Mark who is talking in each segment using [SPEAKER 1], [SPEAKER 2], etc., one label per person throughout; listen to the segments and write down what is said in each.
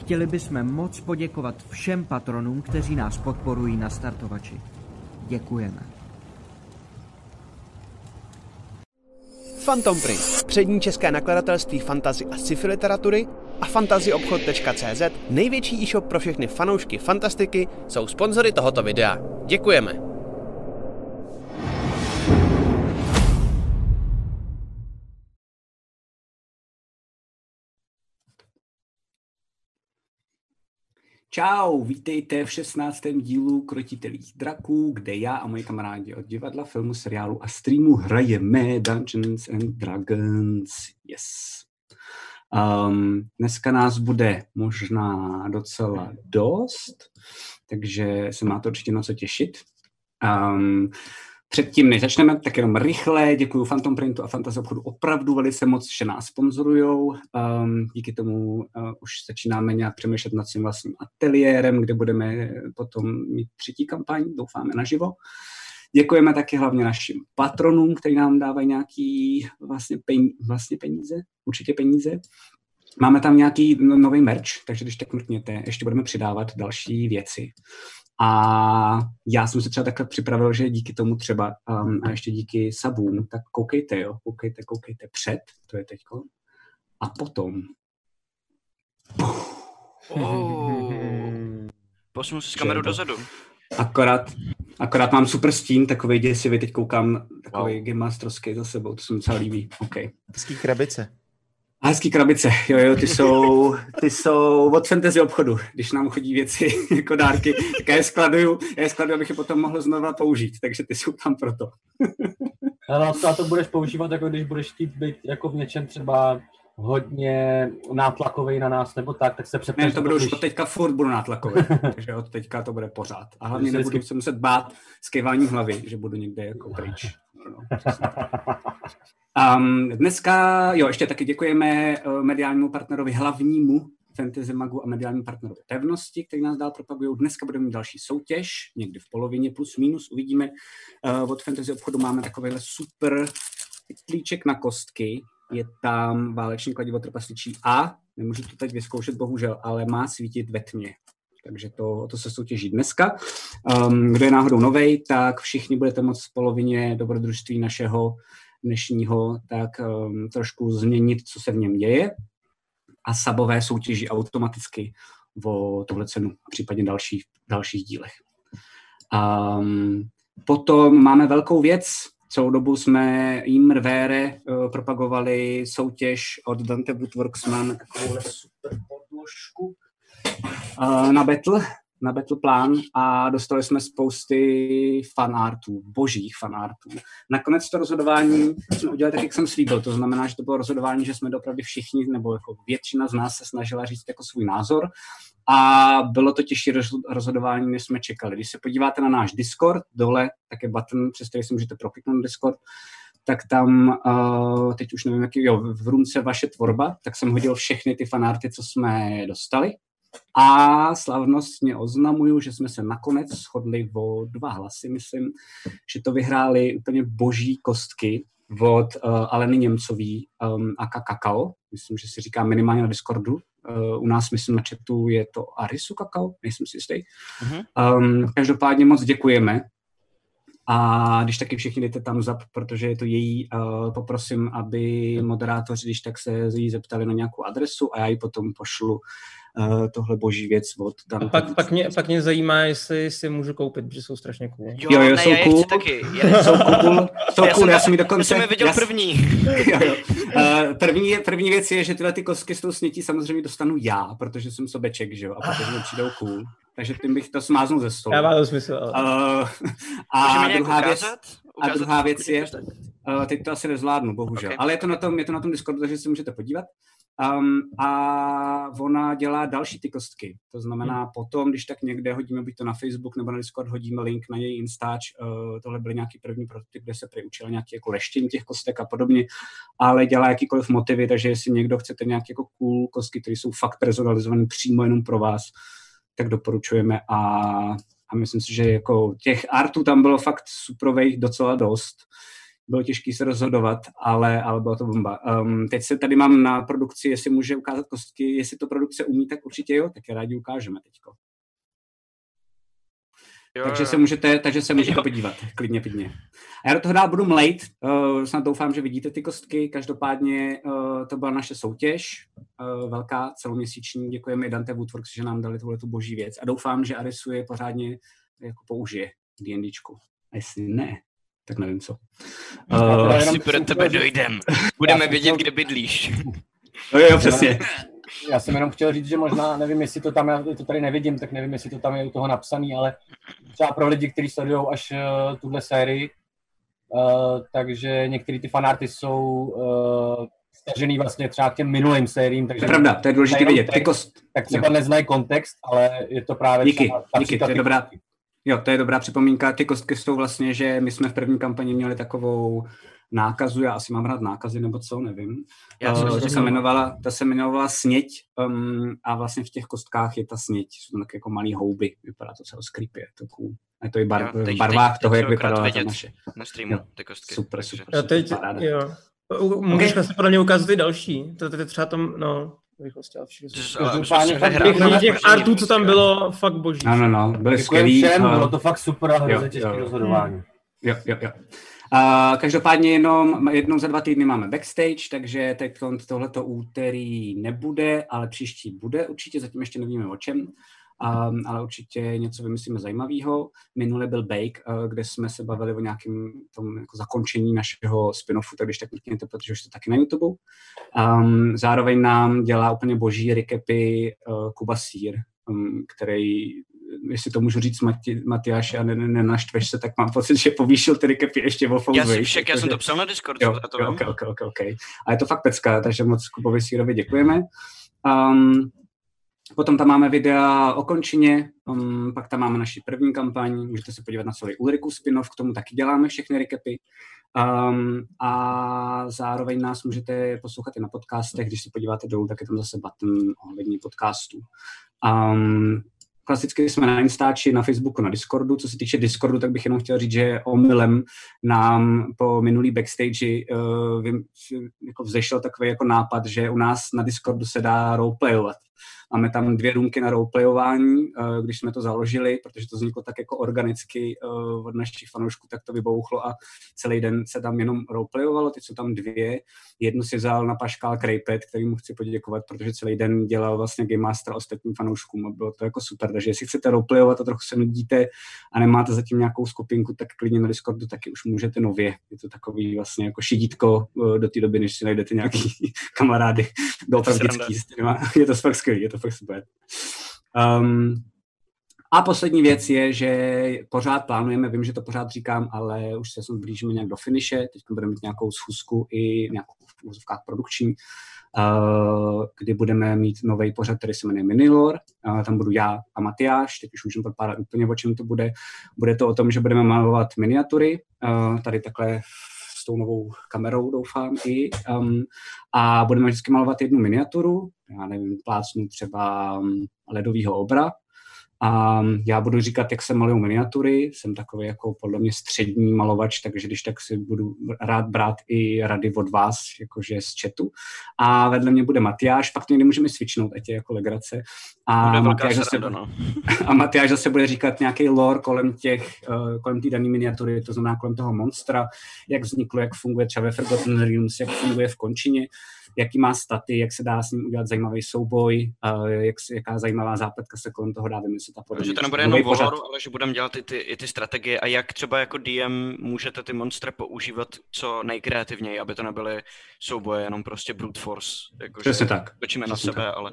[SPEAKER 1] Chtěli bychom moc poděkovat všem patronům, kteří nás podporují na startovači. Děkujeme.
[SPEAKER 2] Phantom Print, přední české nakladatelství fantazy a sci-fi literatury a fantazyobchod.cz, největší e-shop pro všechny fanoušky fantastiky, jsou sponzory tohoto videa. Děkujeme!
[SPEAKER 3] Čau, vítejte v 16. dílu Krotitelých draků, kde já a moji kamarádi od divadla, filmu, seriálu a streamu hrajeme Dungeons and Dragons. Yes. Um, dneska nás bude možná docela dost, takže se máte určitě na co těšit. Um, Předtím, než začneme, tak jenom rychle děkuji Phantom Printu a Fantasy Obchodu opravdu velice moc, že nás sponzorujou. Um, díky tomu uh, už začínáme nějak přemýšlet nad svým vlastním ateliérem, kde budeme potom mít třetí kampaň, doufáme naživo. Děkujeme taky hlavně našim patronům, kteří nám dávají nějaký vlastně, peníze, vlastně peníze, určitě peníze. Máme tam nějaký no- nový merch, takže když tak mrkněte, ještě budeme přidávat další věci. A já jsem se třeba takhle připravil, že díky tomu třeba um, a ještě díky sabům, tak koukejte, jo, koukejte, koukejte před, to je teďko, a potom.
[SPEAKER 4] Oh. Posunu si kameru
[SPEAKER 3] Že to-
[SPEAKER 4] dozadu.
[SPEAKER 3] Akorát, akorát mám super stín, takový děsivý, teď koukám, takový wow. Game Masterovský za sebou, to se mi docela líbí, OK.
[SPEAKER 5] Hezký krabice.
[SPEAKER 3] A hezký krabice, jo, jo, ty jsou, ty jsou od fantasy obchodu, když nám chodí věci jako dárky, tak já je skladuju, já je skladuju, abych je potom mohl znova použít, takže ty jsou tam proto.
[SPEAKER 6] Ale na to, na to budeš používat, jako když budeš chtít být jako v něčem třeba hodně nátlakový na nás nebo tak, tak se jako přepneš.
[SPEAKER 3] Ne, to bude už
[SPEAKER 6] slyší.
[SPEAKER 3] od teďka furt budu nátlakovat, takže od teďka to bude pořád. A hlavně
[SPEAKER 6] se
[SPEAKER 3] nebudu
[SPEAKER 6] vždycky-
[SPEAKER 3] se muset bát skývání hlavy, že budu někde jako pryč. No, přesně. um, dneska, jo, ještě taky děkujeme eh, mediálnímu partnerovi hlavnímu Fantasy Magu a mediálnímu partnerovi pevnosti, který nás dál propagují. Dneska budeme mít další soutěž, někdy v polovině, plus minus, uvidíme. Eh, od Fantasy obchodu máme takovýhle super klíček na kostky, je tam váleční kladivo trpasličí a, nemůžu to teď vyzkoušet bohužel, ale má svítit ve tmě. Takže to, to se soutěží dneska. Um, kdo je náhodou novej, tak všichni budete moc v polovině dobrodružství našeho dnešního, tak um, trošku změnit, co se v něm děje. A sabové soutěží automaticky o tuhle cenu, případně dalších, dalších dílech. Um, Potom máme velkou věc. Celou dobu jsme jim rvére eh, propagovali soutěž od Dante Woodworks. Máme takovouhle super podložku eh, na Battle, na Battle plán a dostali jsme spousty fanartů, božích fanartů. Nakonec to rozhodování jsme udělali tak, jak jsem slíbil. To znamená, že to bylo rozhodování, že jsme opravdu všichni, nebo jako většina z nás se snažila říct jako svůj názor a bylo to těžší rozho- rozhodování, než jsme čekali. Když se podíváte na náš Discord, dole tak je button, přes který si můžete prokliknout na Discord, tak tam, uh, teď už nevím, jaký, jo, v rumce vaše tvorba, tak jsem hodil všechny ty fanarty, co jsme dostali. A slavnostně oznamuju, že jsme se nakonec shodli o dva hlasy, myslím, že to vyhráli úplně boží kostky od uh, Aleny Němcový um, a Kakao. Myslím, že si říká minimálně na Discordu. Uh, u nás, myslím, na chatu je to Arisu Kakao, nejsem si jistý.
[SPEAKER 4] Mhm.
[SPEAKER 3] Um, každopádně moc děkujeme. A když taky všichni jdete tam zap, protože je to její, uh, poprosím, aby moderátoři, když tak se jí zeptali na nějakou adresu a já ji potom pošlu uh, tohle boží věc od
[SPEAKER 7] A
[SPEAKER 3] tam.
[SPEAKER 7] pak, pak, mě, pak mě zajímá, jestli si můžu koupit, protože jsou strašně cool.
[SPEAKER 4] Jo,
[SPEAKER 3] Jo, jo,
[SPEAKER 4] ne,
[SPEAKER 3] jsou
[SPEAKER 4] já je
[SPEAKER 3] cool.
[SPEAKER 4] chci taky. Já,
[SPEAKER 3] Jsou cool, jsou
[SPEAKER 4] já
[SPEAKER 3] cool,
[SPEAKER 4] jsem
[SPEAKER 3] já
[SPEAKER 4] tam-
[SPEAKER 3] jsem ji
[SPEAKER 4] já
[SPEAKER 3] dokonce...
[SPEAKER 4] jsem je viděl
[SPEAKER 3] já-
[SPEAKER 4] první.
[SPEAKER 3] jo, jo. Uh, první, je- první věc je, že tyhle ty kostky s tou snětí samozřejmě dostanu já, protože jsem sobeček, že jo, a protože mi přijdou cool. Takže tím bych to smáznul ze stolu.
[SPEAKER 7] Já má to smysl. Ale...
[SPEAKER 3] Uh,
[SPEAKER 4] Můžeme
[SPEAKER 3] a
[SPEAKER 4] nějak
[SPEAKER 3] druhá věc,
[SPEAKER 4] ukázat?
[SPEAKER 3] a
[SPEAKER 4] Ukázat
[SPEAKER 3] druhá
[SPEAKER 4] fotku,
[SPEAKER 3] věc
[SPEAKER 4] když
[SPEAKER 3] je-
[SPEAKER 4] dostat?
[SPEAKER 3] Uh, teď to asi nezvládnu, bohužel. Okay.
[SPEAKER 4] Ok.
[SPEAKER 3] Ale je to, na tom, je to na tom Discordu, takže se můžete podívat. Um, a ona dělá další ty kostky. To znamená, hmm. potom, když tak někde hodíme, buď to na Facebook nebo na Discord, hodíme link na její Instač. Uh, tohle byly nějaký první prototyp, kde se prý učila nějaký jako leštění těch kostek a podobně. Ale dělá jakýkoliv motivy, takže jestli někdo chcete nějaké jako cool kostky, které jsou fakt personalizované přímo jenom pro vás, tak doporučujeme a a myslím si, že jako těch artů tam bylo fakt suprových docela dost. bylo těžké se rozhodovat, ale, ale byla to bomba. Um, teď se tady mám na produkci, jestli může ukázat kostky, jestli to produkce umí, tak určitě jo, tak je rádi ukážeme teďko.
[SPEAKER 4] Jo,
[SPEAKER 3] Takže
[SPEAKER 4] jo.
[SPEAKER 3] se můžete, takže se můžete
[SPEAKER 4] Jo.
[SPEAKER 3] podívat, klidně, klidně. A já do toho dál budu mlejt, uh, snad doufám, že vidíte ty kostky, každopádně uh, to byla naše soutěž, uh, velká, celoměsíční, děkujeme Dante Woodworks, že nám dali tuhle tu boží věc a doufám, že Arisu je pořádně jako použije v D&Dčku. A jestli ne, tak nevím co.
[SPEAKER 4] No,
[SPEAKER 3] Uh,
[SPEAKER 6] jenom
[SPEAKER 4] Asi pro
[SPEAKER 6] jsem
[SPEAKER 4] tebe
[SPEAKER 6] chtěl říct-
[SPEAKER 4] dojdem. Budeme
[SPEAKER 6] jsem
[SPEAKER 4] vědět,
[SPEAKER 6] chtěl-
[SPEAKER 4] kde bydlíš.
[SPEAKER 3] No jo, jo, přesně.
[SPEAKER 6] Já jsem jenom chtěl říct, že možná, nevím, jestli to tam, já to tady nevidím, tak nevím, jestli to tam je u toho napsaný, ale třeba pro lidi, kteří sledují až uh, tuhle sérii, uh, takže některé ty fanarty jsou uh, stažený vlastně třeba k těm minulým sériím,
[SPEAKER 3] To
[SPEAKER 6] takže
[SPEAKER 3] je pravda, to je důležité
[SPEAKER 6] Jenom
[SPEAKER 3] vědět. Ty
[SPEAKER 6] tak-
[SPEAKER 3] kost,
[SPEAKER 6] tak třeba neznají kontext, ale je to právě
[SPEAKER 3] Díky,
[SPEAKER 6] třeba
[SPEAKER 3] díky, to je
[SPEAKER 6] ty-
[SPEAKER 3] dobrá- Jo, to je dobrá připomínka. Ty kostky jsou vlastně, že my jsme v první kampani měli takovou nákazu, já asi mám rád nákazy nebo co, nevím.
[SPEAKER 4] Já
[SPEAKER 3] Eh,
[SPEAKER 4] jsem
[SPEAKER 3] ta, se jmenovala, ta se jmenovala sněť um, a vlastně v těch kostkách je ta sněť. Jsou tam tak jako malý houby, vypadá to celé creepy, je to cool. A je to i bar,
[SPEAKER 4] Jo,
[SPEAKER 3] v
[SPEAKER 4] teď-
[SPEAKER 3] barvách
[SPEAKER 4] teď-
[SPEAKER 3] toho,
[SPEAKER 4] teď
[SPEAKER 3] jak
[SPEAKER 4] jsou akorát
[SPEAKER 3] vypadala ta
[SPEAKER 4] vidět.
[SPEAKER 3] naše.
[SPEAKER 4] na streamu,
[SPEAKER 3] Jo.
[SPEAKER 4] ty kostky.
[SPEAKER 3] Super,
[SPEAKER 4] takže-
[SPEAKER 3] super.
[SPEAKER 7] Jo, teď,
[SPEAKER 3] Paráda.
[SPEAKER 7] jo. U- Můžeš
[SPEAKER 3] OK.
[SPEAKER 7] asi podle mě ukázat ty další. To, to, to třeba tam, no, to bych chtěl všechno.
[SPEAKER 4] To jsi- ale
[SPEAKER 6] Každopádně
[SPEAKER 4] už jsme prostě- si
[SPEAKER 6] fakt-
[SPEAKER 4] vyhrál,
[SPEAKER 6] Těch-
[SPEAKER 4] máš
[SPEAKER 7] Těch
[SPEAKER 4] možný
[SPEAKER 7] artů, co tam
[SPEAKER 4] kostka.
[SPEAKER 7] bylo, fakt boží.
[SPEAKER 3] No, no, no, byly
[SPEAKER 6] Děkuji
[SPEAKER 3] skvělý.
[SPEAKER 6] všem,
[SPEAKER 3] eh,
[SPEAKER 6] bylo to fakt super a hrozně
[SPEAKER 3] jo,
[SPEAKER 6] těžké
[SPEAKER 3] jo.
[SPEAKER 6] rozhodování.
[SPEAKER 3] Jo, jo, jo. A každopádně jenom jednou za dva týdny máme backstage, takže teď tohleto úterý nebude, ale příští bude určitě, zatím ještě nevíme o čem, um, ale určitě něco vymyslíme zajímavého. Minule byl Bake, eh, kde jsme se bavili o nějakém tom jako zakončení našeho spin-offu, tak když tak mrkněte, protože už to taky na YouTube. Um, zároveň nám dělá úplně boží recapy uh, Kuba Sír, um, který, jestli to můžu říct Mati, Matyáš a ne, ne, nenaštveš se, tak mám pocit, že povýšil ty recapy ještě o Fall
[SPEAKER 4] Já
[SPEAKER 3] Away,
[SPEAKER 4] jsem však, já jsem to
[SPEAKER 3] takže-
[SPEAKER 4] psal na Discordu,
[SPEAKER 3] Jo,
[SPEAKER 4] já to
[SPEAKER 3] jo,
[SPEAKER 4] vím.
[SPEAKER 3] ok, ok, ok, ok. A je to fakt pecka, takže moc Kubovi Sírovi děkujeme. Um, potom tam máme videa o končině, um, pak tam máme naši první kampaň, můžete se podívat na celý Ulriku spin-off, k tomu taky děláme všechny recapy. Um, a zároveň nás můžete poslouchat i na podcastech, když se podíváte dolů, tak je tam zase button ohledně podcastů. Um, klasicky jsme na Instači, na Facebooku, na Discordu. Co se týče Discordu, tak bych jenom chtěl říct, že omylem nám po minulý backstage uh, vym, jako vzešel takový jako nápad, že u nás na Discordu se dá roleplayovat. Máme tam dvě růmky na roleplayování, eh, když jsme to založili, protože to vzniklo tak jako organicky eh, od našich fanoušků, tak to vybouchlo a celý den se tam jenom roleplayovalo, teď jsou tam dvě. Jednu si vzal na Paškál Krejpet, který mu chci poděkovat, protože celý den dělal vlastně Game Master ostatním fanouškům a bylo to jako super. Takže jestli chcete roleplayovat a trochu se nudíte a nemáte zatím nějakou skupinku, tak klidně na Discordu taky už můžete nově. Je to takový vlastně jako šidítko eh, do té doby, než si najdete nějaký kamarády doopravdický. s kterýma- Je to fakt skvělý, je to fakt super. Um, a poslední věc je, že pořád plánujeme, vím, že to pořád říkám, ale už se snad blížíme nějak do finiše, teď budeme mít nějakou schůzku i nějakou v úzovkách produkční, eh, kdy budeme mít nový pořad, který se jmenuje Minilor, Eh, tam budu já a Matyáš, teď už můžeme podpárat úplně, o čem to bude. Bude to o tom, že budeme malovat miniatury, eh, tady takhle s tou novou kamerou, doufám, i. em, A budeme vždycky malovat jednu miniaturu, já nevím, plácnu třeba mm, ledovýho obra, a já budu říkat, jak se malují miniatury, jsem takový jako podle mě střední malovač, takže když tak si budu rád brát i rady od vás, jakože z chatu. A vedle mě bude Matyáš, pak to někdy můžeme switchnout, ať je jako legrace. A
[SPEAKER 4] Bude velká
[SPEAKER 3] Matyáš zase-
[SPEAKER 4] sranda, no.
[SPEAKER 3] a Matyáš zase bude říkat nějaký lore kolem těch, eh, kolem té dané miniatury, to znamená kolem toho monstra, jak vzniklo, jak funguje třeba ve Forgotten Realms, jak funguje v končině, jaký má staty, jak se dá s ním udělat zajímavý souboj, eh, jak, se- jaká zajímavá zápletka se kolem toho dá vymyslet a podobně.
[SPEAKER 4] Takže to nebude
[SPEAKER 3] Nový
[SPEAKER 4] jenom o
[SPEAKER 3] pořad.
[SPEAKER 4] horu, ale že budeme dělat i ty, i ty strategie a jak třeba jako DM můžete ty monstra používat co nejkreativněji, aby to nebyly souboje, jenom prostě brute force. Jakože
[SPEAKER 3] Přesně tak.
[SPEAKER 4] točíme na
[SPEAKER 3] Přesně
[SPEAKER 4] sebe, ale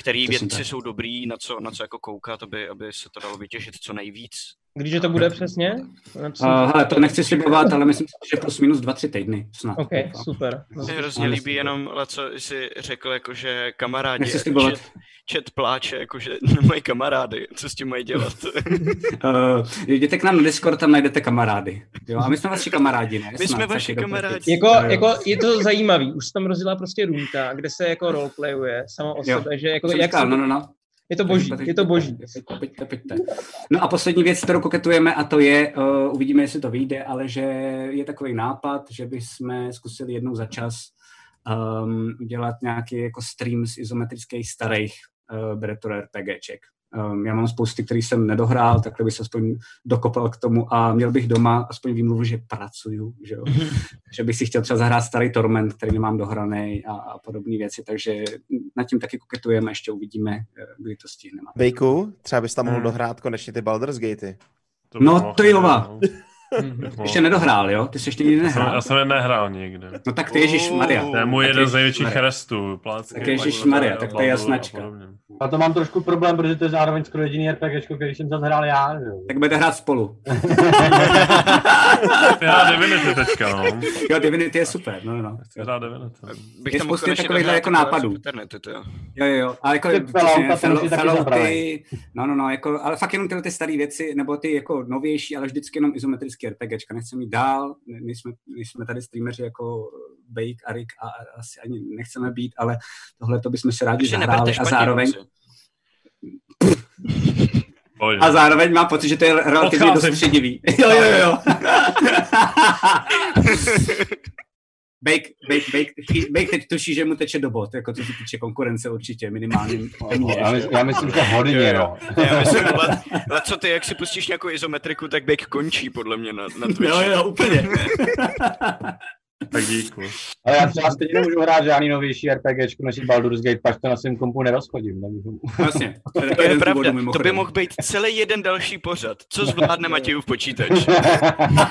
[SPEAKER 4] který
[SPEAKER 3] Přesně
[SPEAKER 4] věci
[SPEAKER 3] tak.
[SPEAKER 4] jsou dobrý, na co, na co jako koukat, aby, aby se to dalo vytěžit co nejvíc.
[SPEAKER 7] Když to bude přesně?
[SPEAKER 3] Uh,
[SPEAKER 7] Napsat.
[SPEAKER 3] hele, to nechci slibovat, ale myslím si, že plus minus dva, tři týdny snad. Jako.
[SPEAKER 7] OK,
[SPEAKER 3] doufám.
[SPEAKER 7] super. No.
[SPEAKER 4] Se
[SPEAKER 3] Já
[SPEAKER 4] hrozně
[SPEAKER 3] myslím,
[SPEAKER 4] líbí
[SPEAKER 3] že-
[SPEAKER 4] jenom, ale co jsi řekl, jakože kamarádi,
[SPEAKER 3] Nechci
[SPEAKER 4] jako
[SPEAKER 3] slibovat.
[SPEAKER 4] chat, chat pláče, jakože nemají kamarády, co s tím mají dělat.
[SPEAKER 3] Uh, jděte k nám na Discord, tam najdete kamarády. Jo? A my jsme vaši kamarádi, ne?
[SPEAKER 4] My jsme
[SPEAKER 3] taky
[SPEAKER 4] vaši
[SPEAKER 3] dobrý. Eh,
[SPEAKER 4] kamarádi.
[SPEAKER 7] Jako,
[SPEAKER 3] Jo, jo.
[SPEAKER 7] jako, je to zajímavý, už se tam rozdělá prostě růmka, kde se jako roleplayuje samo o
[SPEAKER 3] Jo.
[SPEAKER 7] sebe, že jako,
[SPEAKER 3] Jsem
[SPEAKER 7] jak,
[SPEAKER 3] říkal,
[SPEAKER 7] se,
[SPEAKER 3] no, no, no.
[SPEAKER 7] Je to boží, je to boží.
[SPEAKER 3] Pojďte, pojďte, pojďte. No a poslední věc, kterou koketujeme, a to je, uh, uvidíme, jestli to vyjde, ale že je takový nápad, že bychom zkusili jednou za čas um, udělat nějaký jako stream z izometrických starých uh, Bretor RPGček. Um, já mám spousty, které jsem nedohrál, takhle bych se aspoň dokopal k tomu a měl bych doma aspoň výmluvu, že pracuju, že, jo? že bych si chtěl třeba zahrát starý Torment, který nemám dohraný a, a podobné věci, takže nad tím taky koketujeme, ještě uvidíme, eh, kdy to stihneme.
[SPEAKER 5] Vejku, třeba bys tam mohl
[SPEAKER 8] Hmm.
[SPEAKER 5] dohrát konečně ty Baldur's Gatey.
[SPEAKER 8] To by
[SPEAKER 3] No,
[SPEAKER 8] mohl,
[SPEAKER 3] to jova.
[SPEAKER 8] no.
[SPEAKER 7] Mhm.
[SPEAKER 8] Mohl.
[SPEAKER 3] Ještě nedohrál, jo? Ty jsi ještě nikdy
[SPEAKER 8] Já jsem-
[SPEAKER 3] nehrál.
[SPEAKER 8] Já jsem je nehrál nikdy.
[SPEAKER 3] No tak ty Ježíš Maria.
[SPEAKER 8] To je můj
[SPEAKER 3] Tak
[SPEAKER 8] jeden z největších
[SPEAKER 3] ježišmarja.
[SPEAKER 8] restů. Plácky,
[SPEAKER 3] Tak ježišmarja,
[SPEAKER 8] Baldura,
[SPEAKER 3] tak to je
[SPEAKER 8] Baldura a
[SPEAKER 3] jasnačka.
[SPEAKER 8] podobně.
[SPEAKER 6] A to mám trošku problém, protože to je zároveň skoro jediný RPG, který jsem zase hrál já. Že? jo.
[SPEAKER 3] Tak budete hrát spolu.
[SPEAKER 8] Chci hrát Divinity teďka, no.
[SPEAKER 3] Jo, Divinity je super, no, no, no.
[SPEAKER 8] Chci hrát Divinity.
[SPEAKER 4] Bych
[SPEAKER 3] Je
[SPEAKER 4] tam mohl
[SPEAKER 3] spousty
[SPEAKER 4] konečně
[SPEAKER 3] takovýchhle
[SPEAKER 4] dohrát
[SPEAKER 3] jako
[SPEAKER 4] Trials
[SPEAKER 3] nápadů.
[SPEAKER 4] Eternity, to jo.
[SPEAKER 3] Jo, jo, jo. A jako,
[SPEAKER 6] Ty
[SPEAKER 3] přesně,
[SPEAKER 6] Fallouta jsem
[SPEAKER 3] fellow-
[SPEAKER 6] si taky
[SPEAKER 3] fellouty,
[SPEAKER 6] zabrali.
[SPEAKER 3] no, no, no, jako, ale fakt jenom tyhle ty staré věci, nebo ty jako novější, ale vždycky jenom izometrické RPGčka, nechceme jít dál, ne- nejsme, nejsme tady streameři jako Bake a Rick a a asi ani nechceme být, ale tohle to bychom si rádi
[SPEAKER 4] Takže
[SPEAKER 3] zahráli
[SPEAKER 4] neberte
[SPEAKER 3] a
[SPEAKER 4] špatně,
[SPEAKER 3] zároveň,
[SPEAKER 4] kluci.
[SPEAKER 8] Pojď.
[SPEAKER 3] a zároveň mám pocit, že to je relativně dost
[SPEAKER 8] Odcházím.
[SPEAKER 3] středivý. no. Jo, jo, jo. Bake, bake, bake, tuší- bake teď tuší, že mu teče do bod, jako co se týče konkurence určitě, minimálně.
[SPEAKER 6] Já, my, já myslím, že hodně,
[SPEAKER 4] Jo,
[SPEAKER 6] no.
[SPEAKER 4] Já myslím, ale, ale co ty, jak si pustíš nějakou izometriku, tak běh končí podle mě na, na Twitchi.
[SPEAKER 3] Jo, jo, úplně.
[SPEAKER 8] Tak díku.
[SPEAKER 6] Ale já třeba stejně nemůžu hrát žádný novější RPG než je jako Baldur's Gate, pak to na svém kompu nerozchodím. nemůžu.
[SPEAKER 3] Vlastně. To je,
[SPEAKER 4] To je
[SPEAKER 3] jeden z
[SPEAKER 4] pravda,
[SPEAKER 3] důvodů,
[SPEAKER 4] to by
[SPEAKER 3] mimochodem.
[SPEAKER 4] mohl být celý jeden další pořad. Co zvládne Matějův počítač?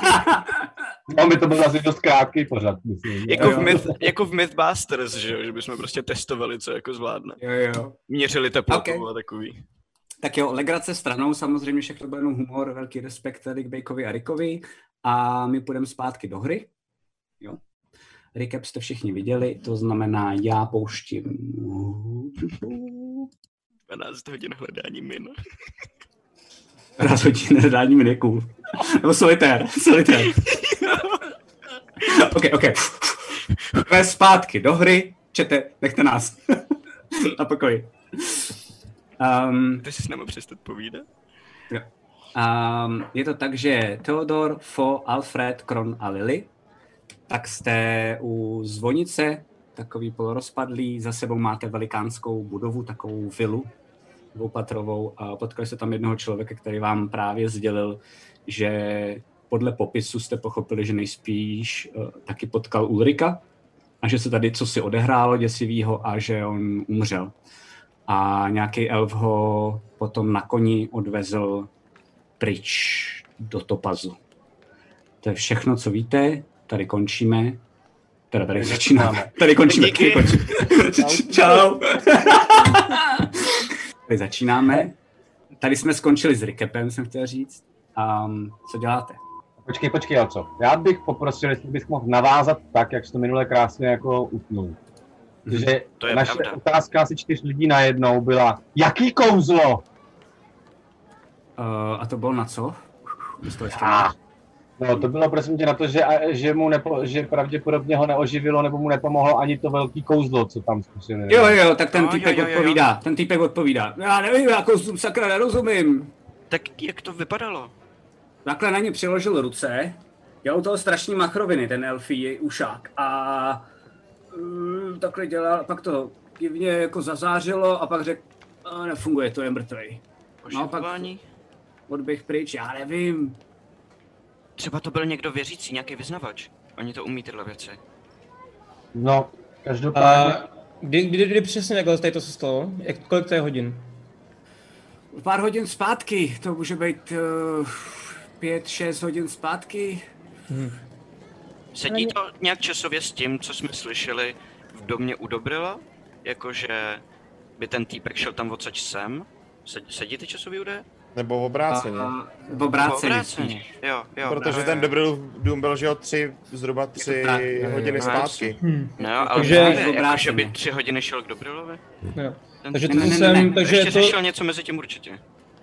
[SPEAKER 6] On by No, to byl asi dost krátký pořad, myslím.
[SPEAKER 4] Jako
[SPEAKER 3] Jo.
[SPEAKER 4] v, myth, jako v Mythbusters, že, jo? že bychom prostě testovali, co jako zvládne.
[SPEAKER 3] Jo, jo.
[SPEAKER 4] Měřili teplotu
[SPEAKER 3] Ok.
[SPEAKER 4] a takový.
[SPEAKER 3] Tak jo, legrace stranou, samozřejmě všechno bude jenom humor, velký respekt tady k Bejkovi a Rickovi a my půjdeme zpátky do hry. Jo. Recap jste všichni viděli, to znamená, já pouštím...
[SPEAKER 4] 12 hodin hledání min.
[SPEAKER 3] Raz hodin hledání miniku. Nebo solitér, solitér. OK, OK. Jsme zpátky do hry, čete, nechte nás. Na pokoji. Um,
[SPEAKER 4] Ty si s námi přestat povídat?
[SPEAKER 3] Um, je to tak, že Theodor, Fo, Alfred, Kron a Lily, tak jste u zvonice, takový polorozpadlý, za sebou máte velikánskou budovu, takovou vilu dvoupatrovou a potkali se tam jednoho člověka, který vám právě sdělil, že podle popisu jste pochopili, že nejspíš uh, taky potkal Ulrika a že se tady co si odehrálo děsivýho a že on umřel. A nějaký elf ho potom na koni odvezl pryč do topazu. To je všechno, co víte. Tady končíme. Teda tady začínáme. Tady končíme.
[SPEAKER 4] Díky.
[SPEAKER 3] Tady končíme. Čau. tady začínáme. Tady jsme skončili s recapem, jsem chtěl říct. Um, co děláte?
[SPEAKER 6] Počkej, počkej, ale co? Já bych poprosil, jestli bych mohl navázat tak, jak jsi to minule krásně jako utnul. Že
[SPEAKER 4] Mhm, To je
[SPEAKER 6] naše
[SPEAKER 4] pravda.
[SPEAKER 6] otázka asi čtyř lidí najednou byla, jaký kouzlo?
[SPEAKER 3] Uh, a to bylo na co? Vy jste to ještě
[SPEAKER 6] Ah. No, to bylo prosím tě na to, že, a- že, mu nepo, že pravděpodobně ho neoživilo nebo mu nepomohlo ani to velký kouzlo, co tam zkusili.
[SPEAKER 3] Jo, jo, tak ten
[SPEAKER 4] Jo,
[SPEAKER 3] týpek
[SPEAKER 4] No, jo, jo, jo.
[SPEAKER 3] odpovídá. Ten týpek odpovídá. Já nevím, já kouzlům sakra nerozumím.
[SPEAKER 4] Tak jak to vypadalo?
[SPEAKER 3] Takhle na ně přiložil ruce. Dělal u toho strašný machroviny, ten elfí, jej ušák. A mm, takhle dělal, pak to divně jako zazářilo a pak řekl, a nefunguje to, je mrtvej. No
[SPEAKER 4] Oživování?
[SPEAKER 3] Odběh pryč, já nevím.
[SPEAKER 4] Třeba to byl někdo věřící, nějaký vyznavač. Oni to umí tyhle věci.
[SPEAKER 6] No, každopádně...
[SPEAKER 7] A kdy, kdy, kdy přesně takhle tady to se stalo? Jak, kolik to je hodin?
[SPEAKER 3] Pár hodin zpátky, to může být uh, pět, šest hodin zpátky.
[SPEAKER 7] Hmm.
[SPEAKER 4] Sedí to nějak časově s tím, co jsme slyšeli v domě u Dobrila? Jakože by ten týpek šel tam odsaď sem? Sedí, sedí ty časový údaje?
[SPEAKER 5] Nebo obráceně.
[SPEAKER 3] v obráceně.
[SPEAKER 4] Obráceně. Jo, jo.
[SPEAKER 5] Protože
[SPEAKER 4] jo,
[SPEAKER 5] ten
[SPEAKER 4] jo.
[SPEAKER 5] dobrý dům byl, že jo, tři, zhruba tři
[SPEAKER 3] tak, jo, jo,
[SPEAKER 5] hodiny
[SPEAKER 4] jo.
[SPEAKER 5] zpátky.
[SPEAKER 6] Hmm.
[SPEAKER 4] No, ale
[SPEAKER 7] Takže-
[SPEAKER 4] že, jako, že
[SPEAKER 3] obráceně.
[SPEAKER 4] by tři hodiny šel k Dobrilovi?
[SPEAKER 7] Jo.
[SPEAKER 4] Ten, takže
[SPEAKER 7] Takže to
[SPEAKER 3] Ne, ne, ne,
[SPEAKER 7] jsem,
[SPEAKER 3] ne,
[SPEAKER 7] takže
[SPEAKER 4] ještě
[SPEAKER 7] je to...
[SPEAKER 4] řešil něco mezi tím určitě.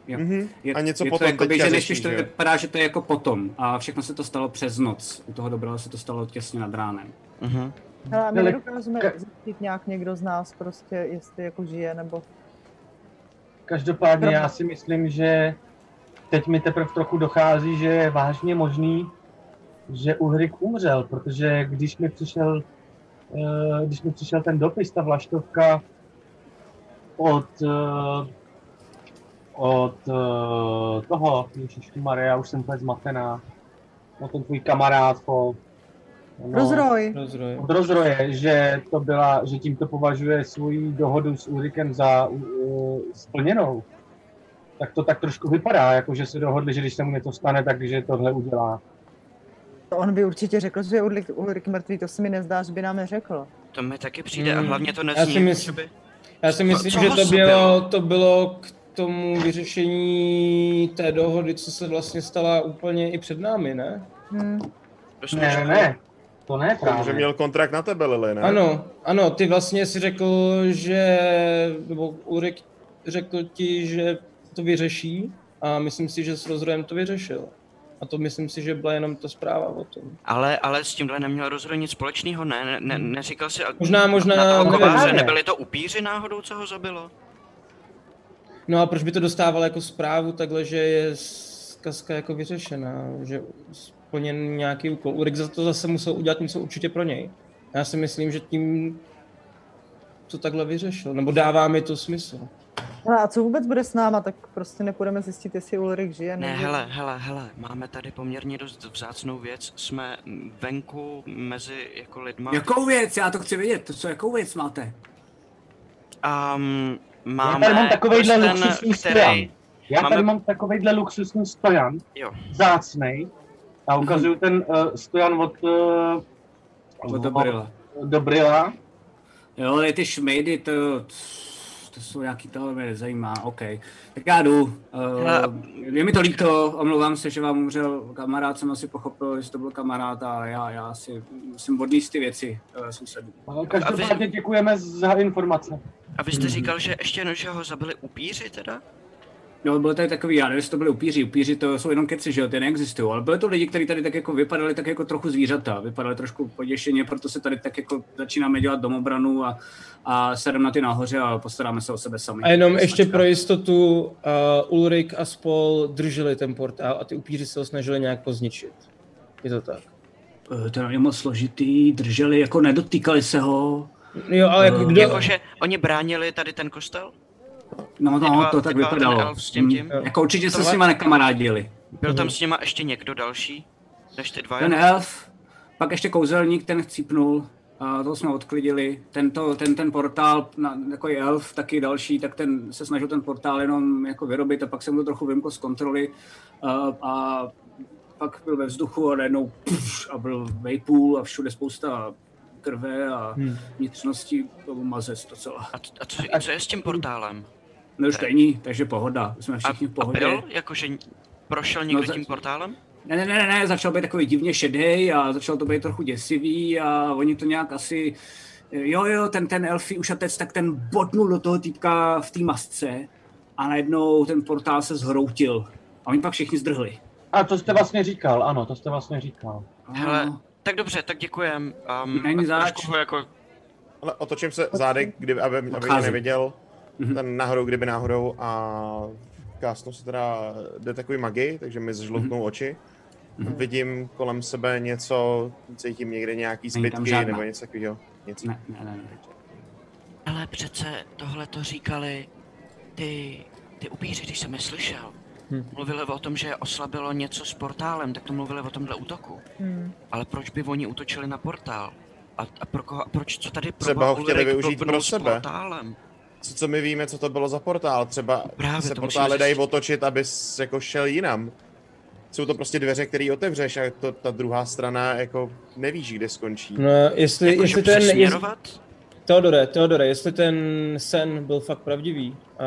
[SPEAKER 3] Jo.
[SPEAKER 5] Mhm.
[SPEAKER 3] Je,
[SPEAKER 5] A něco
[SPEAKER 3] je
[SPEAKER 5] potom
[SPEAKER 3] to jako by,
[SPEAKER 5] teďka
[SPEAKER 3] že
[SPEAKER 5] řešíš,
[SPEAKER 3] nečteš, to
[SPEAKER 5] že jo?
[SPEAKER 3] vypadá, že to je jako potom. A všechno se to stalo přes noc. U toho dobrého se to stalo těsně nad ránem.
[SPEAKER 4] Mhm.
[SPEAKER 9] Hele, a my
[SPEAKER 6] Hele,
[SPEAKER 9] nedokážeme
[SPEAKER 6] ka-
[SPEAKER 9] zjistit nějak někdo z nás prostě, jestli jako žije, nebo
[SPEAKER 6] Každopádně já si myslím, že teď mi teprve trochu dochází, že je vážně možný, že Uhrik umřel, protože když mi přišel, eh, když mi přišel ten dopis, ta vlaštovka od, eh, od eh, toho, Maria, já už jsem úplně zmatená, no ten tvůj kamarád, po, no,
[SPEAKER 9] Rozroj.
[SPEAKER 7] Rozroj.
[SPEAKER 6] od rozroje, že to byla, že tímto považuje svoji dohodu s Ulrikem za uh, splněnou, tak to tak trošku vypadá, jako že se dohodli, že když se mu něco stane, takže tohle udělá.
[SPEAKER 9] To on by určitě řekl, že je Ulrik, Ulrik mrtvý, to se mi nezdá, že by nám neřekl.
[SPEAKER 4] To mi taky přijde a
[SPEAKER 7] Hmm.
[SPEAKER 4] hlavně to
[SPEAKER 7] Já si
[SPEAKER 4] nezní,
[SPEAKER 7] myslím-
[SPEAKER 4] že by...
[SPEAKER 7] Já si myslím,
[SPEAKER 4] Co-
[SPEAKER 7] že
[SPEAKER 4] co
[SPEAKER 7] to
[SPEAKER 4] se
[SPEAKER 7] bylo, to bylo k tomu vyřešení té dohody, co se vlastně stala úplně i před námi, ne?
[SPEAKER 9] Hmm.
[SPEAKER 4] Dost
[SPEAKER 6] Ne, ne,
[SPEAKER 4] možná.
[SPEAKER 6] ne, to ne
[SPEAKER 5] Že
[SPEAKER 6] právě.
[SPEAKER 5] měl kontrakt na tebe, Lili, ne?
[SPEAKER 7] Ano, ano, ty vlastně si řekl, že, nebo Ulrik řekl ti, že to vyřeší a myslím si, že s rozrojem to vyřešil. A to myslím si, že byla jenom ta zpráva o tom.
[SPEAKER 4] Ale, ale s tímhle neměl rozhodně nic společného, ne, ne, ne, neříkal si... a-
[SPEAKER 7] Možná- možná-
[SPEAKER 4] Na toho
[SPEAKER 7] možná
[SPEAKER 4] kováře,
[SPEAKER 6] ne.
[SPEAKER 4] nebyly to upíři náhodou, co ho zabilo?
[SPEAKER 7] No a proč by to dostával jako zprávu takhle, že je zkazka jako vyřešená, že splněn nějaký úkol. Ulrik za to zase musel udělat něco určitě pro něj. Já si myslím, že tím to takhle vyřešil, nebo dává mi to smysl.
[SPEAKER 9] Hele, a co vůbec bude s náma, tak prostě nepůjdeme zjistit, jestli Ulrik žije.
[SPEAKER 4] Ne,
[SPEAKER 9] nebo-
[SPEAKER 4] hele, hele, hele, máme tady poměrně dost vzácnou věc, jsme venku mezi jako lidma
[SPEAKER 3] Jakou věc? Já to chci vědět. To co, jakou věc máte?
[SPEAKER 4] a um,
[SPEAKER 6] Já
[SPEAKER 4] máme
[SPEAKER 6] tady mám takovejhle
[SPEAKER 4] prsten,
[SPEAKER 6] luxusní stojan.
[SPEAKER 4] který...
[SPEAKER 6] Já tady
[SPEAKER 4] máme-
[SPEAKER 6] mám takovejhle luxusní stojan,
[SPEAKER 4] Jo,
[SPEAKER 6] zácnej. A ukazuju ten uh, stojan od, uh,
[SPEAKER 3] Od Dobrila.
[SPEAKER 6] Dobrila.
[SPEAKER 3] Jo, ale ty šmejdy, to, to jsou nějaký, to mě nezajímá, OK. Tak já jdu.
[SPEAKER 4] Hele,
[SPEAKER 3] Uh, je mi to líto, omlouvám se, že vám umřel kamarád, jsem asi pochopil, že to byl kamarád a já, já si musím odníst ty věci uh, sousedů.
[SPEAKER 6] Eh, Každopádně děkujeme za informace.
[SPEAKER 4] a vy jste říkal, že ještě no, že ho zabili upíři teda?
[SPEAKER 3] No, byl tady takový, já nevím, jestli to byly upíři, upíři to jsou jenom keci, že jo, ty neexistují, ale byly to lidi, kteří tady tak jako vypadali tak jako trochu zvířata, vypadali trošku poděšeně, proto se tady tak jako začínáme dělat domobranu a, a sedeme na ty nahoře a postaráme se o sebe sami.
[SPEAKER 7] A jenom ještě pro jistotu, uh, Ulrik a spol drželi ten portál a ty upíři se ho snažili nějak pozničit. Je to tak.
[SPEAKER 3] Eh, To je moc složitý, drželi, jako nedotýkali se ho. Eh,
[SPEAKER 7] Jo, ale jako kdo...
[SPEAKER 4] Jakože oni bránili tady ten kostel?
[SPEAKER 3] No,
[SPEAKER 4] Ty dva-
[SPEAKER 3] no, to
[SPEAKER 4] ty
[SPEAKER 3] tak
[SPEAKER 4] dva, Jako ten
[SPEAKER 3] vypadalo.
[SPEAKER 4] elf s tím tím.
[SPEAKER 3] Mm, Jako určitě se s nima nekamarádili.
[SPEAKER 4] Byl tam s nima ještě někdo další? Než ty dva?
[SPEAKER 3] Ten elf, pak ještě kouzelník, ten chcípnul. A to jsme odklidili. Tento, ten, ten portál, na, jako je elf, taky další, tak ten se snažil ten portál jenom jako vyrobit a pak jsem to trochu vymkl z kontroly. A, a pak byl ve vzduchu a najednou puf, a byl vejpůl a všude spousta krve a
[SPEAKER 7] Hmm.
[SPEAKER 3] vnitřností, to byl mazec docela.
[SPEAKER 4] A, a, co, a co je s tím portálem?
[SPEAKER 3] No už to není, takže pohoda, jsme
[SPEAKER 4] A,
[SPEAKER 3] všichni v
[SPEAKER 4] a
[SPEAKER 3] pohodě.
[SPEAKER 4] byl? Jakože prošel někdo
[SPEAKER 3] za-
[SPEAKER 4] tím portálem?
[SPEAKER 3] Ne, ne, ne, ne, ne, začal být takový divně šedej a začal to být trochu děsivý a oni to nějak asi, jo, jo, ten, ten elfí ušatec, tak ten bodnul do toho týpka v té masce a najednou ten portál se zhroutil a oni pak všichni zdrhli.
[SPEAKER 6] A to jste vlastně říkal, ano, to jste vlastně říkal.
[SPEAKER 4] Hele,
[SPEAKER 3] No,
[SPEAKER 4] Tak dobře, tak děkujem. Um,
[SPEAKER 3] Není zač.
[SPEAKER 4] jako,
[SPEAKER 5] Ale otočím se zády, kdyby, aby, aby mě
[SPEAKER 3] Odcházím.
[SPEAKER 5] neviděl
[SPEAKER 3] Mhm.
[SPEAKER 5] ten nahoru, kdyby náhodou a kásnu se teda detekuji magii, takže mi zžloutnou oči.
[SPEAKER 3] Mhm.
[SPEAKER 5] Vidím kolem sebe něco, cítím někde nějaký
[SPEAKER 3] Není tam
[SPEAKER 5] zbytky
[SPEAKER 3] žádná.
[SPEAKER 5] nebo něco takového. Nic.
[SPEAKER 3] ne, ne, ne, ne.
[SPEAKER 4] ale přece tohle to říkali ty, ty upíři, když jsem je slyšel.
[SPEAKER 7] Hm.
[SPEAKER 4] Mluvili o tom, že je oslabilo něco s portálem, tak to mluvili o tomhle útoku.
[SPEAKER 9] Hmm.
[SPEAKER 4] Ale proč by oni útočili na portál? A, a pro koho, a proč, co tady pro
[SPEAKER 5] Třeba
[SPEAKER 4] boha
[SPEAKER 5] ho chtěli
[SPEAKER 4] Ulrik
[SPEAKER 5] využít
[SPEAKER 4] blbnul
[SPEAKER 5] pro
[SPEAKER 4] s
[SPEAKER 5] sebe.
[SPEAKER 4] Portálem?
[SPEAKER 5] Co, co my víme, co to bylo za portál? Třeba
[SPEAKER 4] Právě,
[SPEAKER 5] se
[SPEAKER 4] to
[SPEAKER 5] portály
[SPEAKER 4] musíme
[SPEAKER 5] dají
[SPEAKER 4] zjistit.
[SPEAKER 5] otočit, aby s- jako šel jinam. Jsou to prostě dveře, které otevřeš a to, ta druhá strana jako nevíš, kde skončí.
[SPEAKER 7] No, jestli,
[SPEAKER 4] Jakože
[SPEAKER 7] jestli ten, jestli,
[SPEAKER 4] přesměrovat?
[SPEAKER 7] Teodore, Teodore, jestli ten sen byl fakt pravdivý a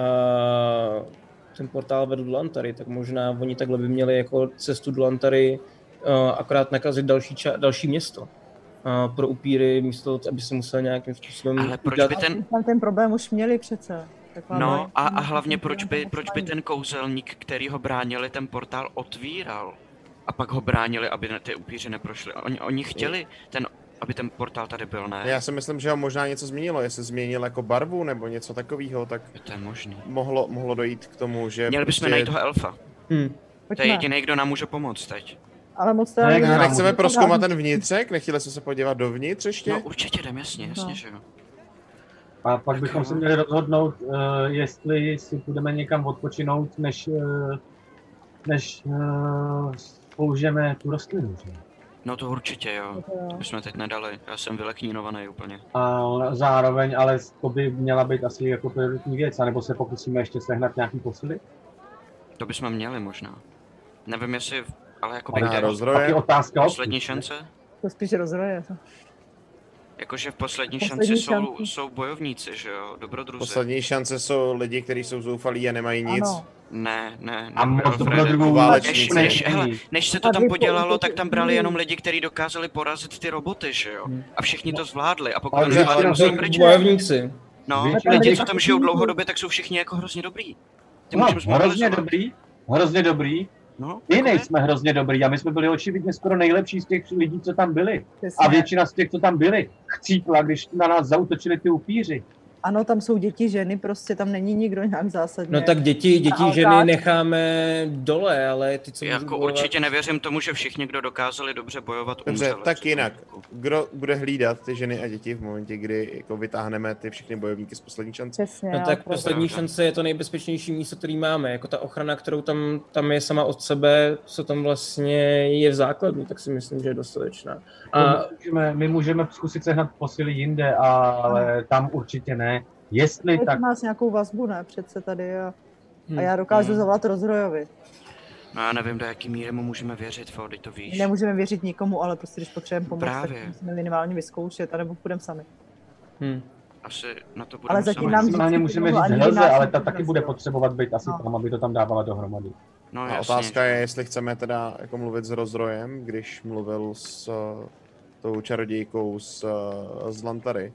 [SPEAKER 7] ten portál vedl do Lantary, tak možná oni takhle by měli jako cestu do Lantary uh, akorát nakazit další, ča- další město uh, pro upíry, místo, aby se musel nějakým způsobem
[SPEAKER 4] Ale proč
[SPEAKER 7] udělat-
[SPEAKER 4] by ten,
[SPEAKER 9] Tam ten problém už měli přece. Taková
[SPEAKER 4] no
[SPEAKER 9] mají-
[SPEAKER 4] a, a hlavně proč by, proč by ten kouzelník, který ho bránili, ten portál otvíral? A pak ho bránili, aby ne- ty upíři neprošli. Oni, oni chtěli ten aby ten portál tady byl, ne?
[SPEAKER 5] Já si myslím, že ho možná něco změnilo, jestli změnil jako barvu nebo něco takového, tak
[SPEAKER 4] To je možný.
[SPEAKER 5] mohlo, mohlo dojít k tomu, že... prostě-
[SPEAKER 4] Měli bychom najít toho elfa.
[SPEAKER 7] Hm.
[SPEAKER 4] To je
[SPEAKER 9] Pojďme,
[SPEAKER 4] jediný, kdo nám může pomoct teď.
[SPEAKER 9] ale moc to
[SPEAKER 6] No, jak
[SPEAKER 5] Ne,
[SPEAKER 9] nevím.
[SPEAKER 5] nechceme proskoumat ten vnitřek, nechtěli jsme se podívat dovnitř ještě?
[SPEAKER 4] No určitě jdem, jasně, jasně,
[SPEAKER 9] No.
[SPEAKER 4] že jo.
[SPEAKER 6] A pak bychom se měli rozhodnout, eh, jestli si půjdeme někam odpočinout, než, eh, než eh, použijeme tu rostlinu. že?
[SPEAKER 4] No to určitě jo.
[SPEAKER 9] Jo.
[SPEAKER 4] My jsme teď nedali, já jsem vyleknírovaný úplně.
[SPEAKER 6] A zároveň, ale to by měla být asi jako prioritní věc, anebo se pokusíme ještě sehnat nějaký posily.
[SPEAKER 4] To bychom měli možná. Nevím jestli, ale jako by
[SPEAKER 5] Na
[SPEAKER 4] kde?
[SPEAKER 6] Pak je
[SPEAKER 5] rozroje?
[SPEAKER 6] otázka
[SPEAKER 4] Poslední
[SPEAKER 6] obcí,
[SPEAKER 4] šance?
[SPEAKER 9] To spíš rozroje. to.
[SPEAKER 4] Jakože v poslední,
[SPEAKER 9] Poslední
[SPEAKER 4] šanci jsou,
[SPEAKER 9] šanci.
[SPEAKER 4] jsou bojovníci, že jo? Dobrodruzi.
[SPEAKER 5] Poslední šance jsou lidi, kteří jsou zoufalí a nemají nic.
[SPEAKER 9] Ano.
[SPEAKER 4] Ne, ne.
[SPEAKER 6] A
[SPEAKER 4] ne,
[SPEAKER 6] moc
[SPEAKER 4] Wilfrede.
[SPEAKER 6] dobrodruhů
[SPEAKER 4] Jako Než,
[SPEAKER 5] válečníci.
[SPEAKER 4] než,
[SPEAKER 6] než-
[SPEAKER 4] hele, než se to
[SPEAKER 9] A
[SPEAKER 4] tam
[SPEAKER 9] vy
[SPEAKER 4] podělalo, tak
[SPEAKER 9] použijete
[SPEAKER 4] tam brali
[SPEAKER 9] jiný.
[SPEAKER 4] jenom lidi, kteří dokázali porazit ty roboty, že jo? A všichni to zvládli. A pokud
[SPEAKER 6] Ale
[SPEAKER 4] to
[SPEAKER 5] že-
[SPEAKER 4] nezvládli,
[SPEAKER 5] ale
[SPEAKER 4] musí
[SPEAKER 9] Hmm. že-
[SPEAKER 4] pryč.
[SPEAKER 7] Bojovníci.
[SPEAKER 4] No,
[SPEAKER 6] Vy-
[SPEAKER 4] a ti,
[SPEAKER 9] ale-
[SPEAKER 4] co tam žijou dlouhodobě, tak jsou všichni jako hrozně dobrý. Ty
[SPEAKER 6] No,
[SPEAKER 4] můžeme
[SPEAKER 6] hrozně
[SPEAKER 4] zmobilizovat.
[SPEAKER 6] dobrý, hrozně dobrý.
[SPEAKER 4] No, jako
[SPEAKER 6] My
[SPEAKER 4] je.
[SPEAKER 6] nejsme hrozně dobrý a my jsme byli očividně skoro nejlepší z těch lidí, co tam byli.
[SPEAKER 9] přesně.
[SPEAKER 6] A většina z těch, co tam byli, chcípla, když na nás zautočili ty upíři.
[SPEAKER 9] Ano, tam jsou děti, ženy, prostě tam není nikdo nějak zásadně.
[SPEAKER 7] No tak děti, děti,
[SPEAKER 9] A
[SPEAKER 7] ženy
[SPEAKER 9] tak?
[SPEAKER 7] necháme dole, ale ty, co můžou
[SPEAKER 4] Jako
[SPEAKER 7] bojovat-
[SPEAKER 4] určitě nevěřím tomu, že všichni, kdo dokázali dobře bojovat,
[SPEAKER 5] Dobře,
[SPEAKER 4] umřeli.
[SPEAKER 5] tak jinak. Kdo bude hlídat ty ženy a děti v momentě, kdy jako vytáhneme ty všechny bojovníky z poslední šance?
[SPEAKER 9] Přesně,
[SPEAKER 7] No
[SPEAKER 9] jo,
[SPEAKER 7] tak
[SPEAKER 9] prostě.
[SPEAKER 7] poslední
[SPEAKER 4] pravda.
[SPEAKER 7] šance je to nejbezpečnější místo, který máme. Jako ta ochrana, kterou tam, tam je sama od sebe, co tam vlastně je v základnu, tak si myslím, že je dostatečná. A
[SPEAKER 6] My můžeme, my můžeme zkusit sehnat posily jinde, ale tam určitě ne. Jestli
[SPEAKER 9] Teď
[SPEAKER 6] tak,
[SPEAKER 9] máš nějakou vazbu, ne? Přece tady. A,
[SPEAKER 7] Hmm.
[SPEAKER 9] a já dokážu zavolat rozrojovi.
[SPEAKER 4] No já nevím, do jaký míry mu můžeme věřit, Fody, to víš.
[SPEAKER 9] Nemůžeme věřit nikomu, ale prostě když potřebujeme pomoct,
[SPEAKER 4] Právě.
[SPEAKER 9] tak musíme minimálně vyzkoušet, anebo půjdeme sami.
[SPEAKER 7] hm.
[SPEAKER 4] Asi na to budeme
[SPEAKER 9] Ale zatím
[SPEAKER 4] sami.
[SPEAKER 9] nám
[SPEAKER 6] maximálně
[SPEAKER 9] říct,
[SPEAKER 6] můžeme
[SPEAKER 9] že
[SPEAKER 6] říct
[SPEAKER 9] ani
[SPEAKER 6] helze,
[SPEAKER 9] nás
[SPEAKER 6] ale ta
[SPEAKER 9] nikdo
[SPEAKER 6] taky
[SPEAKER 9] nezná.
[SPEAKER 6] bude potřebovat být asi
[SPEAKER 9] No.
[SPEAKER 6] tam, aby to tam dávala dohromady.
[SPEAKER 4] No
[SPEAKER 5] A
[SPEAKER 4] jasně.
[SPEAKER 5] otázka je, jestli chceme teda jako mluvit s rozrojem, když mluvil s uh, tou čarodějkou z, uh, z Lantary.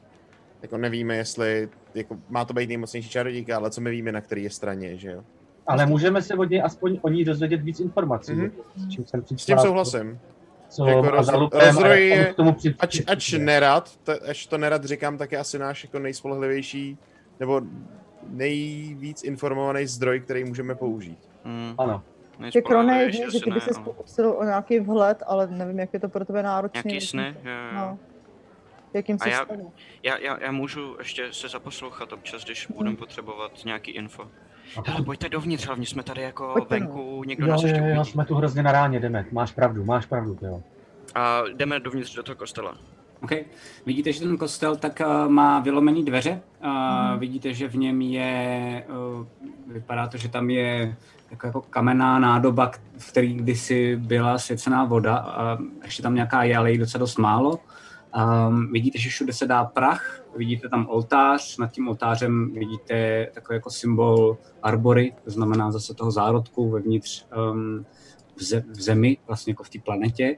[SPEAKER 5] Jako nevíme, jestli jako, má to být nejmocnější čarodějka, ale co my víme, na které je straně, že jo?
[SPEAKER 6] Ale můžeme se od něj aspoň o ní dozvědět víc informací.
[SPEAKER 5] Mhm.
[SPEAKER 6] S čím jsem
[SPEAKER 5] S tím souhlasím.
[SPEAKER 6] Co
[SPEAKER 5] Jako
[SPEAKER 6] jako
[SPEAKER 5] roz- rozroj je- Ač, ač nerad, to, ač to nerad říkám, tak je asi náš jako nejspolehlivější nebo nejvíc informovaný zdroj, který můžeme použít.
[SPEAKER 4] Mm,
[SPEAKER 6] Ano.
[SPEAKER 9] Že
[SPEAKER 4] nejspolehlivější
[SPEAKER 9] Krone je že
[SPEAKER 4] asi
[SPEAKER 9] ty by
[SPEAKER 4] ne, jako. no.
[SPEAKER 9] se
[SPEAKER 4] ale-
[SPEAKER 9] pokusil o nějaký vhled, ale nevím, jak je to pro tebe náročné.
[SPEAKER 4] Nějaký sny? Jo, jo, jo.
[SPEAKER 9] No. Jakým
[SPEAKER 4] A
[SPEAKER 9] se
[SPEAKER 4] já-
[SPEAKER 9] já...
[SPEAKER 4] Já, já, já můžu ještě se zaposlouchat občas, když
[SPEAKER 9] Mhm.
[SPEAKER 4] budeme potřebovat nějaký info. Hele, pojďte dovnitř, hlavně jsme tady jako
[SPEAKER 9] Pojďte, no.
[SPEAKER 4] venku, někdo
[SPEAKER 6] Jo,
[SPEAKER 4] nás ještě
[SPEAKER 6] jo, jo,
[SPEAKER 4] uvidí.
[SPEAKER 6] jsme tu hrozně na ráně, jdeme. Máš pravdu, máš pravdu, jo.
[SPEAKER 4] A jdeme dovnitř do toho kostela.
[SPEAKER 3] Okay. Vidíte, že ten kostel tak eh, má vylomený dveře.
[SPEAKER 4] Mhm.
[SPEAKER 3] Mm. Vidíte, že v něm je, eh, vypadá to, že tam je jako, jako kamenná nádoba, k- v které kdysi byla svěcená voda a ještě tam nějaká je, ale jí docela dost málo. Um, vidíte, že všude se dá prach, vidíte tam oltář, nad tím oltářem vidíte takový jako symbol arbory, to znamená zase toho zárodku vevnitř um, v, ze, v zemi, vlastně jako v té planetě.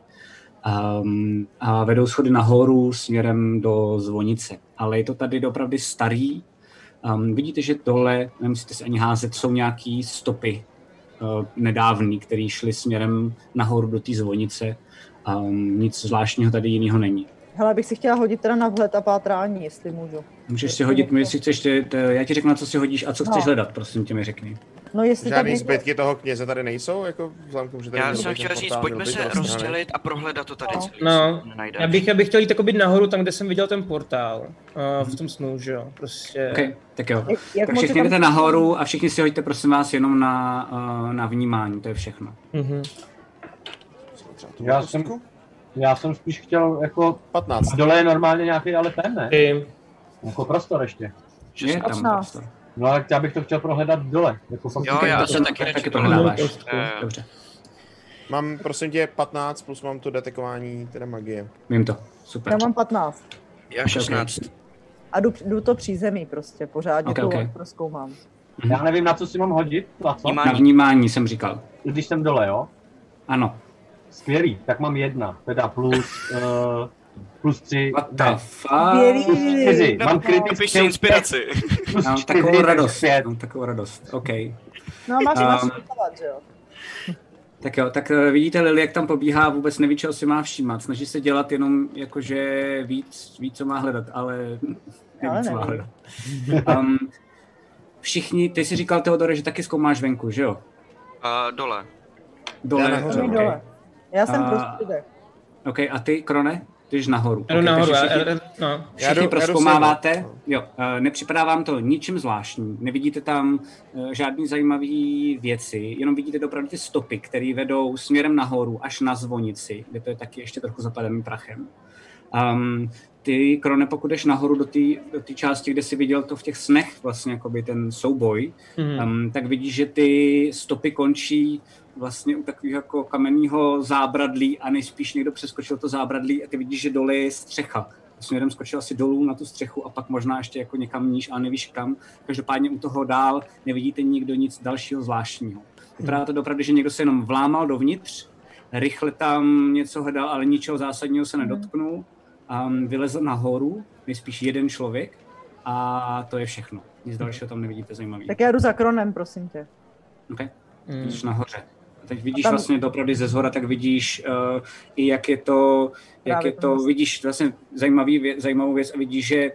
[SPEAKER 3] Um, a vedou schody nahoru směrem do zvonice. Ale je to tady dopravdy starý. Um, vidíte, že dole, nemusíte si ani házet, jsou nějaké stopy uh, nedávný, které šly směrem nahoru do té zvonice. Um, nic zvláštního tady jiného není.
[SPEAKER 9] Hele, bych si chtěla hodit teda na vhled a pátrání, jestli můžu.
[SPEAKER 3] Můžeš si hodit, my, jestli chceš, ty, ty, já ti řeknu, na co si hodíš a co
[SPEAKER 9] No.
[SPEAKER 3] chceš hledat, prosím tě mi řekni.
[SPEAKER 9] No jestli tam
[SPEAKER 5] Žádný
[SPEAKER 9] někdo...
[SPEAKER 5] zbytky toho kněze tady nejsou, jako vzhledem k tomu, že tady
[SPEAKER 4] Já
[SPEAKER 5] byl
[SPEAKER 4] jsem
[SPEAKER 5] ten
[SPEAKER 4] chtěl říct,
[SPEAKER 5] portál,
[SPEAKER 4] pojďme
[SPEAKER 5] byl by
[SPEAKER 4] se
[SPEAKER 5] to roztrhaný.
[SPEAKER 4] rozdělit a prohledat to tady
[SPEAKER 9] No.
[SPEAKER 4] celý.
[SPEAKER 7] No,
[SPEAKER 4] co nenajdeš.
[SPEAKER 7] Já bych, já bych chtěl jít jakoby nahoru, tam, kde jsem viděl ten portál. Uh, v tom snu, že jo, prostě.
[SPEAKER 3] Okay, tak jo.
[SPEAKER 9] Jak, jak moc
[SPEAKER 3] Tak
[SPEAKER 9] jako- je
[SPEAKER 3] všichni
[SPEAKER 9] tam-
[SPEAKER 3] jdete nahoru a všichni si hoďte, prosím vás, jenom na, eh, na vnímání, to je všechno.
[SPEAKER 7] Mhm.
[SPEAKER 5] Třeba tu
[SPEAKER 6] Já jsem-
[SPEAKER 5] kostku?
[SPEAKER 6] Já jsem spíš chtěl, jako,
[SPEAKER 5] 15.
[SPEAKER 6] a dole je normálně nějaký, ale ten ne,
[SPEAKER 7] Ty,
[SPEAKER 6] jako prostor ještě.
[SPEAKER 3] Je tam
[SPEAKER 9] 16.
[SPEAKER 3] prostor.
[SPEAKER 6] No, ale já bych to chtěl prohledat dole, jako fakt-
[SPEAKER 4] Jo, já se taky
[SPEAKER 3] taky
[SPEAKER 4] radši
[SPEAKER 3] to
[SPEAKER 4] prohledám.
[SPEAKER 3] hledáš.
[SPEAKER 7] kostku.
[SPEAKER 4] Eh,
[SPEAKER 3] Dobře,
[SPEAKER 5] Mám, prosím tě, 15 plus mám to detekování, teda magie.
[SPEAKER 3] vím to. Super.
[SPEAKER 9] Já mám 15.
[SPEAKER 4] Já 16.
[SPEAKER 9] A jdu, jdu to přízemí prostě, pořádně
[SPEAKER 3] Ok,
[SPEAKER 9] okay, to
[SPEAKER 3] ok.
[SPEAKER 9] okay. proskoumám.
[SPEAKER 6] Já nevím, na co si mám hodit, na co,
[SPEAKER 4] Vnímá-
[SPEAKER 3] Na vnímání jsem říkal.
[SPEAKER 6] když jsem dole, jo?
[SPEAKER 3] Ano.
[SPEAKER 6] Skvělý, tak mám jedna, teda plus, uh, plus tři,
[SPEAKER 3] What the
[SPEAKER 6] ne,
[SPEAKER 3] fuck?
[SPEAKER 6] plus
[SPEAKER 9] Bělý.
[SPEAKER 6] čtyři, mám
[SPEAKER 4] Napiš
[SPEAKER 6] kritický
[SPEAKER 4] si inspiraci.
[SPEAKER 6] plus
[SPEAKER 3] Mám
[SPEAKER 6] čtyři,
[SPEAKER 3] No, takovou
[SPEAKER 6] takže
[SPEAKER 3] radost.
[SPEAKER 6] pět.
[SPEAKER 3] Um, Mám takovou radost. OK.
[SPEAKER 9] No a máš
[SPEAKER 3] Ehm.
[SPEAKER 9] um, že jo?
[SPEAKER 3] Tak jo, tak eh, vidíte Lily, jak tam pobíhá, vůbec neví, čeho si má všímat. Snaží se dělat jenom jakože víc, ví, co má hledat, ale
[SPEAKER 9] Ale
[SPEAKER 3] neví, co má
[SPEAKER 9] neví.
[SPEAKER 3] hledat. Um, všichni, ty jsi říkal, Teodore, že taky zkoumáš venku, že jo?
[SPEAKER 4] A dole.
[SPEAKER 3] Dole,
[SPEAKER 5] Já nahoře.
[SPEAKER 9] Okay.
[SPEAKER 3] ok.
[SPEAKER 9] Dole. Já jsem
[SPEAKER 3] A-
[SPEAKER 9] a... prostředek.
[SPEAKER 3] OK, a ty, Krone? Ty jdeš nahoru.
[SPEAKER 7] Jdu
[SPEAKER 3] Ok,
[SPEAKER 7] nahoru,
[SPEAKER 3] takže
[SPEAKER 7] já,
[SPEAKER 3] všichni-
[SPEAKER 7] já, já- no.
[SPEAKER 5] Já jdu-
[SPEAKER 3] Všichni
[SPEAKER 5] já jdu
[SPEAKER 3] proskoumáváte,
[SPEAKER 5] sem, no.
[SPEAKER 3] jo, eh, nepřipadá vám to ničím zvláštní, nevidíte tam eh, žádný zajímavý věci, jenom vidíte opravdu ty stopy, které vedou směrem nahoru až na zvonici, kde to je taky ještě trochu zapadaným prachem. Um, ty, Krone, pokud jdeš nahoru do té do té části, kde jsi viděl to v těch snech, vlastně jakoby ten souboj,
[SPEAKER 7] Mhm.
[SPEAKER 3] um, tak vidíš, že ty stopy končí vlastně u takového jako kamenného zábradlí a nejspíš někdo přeskočil to zábradlí a ty vidíš, že dole je střecha. Směrem skočil asi dolů na tu střechu a pak možná ještě jako někam níž, ale nevíš kam. Každopádně u toho dál nevidíte nikdo nic dalšího zvláštního. Vypadá to dopravdy, že někdo se jenom vlámal dovnitř, rychle tam něco hledal, ale ničeho zásadního se nedotknul. Um, vylezl nahoru, nejspíš jeden člověk a to je všechno. Nic dalšího tam nevidíte zajímavého.
[SPEAKER 9] Mhm. Tak já jdu za kronem, prosím tě.
[SPEAKER 3] Okay.
[SPEAKER 7] Mhm.
[SPEAKER 3] Vidíš nahoře. A Teď vidíš
[SPEAKER 9] A tam-
[SPEAKER 3] vlastně dopravdy ze zhora, tak vidíš uh, i jak je to, jak
[SPEAKER 9] Právě
[SPEAKER 3] je to,
[SPEAKER 9] to-
[SPEAKER 3] vidíš vlastně zajímavý, vě- zajímavou věc a vidíš, že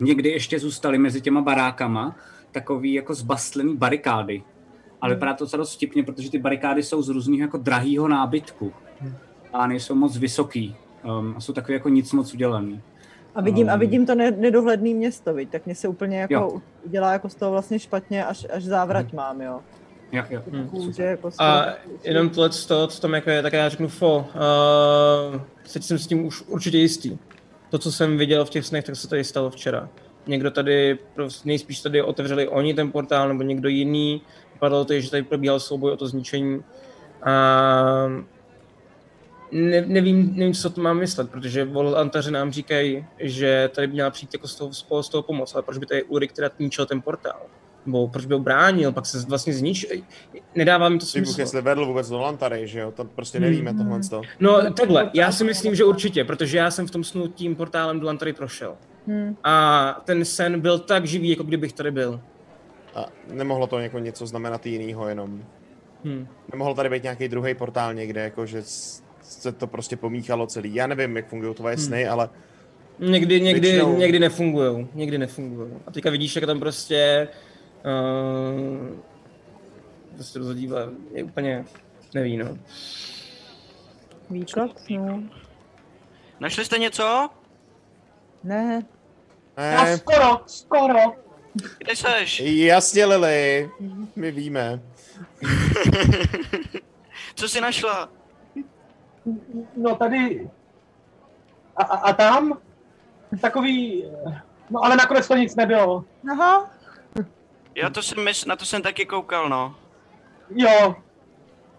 [SPEAKER 3] někdy ještě zůstaly mezi těma barákama takový jako zbastlený barikády.
[SPEAKER 9] Mm.
[SPEAKER 3] Ale vypadá to docela dost vtipně, protože ty barikády jsou z různých jako drahýho nábytku a nejsou moc vysoký. Um, a jsou takový jako nic moc udělaný.
[SPEAKER 9] A vidím, a
[SPEAKER 3] Um.
[SPEAKER 9] vidím to ne, nedohledný město, viď? tak mě se úplně jako
[SPEAKER 3] Jo.
[SPEAKER 9] jo. udělá jako z toho vlastně špatně, až, až závrať mám, jo.
[SPEAKER 3] Jo, jo.
[SPEAKER 7] Mhm.
[SPEAKER 9] Takovou, že jako
[SPEAKER 7] A
[SPEAKER 9] skoro-
[SPEAKER 7] jenom tohle, to, co tam jako je, tak já řeknu fo. Uh, teď jsem s tím už určitě jistý. To, co jsem viděl v těch snech, tak se tady stalo včera. Někdo tady, prostě nejspíš tady otevřeli oni ten portál, nebo někdo jiný. Vypadalo to, že tady probíhal souboj o to zničení. A ne, nevím, nevím, co to mám myslet, protože volantaři nám říkají, že tady by měla přijít jako z toho, spolu z toho pomoc, ale proč by tady Ulrik teda ničil ten portál? Nebo No, proč by ho bránil, pak se vlastně zničil. Nedává mi to
[SPEAKER 5] Bůh,
[SPEAKER 7] smysl.
[SPEAKER 5] jestli vedl vůbec do Lantary, že jo? To prostě nevíme tohle. To.
[SPEAKER 7] No takhle, já si myslím, že určitě, protože já jsem v tom snu tím portálem do Lantary prošel.
[SPEAKER 9] Hmm.
[SPEAKER 7] A ten sen byl tak živý, jako kdybych tady byl.
[SPEAKER 5] A nemohlo to jako něco znamenat jinýho jenom.
[SPEAKER 7] Hm.
[SPEAKER 5] Nemohl tady být nějaký druhý portál někde, jako že s- se to prostě pomíchalo celý. Já nevím, jak fungují tvoje sny, ale
[SPEAKER 7] Hm. Někdy, někdy,
[SPEAKER 5] Většinou-
[SPEAKER 7] někdy nefungujou, někdy nefungujou. A teďka vidíš, jak tam prostě... Uh, prostě rozhodíva, je úplně, neví no.
[SPEAKER 9] Výklad? No.
[SPEAKER 4] Našli jste něco?
[SPEAKER 9] Ne.
[SPEAKER 5] ne,
[SPEAKER 6] skoro, skoro.
[SPEAKER 4] Kde seš?
[SPEAKER 5] jasně Lily, my víme.
[SPEAKER 4] Co jsi našla?
[SPEAKER 6] No tady. A, a, a tam? Takový... eh, No ale nakonec to nic nebylo.
[SPEAKER 9] Aha.
[SPEAKER 4] Já to jsem mysl, na to jsem taky koukal, no.
[SPEAKER 6] Jo.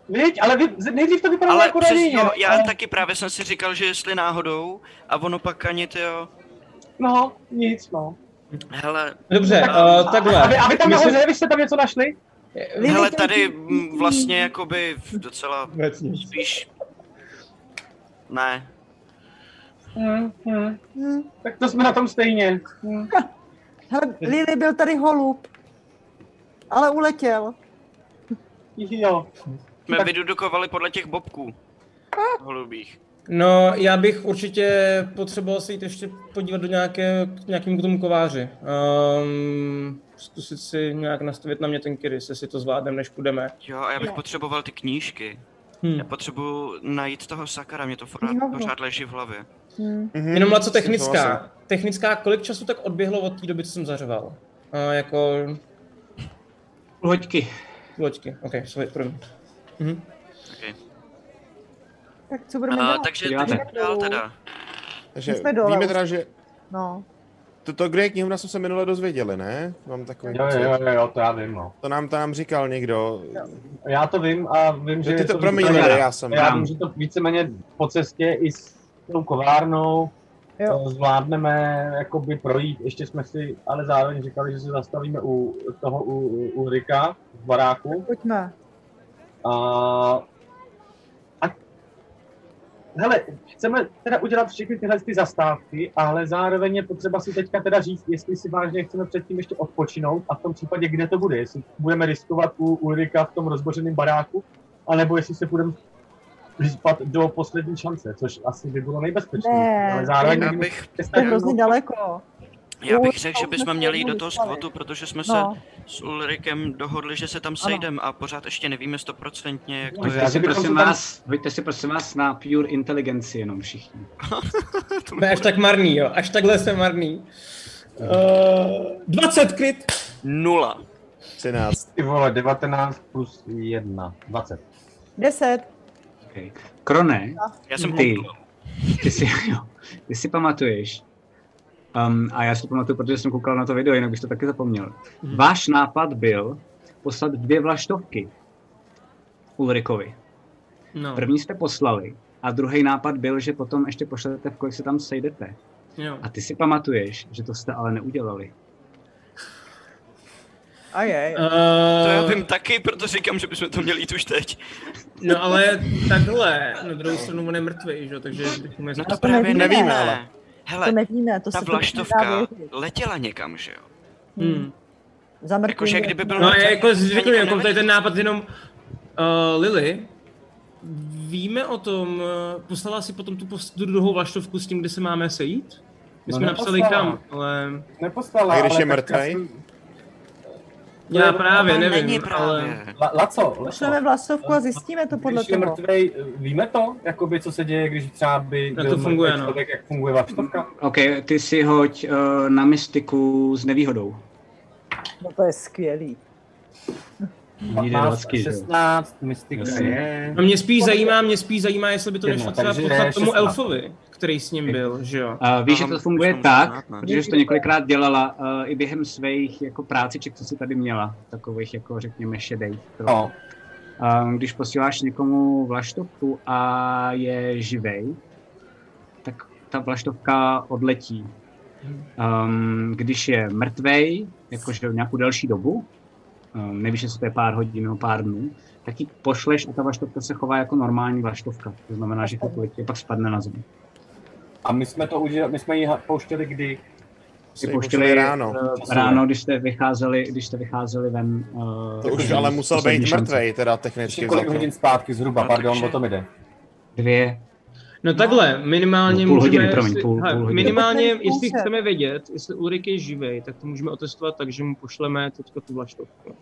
[SPEAKER 6] Viď, ale vy, nejdřív to vypadalo
[SPEAKER 4] Ale
[SPEAKER 6] jako
[SPEAKER 4] přes,
[SPEAKER 6] ranění,
[SPEAKER 4] no, já
[SPEAKER 6] ale-
[SPEAKER 4] taky právě jsem si říkal, že jestli náhodou, a ono pak ani ty jo.
[SPEAKER 6] No, nic, no.
[SPEAKER 4] Hele,
[SPEAKER 7] Dobře,
[SPEAKER 6] A-
[SPEAKER 7] uh, takhle.
[SPEAKER 6] A, a, vy, a vy tam
[SPEAKER 7] My se-
[SPEAKER 6] nahoře, vy jste tam něco našli?
[SPEAKER 9] Lily,
[SPEAKER 4] hele
[SPEAKER 9] to-
[SPEAKER 4] tady mm, vlastně jakoby docela spíš... Ne,
[SPEAKER 6] Hmm, hmm.
[SPEAKER 9] Hm.
[SPEAKER 6] Tak to jsme na tom stejně. Hmm.
[SPEAKER 7] Mhm.
[SPEAKER 9] Hele, Lily byl tady holub. Ale uletěl.
[SPEAKER 6] Jo.
[SPEAKER 4] jsme
[SPEAKER 6] Tak-
[SPEAKER 4] vydudukovali podle těch bobků. Holubých.
[SPEAKER 7] No, já bych určitě potřeboval se jít ještě podívat do nějaké, k nějakým k tomu kováři. Um, zkusit si nějak nastavit na mě ten kirys, jestli to zvládneme, než půjdeme.
[SPEAKER 4] Jo, a já bych
[SPEAKER 9] Jo.
[SPEAKER 4] potřeboval ty knížky.
[SPEAKER 7] Hm.
[SPEAKER 4] Já potřebuju najít toho sakra, mě to pořád,
[SPEAKER 9] Hovno.
[SPEAKER 4] pořád leží v hlavě.
[SPEAKER 9] Hm.
[SPEAKER 5] Mhm.
[SPEAKER 7] Jenom na co
[SPEAKER 5] Souhlasím.
[SPEAKER 7] technická. Technická, kolik času tak odběhlo od té doby, co jsem zařval? Uh, jako
[SPEAKER 3] Hoďky.
[SPEAKER 7] loďky. OK, sorry, první. Mhm.
[SPEAKER 9] Tak co budeme
[SPEAKER 4] A,
[SPEAKER 9] dělat?
[SPEAKER 4] takže
[SPEAKER 3] Děláte.
[SPEAKER 4] tak dál teda.
[SPEAKER 5] Takže
[SPEAKER 9] My jsme dole
[SPEAKER 5] víme
[SPEAKER 9] už.
[SPEAKER 5] teda, že
[SPEAKER 9] No.
[SPEAKER 5] to, to kde je knihovna, jsme se minule dozvěděli, ne? Mám takový
[SPEAKER 6] Jo,
[SPEAKER 5] pocit.
[SPEAKER 6] jo, jo, jo, to já vím, no.
[SPEAKER 5] To nám, to nám říkal někdo.
[SPEAKER 6] Já to vím a vím, že...
[SPEAKER 5] Ty
[SPEAKER 6] je
[SPEAKER 5] to promiň,
[SPEAKER 6] víceméně-
[SPEAKER 5] Lily, já jsem.
[SPEAKER 6] Já vím, že to víceméně po cestě i s tou kovárnou
[SPEAKER 9] Jo.
[SPEAKER 6] eh, zvládneme jakoby projít. Ještě jsme si ale zároveň říkali, že se zastavíme u toho u, u- u Rika v baráku.
[SPEAKER 9] Pojďme.
[SPEAKER 6] A, a hele, chceme teda udělat všechny tyhle ty zastávky, ale zároveň je potřeba si teďka teda říct, jestli si vážně chceme předtím ještě odpočinout a v tom případě, kde to bude, jestli budeme riskovat u Ulrika v tom rozbořeném baráku,
[SPEAKER 10] anebo jestli se budeme vyspad do poslední šance, což asi by bylo nejbezpečnější.
[SPEAKER 9] Ne,
[SPEAKER 10] ale zároveň
[SPEAKER 9] já
[SPEAKER 10] nevím,
[SPEAKER 4] bych-
[SPEAKER 10] jestli
[SPEAKER 9] To je
[SPEAKER 10] se-
[SPEAKER 9] hrozně daleko.
[SPEAKER 4] Já
[SPEAKER 9] Ulrik,
[SPEAKER 4] bych řekl, že
[SPEAKER 9] už
[SPEAKER 4] bychom
[SPEAKER 9] se
[SPEAKER 4] měli jít do
[SPEAKER 9] jednou
[SPEAKER 4] toho
[SPEAKER 9] dostali.
[SPEAKER 4] skvotu, protože jsme se
[SPEAKER 9] No,
[SPEAKER 4] s Ulrikem dohodli, že se tam sejdeme a pořád ještě nevíme stoprocentně, jak to je.
[SPEAKER 3] Pojďte No, si, prostě
[SPEAKER 10] bychom
[SPEAKER 3] prosím
[SPEAKER 10] se tam-
[SPEAKER 3] vás, pojďte si prosím vás na pure inteligenci jenom všichni.
[SPEAKER 7] Jsme až tak marný, jo. Až takhle jsem marný. Uh, 20 kryt.
[SPEAKER 4] Nula.
[SPEAKER 5] 13.
[SPEAKER 10] Ty vole, 19 plus 1, 20.
[SPEAKER 9] deset.
[SPEAKER 3] Okay. Krone,
[SPEAKER 4] Já jsem
[SPEAKER 3] Ty,
[SPEAKER 4] koukal.
[SPEAKER 3] ty si, jo, ty si pamatuješ, um, a já si to pamatuju, protože jsem koukal na to video, jinak bych to taky zapomněl. Váš nápad byl poslat dvě vlaštovky Ulrikovi.
[SPEAKER 7] No,
[SPEAKER 3] První jste poslali a druhý nápad byl, že potom ještě pošlete, v kolik se tam sejdete.
[SPEAKER 7] jo.
[SPEAKER 3] A ty si pamatuješ, že to jste ale neudělali.
[SPEAKER 9] A je.
[SPEAKER 4] To já
[SPEAKER 7] Uh,
[SPEAKER 4] vím taky, proto říkám, že bychom to měli jít už teď.
[SPEAKER 7] no ale takhle, na druhou stranu on je mrtvý, že jo, takže bychom je
[SPEAKER 4] No to
[SPEAKER 7] zkusit.
[SPEAKER 4] právě
[SPEAKER 9] nevíme,
[SPEAKER 4] nevíme.
[SPEAKER 9] ale-
[SPEAKER 4] Hele,
[SPEAKER 9] To nevíme, to
[SPEAKER 4] ta
[SPEAKER 9] se
[SPEAKER 4] vlaštovka letěla někam, že jo?
[SPEAKER 7] Hmm.
[SPEAKER 4] Jakože kdyby byl
[SPEAKER 7] No
[SPEAKER 4] mrtvý,
[SPEAKER 7] je jako
[SPEAKER 4] nikdo
[SPEAKER 7] řeknu, jako
[SPEAKER 4] nevěděl.
[SPEAKER 7] tady ten nápad jenom uh, Lily. Víme o tom, eh, poslala si potom tu, pos- tu druhou vlaštovku s tím, kde se máme sejít? My
[SPEAKER 6] No,
[SPEAKER 7] jsme napsali
[SPEAKER 6] neposlala.
[SPEAKER 7] kam, ale
[SPEAKER 6] Neposlala,
[SPEAKER 5] A když
[SPEAKER 6] ale
[SPEAKER 5] je
[SPEAKER 6] tak
[SPEAKER 5] mrtvej?
[SPEAKER 6] jasný.
[SPEAKER 7] já právě
[SPEAKER 4] No, To
[SPEAKER 7] nevím,
[SPEAKER 4] není
[SPEAKER 7] ale
[SPEAKER 4] právě.
[SPEAKER 6] La, Laco,
[SPEAKER 9] Pošleme
[SPEAKER 6] Laco,
[SPEAKER 9] vlastovku a zjistíme to podle
[SPEAKER 6] když je
[SPEAKER 9] toho.
[SPEAKER 6] mrtvej, víme to, jakoby, co se děje, když třeba by
[SPEAKER 7] Jak to
[SPEAKER 6] byl
[SPEAKER 7] funguje,
[SPEAKER 6] mrtvej
[SPEAKER 7] no.
[SPEAKER 6] člověk, jak funguje vaštovka?
[SPEAKER 3] OK, ty si hoď uh, na mystiku s nevýhodou.
[SPEAKER 9] No to je skvělý.
[SPEAKER 3] Jde
[SPEAKER 6] 15,
[SPEAKER 3] dvacky, že jo.
[SPEAKER 6] 16, mystika.
[SPEAKER 7] a mě spíš zajímá, mě spíš zajímá, jestli by to
[SPEAKER 6] Jedno,
[SPEAKER 7] nešlo třeba
[SPEAKER 6] takže
[SPEAKER 7] poslat tomu
[SPEAKER 6] 16.
[SPEAKER 7] elfovi, který s ním byl, že jo?
[SPEAKER 3] A víš, že
[SPEAKER 4] Aha,
[SPEAKER 3] to funguje
[SPEAKER 4] No, to musím
[SPEAKER 3] tak,
[SPEAKER 4] znát, no. ne?
[SPEAKER 3] protože jsi to několikrát dělala uh, i během svých jako práciček, co jsi tady měla, takových jako řekněme šedejch.
[SPEAKER 6] No,
[SPEAKER 3] Um, když posíláš někomu vlaštovku a je živej, tak ta vlaštovka odletí. Um, když je mrtvej, jakože nějakou delší dobu, um, nevíš, jestli to je pár hodin nebo pár dnů, tak ji pošleš a ta vlaštovka se chová jako normální vlaštovka. To znamená, že chvilku letí a pak spadne na zem.
[SPEAKER 6] a my jsme to udělali, my jsme ji ha- pouštěli kdy? Prostě
[SPEAKER 5] Jsi
[SPEAKER 3] pouštěli,
[SPEAKER 5] pouštěli ráno.
[SPEAKER 3] eh, Ráno, když jste vycházeli, když jste vycházeli ven. Uh,
[SPEAKER 5] To už ale musel být mrtvej, teda
[SPEAKER 6] Ještě
[SPEAKER 5] technicky
[SPEAKER 6] kolik
[SPEAKER 5] vzato.
[SPEAKER 6] hodin zpátky zhruba,
[SPEAKER 4] No,
[SPEAKER 6] pardon,
[SPEAKER 4] takže-
[SPEAKER 6] o tom jde.
[SPEAKER 3] Dvě,
[SPEAKER 7] No takhle, minimálně
[SPEAKER 3] No, půl hodiny,
[SPEAKER 7] můžeme,
[SPEAKER 3] promiň,
[SPEAKER 7] jestli-
[SPEAKER 3] půl-
[SPEAKER 7] hele,
[SPEAKER 3] půl hodiny.
[SPEAKER 7] minimálně,
[SPEAKER 9] Poslední
[SPEAKER 7] jestli
[SPEAKER 9] kousek.
[SPEAKER 7] chceme vědět, jestli Ulrik je živý, tak to můžeme otestovat tak, že mu pošleme teďka tu vlaštovku.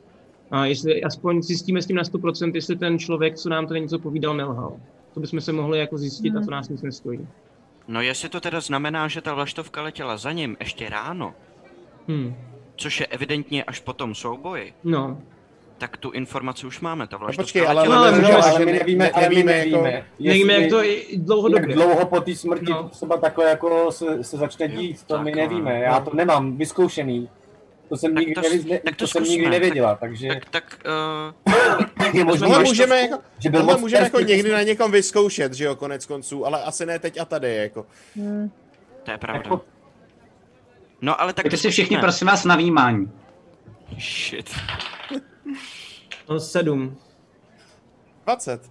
[SPEAKER 7] A jestli aspoň zjistíme s tím na 100%, jestli ten člověk, co nám tady něco povídal, nelhal. To bychom se mohli jako zjistit a to nás nic nestojí.
[SPEAKER 4] No jestli to teda znamená, že ta vlaštovka letěla za ním ještě ráno,
[SPEAKER 7] Hmm.
[SPEAKER 4] což je evidentně až po tom souboji,
[SPEAKER 7] No,
[SPEAKER 4] tak tu informaci už máme, ta
[SPEAKER 5] No
[SPEAKER 4] vlaštovka
[SPEAKER 5] počkej, ale,
[SPEAKER 4] letěla.
[SPEAKER 7] No, ale
[SPEAKER 5] ale,
[SPEAKER 7] můžeme-
[SPEAKER 5] ale my nevíme, ale my nevíme, jako,
[SPEAKER 7] nevíme, jak to
[SPEAKER 6] jestli-
[SPEAKER 7] i
[SPEAKER 6] jak
[SPEAKER 7] dlouhodobě.
[SPEAKER 6] dlouho po té smrti
[SPEAKER 7] No.
[SPEAKER 6] no. třeba takhle jako se, se začne
[SPEAKER 4] Jo,
[SPEAKER 6] dít, to
[SPEAKER 4] tak,
[SPEAKER 6] my
[SPEAKER 4] no.
[SPEAKER 6] nevíme, já to nemám vyzkoušený. To jsem,
[SPEAKER 4] Tak
[SPEAKER 6] nikdy,
[SPEAKER 4] to
[SPEAKER 6] nevi-
[SPEAKER 4] s-
[SPEAKER 6] ne,
[SPEAKER 4] tak
[SPEAKER 6] to
[SPEAKER 4] to
[SPEAKER 6] jsem
[SPEAKER 4] zkusme.
[SPEAKER 6] nikdy nevěděla, takže
[SPEAKER 4] Tak, tak, uh,
[SPEAKER 6] je možné,
[SPEAKER 5] ale můžeme, jako,
[SPEAKER 6] že byl
[SPEAKER 5] tohle
[SPEAKER 6] moc
[SPEAKER 5] můžeme jako
[SPEAKER 6] čerstvý.
[SPEAKER 5] někdy na někom vyzkoušet, že jo, konec konců, ale asi ne teď a tady, jako.
[SPEAKER 9] Hmm.
[SPEAKER 4] to je pravda.
[SPEAKER 6] Jako-
[SPEAKER 4] No ale tak
[SPEAKER 3] Tak
[SPEAKER 4] to
[SPEAKER 3] to si všichni
[SPEAKER 4] zkusme.
[SPEAKER 3] prosím vás na vnímání.
[SPEAKER 4] Shit.
[SPEAKER 7] No, sedm.
[SPEAKER 5] 20.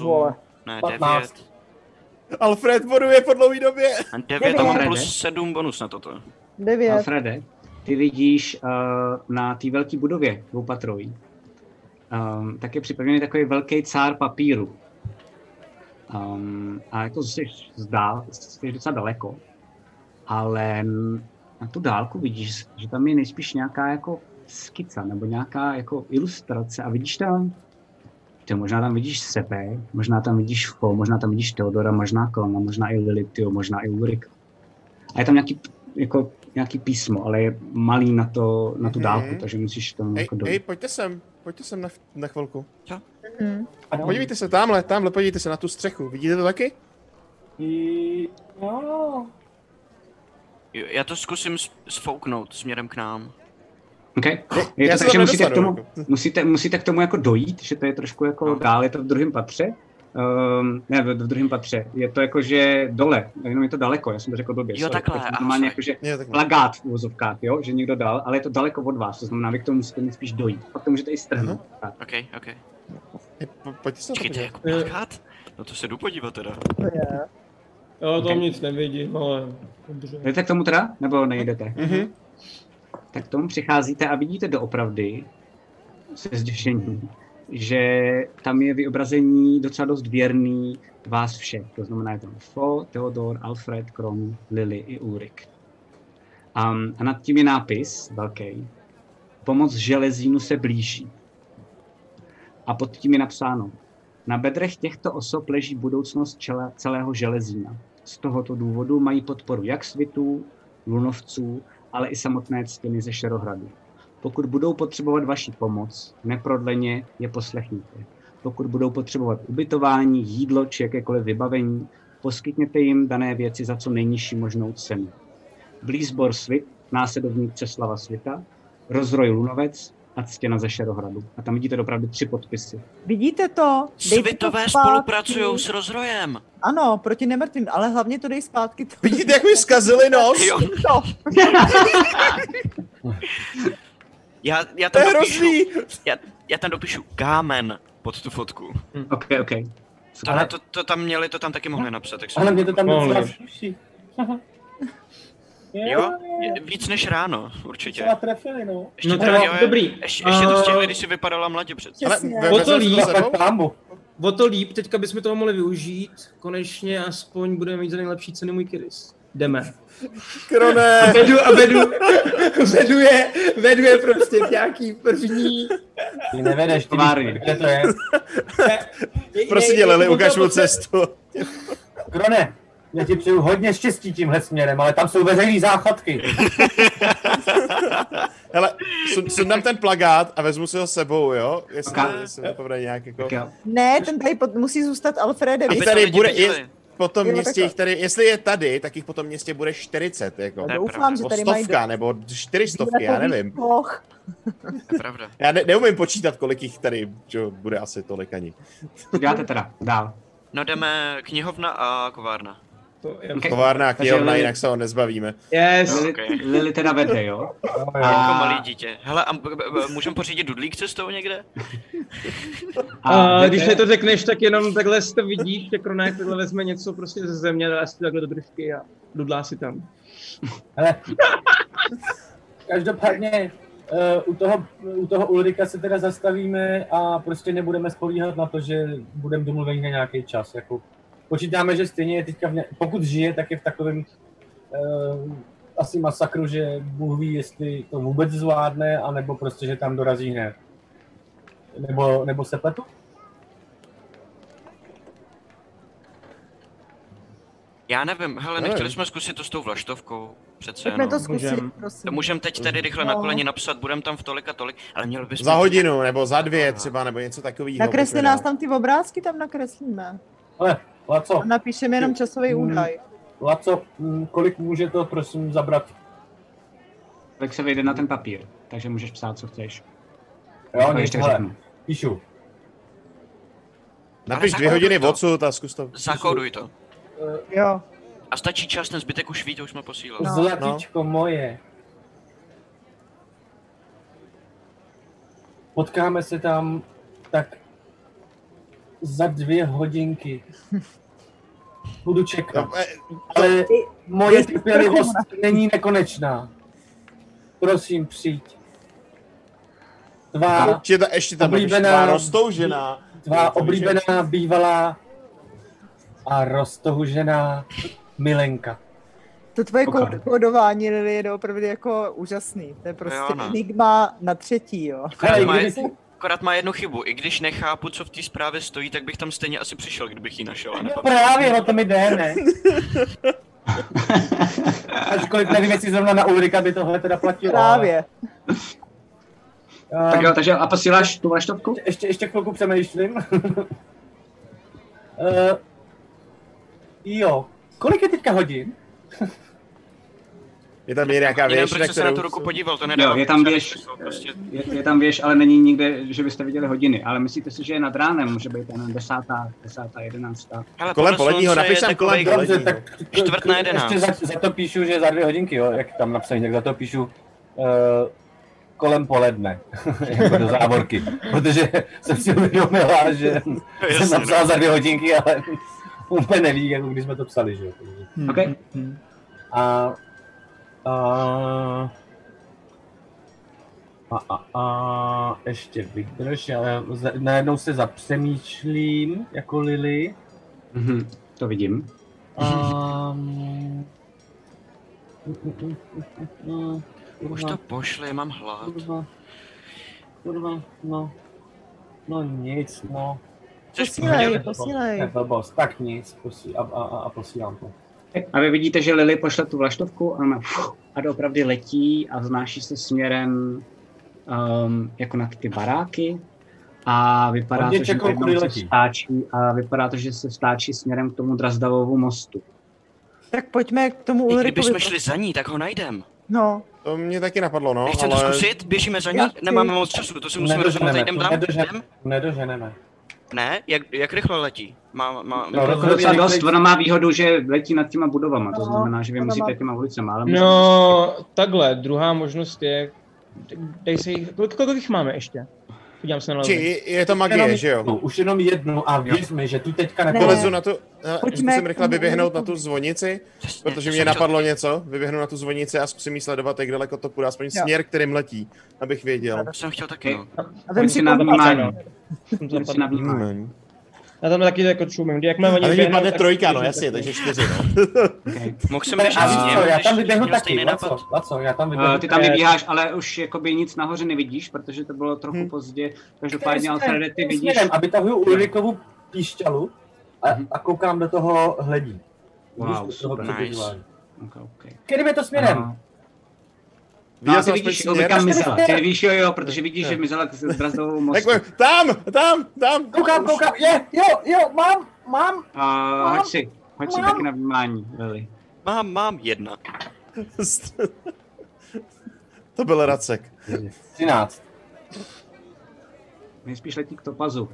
[SPEAKER 9] vole.
[SPEAKER 4] Osm. Ne, devět.
[SPEAKER 6] Patnáct.
[SPEAKER 5] Alfred boduje po dlouhé době.
[SPEAKER 4] A devět a
[SPEAKER 9] Devět.
[SPEAKER 4] mám plus sedm bonus na toto.
[SPEAKER 9] Devět.
[SPEAKER 3] Alfrede, ty vidíš uh, na té velké budově dvoupatrový, um, tak je připravený takový velký cár papíru. Um, a jako se zdá, jsi docela daleko, ale na tu dálku vidíš, že tam je nejspíš nějaká jako skica nebo nějaká jako ilustrace a vidíš tam, ty možná tam vidíš sebe, možná tam vidíš Fo, možná tam vidíš Teodora, možná Klana, možná i Lily, tyjo, možná i Ulrika. A je tam nějaký, jako, nějaký písmo, ale je malý na, to, na tu
[SPEAKER 5] Mhm.
[SPEAKER 3] dálku, takže musíš tam
[SPEAKER 5] Hej,
[SPEAKER 3] jako dojít.
[SPEAKER 5] hej, pojďte sem, pojďte sem na, na chvilku.
[SPEAKER 9] Hmm.
[SPEAKER 6] A no.
[SPEAKER 5] Podívejte se tamhle, tamhle, podívejte se na tu střechu, vidíte to taky?
[SPEAKER 6] I- no.
[SPEAKER 4] Jo, Já to zkusím s- sfouknout směrem k nám.
[SPEAKER 3] Okay?
[SPEAKER 5] Já
[SPEAKER 3] Je to
[SPEAKER 5] se
[SPEAKER 3] tak, že
[SPEAKER 5] tam
[SPEAKER 3] musíte k,
[SPEAKER 5] nedostanu,
[SPEAKER 3] tomu,
[SPEAKER 5] jako.
[SPEAKER 3] musíte, musíte k tomu jako dojít, že to je trošku jako
[SPEAKER 4] No.
[SPEAKER 3] dál, je to v druhém patře. Um, ne, v, v druhém patře. Je to jako, že dole, jenom je to daleko, já jsem to řekl blbě.
[SPEAKER 4] Jo,
[SPEAKER 3] sorry,
[SPEAKER 4] takhle,
[SPEAKER 3] to je
[SPEAKER 4] aha,
[SPEAKER 3] normálně
[SPEAKER 4] sorry.
[SPEAKER 3] jako, že
[SPEAKER 5] Jo, tak ne.
[SPEAKER 3] plagát v uvozovkách, jo, že někdo dal, ale je to daleko od vás, to znamená, vy k tomu musíte mít spíš dojít. Pak to můžete i
[SPEAKER 5] Mhm.
[SPEAKER 3] strhnout. Tak.
[SPEAKER 4] OK,
[SPEAKER 6] jako.
[SPEAKER 4] OK.
[SPEAKER 5] Hej, po- pojďte se na to
[SPEAKER 4] Počkej, to je
[SPEAKER 5] podívat.
[SPEAKER 4] jako plakát? No to se jdu podívat teda.
[SPEAKER 9] To je.
[SPEAKER 7] Jo, tam
[SPEAKER 3] Ok.
[SPEAKER 7] nic nevidím, ale dobře.
[SPEAKER 3] Jdete k tomu teda, nebo nejdete?
[SPEAKER 5] Mhm.
[SPEAKER 3] Tak k tomu přicházíte a vidíte doopravdy se zděšením, že tam je vyobrazení docela dost věrný vás všech. To znamená, je tam Flo, Theodor, Alfred, Krom, Lily i Ulrik. Um, a nad tím je nápis velký. Pomoc železínu se blíží. A pod tím je napsáno. Na bedrech těchto osob leží budoucnost čele, celého železína. Z tohoto důvodu mají podporu jak svitů, lunovců, ale i samotné stěny ze Šerohradu. Pokud budou potřebovat vaši pomoc, neprodleně je poslechněte. Pokud budou potřebovat ubytování, jídlo či jakékoliv vybavení, poskytněte jim dané věci za co nejnižší možnou cenu. Blízbor Svit, následovník Česlava Svita, Rozroj Lunovec a Ctěna ze Šerohradu. A tam vidíte opravdu tři podpisy.
[SPEAKER 9] Vidíte to? Dejte to
[SPEAKER 4] Svitové
[SPEAKER 9] zpátky.
[SPEAKER 4] spolupracují s rozrojem.
[SPEAKER 9] Ano, proti nemrtvým, ale hlavně to dej zpátky. To...
[SPEAKER 5] Vidíte, jak mi zkazili nos?
[SPEAKER 4] Jo.
[SPEAKER 9] To.
[SPEAKER 4] Já, já
[SPEAKER 5] To
[SPEAKER 4] tam
[SPEAKER 5] je
[SPEAKER 4] dopíšu,
[SPEAKER 5] hrozný.
[SPEAKER 4] já, já tam dopíšu kámen pod tu fotku.
[SPEAKER 3] OK, OK.
[SPEAKER 4] Tohle, to, to, tam měli, to tam taky mohli napsat. Tak jsem-
[SPEAKER 6] Ale mě to tam
[SPEAKER 7] Mohli.
[SPEAKER 6] docela šuší.
[SPEAKER 4] Jo, je- víc než ráno, určitě.
[SPEAKER 6] Třeba trefili, no.
[SPEAKER 4] Ještě,
[SPEAKER 7] No
[SPEAKER 4] to-
[SPEAKER 7] teda,
[SPEAKER 4] jo, jo,
[SPEAKER 7] dobrý.
[SPEAKER 4] Ještě, ještě to z těch,
[SPEAKER 7] Eh,
[SPEAKER 4] když si vypadala mladě před.
[SPEAKER 5] Ale
[SPEAKER 9] Přesně.
[SPEAKER 5] ve-
[SPEAKER 7] O to
[SPEAKER 5] vezmeš
[SPEAKER 7] líp,
[SPEAKER 5] s sebou?
[SPEAKER 6] Tak pámu.
[SPEAKER 7] O to líp, teďka bychom toho mohli využít. Konečně aspoň budeme mít za nejlepší ceny můj Kiris. Jdeme.
[SPEAKER 5] Krone!
[SPEAKER 7] Vedu a vedu, vedu je, vedu je prostě v nějaký první.
[SPEAKER 6] Ty nevedeš, ty
[SPEAKER 3] Továrně.
[SPEAKER 6] víš, kde to je.
[SPEAKER 5] Prosím tě, Lili, ukáž mu Prostě cestu.
[SPEAKER 6] Krone, já ti přeju hodně štěstí tímhle směrem, ale tam jsou veřejný záchodky.
[SPEAKER 5] Hele, sun- sundám ten plagát a vezmu si ho sebou, jo? Jestli,
[SPEAKER 3] Ok.
[SPEAKER 5] jestli mi povede nějak jako...
[SPEAKER 3] Tak já,
[SPEAKER 9] Ne, ten tady pod, musí zůstat Alfrede.
[SPEAKER 5] Jich
[SPEAKER 4] to
[SPEAKER 5] tady
[SPEAKER 4] lidi
[SPEAKER 5] bude,
[SPEAKER 4] viděli.
[SPEAKER 5] je, po tom
[SPEAKER 9] Jo, no
[SPEAKER 5] městě,
[SPEAKER 9] takhle.
[SPEAKER 5] jich tady, jestli je tady, tak jich po tom městě bude 40, jako.
[SPEAKER 4] Ne,
[SPEAKER 9] Doufám, že
[SPEAKER 5] Nebo
[SPEAKER 9] tady mají
[SPEAKER 5] stovka, nebo čtyřistovky, já nevím.
[SPEAKER 9] Ploch.
[SPEAKER 4] To je pravda.
[SPEAKER 5] Já ne, neumím počítat, kolik jich tady že jo, bude asi tolik ani.
[SPEAKER 3] co děláte teda dál?
[SPEAKER 4] No jdeme knihovna a kovárna.
[SPEAKER 7] To je...
[SPEAKER 3] Okay.
[SPEAKER 5] Továrna,
[SPEAKER 3] Takže
[SPEAKER 5] knihovna,
[SPEAKER 3] Lili-
[SPEAKER 5] jinak se ho nezbavíme.
[SPEAKER 7] Yes.
[SPEAKER 3] Lili,
[SPEAKER 4] Okay.
[SPEAKER 3] Lili teda vede, jo?
[SPEAKER 4] Jako
[SPEAKER 3] A-
[SPEAKER 4] malý dítě. Hele, a b- b- b- můžem pořídit dudlík cestou někde?
[SPEAKER 7] A
[SPEAKER 3] jdete-
[SPEAKER 7] když mi to řekneš, tak jenom takhle si to vidíš, že Krona jak takhle vezme něco prostě ze země, dá si to takhle do držky a dudlá si tam.
[SPEAKER 6] Hele. Každopádně eh, u toho, u toho Ulrika se teda zastavíme a prostě nebudeme spolíhat na to, že budeme domluveni na nějaký čas. Jako, počítáme, že stejně je teďka, v ně, pokud žije, tak je v takovém eh, asi masakru, že Bůh ví, jestli to vůbec zvládne, anebo prostě, že tam dorazí hned. Nebo, nebo se pletu?
[SPEAKER 4] Já nevím, hele,
[SPEAKER 5] Nevím.
[SPEAKER 4] nechtěli jsme zkusit to s tou vlaštovkou. Přece
[SPEAKER 9] Pojďme
[SPEAKER 4] jenom.
[SPEAKER 9] to zkusit,
[SPEAKER 7] můžem.
[SPEAKER 9] prosím.
[SPEAKER 4] To můžeme teď tady rychle na
[SPEAKER 9] No.
[SPEAKER 4] koleni napsat, budeme tam v tolik a tolik, ale měli bychom...
[SPEAKER 5] Za hodinu, nebo za dvě třeba, nebo něco takového.
[SPEAKER 9] Nakresli
[SPEAKER 5] pojďme
[SPEAKER 9] nás
[SPEAKER 5] dál.
[SPEAKER 9] tam ty obrázky, tam nakreslíme.
[SPEAKER 6] Ale, Laco,
[SPEAKER 9] A napíšeme jenom časový
[SPEAKER 6] Hmm.
[SPEAKER 5] Mm.
[SPEAKER 9] údaj.
[SPEAKER 6] Laco, mm, kolik může to prosím zabrat?
[SPEAKER 3] Tak se vyjde na ten papír, takže můžeš psát, co chceš.
[SPEAKER 6] Jo,
[SPEAKER 3] Jako ještě
[SPEAKER 6] hele,
[SPEAKER 3] řeknu.
[SPEAKER 6] píšu.
[SPEAKER 5] Napiš
[SPEAKER 4] Ale
[SPEAKER 5] dvě hodiny
[SPEAKER 4] zakóduj to.
[SPEAKER 5] odsud a zkus to.
[SPEAKER 4] Zakóduj to.
[SPEAKER 6] Eh,
[SPEAKER 9] Jo.
[SPEAKER 4] A stačí čas, ten zbytek už ví, to už jsme posílali.
[SPEAKER 9] No.
[SPEAKER 6] Zlatičko moje. Potkáme se tam tak za dvě hodinky. Budu čekat.
[SPEAKER 5] No, eh,
[SPEAKER 6] Ale moje
[SPEAKER 9] Ty-
[SPEAKER 6] trpělivost není nekonečná. Prosím, přijď. Tvá,
[SPEAKER 5] Určitě ta, ještě tam napiš,
[SPEAKER 6] Oblíbená-
[SPEAKER 5] tvá roztoužená.
[SPEAKER 6] tvá
[SPEAKER 5] To víš, jak-
[SPEAKER 6] oblíbená, bývalá a roztohužená milenka.
[SPEAKER 9] To tvoje
[SPEAKER 3] Opravdu.
[SPEAKER 9] kód- kódování, Lili, je opravdu jako úžasný. To je prostě
[SPEAKER 4] Jo, no.
[SPEAKER 9] enigma na třetí, jo.
[SPEAKER 4] Akorát má,
[SPEAKER 6] kdyby
[SPEAKER 4] je- akorát má jednu chybu, i když nechápu, co v té zprávě stojí, tak bych tam stejně asi přišel, kdybych ji našel. a
[SPEAKER 6] No
[SPEAKER 4] nepamatuji.
[SPEAKER 6] právě, o to mi jde, ne? Ačkoliv nevím, jestli zrovna na Ulrika by tohle teda platilo.
[SPEAKER 9] Právě.
[SPEAKER 6] ale,
[SPEAKER 3] Tak
[SPEAKER 6] ehm,
[SPEAKER 3] jo, takže a posíláš tu vlaštovku?
[SPEAKER 6] ještě, ještě chvilku přemýšlím. Eh, jo, kolik je teďka hodin?
[SPEAKER 5] Je tam nějaká
[SPEAKER 4] Jinak
[SPEAKER 5] věž,
[SPEAKER 4] proč jsi se na tu ruku podíval, to nedává.
[SPEAKER 3] Jo, je tam
[SPEAKER 4] žádný
[SPEAKER 3] věž,
[SPEAKER 4] smysl, Prostě
[SPEAKER 3] je, je tam věž, ale není nikde, že byste viděli hodiny. Ale myslíte si, že je nad ránem, může být jenom desátá, desátá, jedenáctá.
[SPEAKER 4] Hele,
[SPEAKER 5] Kolem
[SPEAKER 4] podle
[SPEAKER 5] poledního,
[SPEAKER 4] slunce
[SPEAKER 5] napiš
[SPEAKER 4] je
[SPEAKER 5] tam kolem
[SPEAKER 4] takovej-
[SPEAKER 5] poledního.
[SPEAKER 6] Dobře, tak
[SPEAKER 4] Čtvrt na jedenáct.
[SPEAKER 6] ještě za, za, to píšu, že za dvě hodinky, jo, jak tam napsaný, tak za to píšu uh, kolem poledne, jako do závorky, protože jsem si uvědomila, že jsem
[SPEAKER 4] Jasně,
[SPEAKER 6] napsal za dvě hodinky, ale úplně neví, jako když jsme to psali, že jo. takže-
[SPEAKER 3] OK?
[SPEAKER 6] A, a, a, A, a, a ještě vydrž, ale za- najednou se zapřemýšlím jako Lily.
[SPEAKER 3] Mhm, to vidím.
[SPEAKER 6] Um,
[SPEAKER 4] Už to pošli, mám hlad.
[SPEAKER 6] Kurva, kurva, no. No nic, no.
[SPEAKER 9] Posílej, posílej.
[SPEAKER 6] Tak blbost, tak nic, posí, a, a, a- a posílám to.
[SPEAKER 3] A vy vidíte, že Lily pošle tu vlaštovku a ona fuh, a doopravdy letí a vznáší se směrem um, jako nad ty baráky a vypadá
[SPEAKER 6] Hodně
[SPEAKER 3] to, že
[SPEAKER 6] čekou,
[SPEAKER 3] najednou
[SPEAKER 6] kudy
[SPEAKER 3] se
[SPEAKER 6] letí.
[SPEAKER 3] stáčí a vypadá to, že se stáčí směrem k tomu Drazdavovu mostu.
[SPEAKER 9] Tak pojďme k tomu
[SPEAKER 4] I
[SPEAKER 9] Ulrikovi.
[SPEAKER 4] kdybychom šli za ní, tak ho najdem.
[SPEAKER 9] No,
[SPEAKER 5] To mě taky napadlo, no,
[SPEAKER 4] Nechcem to
[SPEAKER 5] ale...
[SPEAKER 4] zkusit? Běžíme za ní?
[SPEAKER 9] Já chci.
[SPEAKER 4] Nemáme moc času, to si musíme rozhodnout.
[SPEAKER 6] Nedoženeme,
[SPEAKER 4] Jdem tam?
[SPEAKER 6] nedoženeme,
[SPEAKER 4] Jdem?
[SPEAKER 6] nedoženeme.
[SPEAKER 4] Ne? Jak, jak rychle letí? Má, má,
[SPEAKER 6] No,
[SPEAKER 3] Jako
[SPEAKER 6] rozhodně
[SPEAKER 3] docela dost,
[SPEAKER 6] nejde-
[SPEAKER 3] ona má výhodu, že letí nad těma budovama, to
[SPEAKER 9] No,
[SPEAKER 3] znamená, že vy
[SPEAKER 9] ona
[SPEAKER 3] musíte
[SPEAKER 9] má-
[SPEAKER 3] těma ulicema, ale
[SPEAKER 7] No, takhle, druhá možnost je, dej si jich, kolik, kolik jich máme ještě? Podívám se na
[SPEAKER 5] Či,
[SPEAKER 7] Či...
[SPEAKER 5] je- je to magie, že jo?
[SPEAKER 6] jednu, už jenom jednu a věř mi, že tu teďka
[SPEAKER 9] Ne.
[SPEAKER 5] Dolezu
[SPEAKER 6] nepolezu.
[SPEAKER 5] na tu... hele,
[SPEAKER 9] Pojďme
[SPEAKER 5] Musím rychle
[SPEAKER 9] k tomu
[SPEAKER 5] vyběhnout na tu
[SPEAKER 9] Ulrikovi.
[SPEAKER 5] zvonici,
[SPEAKER 4] Přesně,
[SPEAKER 5] protože
[SPEAKER 4] to
[SPEAKER 5] mě
[SPEAKER 4] jsem chtěl-
[SPEAKER 5] napadlo něco. Vyběhnu na tu zvonici a zkusím jí sledovat, jak daleko to půjde, aspoň
[SPEAKER 9] Jo.
[SPEAKER 5] směr, kterým letí, abych věděl.
[SPEAKER 4] To jsem chtěl taky, no.
[SPEAKER 9] a vem
[SPEAKER 3] Pojď si
[SPEAKER 9] si
[SPEAKER 3] na
[SPEAKER 9] kompasu.
[SPEAKER 3] vnímání.
[SPEAKER 7] jsem to
[SPEAKER 3] Pojď si na
[SPEAKER 7] zapadl.
[SPEAKER 3] vnímání.
[SPEAKER 7] Já tam taky jako čumím, jak mám oni
[SPEAKER 5] Ale mi
[SPEAKER 7] běhnou,
[SPEAKER 5] padne
[SPEAKER 7] tak-
[SPEAKER 5] trojka, no jasně, takže čtyři, no.
[SPEAKER 3] Okay.
[SPEAKER 4] Mohl jsem
[SPEAKER 6] Ne,
[SPEAKER 4] běžet
[SPEAKER 6] a
[SPEAKER 4] s
[SPEAKER 6] víš
[SPEAKER 4] ním,
[SPEAKER 6] co, já
[SPEAKER 4] když
[SPEAKER 6] tam vyběhnu
[SPEAKER 4] měl
[SPEAKER 6] taky,
[SPEAKER 4] stejný
[SPEAKER 6] Laco,
[SPEAKER 4] nápad.
[SPEAKER 6] Laco, já tam
[SPEAKER 3] Uh,
[SPEAKER 6] vyběhnu
[SPEAKER 3] ty tam
[SPEAKER 6] taky.
[SPEAKER 3] vybíháš, ale už jakoby nic nahoře nevidíš, protože to bylo trochu
[SPEAKER 5] Hm.
[SPEAKER 3] pozdě.
[SPEAKER 6] Tím
[SPEAKER 3] Každopádně, Alfrede, ty prostě
[SPEAKER 6] směrem,
[SPEAKER 3] vidíš,
[SPEAKER 6] směrem a vytahuju Ulrikovu píšťalu a,
[SPEAKER 4] Mhm.
[SPEAKER 6] a koukám do toho hledí.
[SPEAKER 3] Wow,
[SPEAKER 6] Víš, do toho
[SPEAKER 3] super.
[SPEAKER 6] přebývání.
[SPEAKER 3] Okay, okay.
[SPEAKER 6] Kterým je to směrem?
[SPEAKER 3] No,
[SPEAKER 5] Viděl
[SPEAKER 3] no ty
[SPEAKER 5] jsem
[SPEAKER 3] vidíš,
[SPEAKER 5] aspoň
[SPEAKER 3] jo,
[SPEAKER 5] směr.
[SPEAKER 3] kam mizela. Ty víš, jo, jo, protože vidíš, že mizela se s brazdovou mostu.
[SPEAKER 5] Takhle, Jako, tam, tam, tam.
[SPEAKER 6] Koukám, koukám, je, jo, jo, mám, mám.
[SPEAKER 3] A hoď si, hoď si taky na vnímání, Lily.
[SPEAKER 4] Mám, mám jedna.
[SPEAKER 5] To byl Racek.
[SPEAKER 6] 13.
[SPEAKER 3] Nejspíš letí k topazu.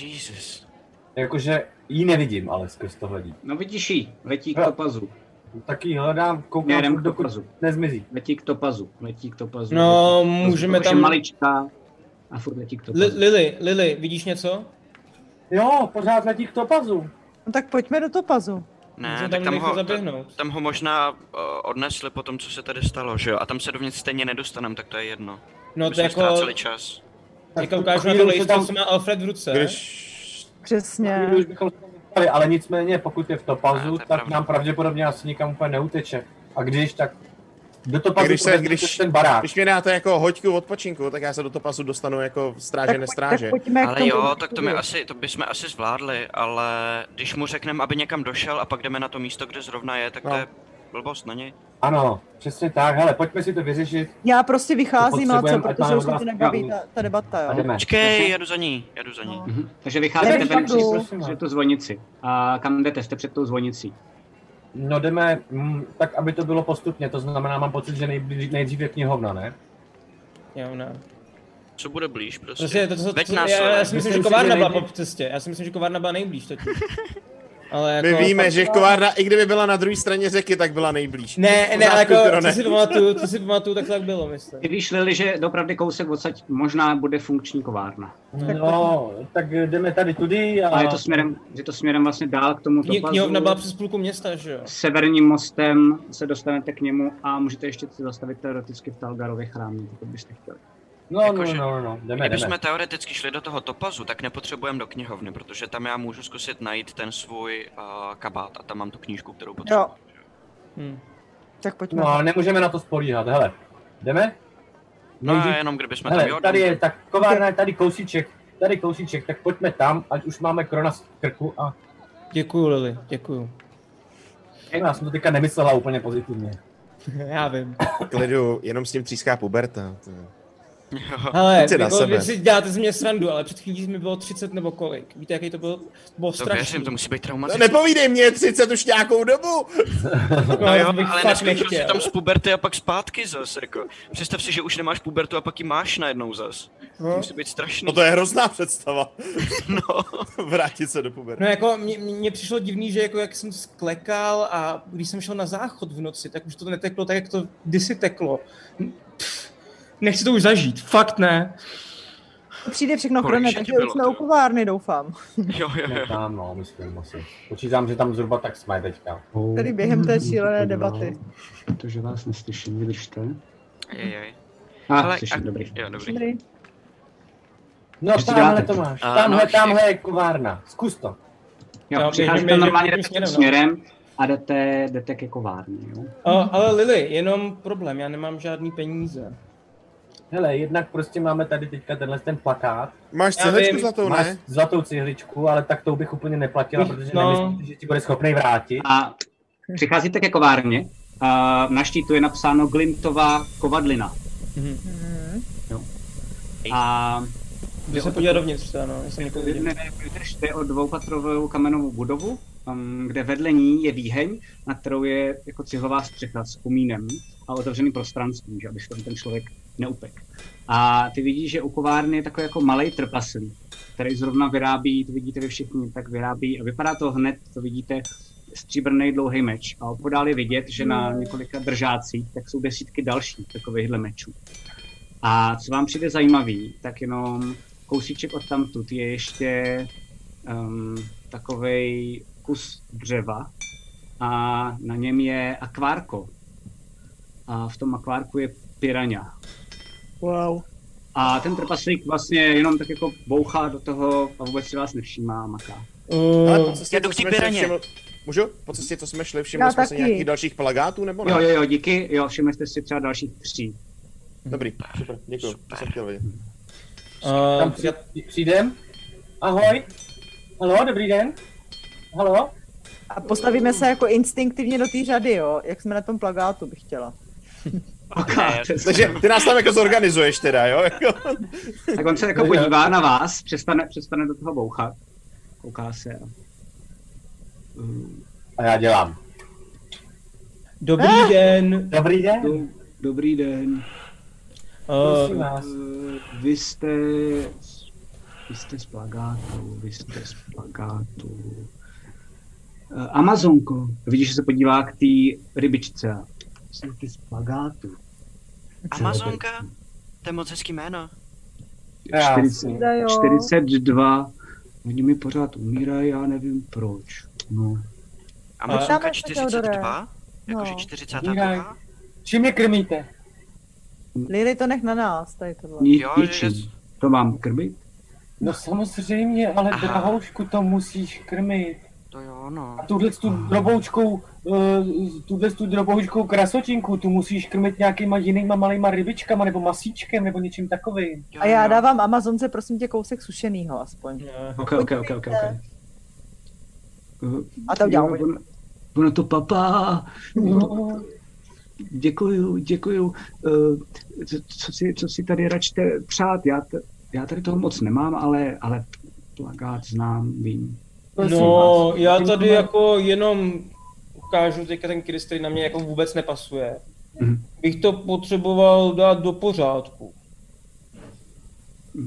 [SPEAKER 4] Jesus.
[SPEAKER 6] Jakože ji nevidím, ale skrz to hledí.
[SPEAKER 3] No vidíš jí, letí k
[SPEAKER 6] Jo.
[SPEAKER 3] topazu.
[SPEAKER 6] Tak ji hledám, koukám,
[SPEAKER 3] Směrem
[SPEAKER 6] furt,
[SPEAKER 3] k
[SPEAKER 6] dokud
[SPEAKER 3] topazu.
[SPEAKER 6] nezmizí.
[SPEAKER 3] Letí k topazu, letí k topazu.
[SPEAKER 7] No,
[SPEAKER 3] letí k topazu.
[SPEAKER 7] můžeme
[SPEAKER 3] Už je
[SPEAKER 7] tam-
[SPEAKER 3] maličká a furt letí k
[SPEAKER 7] Li-
[SPEAKER 3] topazu.
[SPEAKER 7] Lily, Lily, vidíš něco?
[SPEAKER 6] Jo, pořád letí k topazu.
[SPEAKER 9] No tak pojďme do topazu.
[SPEAKER 4] Ne,
[SPEAKER 7] Můžeme
[SPEAKER 4] tak tam
[SPEAKER 7] rychle
[SPEAKER 4] ho,
[SPEAKER 7] zaběhnout.
[SPEAKER 4] tam ho možná uh, odnesli po tom, co se tady stalo, že jo? A tam se dovnitř stejně nedostaneme, tak to je jedno.
[SPEAKER 7] No
[SPEAKER 4] My
[SPEAKER 7] to
[SPEAKER 4] jsme
[SPEAKER 7] jako,
[SPEAKER 4] ztráceli čas.
[SPEAKER 7] jako
[SPEAKER 6] v tu
[SPEAKER 7] ukážu na to
[SPEAKER 6] chvíli se
[SPEAKER 7] lejstvo,
[SPEAKER 6] tam-
[SPEAKER 7] co má Alfred v ruce.
[SPEAKER 5] Když...
[SPEAKER 9] Přesně.
[SPEAKER 6] Už bychom se tam dostali, ale nicméně, pokud je v
[SPEAKER 4] Ne,
[SPEAKER 6] topazu,
[SPEAKER 4] to je
[SPEAKER 6] tak
[SPEAKER 4] pravda.
[SPEAKER 6] nám pravděpodobně asi nikam úplně neuteče. A když, tak do topazu
[SPEAKER 5] Když se-
[SPEAKER 6] to vezmu
[SPEAKER 5] když-
[SPEAKER 6] přes ten barák.
[SPEAKER 5] Když mě dáte jako hoďku odpočinku, tak já se do topasu dostanu jako stráže,
[SPEAKER 9] tak, pojď,
[SPEAKER 5] nestráže.
[SPEAKER 9] tak pojďme k
[SPEAKER 4] Ale
[SPEAKER 9] tomu
[SPEAKER 4] jo, tak to mi
[SPEAKER 9] Ulrikovi.
[SPEAKER 4] asi, to bychom asi zvládli, ale když mu řekneme, aby někam došel a pak jdeme na to místo, kde zrovna je, tak to
[SPEAKER 5] No.
[SPEAKER 4] je blbost, není?
[SPEAKER 6] Ano, přesně tak, hele, pojďme si to vyřešit.
[SPEAKER 9] Já prostě vycházím,
[SPEAKER 6] To
[SPEAKER 9] ale co,
[SPEAKER 6] potřebujeme, ať
[SPEAKER 9] protože
[SPEAKER 6] máme
[SPEAKER 9] už mě to
[SPEAKER 6] vlastní
[SPEAKER 9] nebaví
[SPEAKER 6] kávu.
[SPEAKER 9] ta, ta debata,
[SPEAKER 6] A
[SPEAKER 9] jo.
[SPEAKER 6] jdeme.
[SPEAKER 4] Počkej, jedu za ní, jedu za ní.
[SPEAKER 9] No.
[SPEAKER 3] Mhm. Takže vycházíte prostě,
[SPEAKER 9] Jdeme
[SPEAKER 3] ven
[SPEAKER 9] k topazu.
[SPEAKER 3] přes přes tu zvonici. A kam jdete? Jste před tou zvonicí.
[SPEAKER 6] No jdeme mm, tak, aby to bylo postupně, to znamená, mám pocit, že nejblíž, nejdřív je knihovna, ne?
[SPEAKER 7] Jo, ne.
[SPEAKER 4] Co bude blíž prostě?
[SPEAKER 7] Prostě to, co,
[SPEAKER 4] Veď
[SPEAKER 7] to,
[SPEAKER 4] nás,
[SPEAKER 7] já, já
[SPEAKER 4] ale-
[SPEAKER 7] si myslím,
[SPEAKER 6] Myslím
[SPEAKER 7] že
[SPEAKER 6] si,
[SPEAKER 7] kovárna
[SPEAKER 6] že
[SPEAKER 7] byla
[SPEAKER 6] nejde-
[SPEAKER 7] po cestě. Já si myslím, že kovárna byla nejblíž totiž. Ale jako...
[SPEAKER 5] My víme, že kovárna, i kdyby byla na druhé straně řeky, tak byla nejblíž.
[SPEAKER 7] Ne, ne,
[SPEAKER 5] Pořádku,
[SPEAKER 7] ale jako,
[SPEAKER 5] Drone.
[SPEAKER 7] co si pamatuju, co si pamatuju, tak to tak bylo, myslím.
[SPEAKER 3] Ty víš, Lily, že dopravdy kousek odsaď možná bude funkční kovárna.
[SPEAKER 6] No, tak jdeme tady tudy a...
[SPEAKER 3] A je to směrem, je to směrem vlastně dál k tomu
[SPEAKER 7] Kni-
[SPEAKER 3] topazu.
[SPEAKER 7] Knihovna byla přes půlku města, že jo?
[SPEAKER 3] Severním mostem se dostanete k němu a můžete ještě se zastavit teoreticky v Talgarově chrámě, pokud byste chtěli.
[SPEAKER 6] No,
[SPEAKER 4] jakože-
[SPEAKER 6] no, no, no, no, jdeme, jdeme.
[SPEAKER 4] Kdybychom teoreticky šli do toho topazu, tak nepotřebujeme do knihovny, protože tam já můžu zkusit najít ten svůj uh, kabát a tam mám tu knížku, kterou potřebuji.
[SPEAKER 9] Jo.
[SPEAKER 7] Hm.
[SPEAKER 4] Hmm.
[SPEAKER 9] Tak pojďme.
[SPEAKER 6] No, ale nemůžeme na to spolíhat, hele. Jdeme?
[SPEAKER 4] No a
[SPEAKER 6] Nejdřív-
[SPEAKER 4] jenom kdybychom tam
[SPEAKER 6] Hele,
[SPEAKER 4] jo,
[SPEAKER 6] tady je tak kovárna, je tady kousíček, tady kousíček, tak pojďme tam, ať už máme krona z krku a...
[SPEAKER 7] Děkuju, Lili, děkuju.
[SPEAKER 6] No, já jsem to teďka nemyslela úplně pozitivně.
[SPEAKER 7] Já vím.
[SPEAKER 5] Klidu, jenom s ním tříská puberta. to je-
[SPEAKER 7] Ale
[SPEAKER 5] Pojď si na
[SPEAKER 7] jako,
[SPEAKER 5] sebe.
[SPEAKER 7] vy si děláte z mě srandu, ale před chvílí mi bylo 30 nebo kolik. Víte, jaký to bylo? To bylo
[SPEAKER 4] To
[SPEAKER 7] strašný.
[SPEAKER 4] věřím, to musí být
[SPEAKER 5] No,
[SPEAKER 4] traumatické.
[SPEAKER 5] nepovídej mě, 30 už nějakou dobu.
[SPEAKER 4] No jo,
[SPEAKER 7] to bych
[SPEAKER 4] ale
[SPEAKER 7] fakt
[SPEAKER 4] neskončil jsi
[SPEAKER 7] nechtěl.
[SPEAKER 4] tam z puberty a pak zpátky zas, jako. Představ si, že už nemáš pubertu a pak ji máš najednou zas. To musí být strašný.
[SPEAKER 5] No to je hrozná představa.
[SPEAKER 4] No.
[SPEAKER 5] Vrátit se do puberty.
[SPEAKER 7] No jako, mně- mně přišlo divný, že jako jak jsem sklekal a když jsem šel na záchod v noci, tak už to neteklo tak, jak to kdysi teklo. Pff, nechci to už zažít, fakt ne.
[SPEAKER 9] To přijde všechno
[SPEAKER 4] Kolik
[SPEAKER 9] chrone,
[SPEAKER 4] ještě
[SPEAKER 9] takže
[SPEAKER 4] bylo,
[SPEAKER 9] už jsme
[SPEAKER 4] tyjo?
[SPEAKER 9] u kovárny, doufám.
[SPEAKER 4] Jo, jo,
[SPEAKER 6] Jdeme
[SPEAKER 4] jo.
[SPEAKER 6] tam, no, myslím asi. Počítám, že tam zhruba tak jsme teďka.
[SPEAKER 9] Tady během té šílené debaty.
[SPEAKER 3] Protože vás neslyším, vydržte.
[SPEAKER 4] Jejej.
[SPEAKER 3] Ah,
[SPEAKER 4] Ale-
[SPEAKER 3] slyším,
[SPEAKER 4] a-
[SPEAKER 3] dobrý.
[SPEAKER 4] Jo, dobrý.
[SPEAKER 6] No
[SPEAKER 3] Když to
[SPEAKER 6] tamhle
[SPEAKER 3] dáte.
[SPEAKER 6] to máš,
[SPEAKER 4] A,
[SPEAKER 6] tamhle,
[SPEAKER 4] no,
[SPEAKER 6] tamhle je kovárna, zkus to.
[SPEAKER 7] No,
[SPEAKER 3] Jo,
[SPEAKER 7] my-
[SPEAKER 3] přicházíte
[SPEAKER 7] my- my-
[SPEAKER 3] normálně
[SPEAKER 7] my-
[SPEAKER 3] jdete tím
[SPEAKER 7] směrem, no.
[SPEAKER 3] směrem a jdete, jdete ke kovárně, jo?
[SPEAKER 7] A, ale Lily, jenom problém, já nemám žádný peníze.
[SPEAKER 6] Hele, jednak prostě máme tady teďka tenhle ten plakát,
[SPEAKER 5] Máš
[SPEAKER 7] Já
[SPEAKER 5] cihličku
[SPEAKER 7] vím,
[SPEAKER 5] za to,
[SPEAKER 6] máš
[SPEAKER 5] ne?
[SPEAKER 6] zlatou cihličku, ale tak tou bych úplně neplatila, protože
[SPEAKER 7] No.
[SPEAKER 6] no. nemyslím, že ti bude schopný vrátit.
[SPEAKER 3] A přicházíte ke kovárně a na štítu je napsáno Glimtová kovadlina. A
[SPEAKER 7] Jdu se podívat dovnitř, teda, no, jestli někoho vidím.
[SPEAKER 3] Vydržte o dvoupatrovou kamenovou budovu, um, kde vedle ní je výheň, na kterou je jako cihlová střecha s komínem a otevřeným prostranstvím, že aby se tam ten člověk neupek. A ty vidíš, že u kovárny je takový jako malý trpaslík, který zrovna vyrábí, to vidíte vy všichni, tak vyrábí a vypadá to hned, to vidíte, stříbrný dlouhý meč. A opodál je vidět, že na několika držácích tak jsou desítky dalších takovýchhle mečů. A co vám přijde zajímavý, tak jenom kousíček od tamtud je ještě um, takový kus dřeva a na něm je akvárko. A v tom akvárku je piraňa.
[SPEAKER 9] Wow.
[SPEAKER 3] A ten trpaslík vlastně jenom tak jako bouchá do toho a vůbec si vás nevšímá a maká.
[SPEAKER 5] Ale
[SPEAKER 7] Uh,
[SPEAKER 5] po cestě,
[SPEAKER 4] já jdu
[SPEAKER 5] co
[SPEAKER 4] k té
[SPEAKER 5] jsme šli,
[SPEAKER 4] piraně.
[SPEAKER 5] všiml- Můžu? Po cestě, co jsme šli, všimli
[SPEAKER 9] Já
[SPEAKER 5] jsme se
[SPEAKER 9] taky.
[SPEAKER 5] nějakých dalších plagátů, nebo No ne? Mhm.
[SPEAKER 3] Jo, jo, jo, díky. Jo, všimli jste si třeba dalších tří.
[SPEAKER 5] Dobrý, super, děkuji, to jsem chtěl vědět.
[SPEAKER 6] Tam
[SPEAKER 7] uh,
[SPEAKER 6] při- přijdem. Ahoj. Halo, No, dobrý den. Halo.
[SPEAKER 9] A postavíme se jako instinktivně do té řady, jo? Jak jsme na tom plagátu, bych chtěla.
[SPEAKER 4] Ne,
[SPEAKER 5] Takže ty nás tam jako zorganizuješ teda, jo? Jako,
[SPEAKER 3] Tak on se jako podívá na vás, přestane, přestane do toho bouchat. Kouká se. Eh, a- Mm,
[SPEAKER 6] A já dělám.
[SPEAKER 9] Ah!
[SPEAKER 7] dobrý den.
[SPEAKER 6] Dobrý den.
[SPEAKER 3] do- Dobrý den.
[SPEAKER 6] Prosím
[SPEAKER 7] Uh,
[SPEAKER 6] vás.
[SPEAKER 3] Eh, Vy jste... Vy jste z plagátu, vy jste z plagátu. Eh, Amazonko. Vidíš, že se podívá k té rybičce. Jsem ty z plagátu.
[SPEAKER 4] Amazonka? To je moc hezký jméno.
[SPEAKER 6] Krásný.
[SPEAKER 3] 40, 42. Oni mi pořád umírají, já nevím proč. No.
[SPEAKER 9] Tam
[SPEAKER 4] Amazonka
[SPEAKER 9] je to, Teodore.
[SPEAKER 4] 42? Jakože
[SPEAKER 3] Jako
[SPEAKER 9] No.
[SPEAKER 4] 42?
[SPEAKER 6] Čím je krmíte?
[SPEAKER 9] Lily, to nech na nás, tady tohle.
[SPEAKER 3] Ni,
[SPEAKER 4] Jo,
[SPEAKER 3] ničím.
[SPEAKER 4] že-
[SPEAKER 3] To mám krmit?
[SPEAKER 6] No samozřejmě, ale
[SPEAKER 4] Aha.
[SPEAKER 6] drahoušku to musíš krmit.
[SPEAKER 4] To jo, no.
[SPEAKER 6] A tuhle tu droboučkou, eh, tuhle tu droboučkou krasotinku, tu musíš krmit nějakýma jinýma malýma rybičkama nebo masíčkem nebo něčím takovým.
[SPEAKER 4] Jo,
[SPEAKER 9] A já
[SPEAKER 4] jo.
[SPEAKER 9] dávám Amazonce, prosím tě, kousek sušenýho aspoň.
[SPEAKER 3] Ok, ok, ok, ok. okay.
[SPEAKER 9] A to udělám.
[SPEAKER 3] Jo, ono- Ono to papá.
[SPEAKER 6] No,
[SPEAKER 3] Děkuju, děkuju. Eh, co- Co si, co si tady račte přát? Já, t- já tady toho moc nemám, ale, ale plagát znám, vím.
[SPEAKER 6] prosím
[SPEAKER 7] No,
[SPEAKER 6] vás.
[SPEAKER 7] já tady
[SPEAKER 6] Děkujeme.
[SPEAKER 7] jako jenom ukážu teďka ten krys, který na mě jako vůbec nepasuje.
[SPEAKER 3] Mhm.
[SPEAKER 7] Bych to potřeboval dát do pořádku.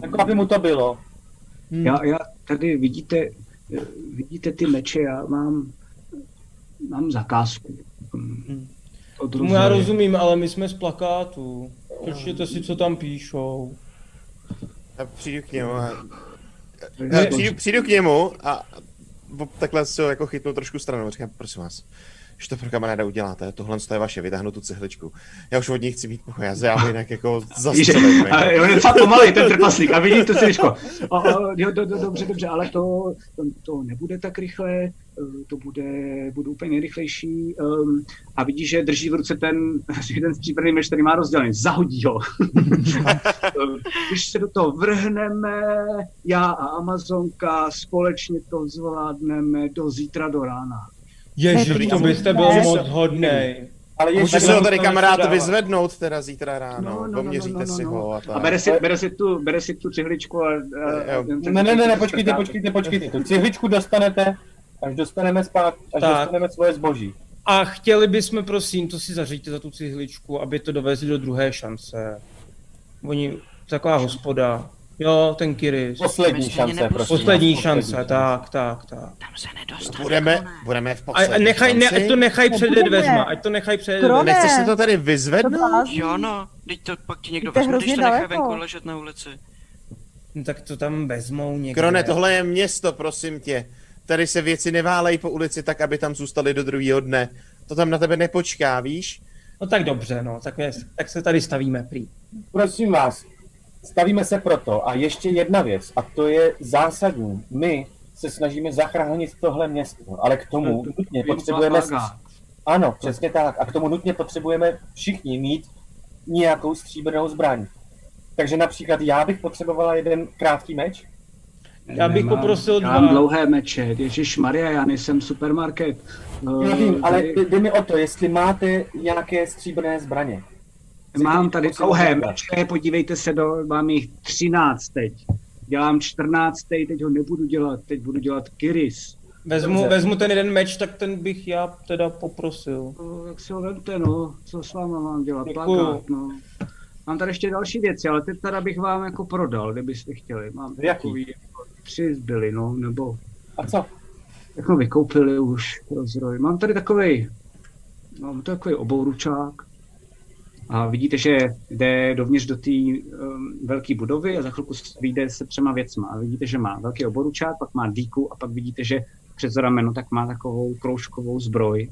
[SPEAKER 6] Jako aby mu to bylo.
[SPEAKER 3] Já, já tady vidíte, eh, vidíte ty meče, já mám, mám zakázku. Hm. Od
[SPEAKER 7] Tomu já
[SPEAKER 3] Rozary.
[SPEAKER 7] rozumím, ale my jsme z plakátu. Přečtěte si, co tam píšou.
[SPEAKER 5] Já přijdu k němu a...
[SPEAKER 3] Takže
[SPEAKER 5] Já
[SPEAKER 3] to-
[SPEAKER 5] přijdu, přijdu k němu a bo- takhle si ho jako chytnu trošku stranou. Říkám, prosím vás, že to pro kamaráda uděláte, tohle to je vaše, vytáhnu tu cihličku. Já už od ní chci být pochoj, já se já ho jinak jako
[SPEAKER 3] Víš,
[SPEAKER 5] zastřelím.
[SPEAKER 3] a
[SPEAKER 5] jako.
[SPEAKER 3] on je docela pomalej, ten trpaslík, a vidí to siliško. O, o, jo, do, do, dobře, dobře, ale to, to, to nebude tak rychle, eh, to bude, bude úplně nejrychlejší. Um, a vidí, že drží v ruce ten jeden stříbrný meč, který má rozdělený. Zahodí ho. Když se do toho vrhneme, já a Amazonka společně to zvládneme do zítra do rána.
[SPEAKER 7] Ježiš,
[SPEAKER 5] Dobrý,
[SPEAKER 7] to
[SPEAKER 5] já
[SPEAKER 7] byste
[SPEAKER 9] mu-
[SPEAKER 7] byl
[SPEAKER 9] ne.
[SPEAKER 7] moc hodnej.
[SPEAKER 6] Ale
[SPEAKER 5] Můžu
[SPEAKER 6] ještě
[SPEAKER 5] si ho tady
[SPEAKER 7] musíme
[SPEAKER 5] kamarád
[SPEAKER 7] dávat.
[SPEAKER 5] vyzvednout teda zítra
[SPEAKER 3] No, no,
[SPEAKER 5] ráno,
[SPEAKER 3] no,
[SPEAKER 5] poměříte
[SPEAKER 3] no, no,
[SPEAKER 5] si
[SPEAKER 3] no, no.
[SPEAKER 5] ho a
[SPEAKER 3] A
[SPEAKER 5] tak.
[SPEAKER 3] bere si, bere si, tu, bere si tu cihličku a... a, a
[SPEAKER 5] Jo.
[SPEAKER 6] Ne, ne, ne, ne, počkejte, počkejte, počkejte. Tu cihličku dostanete, až dostaneme zpátky, až
[SPEAKER 7] Tak.
[SPEAKER 6] dostaneme svoje zboží.
[SPEAKER 7] A chtěli bychom, prosím, to si zařídit za tu cihličku, aby to dovezli do druhé šance. Oni, taková hospoda. Jo, ten Kiris.
[SPEAKER 6] Poslední
[SPEAKER 4] Myslím,
[SPEAKER 6] šance,
[SPEAKER 4] nepustí.
[SPEAKER 6] prosím. vás,
[SPEAKER 7] Poslední šance, tak, tak, tak.
[SPEAKER 4] Tam se nedostane.
[SPEAKER 5] Budeme,
[SPEAKER 4] Konec.
[SPEAKER 5] budeme v
[SPEAKER 7] A, a
[SPEAKER 5] poslední
[SPEAKER 7] nechaj, ne, ať to nechají
[SPEAKER 9] No,
[SPEAKER 7] před
[SPEAKER 9] budeme.
[SPEAKER 7] dveřma, ať to nechají před
[SPEAKER 9] Kro-
[SPEAKER 7] dveřma.
[SPEAKER 5] Nechceš
[SPEAKER 9] Ne.
[SPEAKER 5] si to tady
[SPEAKER 9] To
[SPEAKER 5] vyzvednout?
[SPEAKER 9] blázní.
[SPEAKER 4] Jo, no. Teď to pak ti někdo
[SPEAKER 9] To je
[SPEAKER 4] vezme, když
[SPEAKER 9] hrozně
[SPEAKER 4] to nechá
[SPEAKER 9] daleko.
[SPEAKER 4] venku ležet na ulici.
[SPEAKER 7] No, tak to tam vezmou někde.
[SPEAKER 5] Krone, tohle je město, prosím tě. Tady se věci neválej po ulici tak, aby tam zůstaly do druhého dne. To tam na tebe nepočká, víš?
[SPEAKER 7] No tak dobře, no, tak, je, tak se tady stavíme prý.
[SPEAKER 6] Prosím vás, stavíme se proto. A ještě jedna věc, a to je zásadní. My se snažíme zachránit tohle město, ale k tomu nutně potřebujeme... Ano, přesně tak. A k tomu nutně potřebujeme všichni mít nějakou stříbrnou zbraň. Takže například já bych potřebovala jeden krátký meč.
[SPEAKER 7] Já bych
[SPEAKER 3] Nemám-
[SPEAKER 7] poprosil
[SPEAKER 3] Já mám
[SPEAKER 7] dva.
[SPEAKER 3] dlouhé meče, Ježíš Maria, já nejsem supermarket. Eh,
[SPEAKER 6] Já vím, ale
[SPEAKER 3] tady-
[SPEAKER 6] jde- jde mi o to, jestli máte nějaké stříbrné zbraně.
[SPEAKER 3] Mám tady
[SPEAKER 6] Potřebuji
[SPEAKER 3] dlouhé
[SPEAKER 6] zbraň.
[SPEAKER 3] meče, podívejte se, do, mám jich 13 teď. Dělám 14, teď ho nebudu dělat, teď budu dělat Kiris.
[SPEAKER 7] Vezmu,
[SPEAKER 3] Dobře.
[SPEAKER 7] vezmu ten jeden meč, tak ten bych já teda poprosil.
[SPEAKER 3] No, tak si ho vemte, no, co s váma mám dělat,
[SPEAKER 7] Děkuju.
[SPEAKER 3] plakát, no. Mám tady ještě další věci, ale teď teda bych vám jako prodal, kdybyste chtěli. Mám
[SPEAKER 6] Jaký?
[SPEAKER 3] takový, jako tři zbyly, no, nebo
[SPEAKER 6] A co?
[SPEAKER 3] jako vykoupili už rozroj. Mám tady takový, mám takový obouručák a vidíte, že jde dovnitř do té um, velké budovy a za chvilku s- vyjde se třema věcma. A vidíte, že má velký oboručák, pak má dýku a pak vidíte, že přes rameno tak má takovou kroužkovou zbroj.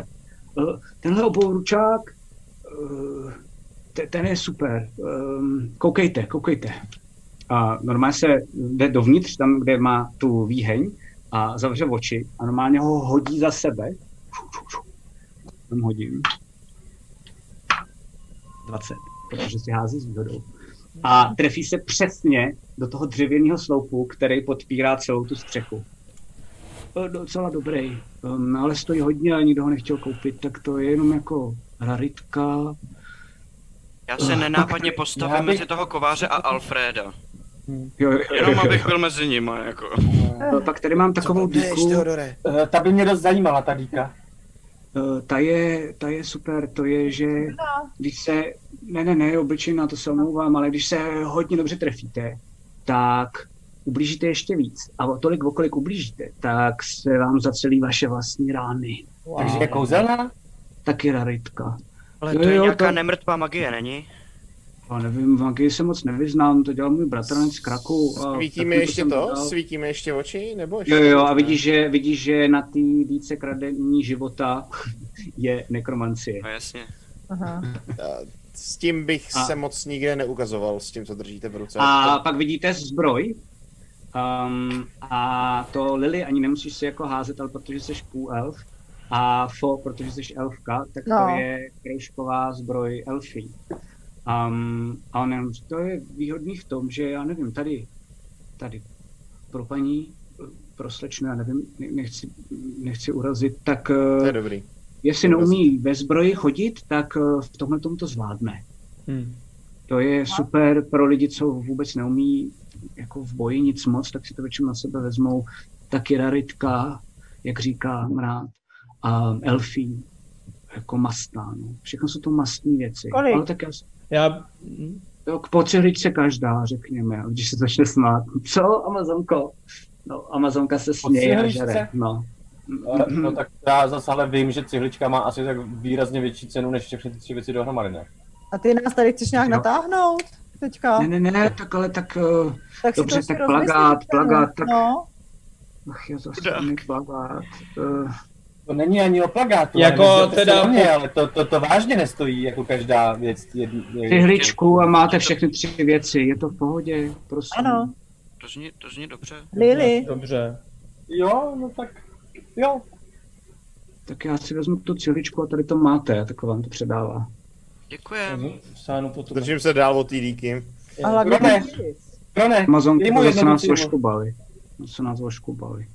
[SPEAKER 3] Eh, Tenhle obouručák, eh, te- ten je super. Ehm, Koukejte, koukejte. A normálně se jde dovnitř, tam, kde má tu výheň, a zavře oči a normálně ho hodí za sebe. Tam hodím. 20, protože si hází s výhodou. A trefí se přesně do toho dřevěného sloupu, který podpírá celou tu střechu.
[SPEAKER 6] Eh,
[SPEAKER 3] E, Docela dobrý, Ehm, ale stojí hodně a nikdo ho nechtěl koupit, tak to je jenom jako raritka.
[SPEAKER 4] Já se
[SPEAKER 3] Eh,
[SPEAKER 4] nenápadně
[SPEAKER 3] tak-
[SPEAKER 4] postavím
[SPEAKER 3] já bych-
[SPEAKER 4] mezi toho kováře a Alfreda.
[SPEAKER 3] Jo, jo, jo,
[SPEAKER 4] Jenom
[SPEAKER 3] jo,
[SPEAKER 4] abych
[SPEAKER 3] jo.
[SPEAKER 4] byl mezi nimi, jako.
[SPEAKER 3] E, Pak tady mám takovou dýku.
[SPEAKER 6] Eh, Ta by mě dost zajímala, ta díka.
[SPEAKER 3] Eh, Ta je, ta je super, to je, že když se, ne, ne, ne, obličejná, to se omlouvám, ale když se hodně dobře trefíte, tak ublížíte ještě víc. A o tolik, o kolik ublížíte, tak se vám zacelí vaše vlastní rány.
[SPEAKER 6] Wow. Takže je kouzelná?
[SPEAKER 3] Taky raritka.
[SPEAKER 4] Ale
[SPEAKER 3] Jo,
[SPEAKER 4] to je
[SPEAKER 3] No jo,
[SPEAKER 4] nějaká
[SPEAKER 3] to-
[SPEAKER 4] nemrtvá magie, není?
[SPEAKER 3] Já nevím, v magii se moc nevyznám, to dělal můj bratranec z Kraku. a
[SPEAKER 5] Svítí
[SPEAKER 3] tak
[SPEAKER 5] mi
[SPEAKER 3] mu
[SPEAKER 5] ještě
[SPEAKER 3] jsem
[SPEAKER 5] to?
[SPEAKER 3] dodal.
[SPEAKER 5] Svítí mi ještě oči? Nebo ještě?
[SPEAKER 3] Jo, jo, a vidíš, že, vidíš, že na té více kradení života je nekromancie.
[SPEAKER 4] No jasně.
[SPEAKER 9] Aha.
[SPEAKER 5] S tím bych
[SPEAKER 3] A-
[SPEAKER 5] se moc nikde neukazoval, s tím, co držíte v ruce.
[SPEAKER 3] A pak vidíte zbroj. Um, a to Lily ani nemusíš si jako házet, ale protože jsi půl elf. A Fo, protože jsi elfka, tak no. to
[SPEAKER 9] No.
[SPEAKER 3] je kroužková zbroj elfí. Um, a on jenom, to je výhodný v tom, že já nevím, tady, tady pro paní, pro slečnu, já nevím, ne- nechci, nechci urazit, tak
[SPEAKER 5] To
[SPEAKER 3] eh,
[SPEAKER 5] je dobrý.
[SPEAKER 3] jestli neumí ve zbroji chodit, tak eh, v tomhle tomu to zvládne.
[SPEAKER 7] Hmm.
[SPEAKER 3] To je super pro lidi, co vůbec neumí jako v boji nic moc, tak si to většinou na sebe vezmou. Taky raritka, jak říkám rád, a elfí, jako mastá. No. Všechno jsou to mastní věci.
[SPEAKER 9] Kolik?
[SPEAKER 3] Ale tak já, s-
[SPEAKER 7] Já,
[SPEAKER 3] jo, k potřebič se každá, řekněme, jo, když se začne smát. Co, Amazonko? No, Amazonka se směje a
[SPEAKER 6] Potřebič
[SPEAKER 3] žere.
[SPEAKER 6] se?
[SPEAKER 3] No.
[SPEAKER 6] Eh, No tak já zase ale vím, že cihlička má asi tak výrazně větší cenu než všechny ty tři věci dohromady, ne?
[SPEAKER 9] A ty nás tady chceš nějak
[SPEAKER 3] Jo.
[SPEAKER 9] natáhnout teďka?
[SPEAKER 3] Ne, ne, ne, tak ale tak... eh,
[SPEAKER 9] tak si
[SPEAKER 3] dobře,
[SPEAKER 9] to si
[SPEAKER 3] tak
[SPEAKER 9] rozmyslíš,
[SPEAKER 3] plagát,
[SPEAKER 9] ne?
[SPEAKER 3] plagát, tak-
[SPEAKER 9] No,
[SPEAKER 3] Ach, já zase mi plagát. eh,
[SPEAKER 6] To není ani o plagátu.
[SPEAKER 7] Jako
[SPEAKER 6] ale nezlobte se
[SPEAKER 7] teda-
[SPEAKER 6] na Mě, ale to, to, to vážně nestojí, jako každá věc. Jedn,
[SPEAKER 3] Tři hličku a máte všechny tři věci, je to v pohodě, prosím.
[SPEAKER 9] ano,
[SPEAKER 4] To zní, to zní dobře.
[SPEAKER 9] Lily.
[SPEAKER 7] dobře.
[SPEAKER 6] Jo, no tak jo.
[SPEAKER 3] Tak já si vezmu tu cihličku a tady to máte, a tak vám to předává.
[SPEAKER 4] Děkujem.
[SPEAKER 7] Sánu Mhm, potom.
[SPEAKER 5] Držím se dál od té díky.
[SPEAKER 9] A hlavně
[SPEAKER 6] Dobré.
[SPEAKER 9] Iris.
[SPEAKER 6] No ne,
[SPEAKER 3] Amazonky
[SPEAKER 6] Dej mu
[SPEAKER 3] to zase
[SPEAKER 6] jednu
[SPEAKER 3] nás
[SPEAKER 6] cihlu.
[SPEAKER 3] oškubali. Zase nás oškubali.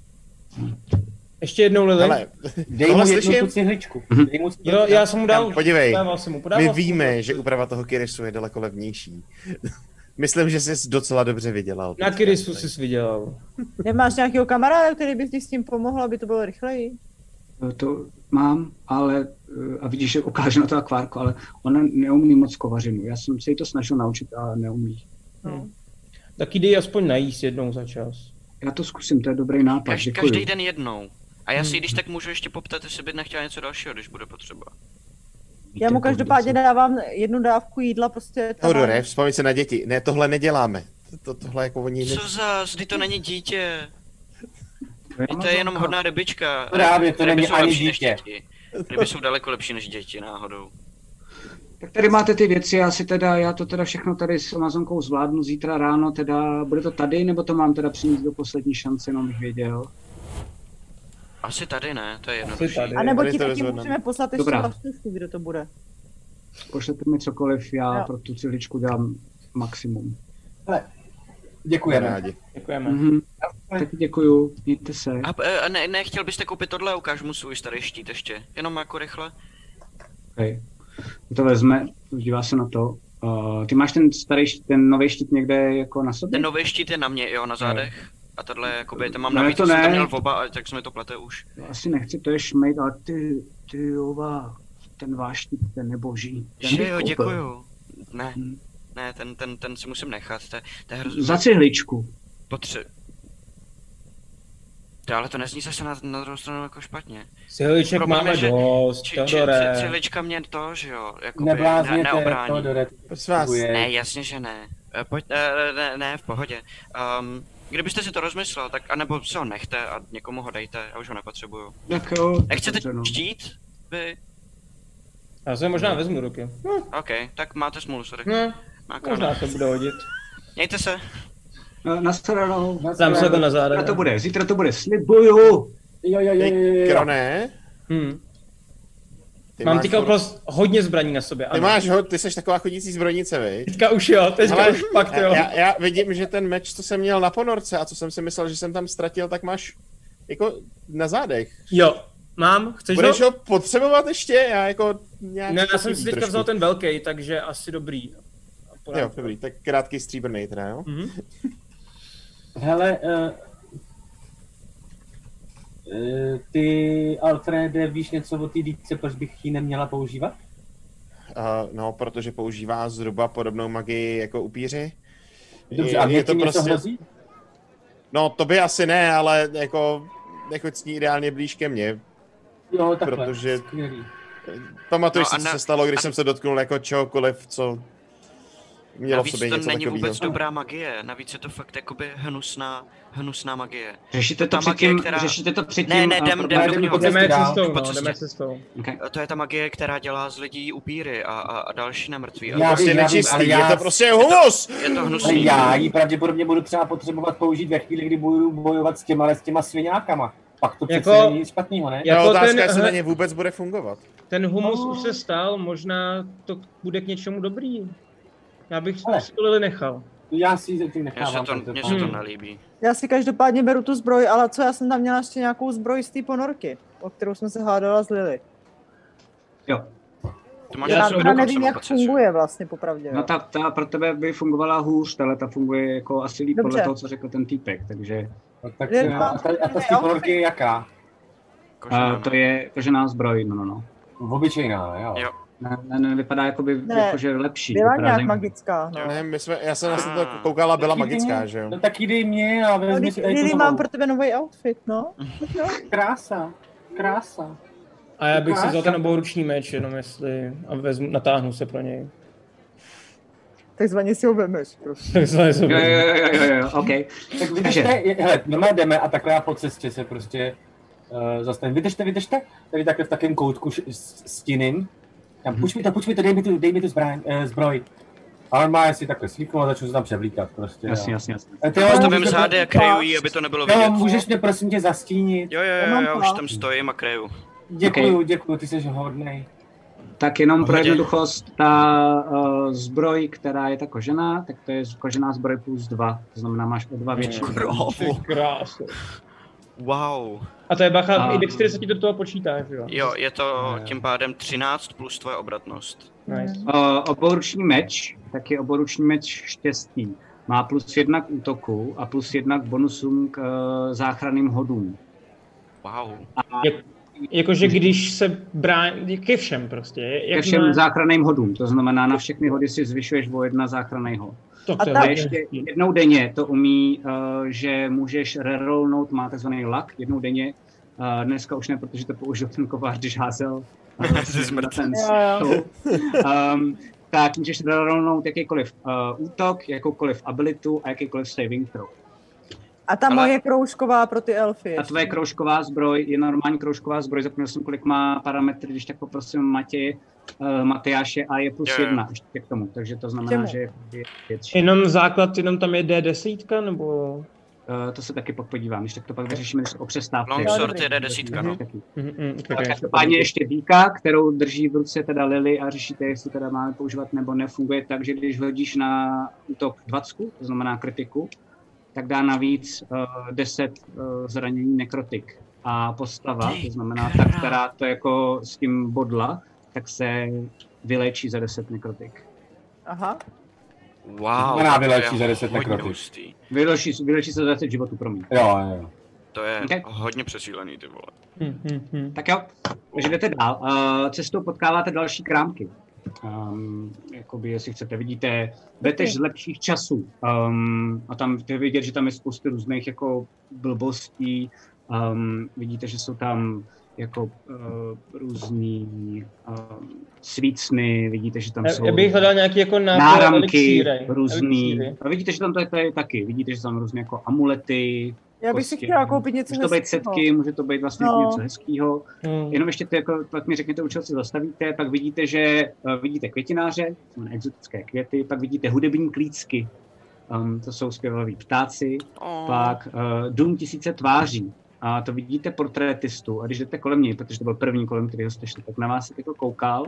[SPEAKER 7] Ještě jednou Lily.
[SPEAKER 5] Hele,
[SPEAKER 6] dej mu
[SPEAKER 5] Tohle
[SPEAKER 6] jednu
[SPEAKER 5] slyším?
[SPEAKER 6] tu cihličku.
[SPEAKER 4] Mhm.
[SPEAKER 6] Dej mu
[SPEAKER 7] Jo, já jsem mu dal.
[SPEAKER 5] podívej,
[SPEAKER 7] Podával jsem mu, podával
[SPEAKER 5] my
[SPEAKER 7] jsem mu.
[SPEAKER 5] víme, že úprava toho Kirisu je daleko levnější. Myslím, že jsi docela dobře vydělal.
[SPEAKER 7] Na Kirisu jsi viděl.
[SPEAKER 9] Nemáš nějakého kamaráda, který by ti s tím pomohl, aby to bylo rychleji?
[SPEAKER 3] Eh, To mám, ale eh, a vidíš, že ukážu na to akvárko, ale ona neumí moc kovařinu. Já jsem se jí to snažil naučit, ale neumí.
[SPEAKER 4] Hmm.
[SPEAKER 9] No.
[SPEAKER 7] Tak jí dej aspoň najíst jednou za čas.
[SPEAKER 3] Já to zkusím, to je dobrý nápad,
[SPEAKER 4] Kaž,
[SPEAKER 3] děkuji.
[SPEAKER 4] každý den jednou. A já si když tak můžu ještě poptat, jestli by nechtěla něco dalšího, když bude potřeba.
[SPEAKER 9] Já mu každopádně dávám jednu dávku jídla, prostě tam
[SPEAKER 5] Teodore, vzpomeň se na děti. Ne, tohle neděláme. To, tohle jako oni... Ne...
[SPEAKER 4] Co za, zdy to není dítě.
[SPEAKER 3] To je
[SPEAKER 4] Vždyť to je jenom
[SPEAKER 3] Amazonka.
[SPEAKER 4] hodná rybička.
[SPEAKER 6] Právě, to
[SPEAKER 4] Ryby
[SPEAKER 6] není
[SPEAKER 4] jsou
[SPEAKER 6] ani
[SPEAKER 4] lepší než
[SPEAKER 6] dítě.
[SPEAKER 4] děti. Ryby jsou daleko lepší než děti, náhodou.
[SPEAKER 3] Tak tady máte ty věci, já si teda, já to teda všechno tady s Amazonkou zvládnu zítra ráno, teda bude to tady, nebo to mám teda přinést do poslední šance, jenom bych věděl.
[SPEAKER 4] Asi tady ne, to je jednodušší.
[SPEAKER 9] A nebo ti
[SPEAKER 5] to
[SPEAKER 9] taky
[SPEAKER 5] rozhodneme.
[SPEAKER 9] můžeme poslat ještě
[SPEAKER 3] Dobrá.
[SPEAKER 9] hlasovku, kdo to bude.
[SPEAKER 3] Pošlete mi cokoliv, já
[SPEAKER 9] Jo.
[SPEAKER 3] pro tu cihličku dám maximum.
[SPEAKER 6] Děkujeme.
[SPEAKER 5] Rádi.
[SPEAKER 7] Děkujeme.
[SPEAKER 3] Mhm. Taky děkuju, mějte se.
[SPEAKER 4] A, e, a ne, ne, chtěl byste koupit tohle, ukáž mu svůj starý štít ještě. Jenom jako rychle.
[SPEAKER 3] Okay. To vezme, dívá se na to. Uh, ty máš ten starý, št- ten nový štít někde jako na sobě?
[SPEAKER 4] Ten nový štít je na mě, jo, na zádech. A tohle, jakoby, ten mám
[SPEAKER 3] No,
[SPEAKER 4] navíc,
[SPEAKER 3] to
[SPEAKER 4] to jsem
[SPEAKER 3] ne.
[SPEAKER 4] tam měl v oba, a tak se mi to plete už.
[SPEAKER 3] Asi nechci, to je šmejt, ale ty, ty jova, ten váš štít, ten neboží. Ten
[SPEAKER 4] Že
[SPEAKER 3] bych
[SPEAKER 4] jo,
[SPEAKER 3] koupil.
[SPEAKER 4] děkuju. Ne,
[SPEAKER 3] Mhm.
[SPEAKER 4] ne, ten, ten, ten si musím nechat, to, je- to je hrozně
[SPEAKER 3] Za cihličku.
[SPEAKER 4] potře... To, ale to nezní zase na, na druhou stranu jako špatně.
[SPEAKER 7] Sihliček
[SPEAKER 4] Problém
[SPEAKER 7] máme
[SPEAKER 4] je, že-
[SPEAKER 7] dost,
[SPEAKER 4] Či, či,
[SPEAKER 7] Teodore.
[SPEAKER 4] ci- cihlička mě to, že jo, jakoby, ne,
[SPEAKER 6] Neblázněte,
[SPEAKER 4] neobrání.
[SPEAKER 6] Teodore, ty
[SPEAKER 5] Prosím vás,
[SPEAKER 4] Ne, jasně, že ne. E, Pojď, ne, ne, ne, v pohodě. Um, kdybyste si to rozmyslel, tak anebo si ho nechte a někomu ho dejte, já už ho nepotřebuju.
[SPEAKER 3] Tak jo.
[SPEAKER 4] Nechcete
[SPEAKER 3] dobře, no.
[SPEAKER 4] štít? Vy?
[SPEAKER 7] Já se možná vezmu ruky.
[SPEAKER 4] OK, tak máte smůlu, sorry.
[SPEAKER 7] No,
[SPEAKER 4] Nákladná.
[SPEAKER 7] možná to bude hodit.
[SPEAKER 4] Mějte se.
[SPEAKER 3] Eh, Nashledanou.
[SPEAKER 7] Dám se to na záda.
[SPEAKER 3] Zítra to bude, zítra to bude, slibuju.
[SPEAKER 6] Jo, jo, jo,
[SPEAKER 5] ty
[SPEAKER 6] jo, jo, jo.
[SPEAKER 5] krone,
[SPEAKER 7] Hm.
[SPEAKER 5] ty
[SPEAKER 7] Mám
[SPEAKER 5] máš
[SPEAKER 7] teďka
[SPEAKER 5] furt-
[SPEAKER 7] prostě hodně zbraní na sobě.
[SPEAKER 5] Ty
[SPEAKER 7] Ano.
[SPEAKER 5] máš ho, ty jsi taková chodící zbrojnice, viď?
[SPEAKER 7] Teďka už jo, teďka
[SPEAKER 5] Ale-
[SPEAKER 7] už fakt jo.
[SPEAKER 5] Já, já vidím, že ten meč, co jsem měl na ponorce a co jsem si myslel, že jsem tam ztratil, tak máš jako na zádech.
[SPEAKER 7] Jo, mám, chceš
[SPEAKER 5] Budeš ho
[SPEAKER 7] ho?
[SPEAKER 5] potřebovat ještě? Já jako nějak...
[SPEAKER 7] Ne, já jsem si teďka
[SPEAKER 5] trošku.
[SPEAKER 7] vzal ten velký, takže asi dobrý. A podám
[SPEAKER 5] Jo,
[SPEAKER 7] to.
[SPEAKER 5] dobrý, tak krátký stříbrný teda, jo?
[SPEAKER 7] Mhm.
[SPEAKER 6] Hele, eh, eh, ty, Alfrede, víš něco o té dítce, proč bych ji neměla používat?
[SPEAKER 5] Uh, no, protože používá zhruba podobnou magii jako upíři.
[SPEAKER 6] Dobře, a mě to prostě... hrozí?
[SPEAKER 5] No, to by asi ne, ale jako nechoď s ní ideálně blíž ke mně.
[SPEAKER 6] Jo, takhle.
[SPEAKER 5] Protože-
[SPEAKER 6] Skvělý.
[SPEAKER 5] Pamatuješ
[SPEAKER 4] No
[SPEAKER 5] si,
[SPEAKER 4] a
[SPEAKER 5] co
[SPEAKER 4] na-
[SPEAKER 5] se stalo, když
[SPEAKER 4] a-
[SPEAKER 5] jsem se dotknul jako čehokoliv, co mělo v
[SPEAKER 4] Navíc to
[SPEAKER 5] sobě
[SPEAKER 4] není
[SPEAKER 5] něco takového.
[SPEAKER 4] vůbec dobrá magie, navíc je to fakt jakoby hnusná, hnusná magie.
[SPEAKER 3] Řešíte
[SPEAKER 4] Ta
[SPEAKER 3] to
[SPEAKER 4] magie,
[SPEAKER 3] předtím,
[SPEAKER 4] která-
[SPEAKER 3] řešíte to předtím.
[SPEAKER 4] Ne, ne,
[SPEAKER 3] eh,
[SPEAKER 4] jdem-
[SPEAKER 3] pro-
[SPEAKER 4] jdem
[SPEAKER 3] ne,
[SPEAKER 4] do
[SPEAKER 3] jdem
[SPEAKER 4] druhého.
[SPEAKER 3] po
[SPEAKER 7] Jdeme
[SPEAKER 3] cestě dál.
[SPEAKER 7] cestou,
[SPEAKER 4] po
[SPEAKER 7] no,
[SPEAKER 4] cestě.
[SPEAKER 7] jdeme cestou.
[SPEAKER 3] Okay.
[SPEAKER 4] A to je ta magie, která dělá z lidí upíry a, a, a další nemrtví. A
[SPEAKER 6] Já
[SPEAKER 4] to,
[SPEAKER 5] Prostě
[SPEAKER 6] vím, já vím, ale
[SPEAKER 5] nečistý,
[SPEAKER 6] já-
[SPEAKER 5] je to prostě humus!
[SPEAKER 4] je to
[SPEAKER 6] Ale
[SPEAKER 4] hnusný.
[SPEAKER 6] já ji pravděpodobně budu třeba potřebovat použít ve chvíli, kdy budu bojovat s těma, s těma sviňákama. Pak to přece
[SPEAKER 7] Jako-
[SPEAKER 6] jako... není nic špatného, ne?
[SPEAKER 7] Já- Jako
[SPEAKER 5] Jako otázka,
[SPEAKER 7] ten-
[SPEAKER 5] ten, jestli
[SPEAKER 7] hele-
[SPEAKER 5] na ně vůbec bude fungovat.
[SPEAKER 7] Ten humus
[SPEAKER 6] No.
[SPEAKER 7] už
[SPEAKER 3] Oh.
[SPEAKER 7] se stál, možná to bude k něčemu dobrý. Já bych
[SPEAKER 6] Ale-
[SPEAKER 7] si to Lily nechal. Hmm.
[SPEAKER 6] Já si ji zatím
[SPEAKER 4] Mně se
[SPEAKER 6] nechávám.
[SPEAKER 4] to,
[SPEAKER 6] protože-
[SPEAKER 4] mně se to nelíbí.
[SPEAKER 9] Já si každopádně beru tu zbroj, ale co, já jsem tam měla ještě nějakou zbroj z té ponorky, o kterou jsem se hádala s Lily.
[SPEAKER 4] To máš
[SPEAKER 9] Já
[SPEAKER 4] na
[SPEAKER 9] teda
[SPEAKER 4] sobě
[SPEAKER 9] nevím,
[SPEAKER 4] dokonce, mám
[SPEAKER 9] jak
[SPEAKER 4] pocit. že-
[SPEAKER 9] funguje vlastně popravdě.
[SPEAKER 3] No
[SPEAKER 9] No,
[SPEAKER 3] ta, ta pro tebe by fungovala hůř, tahle ta funguje jako asi líp
[SPEAKER 9] Dobře.
[SPEAKER 3] podle toho, co řekl ten týpek, takže
[SPEAKER 6] No, tak,
[SPEAKER 9] Je
[SPEAKER 6] eh,
[SPEAKER 9] to-
[SPEAKER 6] a ta, a ta z té ponorky je jaká?
[SPEAKER 4] Kožená,
[SPEAKER 3] a Eh, to je kožená zbroj, no no no.
[SPEAKER 6] Obyčejná, jo.
[SPEAKER 4] Jo.
[SPEAKER 3] Ne, ne, ne vypadá jakoby,
[SPEAKER 9] Ne,
[SPEAKER 3] jako, že lepší.
[SPEAKER 9] Byla
[SPEAKER 3] vypadá
[SPEAKER 9] nějak
[SPEAKER 3] zajímavě.
[SPEAKER 9] magická, no.
[SPEAKER 5] Ne, my jsme, já jsem
[SPEAKER 4] Ah.
[SPEAKER 5] vlastně to koukala, byla
[SPEAKER 6] Tak ji dej
[SPEAKER 5] magická,
[SPEAKER 6] mě-
[SPEAKER 5] že jo?
[SPEAKER 6] No tak ji dej mě a
[SPEAKER 9] No,
[SPEAKER 6] vezmi
[SPEAKER 9] když
[SPEAKER 6] si tady tu
[SPEAKER 9] Lily,
[SPEAKER 6] novou.
[SPEAKER 9] mám pro tebe nový outfit, no. no.
[SPEAKER 6] Krása, krása.
[SPEAKER 7] A já bych si vzal ten oboruční meč, jenom jestli... A vezmu, natáhnu se pro něj.
[SPEAKER 9] Takzvaně si ho vemeš, prostě.
[SPEAKER 7] Tak se
[SPEAKER 3] Jo, jo, jo, jo, jo, jo, OK.
[SPEAKER 6] Tak
[SPEAKER 3] Takže-
[SPEAKER 6] vydržte, je- hele, normálně jdeme a takhle já po cestě se prostě uh, zastavím. Vydržte, vydržte, tady takhle v takovém koutku š- s- stiným. Tam, půjč mi to, půjč mi to, dej mi tu, dej mi tu zbraň, uh, zbroj. A normálně si takhle slíknu a začnu se tam převlíkat prostě.
[SPEAKER 3] Jasně, jasně, jasně.
[SPEAKER 6] Ty,
[SPEAKER 4] Postavím zády a kryju jí, aby to nebylo
[SPEAKER 6] Jo,
[SPEAKER 4] vidět.
[SPEAKER 6] No, můžeš mě prosím tě zastínit.
[SPEAKER 4] Jo, jo,
[SPEAKER 9] Já
[SPEAKER 4] jo,
[SPEAKER 9] mám
[SPEAKER 4] já už
[SPEAKER 9] plán.
[SPEAKER 4] tam stojím a kryju.
[SPEAKER 6] Děkuju, děkuju, ty jsi hodnej.
[SPEAKER 3] Tak jenom pro
[SPEAKER 4] Pohodě.
[SPEAKER 3] jednoduchost, ta uh, zbroj, která je ta kožená, tak to je kožená zbroj plus dva. To znamená, máš o dva větší.
[SPEAKER 4] Krovu.
[SPEAKER 7] Krásně.
[SPEAKER 4] Wow.
[SPEAKER 7] A to je bacha,
[SPEAKER 3] A-
[SPEAKER 7] i dextry se ti do toho počítá, že jo?
[SPEAKER 4] Jo, je to tím pádem 13 plus tvoje obratnost.
[SPEAKER 7] Nice.
[SPEAKER 3] Uh, oboruční meč, tak je oboruční meč štěstí. Má plus jedna k útoku a plus jedna k bonusům k uh, záchranným hodům.
[SPEAKER 4] Wow.
[SPEAKER 7] Jakože když se brání, ke všem prostě. Jak
[SPEAKER 3] Ke všem
[SPEAKER 7] má-
[SPEAKER 3] záchranným hodům, to znamená na všechny hody si zvyšuješ o jedna záchranný hod.
[SPEAKER 7] to,
[SPEAKER 9] A
[SPEAKER 7] to je
[SPEAKER 9] ta-
[SPEAKER 3] A
[SPEAKER 7] hodně
[SPEAKER 3] ještě
[SPEAKER 7] hezký.
[SPEAKER 3] jednou denně to umí, eh, že můžeš rerollnout, má takzvaný luck, jednou denně. Eh, Dneska už ne, protože to použil ten kovář, když házel eh,
[SPEAKER 4] Ze smrti.
[SPEAKER 3] ten
[SPEAKER 9] Jo, jo.
[SPEAKER 3] stůl. Ehm, tak můžeš rerollnout jakýkoliv eh, útok, jakoukoliv abilitu a jakýkoliv saving throw.
[SPEAKER 9] A ta
[SPEAKER 3] Ale-
[SPEAKER 9] moje kroužková pro ty elfy.
[SPEAKER 3] A tvoje kroužková zbroj je normální kroužková zbroj, zapomněl jsem, kolik má parametry, když tak poprosím Matěj, uh, Matyáše a je plus
[SPEAKER 7] Jo, jo.
[SPEAKER 3] jedna ještě k tomu, takže to znamená,
[SPEAKER 7] Čemu?
[SPEAKER 3] že je je větší.
[SPEAKER 7] Jenom základ, jenom tam je D10, nebo...
[SPEAKER 3] Uh, to se taky pak podívám, když tak to pak vyřešíme když o přestávce.
[SPEAKER 4] Longsword je D10, no.
[SPEAKER 7] Hm,
[SPEAKER 3] Okay. Každopádně ještě dýka, kterou drží v ruce teda Lily a řešíte, jestli teda máme používat nebo nefunguje tak, že když hodíš na útok 20, to znamená kritiku, tak dá navíc uh, 10 uh, zranění nekrotik. A postava, to znamená ta, která to jako s tím bodla, tak se vyléčí za 10 nekrotik.
[SPEAKER 9] Aha.
[SPEAKER 4] Wow.
[SPEAKER 3] Znamená
[SPEAKER 4] tak to je jako
[SPEAKER 3] vyléčí za 10
[SPEAKER 4] hodně
[SPEAKER 3] nekrotik.
[SPEAKER 4] hustý.
[SPEAKER 3] Vyléčí, vyléčí se za 10 životů, promiň.
[SPEAKER 6] jo.
[SPEAKER 4] To je
[SPEAKER 3] Okay.
[SPEAKER 4] hodně přesílený, ty vole.
[SPEAKER 7] Mm-hmm.
[SPEAKER 3] Tak jo, takže jdete dál. Eh, Cestou potkáváte další krámky. Um, jakoby, jestli chcete, vidíte vetež z lepších časů. Um, a tam je vidět, že tam je spousty různých jako blbostí. Um, vidíte, že jsou tam jako uh, různý um, svícny, vidíte, že tam
[SPEAKER 7] Já-
[SPEAKER 3] jsou
[SPEAKER 7] já bych hledal nějaký jako nápoj,
[SPEAKER 3] náramky,
[SPEAKER 7] elixíry,
[SPEAKER 3] různý.
[SPEAKER 7] elixíry.
[SPEAKER 3] A vidíte, že tam to je, to je taky, vidíte, že tam různé jako amulety,
[SPEAKER 9] Já bych si
[SPEAKER 3] kosti.
[SPEAKER 9] chtěla jako koupit něco
[SPEAKER 3] Může to být
[SPEAKER 9] hezkýho.
[SPEAKER 3] setky, může to být vlastně
[SPEAKER 9] No.
[SPEAKER 3] no. něco hezkého.
[SPEAKER 7] Hmm.
[SPEAKER 3] Jenom ještě to jako, pak mi řekněte, u čeho se zastavíte, pak vidíte, že eh, vidíte květináře, to znamená exotické květy, pak vidíte hudební klícky, um, to jsou zpěvaví ptáci,
[SPEAKER 4] oh.
[SPEAKER 3] pak uh, dům tisíce tváří, a to vidíte portrétistu. A když jdete kolem něj, protože to byl první, kolem kterého jste šli, tak na vás jako koukal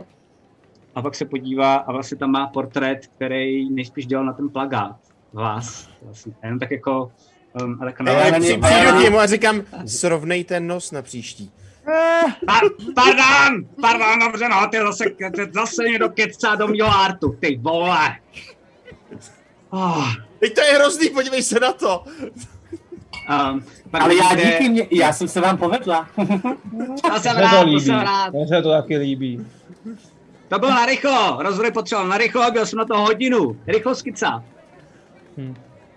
[SPEAKER 3] a pak se podívá a vlastně tam má portrét, který nejspíš dělal na ten plagát vás. Vlastně. A jenom tak jako... Um, ale
[SPEAKER 5] A já při- Eh, přijdu k němu a říkám, srovnejte nos na příští.
[SPEAKER 3] Eh. Pardon, pardon, dobře, no, ty zase, ty zase někdo kecá do mýho artu, ty vole. Oh.
[SPEAKER 5] Teď to je hrozný, podívej se na to.
[SPEAKER 3] Um,
[SPEAKER 6] Ale já díky mě, já jsem se vám povedla.
[SPEAKER 9] No.
[SPEAKER 3] To
[SPEAKER 7] Mně
[SPEAKER 3] jsem
[SPEAKER 7] se
[SPEAKER 3] rád,
[SPEAKER 7] to
[SPEAKER 3] to
[SPEAKER 7] líbí.
[SPEAKER 3] jsem rád.
[SPEAKER 7] Mně se to taky líbí.
[SPEAKER 3] To bylo na rychlo, rozvoj potřeboval na rychlo, byl jsem na to hodinu. Rychlo skica.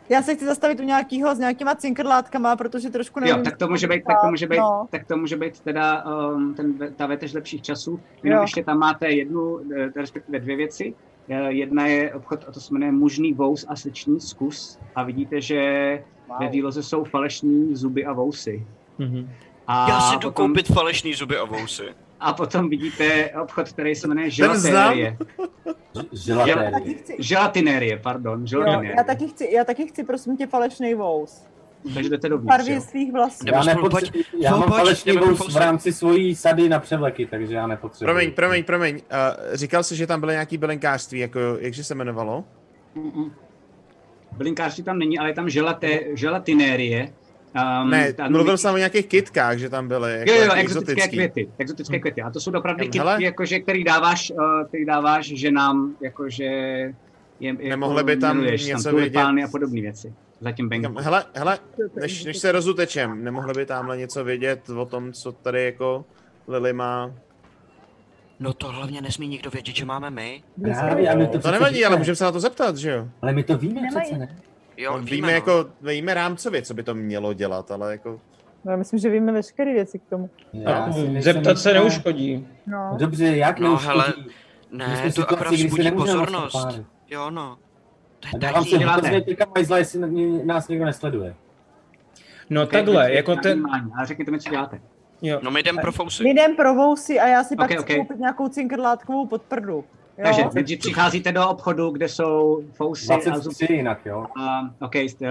[SPEAKER 9] Já se chci zastavit u nějakýho s nějakýma cinkrlátkama, protože trošku nevím.
[SPEAKER 3] Jo, tak to
[SPEAKER 9] co
[SPEAKER 3] může být,
[SPEAKER 9] dělat.
[SPEAKER 3] tak to může být,
[SPEAKER 9] No.
[SPEAKER 3] tak to může být teda um, ten, ve- ta vetež lepších časů. Jenom
[SPEAKER 9] Jo.
[SPEAKER 3] ještě tam máte jednu, eh, respektive dvě věci. Eh, Jedna je obchod, a to se jmenuje mužný vous a sliční zkus. A vidíte, že wow. ve výloze jsou falešní zuby a vousy. A
[SPEAKER 4] Já si jdu
[SPEAKER 3] potom-
[SPEAKER 4] koupit falešný zuby a vousy.
[SPEAKER 3] A potom vidíte obchod, který se jmenuje
[SPEAKER 4] Ten znám.
[SPEAKER 3] Želatérie.
[SPEAKER 4] želatérie.
[SPEAKER 9] Já taky chci.
[SPEAKER 3] Želatinérie, pardon.
[SPEAKER 9] Jo,
[SPEAKER 3] Želatinérie.
[SPEAKER 9] já taky chci, já taky chci, prosím tě, falešný vous.
[SPEAKER 3] Takže jdete
[SPEAKER 9] Pár
[SPEAKER 3] dovnitř, jo.
[SPEAKER 9] svých vlastních.
[SPEAKER 6] Já, nepotře- já mám
[SPEAKER 5] Foupať,
[SPEAKER 6] falešný
[SPEAKER 5] jdeme
[SPEAKER 6] vous
[SPEAKER 5] fousat.
[SPEAKER 6] v rámci svojí sady na převleky, takže já nepotřebuji.
[SPEAKER 5] Promiň, promiň, promiň. Uh, říkal jsi, že tam bylo nějaký bylinkářství, jako, jakže se jmenovalo?
[SPEAKER 3] Mm-mm. Bylinkářství mm. tam není, ale je tam želaté, želatinérie. Um,
[SPEAKER 5] ne,
[SPEAKER 3] ta-
[SPEAKER 5] mluvil jsem o nějakých kytkách, že tam byly. Jako
[SPEAKER 3] Jo, jo,
[SPEAKER 5] nějaký
[SPEAKER 3] exotické
[SPEAKER 5] exotický.
[SPEAKER 3] květy. Exotické květy. A to jsou opravdu
[SPEAKER 5] Říkám,
[SPEAKER 3] kytky,
[SPEAKER 5] hele.
[SPEAKER 3] jakože, který dáváš, eh, který dáváš ženám, jakože... Je, jako,
[SPEAKER 5] Nemohly by tam
[SPEAKER 3] miluješ,
[SPEAKER 5] něco Jako
[SPEAKER 3] tam tulipány
[SPEAKER 5] vědět?
[SPEAKER 3] a podobné věci. Zatím
[SPEAKER 5] Říkám,
[SPEAKER 3] venku.
[SPEAKER 5] Hele, hele, než, než se rozutečem, nemohli by tamhle něco vědět o tom, co tady jako Lily má?
[SPEAKER 4] No to hlavně nesmí nikdo vědět, že máme my.
[SPEAKER 6] Právě, ale to
[SPEAKER 5] to
[SPEAKER 6] přece
[SPEAKER 5] nevadí,
[SPEAKER 6] víme.
[SPEAKER 5] ale můžeme se na to zeptat, že jo?
[SPEAKER 6] Ale my to víme
[SPEAKER 9] Nemají.
[SPEAKER 6] přece, ne?
[SPEAKER 4] Jo,
[SPEAKER 5] víme, víme
[SPEAKER 4] no.
[SPEAKER 5] jako, víme rámcově, co by to mělo dělat, ale jako...
[SPEAKER 9] No, já myslím, že víme veškeré věci k tomu.
[SPEAKER 3] No,
[SPEAKER 6] Já si nejsem
[SPEAKER 7] No, Zeptat se
[SPEAKER 6] jistá.
[SPEAKER 7] neuškodí.
[SPEAKER 9] No.
[SPEAKER 6] Dobře, jak
[SPEAKER 4] No
[SPEAKER 6] neuškodí?
[SPEAKER 4] hele,
[SPEAKER 6] My
[SPEAKER 4] ne,
[SPEAKER 6] jsme v
[SPEAKER 4] to
[SPEAKER 6] situaci,
[SPEAKER 4] akorát
[SPEAKER 6] kdy se
[SPEAKER 4] vzbudí
[SPEAKER 6] nemůžeme
[SPEAKER 4] pozornost.
[SPEAKER 6] odstupovat.
[SPEAKER 4] Jo no. To
[SPEAKER 6] A
[SPEAKER 4] je
[SPEAKER 6] Dávám
[SPEAKER 4] taky.
[SPEAKER 6] se
[SPEAKER 3] děláte.
[SPEAKER 6] vůbec teďka majzla, jestli n- n- nás někdo nesleduje.
[SPEAKER 7] No
[SPEAKER 3] Okay,
[SPEAKER 7] takhle,
[SPEAKER 3] takže
[SPEAKER 7] jako
[SPEAKER 3] na
[SPEAKER 7] ten...
[SPEAKER 3] vnímání. Ale řekněte mi, co děláte.
[SPEAKER 7] Jo.
[SPEAKER 4] No my jdem pro fousy.
[SPEAKER 9] My jdem pro vousy a já si pak
[SPEAKER 3] Ok,
[SPEAKER 9] chci
[SPEAKER 3] ok.
[SPEAKER 9] koupit nějakou cinkrlátkovou podprdu. Jo?
[SPEAKER 3] Takže teď přicházíte do obchodu, kde jsou fousy a zuby
[SPEAKER 6] 23 jinak, jo?
[SPEAKER 3] A, OK, uh,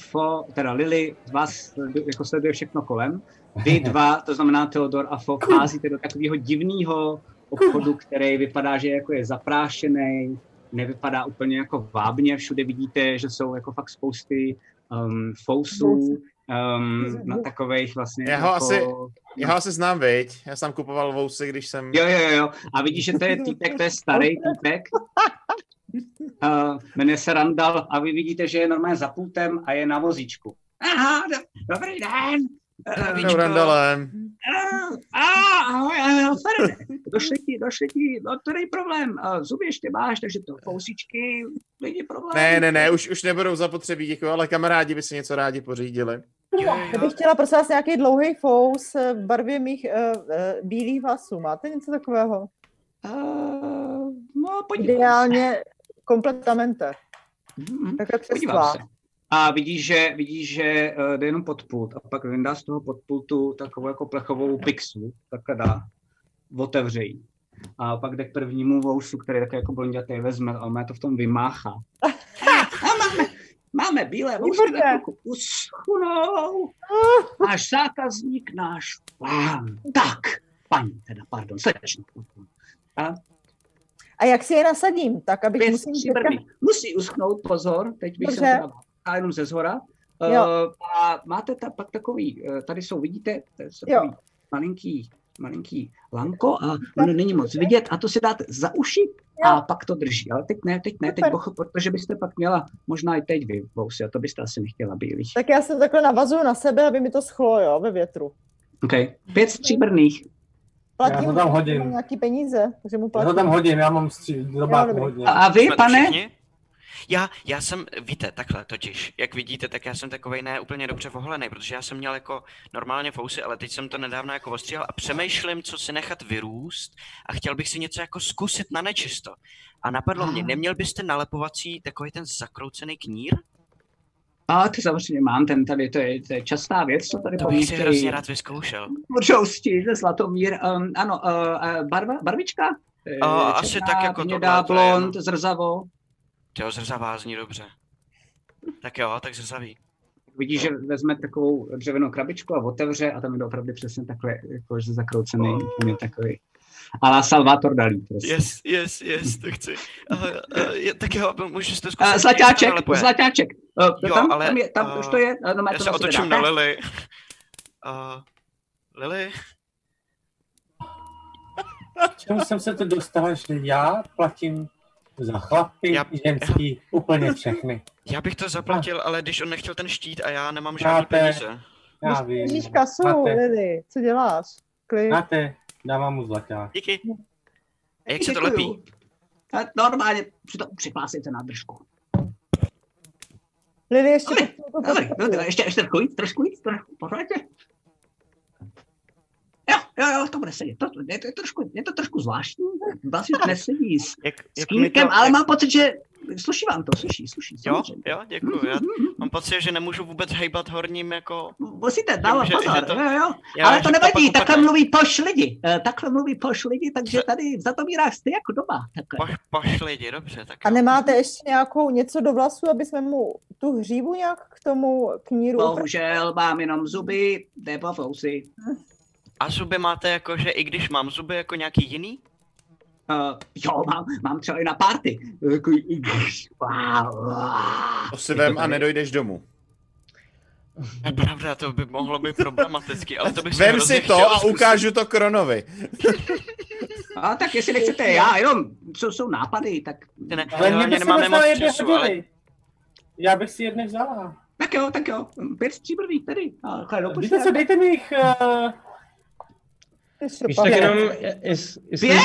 [SPEAKER 3] Fo, teda Lily, vás sledu- jako sleduje všechno kolem. Vy dva, to znamená Theodor a Fo, vcházíte do takového divného obchodu, který vypadá, že jako je zaprášený, nevypadá úplně jako vábně, všude vidíte, že jsou jako fakt spousty um, fousů, um, na takových vlastně
[SPEAKER 5] Já ho
[SPEAKER 3] jako...
[SPEAKER 5] asi- Já ho asi znám, viď? Já jsem kupoval vousy, když jsem...
[SPEAKER 3] Jo, jo, jo. A vidíš, že to je týpek, to je starý týpek. Uh, jmenuje se Randall a vy vidíte, že je normálně za pultem a je na vozíčku. Aha, do, dobrý den. Eh,
[SPEAKER 5] Dobrý dole.
[SPEAKER 3] A, ahoj, ahoj, Ferde. Došli ti, došli ti, no to není problém. Eh, Zuby ještě máš, takže to pousičky, není problém.
[SPEAKER 5] Ne, ne, ne, už, už nebudou zapotřebí, děkuji, ale kamarádi by si něco rádi pořídili.
[SPEAKER 4] Jo,
[SPEAKER 9] Já
[SPEAKER 4] jo.
[SPEAKER 9] bych chtěla prosím vás nějaký dlouhý fous eh, v barvě mých uh, bílých vlasů. Máte něco takového?
[SPEAKER 3] Uh, Eh, no, podívej.
[SPEAKER 9] Ideálně kompletamente.
[SPEAKER 3] Mhm.
[SPEAKER 9] Takhle přes
[SPEAKER 3] Podívám
[SPEAKER 9] vás.
[SPEAKER 3] se. a vidíš, že, vidíš, že eh, jde jenom pod pult a pak vyndá z toho podpultu takovou jako plechovou pixu, takhle dá, otevře ji. A pak jde k prvnímu vousu, který také jako blondětej vezme, ale má to v tom vymáchá. A máme, máme bílé vousky na kluku uschunou. Náš zákazník, náš pán. Tak, paní teda, pardon, slečno. A
[SPEAKER 9] A jak si je nasadím? Tak, abych
[SPEAKER 3] Pěst
[SPEAKER 9] musím...
[SPEAKER 3] musí, brvý. musí uschnout, pozor, teď bych se
[SPEAKER 9] Dobře.
[SPEAKER 3] a jenom ze zhora.
[SPEAKER 9] Jo.
[SPEAKER 3] Uh, a máte ta, pak takový, eh, tady jsou, vidíte, to je
[SPEAKER 9] Jo.
[SPEAKER 3] takový malinký, malinký lanko a ono není moc vidět a to si dáte za uši a pak to drží. Ale teď ne, teď ne, teď
[SPEAKER 9] Super.
[SPEAKER 3] bocho, protože byste pak měla možná i teď vy vousy a to byste asi nechtěla bílý.
[SPEAKER 9] Tak já se takhle navazuju na sebe, aby mi to schlo, jo, ve větru.
[SPEAKER 3] Okay. Pět stříbrných.
[SPEAKER 9] Platím
[SPEAKER 6] to tam
[SPEAKER 9] mu
[SPEAKER 6] hodím.
[SPEAKER 9] nějaký peníze, takže mu
[SPEAKER 6] Já
[SPEAKER 9] platím.
[SPEAKER 6] to tam hodím, já mám stří, drobáku
[SPEAKER 9] dobrý.
[SPEAKER 6] hodně.
[SPEAKER 3] A, a vy,
[SPEAKER 4] Jsme to
[SPEAKER 3] pane?
[SPEAKER 4] všichni? Já, já jsem, víte, takhle totiž, jak vidíte, tak já jsem takovej ne úplně dobře voholený, protože já jsem měl jako normálně fousy, ale teď jsem to nedávno jako ostříhal a přemýšlím, co si nechat vyrůst a chtěl bych si něco jako zkusit na nečisto. A napadlo mě, neměl byste nalepovací takový ten zakroucený knír?
[SPEAKER 3] A to samozřejmě mám, ten tady, to je, to je častá věc, co tady
[SPEAKER 4] To bych si
[SPEAKER 3] používají.
[SPEAKER 4] hrozně rád vyzkoušel.
[SPEAKER 3] Možnosti ze Zlatomír. Um, ano, uh, barva, barvička?
[SPEAKER 4] A
[SPEAKER 3] Eh,
[SPEAKER 4] asi tak jako
[SPEAKER 3] hnědá,
[SPEAKER 4] tohle, to je
[SPEAKER 3] blond, zrzavo.
[SPEAKER 4] Tyjo, zrzavá zní dobře. Tak jo, tak zrzavý.
[SPEAKER 3] Vidíš, že vezme takovou dřevěnou krabičku a otevře a tam je to opravdu přesně takhle, jako že zakroucený, úplně takový. Ale Salvator Dalí. Prostě.
[SPEAKER 4] Yes, yes, yes, to chci. Uh, uh, je, tak jo, můžu si to zkusit. jak
[SPEAKER 3] Uh,
[SPEAKER 4] se to
[SPEAKER 3] zlaťáček,
[SPEAKER 4] nalepuje.
[SPEAKER 3] zlaťáček. Uh,
[SPEAKER 4] Jo,
[SPEAKER 3] tam,
[SPEAKER 4] ale,
[SPEAKER 3] tam, je, tam
[SPEAKER 4] eh,
[SPEAKER 3] už to je. eh, No, má
[SPEAKER 4] Já
[SPEAKER 3] to
[SPEAKER 4] se
[SPEAKER 3] na sebe
[SPEAKER 4] otočím
[SPEAKER 3] dá.
[SPEAKER 4] na Lily. Uh, Lily,
[SPEAKER 6] K čemu jsem se to dostal, že já platím za chlapy,
[SPEAKER 4] Já-
[SPEAKER 6] já, ženský, úplně všechny.
[SPEAKER 4] já bych to
[SPEAKER 3] Eh.
[SPEAKER 4] zaplatil, ale když on nechtěl ten štít a já nemám žádný
[SPEAKER 6] Chápe.
[SPEAKER 4] peníze.
[SPEAKER 6] Já vím.
[SPEAKER 9] Držíš kasu,
[SPEAKER 6] Máte,
[SPEAKER 9] Lili, co děláš? Klid.
[SPEAKER 6] máte, dávám mu zlaťák.
[SPEAKER 4] Díky.
[SPEAKER 3] No,
[SPEAKER 4] A jak se to
[SPEAKER 3] Děkuju.
[SPEAKER 4] lepí?
[SPEAKER 3] Eh, Normálně při to připlásíte na držku.
[SPEAKER 9] Lili, ještě
[SPEAKER 3] Dobrý,
[SPEAKER 9] potřebuji to
[SPEAKER 3] Dobrý,
[SPEAKER 9] postavit.
[SPEAKER 3] no, teda ještě, ještě trošku víc, trošku víc, trošku, pořádně. Jo, jo, jo, to bude sedět, to, je, to, je trošku, je to trošku zvláštní, vlastně to nesedí s,
[SPEAKER 4] Jak,
[SPEAKER 3] s
[SPEAKER 4] jak mi
[SPEAKER 3] kníkem,
[SPEAKER 4] to-
[SPEAKER 3] ale
[SPEAKER 4] jak-
[SPEAKER 3] mám pocit, že sluší vám to, sluší, sluší,
[SPEAKER 4] Jo,
[SPEAKER 3] samozřejmě. Mm-hmm,
[SPEAKER 4] jo, děkuju. Já mám pocit, že nemůžu vůbec hejbat horním jako...
[SPEAKER 3] Musíte dávat
[SPEAKER 4] že- že
[SPEAKER 3] pozor,
[SPEAKER 4] to-
[SPEAKER 3] jo, jo.
[SPEAKER 4] Já,
[SPEAKER 3] ale
[SPEAKER 4] že
[SPEAKER 3] to nevadí,
[SPEAKER 4] pak
[SPEAKER 3] takhle
[SPEAKER 4] upadne.
[SPEAKER 3] mluví poš lidi, eh, takhle mluví poš lidi, takže tady v Zatomírách jste jako doma.
[SPEAKER 4] Poš,
[SPEAKER 3] Takhle.
[SPEAKER 4] poš lidi, dobře, tak
[SPEAKER 9] A
[SPEAKER 4] jo.
[SPEAKER 9] nemáte ještě nějakou něco do vlasů, aby jsme mu tu hřívu nějak k tomu kníru
[SPEAKER 3] No,
[SPEAKER 9] upr-
[SPEAKER 3] Bohužel mám jenom zuby nebo fousy.
[SPEAKER 4] A zuby máte jako, že i když mám zuby jako nějaký jiný?
[SPEAKER 3] Uh, jo, mám, mám třeba i na Jako, party. Takový-
[SPEAKER 5] To si vem a nedojdeš domů.
[SPEAKER 4] To je Pravda, to by mohlo být problematický, ale to bych si
[SPEAKER 5] Vem
[SPEAKER 4] hrozně
[SPEAKER 5] si to
[SPEAKER 4] chtěl
[SPEAKER 5] a
[SPEAKER 4] zkusit.
[SPEAKER 5] ukážu to Kronovi.
[SPEAKER 3] A tak jestli nechcete, já jenom, co jsou nápady, tak...
[SPEAKER 4] Ne, ne,
[SPEAKER 6] Ale mě
[SPEAKER 4] reálně
[SPEAKER 6] by se
[SPEAKER 4] nemáme
[SPEAKER 6] dostal
[SPEAKER 4] moc
[SPEAKER 6] jedné
[SPEAKER 4] času, ale
[SPEAKER 6] hodiny. Já bych si jedné vzala.
[SPEAKER 3] Tak jo, tak jo, pět stříbrných tady. A no, chle, dopušte.
[SPEAKER 6] Víte co, dejte mi jich... eh, Uh,
[SPEAKER 9] Ty
[SPEAKER 7] Víš, tak
[SPEAKER 9] šropavé.
[SPEAKER 7] jenom, je- jest, jestli...
[SPEAKER 3] Pět?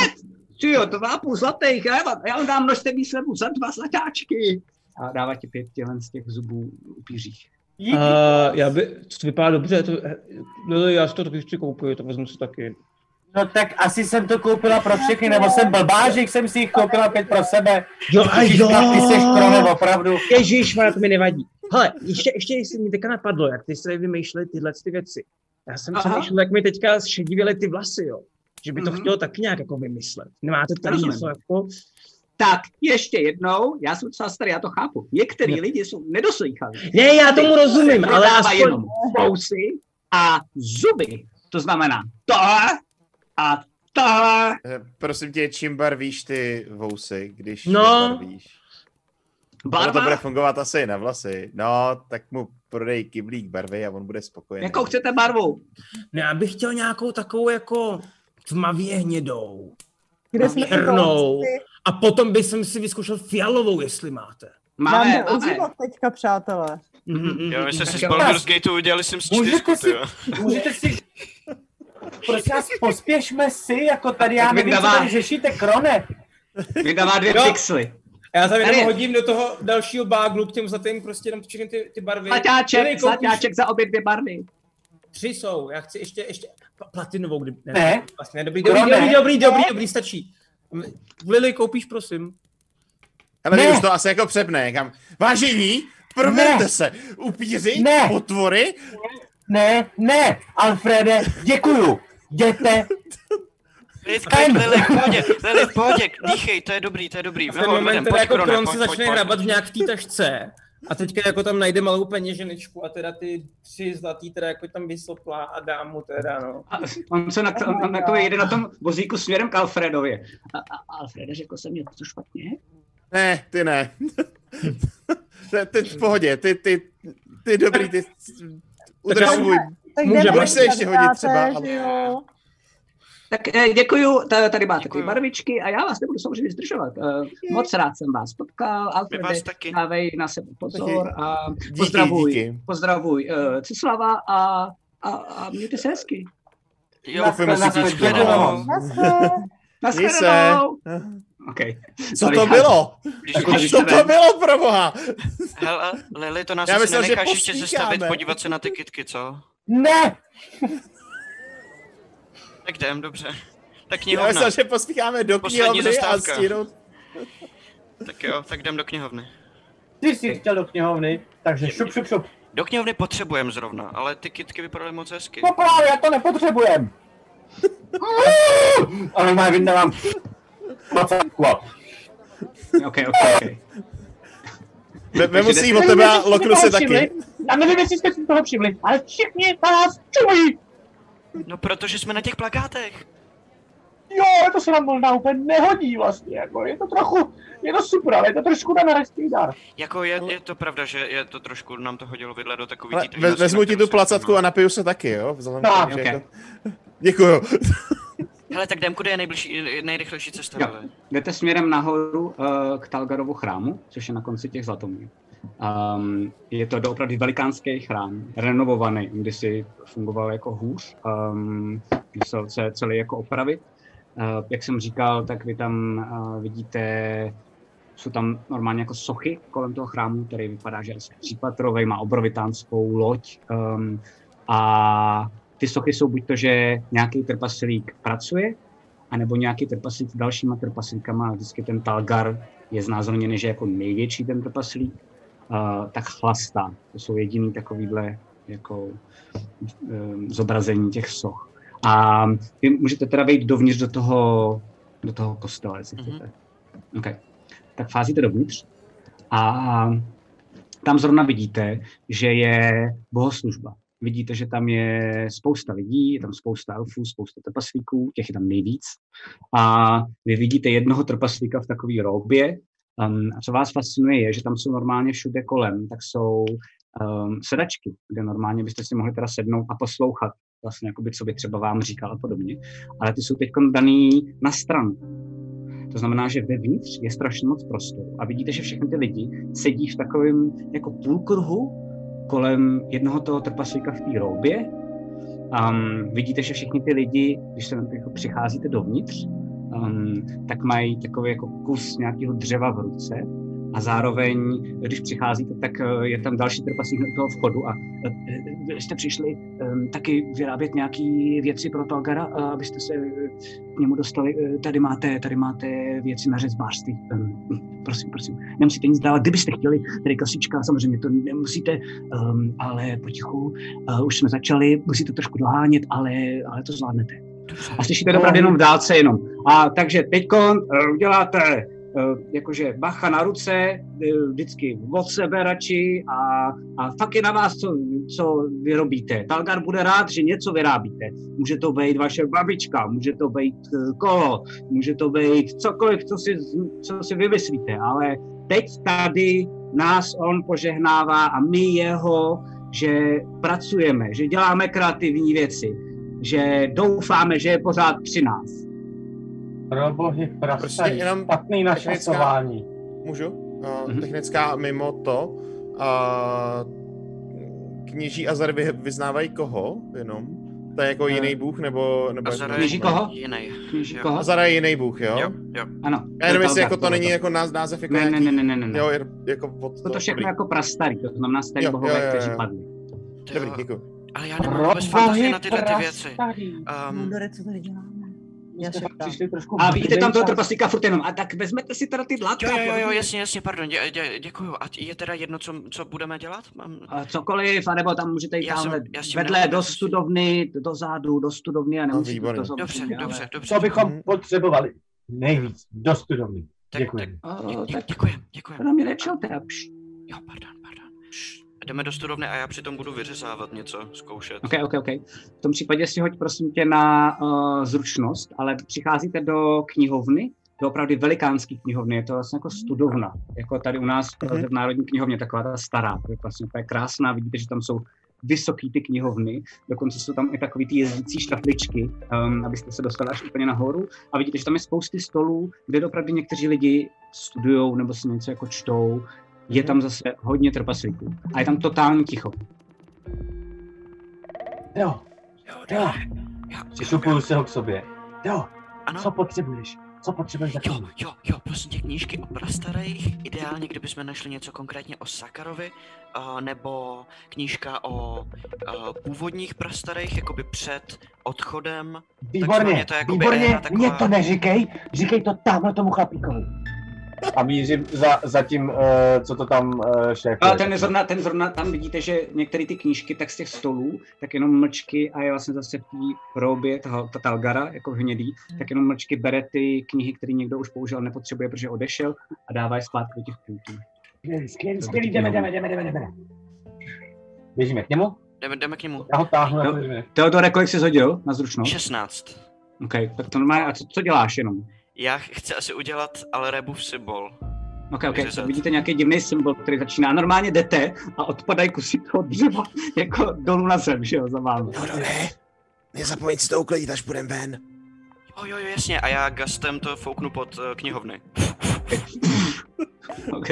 [SPEAKER 3] Ty jo, to dva půl zlatých, já, vám- já vám dám množstevní slevu za dva zlatáčky. A dává ti pět tělen z těch zubů upířích.
[SPEAKER 6] díky.
[SPEAKER 7] Uh, já by, to vypadá dobře, to, Lili, já si to taky chci koupit, to vezmu si taky.
[SPEAKER 6] No tak asi jsem to koupila pro všechny, nebo jsem blbá, že jsem si jich koupila pět pro sebe.
[SPEAKER 7] Jo, a jo!
[SPEAKER 6] Ježišmarja, Ty seš krono, opravdu.
[SPEAKER 7] Ježíš, to mi nevadí. Hele, ještě, ještě jestli mi teďka napadlo, jak ty jsi tady vymýšleli tyhle ty věci. Já jsem
[SPEAKER 3] Aha.
[SPEAKER 7] přemýšlel, jak mi teďka šedivěly ty vlasy, jo. Že by to
[SPEAKER 3] Mhm.
[SPEAKER 7] chtělo taky nějak jako vymyslet. Nemáte tady
[SPEAKER 3] Rozumím.
[SPEAKER 7] něco jako...
[SPEAKER 3] Tak, ještě jednou, já jsem docela starý, já to chápu. Některý lidi jsou nedoslýchaví.
[SPEAKER 7] Ne, já tomu rozumím, ale
[SPEAKER 3] Prodává
[SPEAKER 7] aspoň...
[SPEAKER 3] jenom fousy a zuby. To znamená to a to.
[SPEAKER 5] Eh, Prosím tě, čím barvíš ty vousy, když
[SPEAKER 7] No.
[SPEAKER 5] je barvíš? Ono to bude
[SPEAKER 3] Barva,
[SPEAKER 5] fungovat asi i na vlasy. No, tak mu prodej kyblík barvy a on bude spokojený.
[SPEAKER 3] jakou Jako
[SPEAKER 7] Jako
[SPEAKER 3] chcete barvu?
[SPEAKER 7] Ne, No, já bych chtěl nějakou takovou jako tmavě hnědou.
[SPEAKER 9] Kde jsme
[SPEAKER 7] Černou.
[SPEAKER 9] si to-
[SPEAKER 7] A potom bych jsem si vyzkoušel fialovou, jestli máte. Mhm.
[SPEAKER 3] Máme,
[SPEAKER 9] Máme, o
[SPEAKER 3] máme.
[SPEAKER 9] život teďka, přátelé.
[SPEAKER 4] Jo, my jsme si z
[SPEAKER 3] Tak jo.
[SPEAKER 4] Baldur's Gateu udělali jsem z
[SPEAKER 6] Mhm. Můžete
[SPEAKER 4] čtyřku,
[SPEAKER 6] si-
[SPEAKER 4] tyjo.
[SPEAKER 6] Můžete si... Prosím vás, pospěšme si, jako tady, já
[SPEAKER 3] Tak
[SPEAKER 6] nevím, co
[SPEAKER 3] vydává.
[SPEAKER 6] tady řešíte, krone.
[SPEAKER 3] Vydává dvě
[SPEAKER 7] Jo.
[SPEAKER 3] pixely.
[SPEAKER 7] Já tam
[SPEAKER 3] Tady je.
[SPEAKER 7] jenom hodím do toho dalšího báglu k těm zatým prostě jenom všechny ty, ty barvy. Lili,
[SPEAKER 3] Zlatáček,
[SPEAKER 7] koupíš-
[SPEAKER 3] zlatáček za obě dvě barvy.
[SPEAKER 7] Tři jsou, já chci ještě, ještě pla- platinovou, kdyby... Ne,
[SPEAKER 6] Ne.
[SPEAKER 7] Vlastně, dobrý, dobrý,
[SPEAKER 6] Kdo ne?
[SPEAKER 7] dobrý, dobrý, dobrý, dobrý, stačí. Lili, koupíš, prosím.
[SPEAKER 5] Ale
[SPEAKER 6] Ne.
[SPEAKER 5] už to asi jako přepne. Kam... Vážení, Proberte
[SPEAKER 6] Ne.
[SPEAKER 5] se! Upíři?
[SPEAKER 6] Ne.
[SPEAKER 5] Potvory?
[SPEAKER 6] Ne, ne, Alfrede, děkuju. Jděte.
[SPEAKER 4] Lid,
[SPEAKER 6] Ten.
[SPEAKER 4] klid, Lili, v pohodě, Lili, v pohodě, dýchej, to je dobrý, to je dobrý.
[SPEAKER 7] A v ten moment
[SPEAKER 4] jdem,
[SPEAKER 7] teda
[SPEAKER 4] pojď,
[SPEAKER 7] jako
[SPEAKER 4] Korone,
[SPEAKER 7] Kron
[SPEAKER 4] pojď,
[SPEAKER 7] se
[SPEAKER 4] pojď,
[SPEAKER 7] začne
[SPEAKER 4] pojď.
[SPEAKER 7] hrabat v nějak té tašce. A teďka jako tam najde malou peněženečku a teda ty tři zlatý teda jako tam vysloplá a dá mu teda no.
[SPEAKER 3] A on se na,
[SPEAKER 7] Oh
[SPEAKER 3] on, on jako jede na tom vozíku směrem k Alfredovi. A, a Alfrede, řekl jsem něco špatně?
[SPEAKER 5] Ne, ty ne. Ty- ty v pohodě, ty, ty, ty dobrý, ty udrž
[SPEAKER 7] Tak-
[SPEAKER 5] svůj.
[SPEAKER 9] Tak
[SPEAKER 7] Můžeme.
[SPEAKER 9] jdeme,
[SPEAKER 5] Můžeš se ještě hodit
[SPEAKER 9] dáte,
[SPEAKER 5] třeba, ale-
[SPEAKER 9] že jo.
[SPEAKER 3] Tak eh, děkuju, ta- tady máte ty
[SPEAKER 4] Děkuju.
[SPEAKER 3] barvičky a já vás nebudu samozřejmě zdržovat. Eh, Moc rád jsem vás potkal,
[SPEAKER 4] My
[SPEAKER 3] Alfrede,
[SPEAKER 4] vás taky.
[SPEAKER 3] dávej na sebe pozor a
[SPEAKER 5] Díky,
[SPEAKER 3] pozdravuj,
[SPEAKER 5] díky.
[SPEAKER 3] pozdravuj eh, Cislava a, a, a mějte se hezky.
[SPEAKER 4] Jo,
[SPEAKER 5] Kofy musí
[SPEAKER 4] na- na-
[SPEAKER 5] být
[SPEAKER 4] na- na-
[SPEAKER 5] klidná.
[SPEAKER 3] no.
[SPEAKER 4] na-
[SPEAKER 9] Naschle.
[SPEAKER 5] Měj se.
[SPEAKER 3] Naschledanou. Okay.
[SPEAKER 5] Co to bylo?
[SPEAKER 4] Když
[SPEAKER 3] Jako,
[SPEAKER 4] když
[SPEAKER 5] Co to
[SPEAKER 4] ven-
[SPEAKER 5] bylo, proboha?
[SPEAKER 4] Hele, Lili, to nás
[SPEAKER 5] Já
[SPEAKER 4] asi
[SPEAKER 5] myslel, že
[SPEAKER 4] nenecháš ještě sestavit,
[SPEAKER 5] postříkáme.
[SPEAKER 4] podívat se na ty kitky, co?
[SPEAKER 6] Ne,
[SPEAKER 4] Tak jdem, dobře. Tak
[SPEAKER 5] Já
[SPEAKER 4] knihovna,
[SPEAKER 5] myslel, že pospícháme do
[SPEAKER 4] Poslední
[SPEAKER 5] knihovny a
[SPEAKER 4] zastávka.
[SPEAKER 5] stínout.
[SPEAKER 4] tak jo, tak jdem do knihovny.
[SPEAKER 6] ty jsi chtěl do knihovny, takže šup, šup, šup.
[SPEAKER 4] Do knihovny potřebujeme zrovna, ale ty kitky vypadaly moc hezky.
[SPEAKER 6] No právě, já to nepotřebujem. Ale má vyndávám. Macátku a-
[SPEAKER 3] OK, OK, OK.
[SPEAKER 5] Ve- Vemu si ji od
[SPEAKER 6] Nevím,
[SPEAKER 5] tebe a
[SPEAKER 6] jestli jste
[SPEAKER 5] loknu
[SPEAKER 6] toho
[SPEAKER 5] se
[SPEAKER 6] všimli.
[SPEAKER 5] taky.
[SPEAKER 6] Já nevím, jestli jste si toho všimli, ale všichni na nás čují.
[SPEAKER 4] No protože jsme na těch plakátech.
[SPEAKER 6] Jo, ale to se nám možná úplně nehodí vlastně, jako je to trochu, je to super, ale je to trošku na nerezký dar.
[SPEAKER 4] Jako je, je to pravda, že je to trošku, nám to hodilo vidle do takový
[SPEAKER 5] Ale ve- Vezmu ti tu placatku a napiju se taky, jo? Vzhledem k tomu,
[SPEAKER 6] Tak,
[SPEAKER 5] že
[SPEAKER 3] ok.
[SPEAKER 5] je to- Děkuju.
[SPEAKER 4] Hele, tak jdem, kudy je nejbližší, nejrychlejší cesta,
[SPEAKER 3] Jo.
[SPEAKER 4] Lili.
[SPEAKER 3] Jdete směrem nahoru eh, k Talgarovu chrámu, což je na konci těch zlatomů. Um, je to doopravdy velikánský chrám, renovovaný, kdysi fungoval jako hůř, um, musel se celý jako opravit. Eh, jak jsem říkal, tak vy tam eh, vidíte, jsou tam normálně jako sochy kolem toho chrámu, který vypadá, že je asi třípatrový, má obrovitánskou loď. Um, a ty sochy jsou buď to, že nějaký trpaslík pracuje, anebo nějaký trpaslík s dalšíma trpaslíkama, a vždycky ten Talgar je znázorněný, že jako největší ten trpaslík, uh, tak chlastá. To jsou jediný takovýhle jako um, zobrazení těch soch. A vy můžete teda vejít dovnitř do toho, do toho kostela, jestli
[SPEAKER 4] Mhm.
[SPEAKER 3] chcete. Okay. Tak vcházíte dovnitř a tam zrovna vidíte, že je bohoslužba. Vidíte, že tam je spousta lidí, je tam spousta elfů, spousta trpaslíků, těch je tam nejvíc. A vy vidíte jednoho trpaslíka v takové robě. Um, a co vás fascinuje, je, že tam jsou normálně všude kolem, tak jsou um, sedačky, kde normálně byste si mohli teda sednout a poslouchat vlastně, jakoby, co by třeba vám říkal a podobně. Ale ty jsou teď daný na stranu. To znamená, že vevnitř je strašně moc prostoru a vidíte, že všechny ty lidi sedí v takovém jako půlkruhu kolem jednoho toho trpaslíka v té roubě. Um, vidíte, že všichni ty lidi, když se jako přicházíte dovnitř, um, tak mají takový jako kus nějakého dřeva v ruce a zároveň, když přicházíte, tak eh, je tam další trpaslík do toho vchodu a eh, eh, vy jste přišli um, taky vyrábět nějaké věci pro Talgara, eh, abyste se eh, k němu dostali. Eh, Tady máte, tady máte věci na řezbářství. Ehm, Prosím, prosím, nemusíte nic dávat. Kdybyste chtěli, tady klasička, samozřejmě to nemusíte, um, ale potichu, uh, už jsme začali, musíte trošku dohánět, ale, ale to zvládnete. A slyšíte to opravdu jenom v dálce jenom. A takže teď uděláte eh, jakože bacha na ruce, eh, vždycky od sebe radši a, a fakt je na vás, co, co vyrobíte. Talgar bude rád, že něco vyrábíte. Může to být vaše babička, může to být eh, kolo, může to být cokoliv, co si, z- co si vymyslíte, ale teď tady nás on požehnává a my jeho, že pracujeme, že děláme kreativní věci že doufáme, že je pořád 13.
[SPEAKER 6] Pro bohy prasaj,
[SPEAKER 5] Prostě jenom
[SPEAKER 6] špatný načasování.
[SPEAKER 5] Můžu? Uh,
[SPEAKER 3] Mhm.
[SPEAKER 5] Technická mimo to. Uh, kněží Azar vy, vyznávají koho jenom? To je jako
[SPEAKER 3] Eh,
[SPEAKER 5] jiný bůh nebo... nebo
[SPEAKER 4] Azara
[SPEAKER 3] Kněží koho?
[SPEAKER 4] Jiný.
[SPEAKER 3] Kníži
[SPEAKER 4] Jo.
[SPEAKER 3] koho?
[SPEAKER 5] Azara je jiný bůh, jo?
[SPEAKER 4] Jo, jo.
[SPEAKER 3] Ano.
[SPEAKER 5] Já nevím,
[SPEAKER 3] Je
[SPEAKER 5] jestli
[SPEAKER 3] Talgar,
[SPEAKER 5] jako to není
[SPEAKER 3] tohleto.
[SPEAKER 5] jako náz- název jako
[SPEAKER 3] Ne, ne,
[SPEAKER 5] nějaký-
[SPEAKER 3] ne, ne, ne, ne, ne.
[SPEAKER 5] Jo, je- jako pod
[SPEAKER 3] Jsou to všechno
[SPEAKER 5] dobrý.
[SPEAKER 3] jako prastarý, to znamená starý
[SPEAKER 5] Jo, jo,
[SPEAKER 3] bohové,
[SPEAKER 5] jo,
[SPEAKER 3] kteří
[SPEAKER 5] jo.
[SPEAKER 3] padli.
[SPEAKER 5] Dobrý,
[SPEAKER 4] Tyjo,
[SPEAKER 5] děkuji.
[SPEAKER 4] Ale já nemám vůbec fantazie na tyhle ty věci.
[SPEAKER 6] prastarý.
[SPEAKER 3] No,
[SPEAKER 4] Um,
[SPEAKER 9] Mundore, co tady děláme? Já
[SPEAKER 10] jste
[SPEAKER 9] šeptám.
[SPEAKER 10] přišli trošku...
[SPEAKER 3] A vidíte tam toho
[SPEAKER 10] čas.
[SPEAKER 3] trpaslíka furt jenom. A tak vezmete si teda ty dlátka.
[SPEAKER 4] Jo, jo, jo, jo,
[SPEAKER 3] podobně.
[SPEAKER 4] jasně, jasně, pardon, dě, dě, děkuju. A je teda jedno, co, co budeme dělat? Mám...
[SPEAKER 3] A cokoliv, anebo tam můžete jít
[SPEAKER 4] Já jsem-
[SPEAKER 3] tamhle
[SPEAKER 4] já s tím
[SPEAKER 3] vedle
[SPEAKER 4] nemám
[SPEAKER 3] do
[SPEAKER 4] nic.
[SPEAKER 3] studovny, do zádu, do studovny a nemusíte
[SPEAKER 5] No, výborně.
[SPEAKER 3] to
[SPEAKER 4] Dobře,
[SPEAKER 3] samozřejmě, ale-
[SPEAKER 4] dobře, dobře.
[SPEAKER 10] Co bychom potřebovali nejvíc do studovny.
[SPEAKER 4] Tak-
[SPEAKER 10] Děkuji.
[SPEAKER 3] O,
[SPEAKER 4] Dě,
[SPEAKER 3] tak
[SPEAKER 4] děkujem, děkujem.
[SPEAKER 3] to na mě nečelte. a pš.
[SPEAKER 4] Jo, pardon, pardon. Jdeme do studovny a já přitom budu vyřezávat něco, zkoušet.
[SPEAKER 3] OK, OK, OK. V tom případě si hoď prosím tě na uh, zručnost, ale přicházíte do knihovny, do opravdu velikánské knihovny, je to vlastně jako studovna, jako tady u nás
[SPEAKER 5] Mhm.
[SPEAKER 3] v Národní knihovně, taková ta stará, to je vlastně to je krásná, vidíte, že tam jsou vysoký ty knihovny, dokonce jsou tam i takový ty jezdící šlafličky, um, abyste se dostali až úplně nahoru a vidíte, že tam je spousty stolů, kde opravdu někteří lidi studují nebo si něco jako čtou, je tam zase hodně trpaslíků a je tam totální ticho.
[SPEAKER 10] Jo,
[SPEAKER 4] Jo,
[SPEAKER 10] jo,
[SPEAKER 4] jo,
[SPEAKER 10] přišupuju se ho k sobě. Jo,
[SPEAKER 4] Ano,
[SPEAKER 10] co potřebuješ? Co potřebuješ za
[SPEAKER 4] jo,
[SPEAKER 10] knihu?
[SPEAKER 4] jo, jo, prosím tě, knížky o prastarých. Ideálně, kdybychom našli něco konkrétně o Sakarovi, a nebo knížka o a, původních prastarých, jakoby před odchodem.
[SPEAKER 10] Výborně,
[SPEAKER 4] to jako je jakoby
[SPEAKER 10] výborně,
[SPEAKER 4] éra taková-
[SPEAKER 10] mě to neříkej, říkej to tamhle tomu chlapíkovi.
[SPEAKER 6] A mířím za, za tím, eh, co to tam eh, šéf.
[SPEAKER 3] A ten je zrovna, ten zrovna, tam vidíte, že některé ty knížky, tak z těch stolů, tak jenom mlčky a je vlastně zase v té robě, toho- ta Talgara, jako v hnědý, tak jenom mlčky bere ty knihy, které někdo už použil nepotřebuje, protože odešel a dává je zpátky do těch pultů.
[SPEAKER 10] Skvělý, skvělý, skvělý, jdeme, jdeme, jdeme, jdeme, jdeme.
[SPEAKER 6] Běžíme k němu?
[SPEAKER 4] Jdeme, jdeme k němu.
[SPEAKER 6] Já ho táhnu.
[SPEAKER 3] Jo.
[SPEAKER 6] No.
[SPEAKER 3] Teodore, kolik jsi zhodil na zručnost?
[SPEAKER 4] 16.
[SPEAKER 3] OK, tak to normálně, a co, co děláš jenom?
[SPEAKER 4] Já ch- chci asi udělat ale rebův symbol.
[SPEAKER 3] OK,
[SPEAKER 4] Takže
[SPEAKER 3] OK,
[SPEAKER 4] za-
[SPEAKER 3] tak vidíte nějaký divný symbol, který začíná. Normálně jdete a odpadají kusy toho dřeva jako dolů na zem, že jo, za vámi.
[SPEAKER 4] No,
[SPEAKER 2] Teodore, nezapomeň si to uklidit, až půjdem ven.
[SPEAKER 4] Jo, jo, jo, jasně, a já gastem to fouknu pod eh, knihovny.
[SPEAKER 3] OK.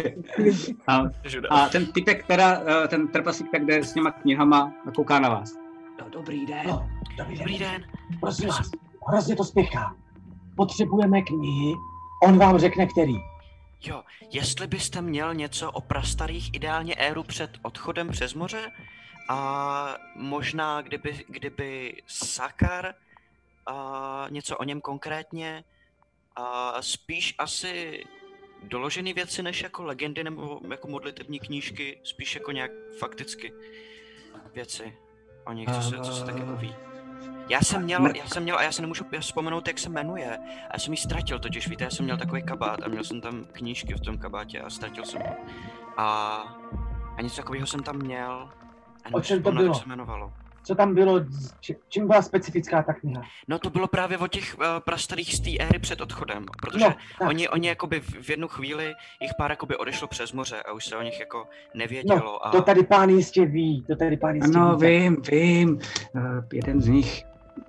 [SPEAKER 3] A,
[SPEAKER 4] Žuda.
[SPEAKER 3] A ten typek teda, eh, ten trpaslík tak jde s těma knihama a kouká na vás. No, dobrý den.
[SPEAKER 10] No, dobrý
[SPEAKER 4] Dobrý
[SPEAKER 10] den,
[SPEAKER 4] den.
[SPEAKER 10] prosím vás, hrozně to spěchá. Potřebujeme knihy, on vám řekne který.
[SPEAKER 4] Jo, jestli byste měl něco o prastarých, ideálně éru před odchodem přes moře, a možná kdyby, kdyby Sakar, a něco o něm konkrétně, a spíš asi doložený věci než jako legendy nebo jako modlitební knížky, spíš jako nějak fakticky věci o nich, co se, co se tak jako ví. Já jsem měl, já jsem měl, a já se nemůžu vzpomenout, jak se jmenuje. A já jsem ji ztratil totiž, víte, já jsem měl takový kabát a měl jsem tam knížky v tom kabátě a ztratil jsem ho. A, a něco takového jsem tam měl. A nemůžu
[SPEAKER 10] čem to
[SPEAKER 4] vzpomenout,
[SPEAKER 10] bylo?
[SPEAKER 4] Jak se jmenovalo.
[SPEAKER 10] Co tam bylo, č- čím byla specifická ta kniha?
[SPEAKER 4] No to bylo právě o těch uh, prastarých z té éry před odchodem, protože
[SPEAKER 10] No,
[SPEAKER 4] no,
[SPEAKER 10] tak.
[SPEAKER 4] oni, oni jakoby v v jednu chvíli, jich pár jakoby odešlo přes moře a už se o nich jako nevědělo.
[SPEAKER 3] No,
[SPEAKER 4] a...
[SPEAKER 10] No, To tady pán jistě ví, to tady pán jistě
[SPEAKER 3] Ano,
[SPEAKER 10] ví.
[SPEAKER 3] No, vím, vím. Eh, Jeden z nich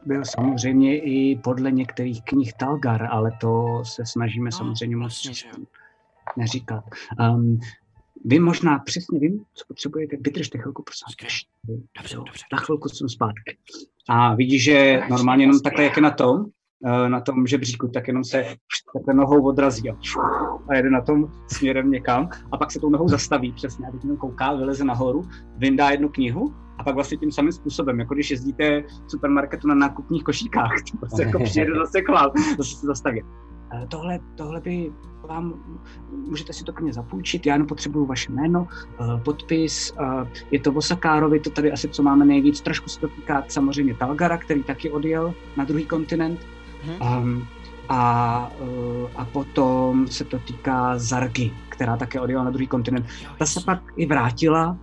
[SPEAKER 3] byl samozřejmě i podle některých knih Talgar, ale to se snažíme
[SPEAKER 4] No,
[SPEAKER 3] samozřejmě moc
[SPEAKER 4] jasně, že jo.
[SPEAKER 3] neříkat. Um, vy možná přesně vím, co potřebujete. Vydržte chvilku, prosím.
[SPEAKER 4] Skvěle.
[SPEAKER 3] Št,
[SPEAKER 4] Dobře,
[SPEAKER 3] jo.
[SPEAKER 4] dobře.
[SPEAKER 3] Na chvilku jsem zpátky. A vidíš, že normálně jenom takhle, jak je na tom, eh, na tom žebříku, tak jenom se takhle nohou odrazí a, a jede na tom směrem někam a pak se tou nohou zastaví přesně a teď jenom kouká, vyleze nahoru, vyndá jednu knihu a pak vlastně tím samým způsobem, jako když jezdíte v supermarketu na nákupních košíkách, to prostě jako přijede zase k vám, zase se zastaví. Eh, Tohle, tohle by vám, můžete si to klidně zapůjčit, já jenom potřebuju vaše jméno, eh, podpis, eh, je to Vosakárovi, to tady asi co máme nejvíc. Trošku se to týká samozřejmě Talgara, který taky odjel na druhý kontinent.
[SPEAKER 4] Mhm.
[SPEAKER 3] Um, a, uh, a potom se to týká Zargy, která také odjela na druhý kontinent.
[SPEAKER 4] Jo,
[SPEAKER 3] Ta se pak i vrátila,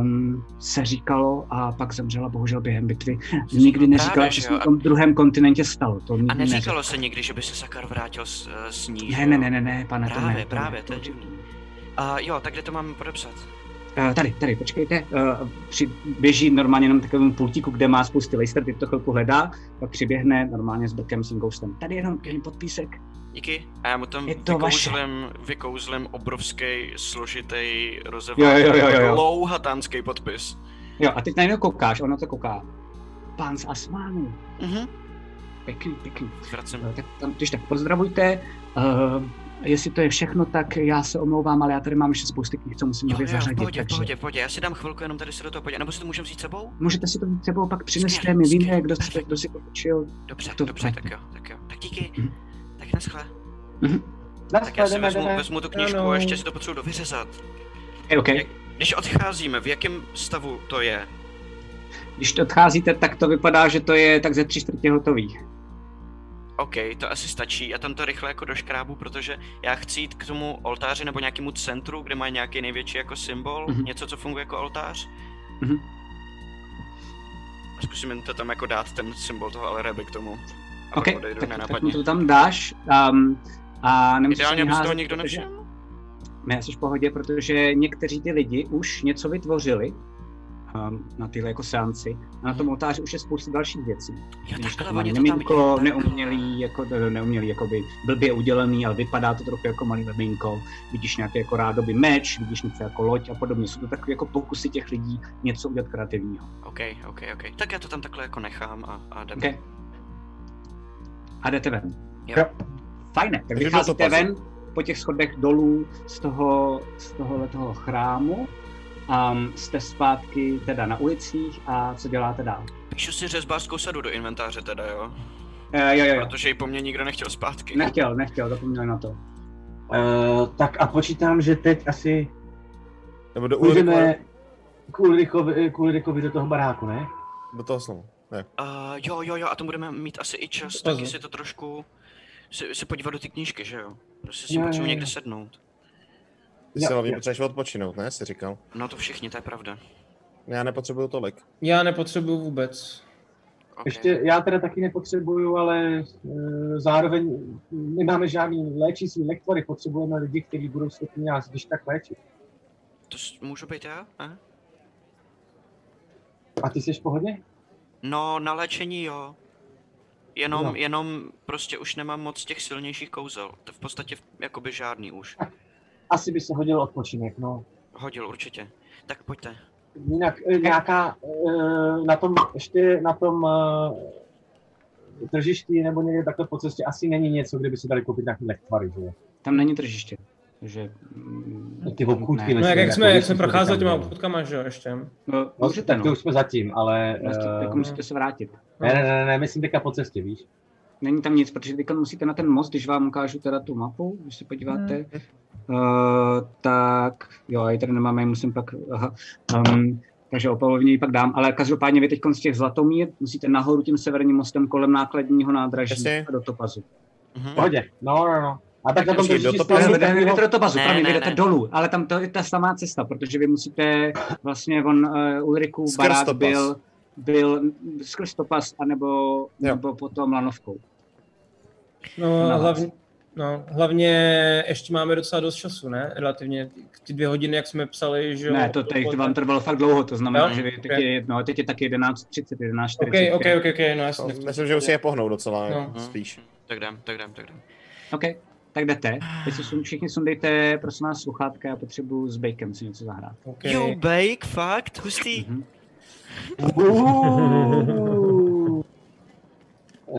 [SPEAKER 3] um, se říkalo, a pak zemřela bohužel během bitvy.
[SPEAKER 4] jasně.
[SPEAKER 3] Nikdy
[SPEAKER 4] No
[SPEAKER 3] neříkala,
[SPEAKER 4] právě,
[SPEAKER 3] že
[SPEAKER 4] že
[SPEAKER 3] se na
[SPEAKER 4] jo, a-
[SPEAKER 3] tom druhém kontinentě stalo. To nikdy
[SPEAKER 4] A
[SPEAKER 3] neřekla.
[SPEAKER 4] neříkalo se nikdy, že by se Sakar vrátil s, eh, s ní. že
[SPEAKER 3] Ne, ne,
[SPEAKER 4] jo?
[SPEAKER 3] ne, ne, ne, pane, to ne.
[SPEAKER 4] Právě,
[SPEAKER 3] to ne,
[SPEAKER 4] právě, to je
[SPEAKER 3] to-
[SPEAKER 4] divný. A jo, tak kde to mám podepsat?
[SPEAKER 3] Eh, tady, tady, počkejte. eh, Při, běží normálně na takovém pultíku, kde má spousty lejster, teď to chvilku hledá, pak přiběhne normálně s Brkem s tím Ghostem. Tady jenom jeden podpísek.
[SPEAKER 4] Díky. A já mu tam
[SPEAKER 3] Je to vaše.
[SPEAKER 4] vykouzlem, vykouzlem obrovský, složitý,
[SPEAKER 3] Jo, jo, jo, jo,
[SPEAKER 4] rozevalý,
[SPEAKER 3] jo.
[SPEAKER 4] dlouhatánský podpis.
[SPEAKER 3] Jo, a teď najednou koukáš, ono to kouká. Pán z Asmánu,
[SPEAKER 4] Mhm.
[SPEAKER 3] pěkný, pěkný.
[SPEAKER 4] Vracím.
[SPEAKER 3] Eh, Tak tam, když tak pozdravujte, eh, Jestli to je všechno, tak já se omlouvám, ale já tady mám ještě spousty knih, co musím nově
[SPEAKER 4] Jo, v
[SPEAKER 3] zařadit.
[SPEAKER 4] pohodě, v
[SPEAKER 3] Takže
[SPEAKER 4] pohodě, v pohodě. Já si dám chvilku jenom tady se do toho podívat. Nebo si to můžeme vzít sebou?
[SPEAKER 3] můžete si to třeba pak přineste,
[SPEAKER 4] Skvělý,
[SPEAKER 3] my víme,
[SPEAKER 4] skvělý,
[SPEAKER 3] kdo,
[SPEAKER 4] perfektní.
[SPEAKER 3] kdo si to učil.
[SPEAKER 4] Dobře,
[SPEAKER 3] To
[SPEAKER 4] dobře, tak
[SPEAKER 3] fajn.
[SPEAKER 4] jo, tak jo. Tak díky.
[SPEAKER 3] Mhm.
[SPEAKER 4] Tak naschle. Tak já
[SPEAKER 6] Naschle,
[SPEAKER 4] si
[SPEAKER 6] jdeme,
[SPEAKER 4] vezmu,
[SPEAKER 6] jdeme.
[SPEAKER 4] vezmu tu knížku
[SPEAKER 7] Ano.
[SPEAKER 4] a ještě si to potřebuji dovyřezat.
[SPEAKER 3] Okay, okay.
[SPEAKER 4] Když odcházíme, v jakém stavu to je?
[SPEAKER 3] Když to odcházíte, tak to vypadá, že to je tak ze tři čtvrtě hotový.
[SPEAKER 4] OK, to asi stačí. Já tam to rychle jako doškrábu, protože já chci jít k tomu oltáři nebo nějakému centru, kde má nějaký největší jako symbol,
[SPEAKER 3] Mhm.
[SPEAKER 4] něco, co funguje jako oltář.
[SPEAKER 3] Mhm.
[SPEAKER 4] A zkusím jen to tam jako dát ten symbol toho Alreby k tomu. A
[SPEAKER 3] OK,
[SPEAKER 4] pak odejdu
[SPEAKER 3] tak, tak mu
[SPEAKER 4] nenápadně.
[SPEAKER 3] to tam dáš um, a nemusíš
[SPEAKER 4] Ideálně,
[SPEAKER 3] ani
[SPEAKER 4] aby se toho
[SPEAKER 3] házet,
[SPEAKER 4] nikdo
[SPEAKER 3] protože-
[SPEAKER 4] nevšiml.
[SPEAKER 3] Ne, jsi v pohodě, protože někteří ty lidi už něco vytvořili um, na tyhle jako seanci. A na tom otáři už je spousta dalších věcí.
[SPEAKER 4] Jo,
[SPEAKER 3] Vidíš,
[SPEAKER 4] takhle,
[SPEAKER 3] má
[SPEAKER 4] oni to tam
[SPEAKER 3] lemínko,
[SPEAKER 4] takhle.
[SPEAKER 3] neumělý, jako, eh, neumělý, jakoby blbě udělaný, ale vypadá to trochu jako malý lemínko. Vidíš nějaké jako rádoby meč, vidíš něco jako loď a podobně. Jsou to takové jako pokusy těch lidí něco udělat kreativního.
[SPEAKER 4] OK, OK, OK. Tak já to tam takhle jako nechám a, a jdeme.
[SPEAKER 3] Okay. A jdete ven.
[SPEAKER 4] Jo.
[SPEAKER 3] Fajne, tak
[SPEAKER 5] Takže
[SPEAKER 3] vycházíte
[SPEAKER 5] bylo to
[SPEAKER 3] ven po těch schodech dolů z toho, z tohohle toho chrámu. Um, jste zpátky teda na ulicích a co děláte dál?
[SPEAKER 4] Píšu si řezbářskou sadu do inventáře teda, jo?
[SPEAKER 3] Uh, jo, jo, jo.
[SPEAKER 4] Protože ji po mně nikdo nechtěl zpátky.
[SPEAKER 3] Nechtěl, nechtěl, zapomněl na to.
[SPEAKER 10] Eh, tak a počítám, že teď asi
[SPEAKER 5] Nebo do Ulriku,
[SPEAKER 10] půjdeme k Ulrikovi, k Ulrikovi do toho baráku, ne?
[SPEAKER 5] do toho slovu. Ne.
[SPEAKER 4] Uh, jo, jo, jo, a to budeme mít asi i čas,
[SPEAKER 7] Pozor.
[SPEAKER 4] taky si to trošku... Si, si podívat do ty knížky, že jo? Prostě si
[SPEAKER 10] Jo, jo,
[SPEAKER 4] potřebuji
[SPEAKER 10] jo.
[SPEAKER 4] někde sednout.
[SPEAKER 5] Ty si
[SPEAKER 10] Jo,
[SPEAKER 5] hlavně
[SPEAKER 10] jo.
[SPEAKER 5] potřebuješ odpočinout, ne? Jsi říkal.
[SPEAKER 4] No to všichni, to je pravda.
[SPEAKER 5] Já nepotřebuju tolik.
[SPEAKER 7] Já nepotřebuju vůbec.
[SPEAKER 4] Okay.
[SPEAKER 6] Ještě Prostě já teda taky nepotřebuju, ale e, zároveň nemáme žádný léčící lektory, potřebujeme lidi, kteří budou schopni nás když tak léčit.
[SPEAKER 4] To s- můžu být já? Ne?
[SPEAKER 6] A ty jsi v pohodě?
[SPEAKER 4] No, na léčení jo. Jenom,
[SPEAKER 6] Jo.
[SPEAKER 4] jenom prostě už nemám moc těch silnějších kouzel. To v podstatě v- jakoby žádný už.
[SPEAKER 6] Asi by se hodil odpočinek, no.
[SPEAKER 4] Hodil určitě. Tak pojďte.
[SPEAKER 6] Jinak eh, nějaká eh, na tom ještě na tom eh, tržišti nebo někde takhle po cestě asi není něco, kde by se dali koupit nějaký lektvary, že jo?
[SPEAKER 3] Tam není tržiště. Takže... mm,
[SPEAKER 10] Ty obchůdky,
[SPEAKER 3] ne.
[SPEAKER 7] No jak, jak jsme, jak jsme
[SPEAKER 10] Jako věci, co
[SPEAKER 7] procházeli
[SPEAKER 10] tam
[SPEAKER 7] těma
[SPEAKER 10] bylo.
[SPEAKER 7] obchodkama, že jo, ještě.
[SPEAKER 3] No,
[SPEAKER 6] No,
[SPEAKER 3] můžete,
[SPEAKER 6] tak to
[SPEAKER 3] no.
[SPEAKER 6] už jsme zatím, ale...
[SPEAKER 3] Prostě,
[SPEAKER 6] eh,
[SPEAKER 3] jako musíte se vrátit.
[SPEAKER 7] No,
[SPEAKER 6] Ne, ne, ne, ne, myslím teďka po cestě, víš?
[SPEAKER 3] No. Není tam nic, protože teďka musíte na ten most, když vám ukážu teda tu mapu, když se podíváte, uh, tak jo, já ji tady nemám, já ji musím pak, aha, um, takže opavovně ji pak dám, ale každopádně vy teď z těch Zlatomír musíte nahoru tím severním mostem kolem nákladního nádraží
[SPEAKER 5] Jasně.
[SPEAKER 3] a do Topazu.
[SPEAKER 4] Mhm.
[SPEAKER 6] V pohodě, no, no, no. A tak na tom
[SPEAKER 5] Počkej, do
[SPEAKER 6] tržišti
[SPEAKER 5] toho
[SPEAKER 6] stojí
[SPEAKER 5] plánu-
[SPEAKER 6] ten
[SPEAKER 3] Vy
[SPEAKER 6] jeho-
[SPEAKER 3] jdete do Topazu,
[SPEAKER 4] Ne,
[SPEAKER 3] právě,
[SPEAKER 4] ne,
[SPEAKER 3] vy jdete
[SPEAKER 4] ne.
[SPEAKER 3] dolů, ale tam to je ta samá cesta, protože vy musíte, vlastně on uh, Ulriku
[SPEAKER 5] Skrz
[SPEAKER 3] barák
[SPEAKER 5] Topaz.
[SPEAKER 3] byl, byl skrz Topaz, anebo, nebo potom Lanovkou.
[SPEAKER 7] No,
[SPEAKER 3] Na vás.
[SPEAKER 7] hlavně, no, hlavně ještě máme docela dost času, ne? Relativně. Ty dvě hodiny, jak jsme psali, že jo?
[SPEAKER 3] Ne, to teď vám trvalo fakt dlouho, to znamená,
[SPEAKER 7] Jo?
[SPEAKER 3] že vy teď
[SPEAKER 7] Ok.
[SPEAKER 3] je jedno, teď je tak 11.30, 11.40.
[SPEAKER 7] OK, OK, OK, OK, no
[SPEAKER 5] To,
[SPEAKER 7] já jsem
[SPEAKER 5] myslím, že už si je pohnou docela
[SPEAKER 7] No.
[SPEAKER 5] no. spíš.
[SPEAKER 4] Tak dám, tak dám, tak dám.
[SPEAKER 3] OK, tak jdete. Teď si sund- všichni sundejte, prosím vás, sluchátka, já potřebuju s Bakem si něco zahrát.
[SPEAKER 7] okay.
[SPEAKER 4] Jo, bake, fakt, hustý.
[SPEAKER 3] Mhm.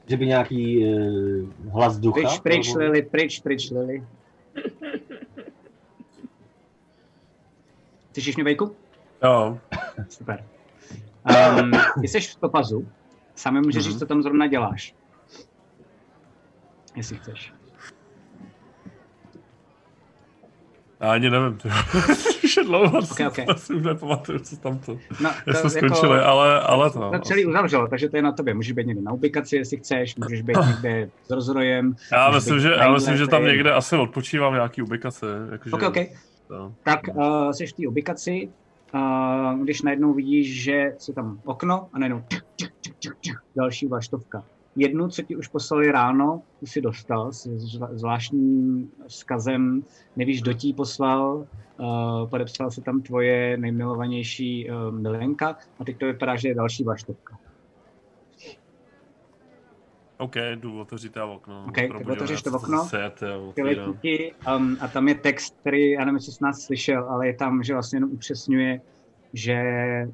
[SPEAKER 10] Že by nějaký eh, hlas ducha?
[SPEAKER 3] Pryč, pryč,
[SPEAKER 10] nebo-
[SPEAKER 3] Lili, pryč, pryč, Lili. Slyšíš mě, Bejku?
[SPEAKER 8] Jo,
[SPEAKER 3] Super. Um, ty jsi v topazu, sami můžeš
[SPEAKER 8] Mhm.
[SPEAKER 3] říct, co tam zrovna děláš. Jestli chceš.
[SPEAKER 8] já ani nevím, ty. Už je dlouho, okay,
[SPEAKER 3] ok.
[SPEAKER 8] okay. asi už nepamatuju, co tam to.
[SPEAKER 3] No,
[SPEAKER 8] Jak jsme skončili, ale, ale to. no.
[SPEAKER 3] To celý uzavřelo, takže to je na tobě. Můžeš být někde na ubikaci, jestli chceš, můžeš být někde s rozrojem.
[SPEAKER 8] Já
[SPEAKER 3] můžeš
[SPEAKER 8] myslím,
[SPEAKER 3] být
[SPEAKER 8] že, já
[SPEAKER 3] tadyhle,
[SPEAKER 8] myslím, že
[SPEAKER 3] to
[SPEAKER 8] tam
[SPEAKER 3] je-
[SPEAKER 8] někde asi odpočívám v nějaký ubikaci. Jakože, No.
[SPEAKER 3] OK, OK.
[SPEAKER 8] To.
[SPEAKER 3] Tak uh, jsi v té ubikaci, uh, když najednou vidíš, že je tam okno a najednou tch, tch, tch, tch, tch, další vlaštovka. Jednu, co ti už poslali ráno, tu si dostal s zva- zvláštním vzkazem, nevíš, kdo ti ji poslal, uh, podepsala se tam tvoje nejmilovanější uh, milenka a teď to vypadá, že je další vlaštovka.
[SPEAKER 8] OK, jdu otevřít já okno.
[SPEAKER 3] OK, tak
[SPEAKER 8] Probudím,
[SPEAKER 3] otevřeš
[SPEAKER 8] já
[SPEAKER 3] to
[SPEAKER 8] se
[SPEAKER 3] okno.
[SPEAKER 8] zase jet, jo, otvírám.
[SPEAKER 3] Kyletí, um, a tam je text, který, já nevím, jestli jsi nás slyšel, ale je tam, že vlastně jenom upřesňuje, že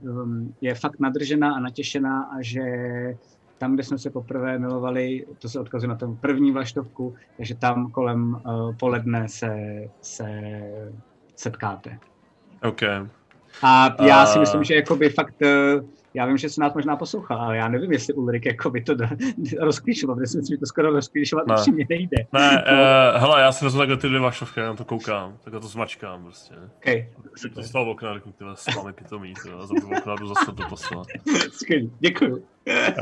[SPEAKER 3] um, je fakt nadržená a natěšená a že tam, kde jsme se poprvé milovali, to se odkazuje na tom první vlaštovku, takže tam kolem uh, poledne se, se setkáte.
[SPEAKER 8] OK.
[SPEAKER 3] A já si
[SPEAKER 8] A-
[SPEAKER 3] myslím, že jakoby fakt, eh, já vím, že se nás možná poslouchá, ale já nevím, jestli Ulrik jakoby to do- rozklíčoval, protože si myslím, že to skoro rozklíčovat
[SPEAKER 8] Ne.
[SPEAKER 3] ne. mi nejde.
[SPEAKER 8] No. Ne,
[SPEAKER 3] No,
[SPEAKER 8] eh, hele, já si vezmu takhle ty dvě vašovky, já na to koukám, takhle to zmačkám prostě.
[SPEAKER 3] Okej.
[SPEAKER 8] Jsem to stál v okna, řeknu, ty vole, slámy pitomí, ty vole, za to okna jdu zase do postele.
[SPEAKER 3] Skvělý, děkuju.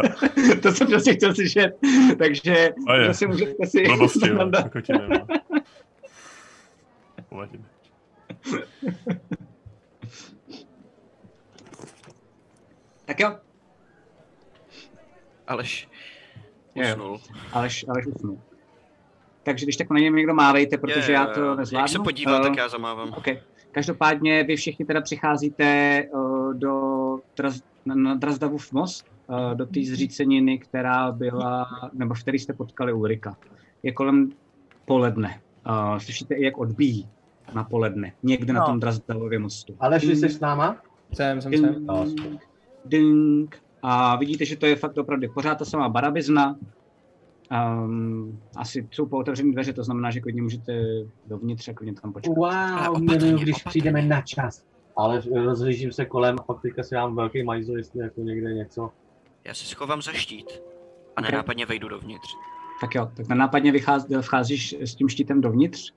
[SPEAKER 3] to jsem prostě chtěl slyšet, takže
[SPEAKER 8] A je.
[SPEAKER 3] prosím, můžete si...
[SPEAKER 8] Blbosti, jo, kokotiny, no. Povadím.
[SPEAKER 3] tak jo,
[SPEAKER 4] Aleš
[SPEAKER 3] Jo, jo.
[SPEAKER 4] usnul.
[SPEAKER 3] Aleš, Aleš usnul. Takže když tak na něj někdo mávejte, protože
[SPEAKER 4] Jo, jo,
[SPEAKER 3] já
[SPEAKER 4] jo.
[SPEAKER 3] to
[SPEAKER 4] Jak
[SPEAKER 3] nezvládnu.
[SPEAKER 4] se podíval,
[SPEAKER 3] Eh,
[SPEAKER 4] tak já zamávám.
[SPEAKER 3] Okay. Každopádně vy všichni teda přicházíte eh, do Draz, na, na Drazdavův most, eh, do té zříceniny, která byla, nebo v které jste potkali Ulrika. Je kolem poledne. Eh, Slyšíte i, jak odbíjí na poledne, někde no. na
[SPEAKER 6] No.
[SPEAKER 3] tom Drazdavově mostu. Hmm.
[SPEAKER 6] Ale že jsi s náma?
[SPEAKER 7] Jsem, jsem,
[SPEAKER 3] Ding,
[SPEAKER 7] jsem.
[SPEAKER 10] No.
[SPEAKER 3] ding. A vidíte, že to je fakt opravdu pořád ta samá barabizna. Um, asi jsou po otevřené dveře, to znamená, že klidně můžete dovnitř a klidně tam počkat.
[SPEAKER 10] Wow, miluju, když přijdeme na čas.
[SPEAKER 6] Ale rozhlížím se kolem a pak teďka si dám velký majzl, jestli jako někde něco.
[SPEAKER 4] Já se schovám za štít a nenápadně vejdu dovnitř.
[SPEAKER 3] Tak jo, tak nápadně vycház, vcházíš s tím štítem dovnitř.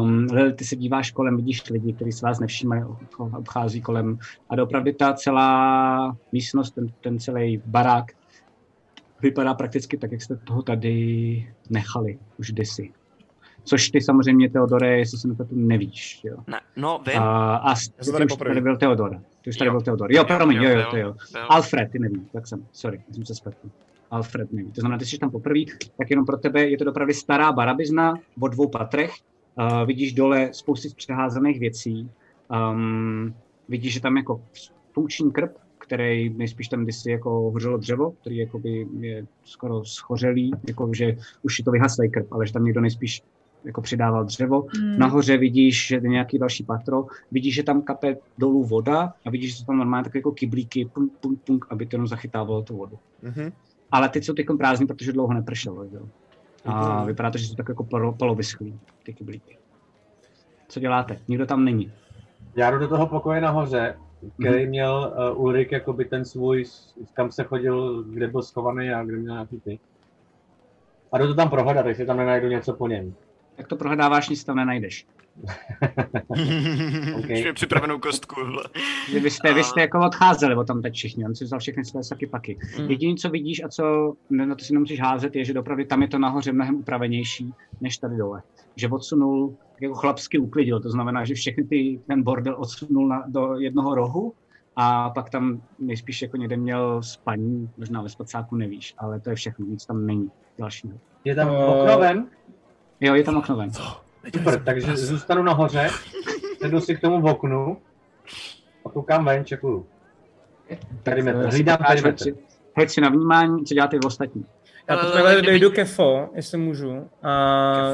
[SPEAKER 3] Um, Lili, ty se díváš kolem, vidíš lidi, kteří se vás nevšímají, obch- obchází kolem. A opravdu ta celá místnost, ten, ten celý barák vypadá prakticky tak, jak jste toho tady nechali už kdysi. Což ty samozřejmě, Teodore, jestli se na to nevíš. Jo.
[SPEAKER 4] Ne, no, vím.
[SPEAKER 3] A, a s-
[SPEAKER 5] Já jsem
[SPEAKER 3] ty
[SPEAKER 5] tady
[SPEAKER 3] už
[SPEAKER 5] poprvé.
[SPEAKER 3] tady byl Teodora. Ty už tady
[SPEAKER 4] Jo.
[SPEAKER 3] byl Teodor. Jo, promiň, jo, jo,
[SPEAKER 4] byl,
[SPEAKER 3] to jo.
[SPEAKER 4] byl.
[SPEAKER 3] Alfred, ty neví, tak jsem, sorry, já jsem se spletl. Alfred neví. To znamená, ty jsi tam poprvé, tak jenom pro tebe je to opravdu stará barabizna o dvou patrech. Uh, vidíš dole spousty přeházených věcí. Um, vidíš, že tam jako funkční krb, který nejspíš tam kdysi jako hořelo dřevo, který jakoby je skoro schořelý, jako že už je to vyhaslý krb, ale že tam někdo nejspíš jako přidával dřevo.
[SPEAKER 9] Hmm.
[SPEAKER 3] Nahoře vidíš že je nějaký další patro, vidíš, že tam kape dolů voda a vidíš, že jsou tam normálně takové jako kyblíky, punk, punk, punk, aby to jenom zachytávalo tu vodu.
[SPEAKER 5] Mhm.
[SPEAKER 3] Ale ty jsou teď prázdný, protože dlouho nepršelo. Že? jo. A vypadá to, že jsou tak jako polo- polovyschlý, ty kyblíky. Co děláte? Nikdo tam není. Mhm.
[SPEAKER 6] Já jdu do toho pokoje nahoře, který měl uh, Ulrik jakoby ten svůj, s- kam se chodil, kde byl schovaný a kde měl nějaký ty. A jdu to tam prohledat, jestli tam nenajdu něco po něm.
[SPEAKER 3] Jak to prohledáváš, nic tam nenajdeš.
[SPEAKER 4] Už mi připravenou kostku. hele.
[SPEAKER 3] Vy, vy, jste, vy
[SPEAKER 4] A-
[SPEAKER 3] jste jako odcházeli o tam teď všichni, on si vzal všechny své saky paky.
[SPEAKER 4] Mm.
[SPEAKER 3] Jediné, co vidíš a co ne- na to si nemusíš házet, je, že opravdu tam je to nahoře mnohem upravenější než tady dole. Že odsunul, tak jako chlapsky uklidil, to znamená, že všechny ty, ten bordel odsunul na, do jednoho rohu a pak tam nejspíš jako někde měl spaní, možná ve spacáku nevíš, ale to je všechno, nic tam není dalšího.
[SPEAKER 6] Je tam
[SPEAKER 7] Eh,
[SPEAKER 6] okno ven,
[SPEAKER 3] Jo, je tam okno ven.
[SPEAKER 6] super, takže zůstanu nahoře, jdu si k tomu oknu a koukám ven, čekuju. Perimetr,
[SPEAKER 3] Tak, eh,
[SPEAKER 6] hlídám
[SPEAKER 3] spotáš,
[SPEAKER 6] perimetr.
[SPEAKER 3] hoď si- Hoď si na vnímání, co děláte vy ostatní.
[SPEAKER 7] Já
[SPEAKER 4] Ale-
[SPEAKER 7] to
[SPEAKER 4] ale
[SPEAKER 7] takhle
[SPEAKER 4] kdyby-
[SPEAKER 7] dojdu ke fo, jestli můžu. A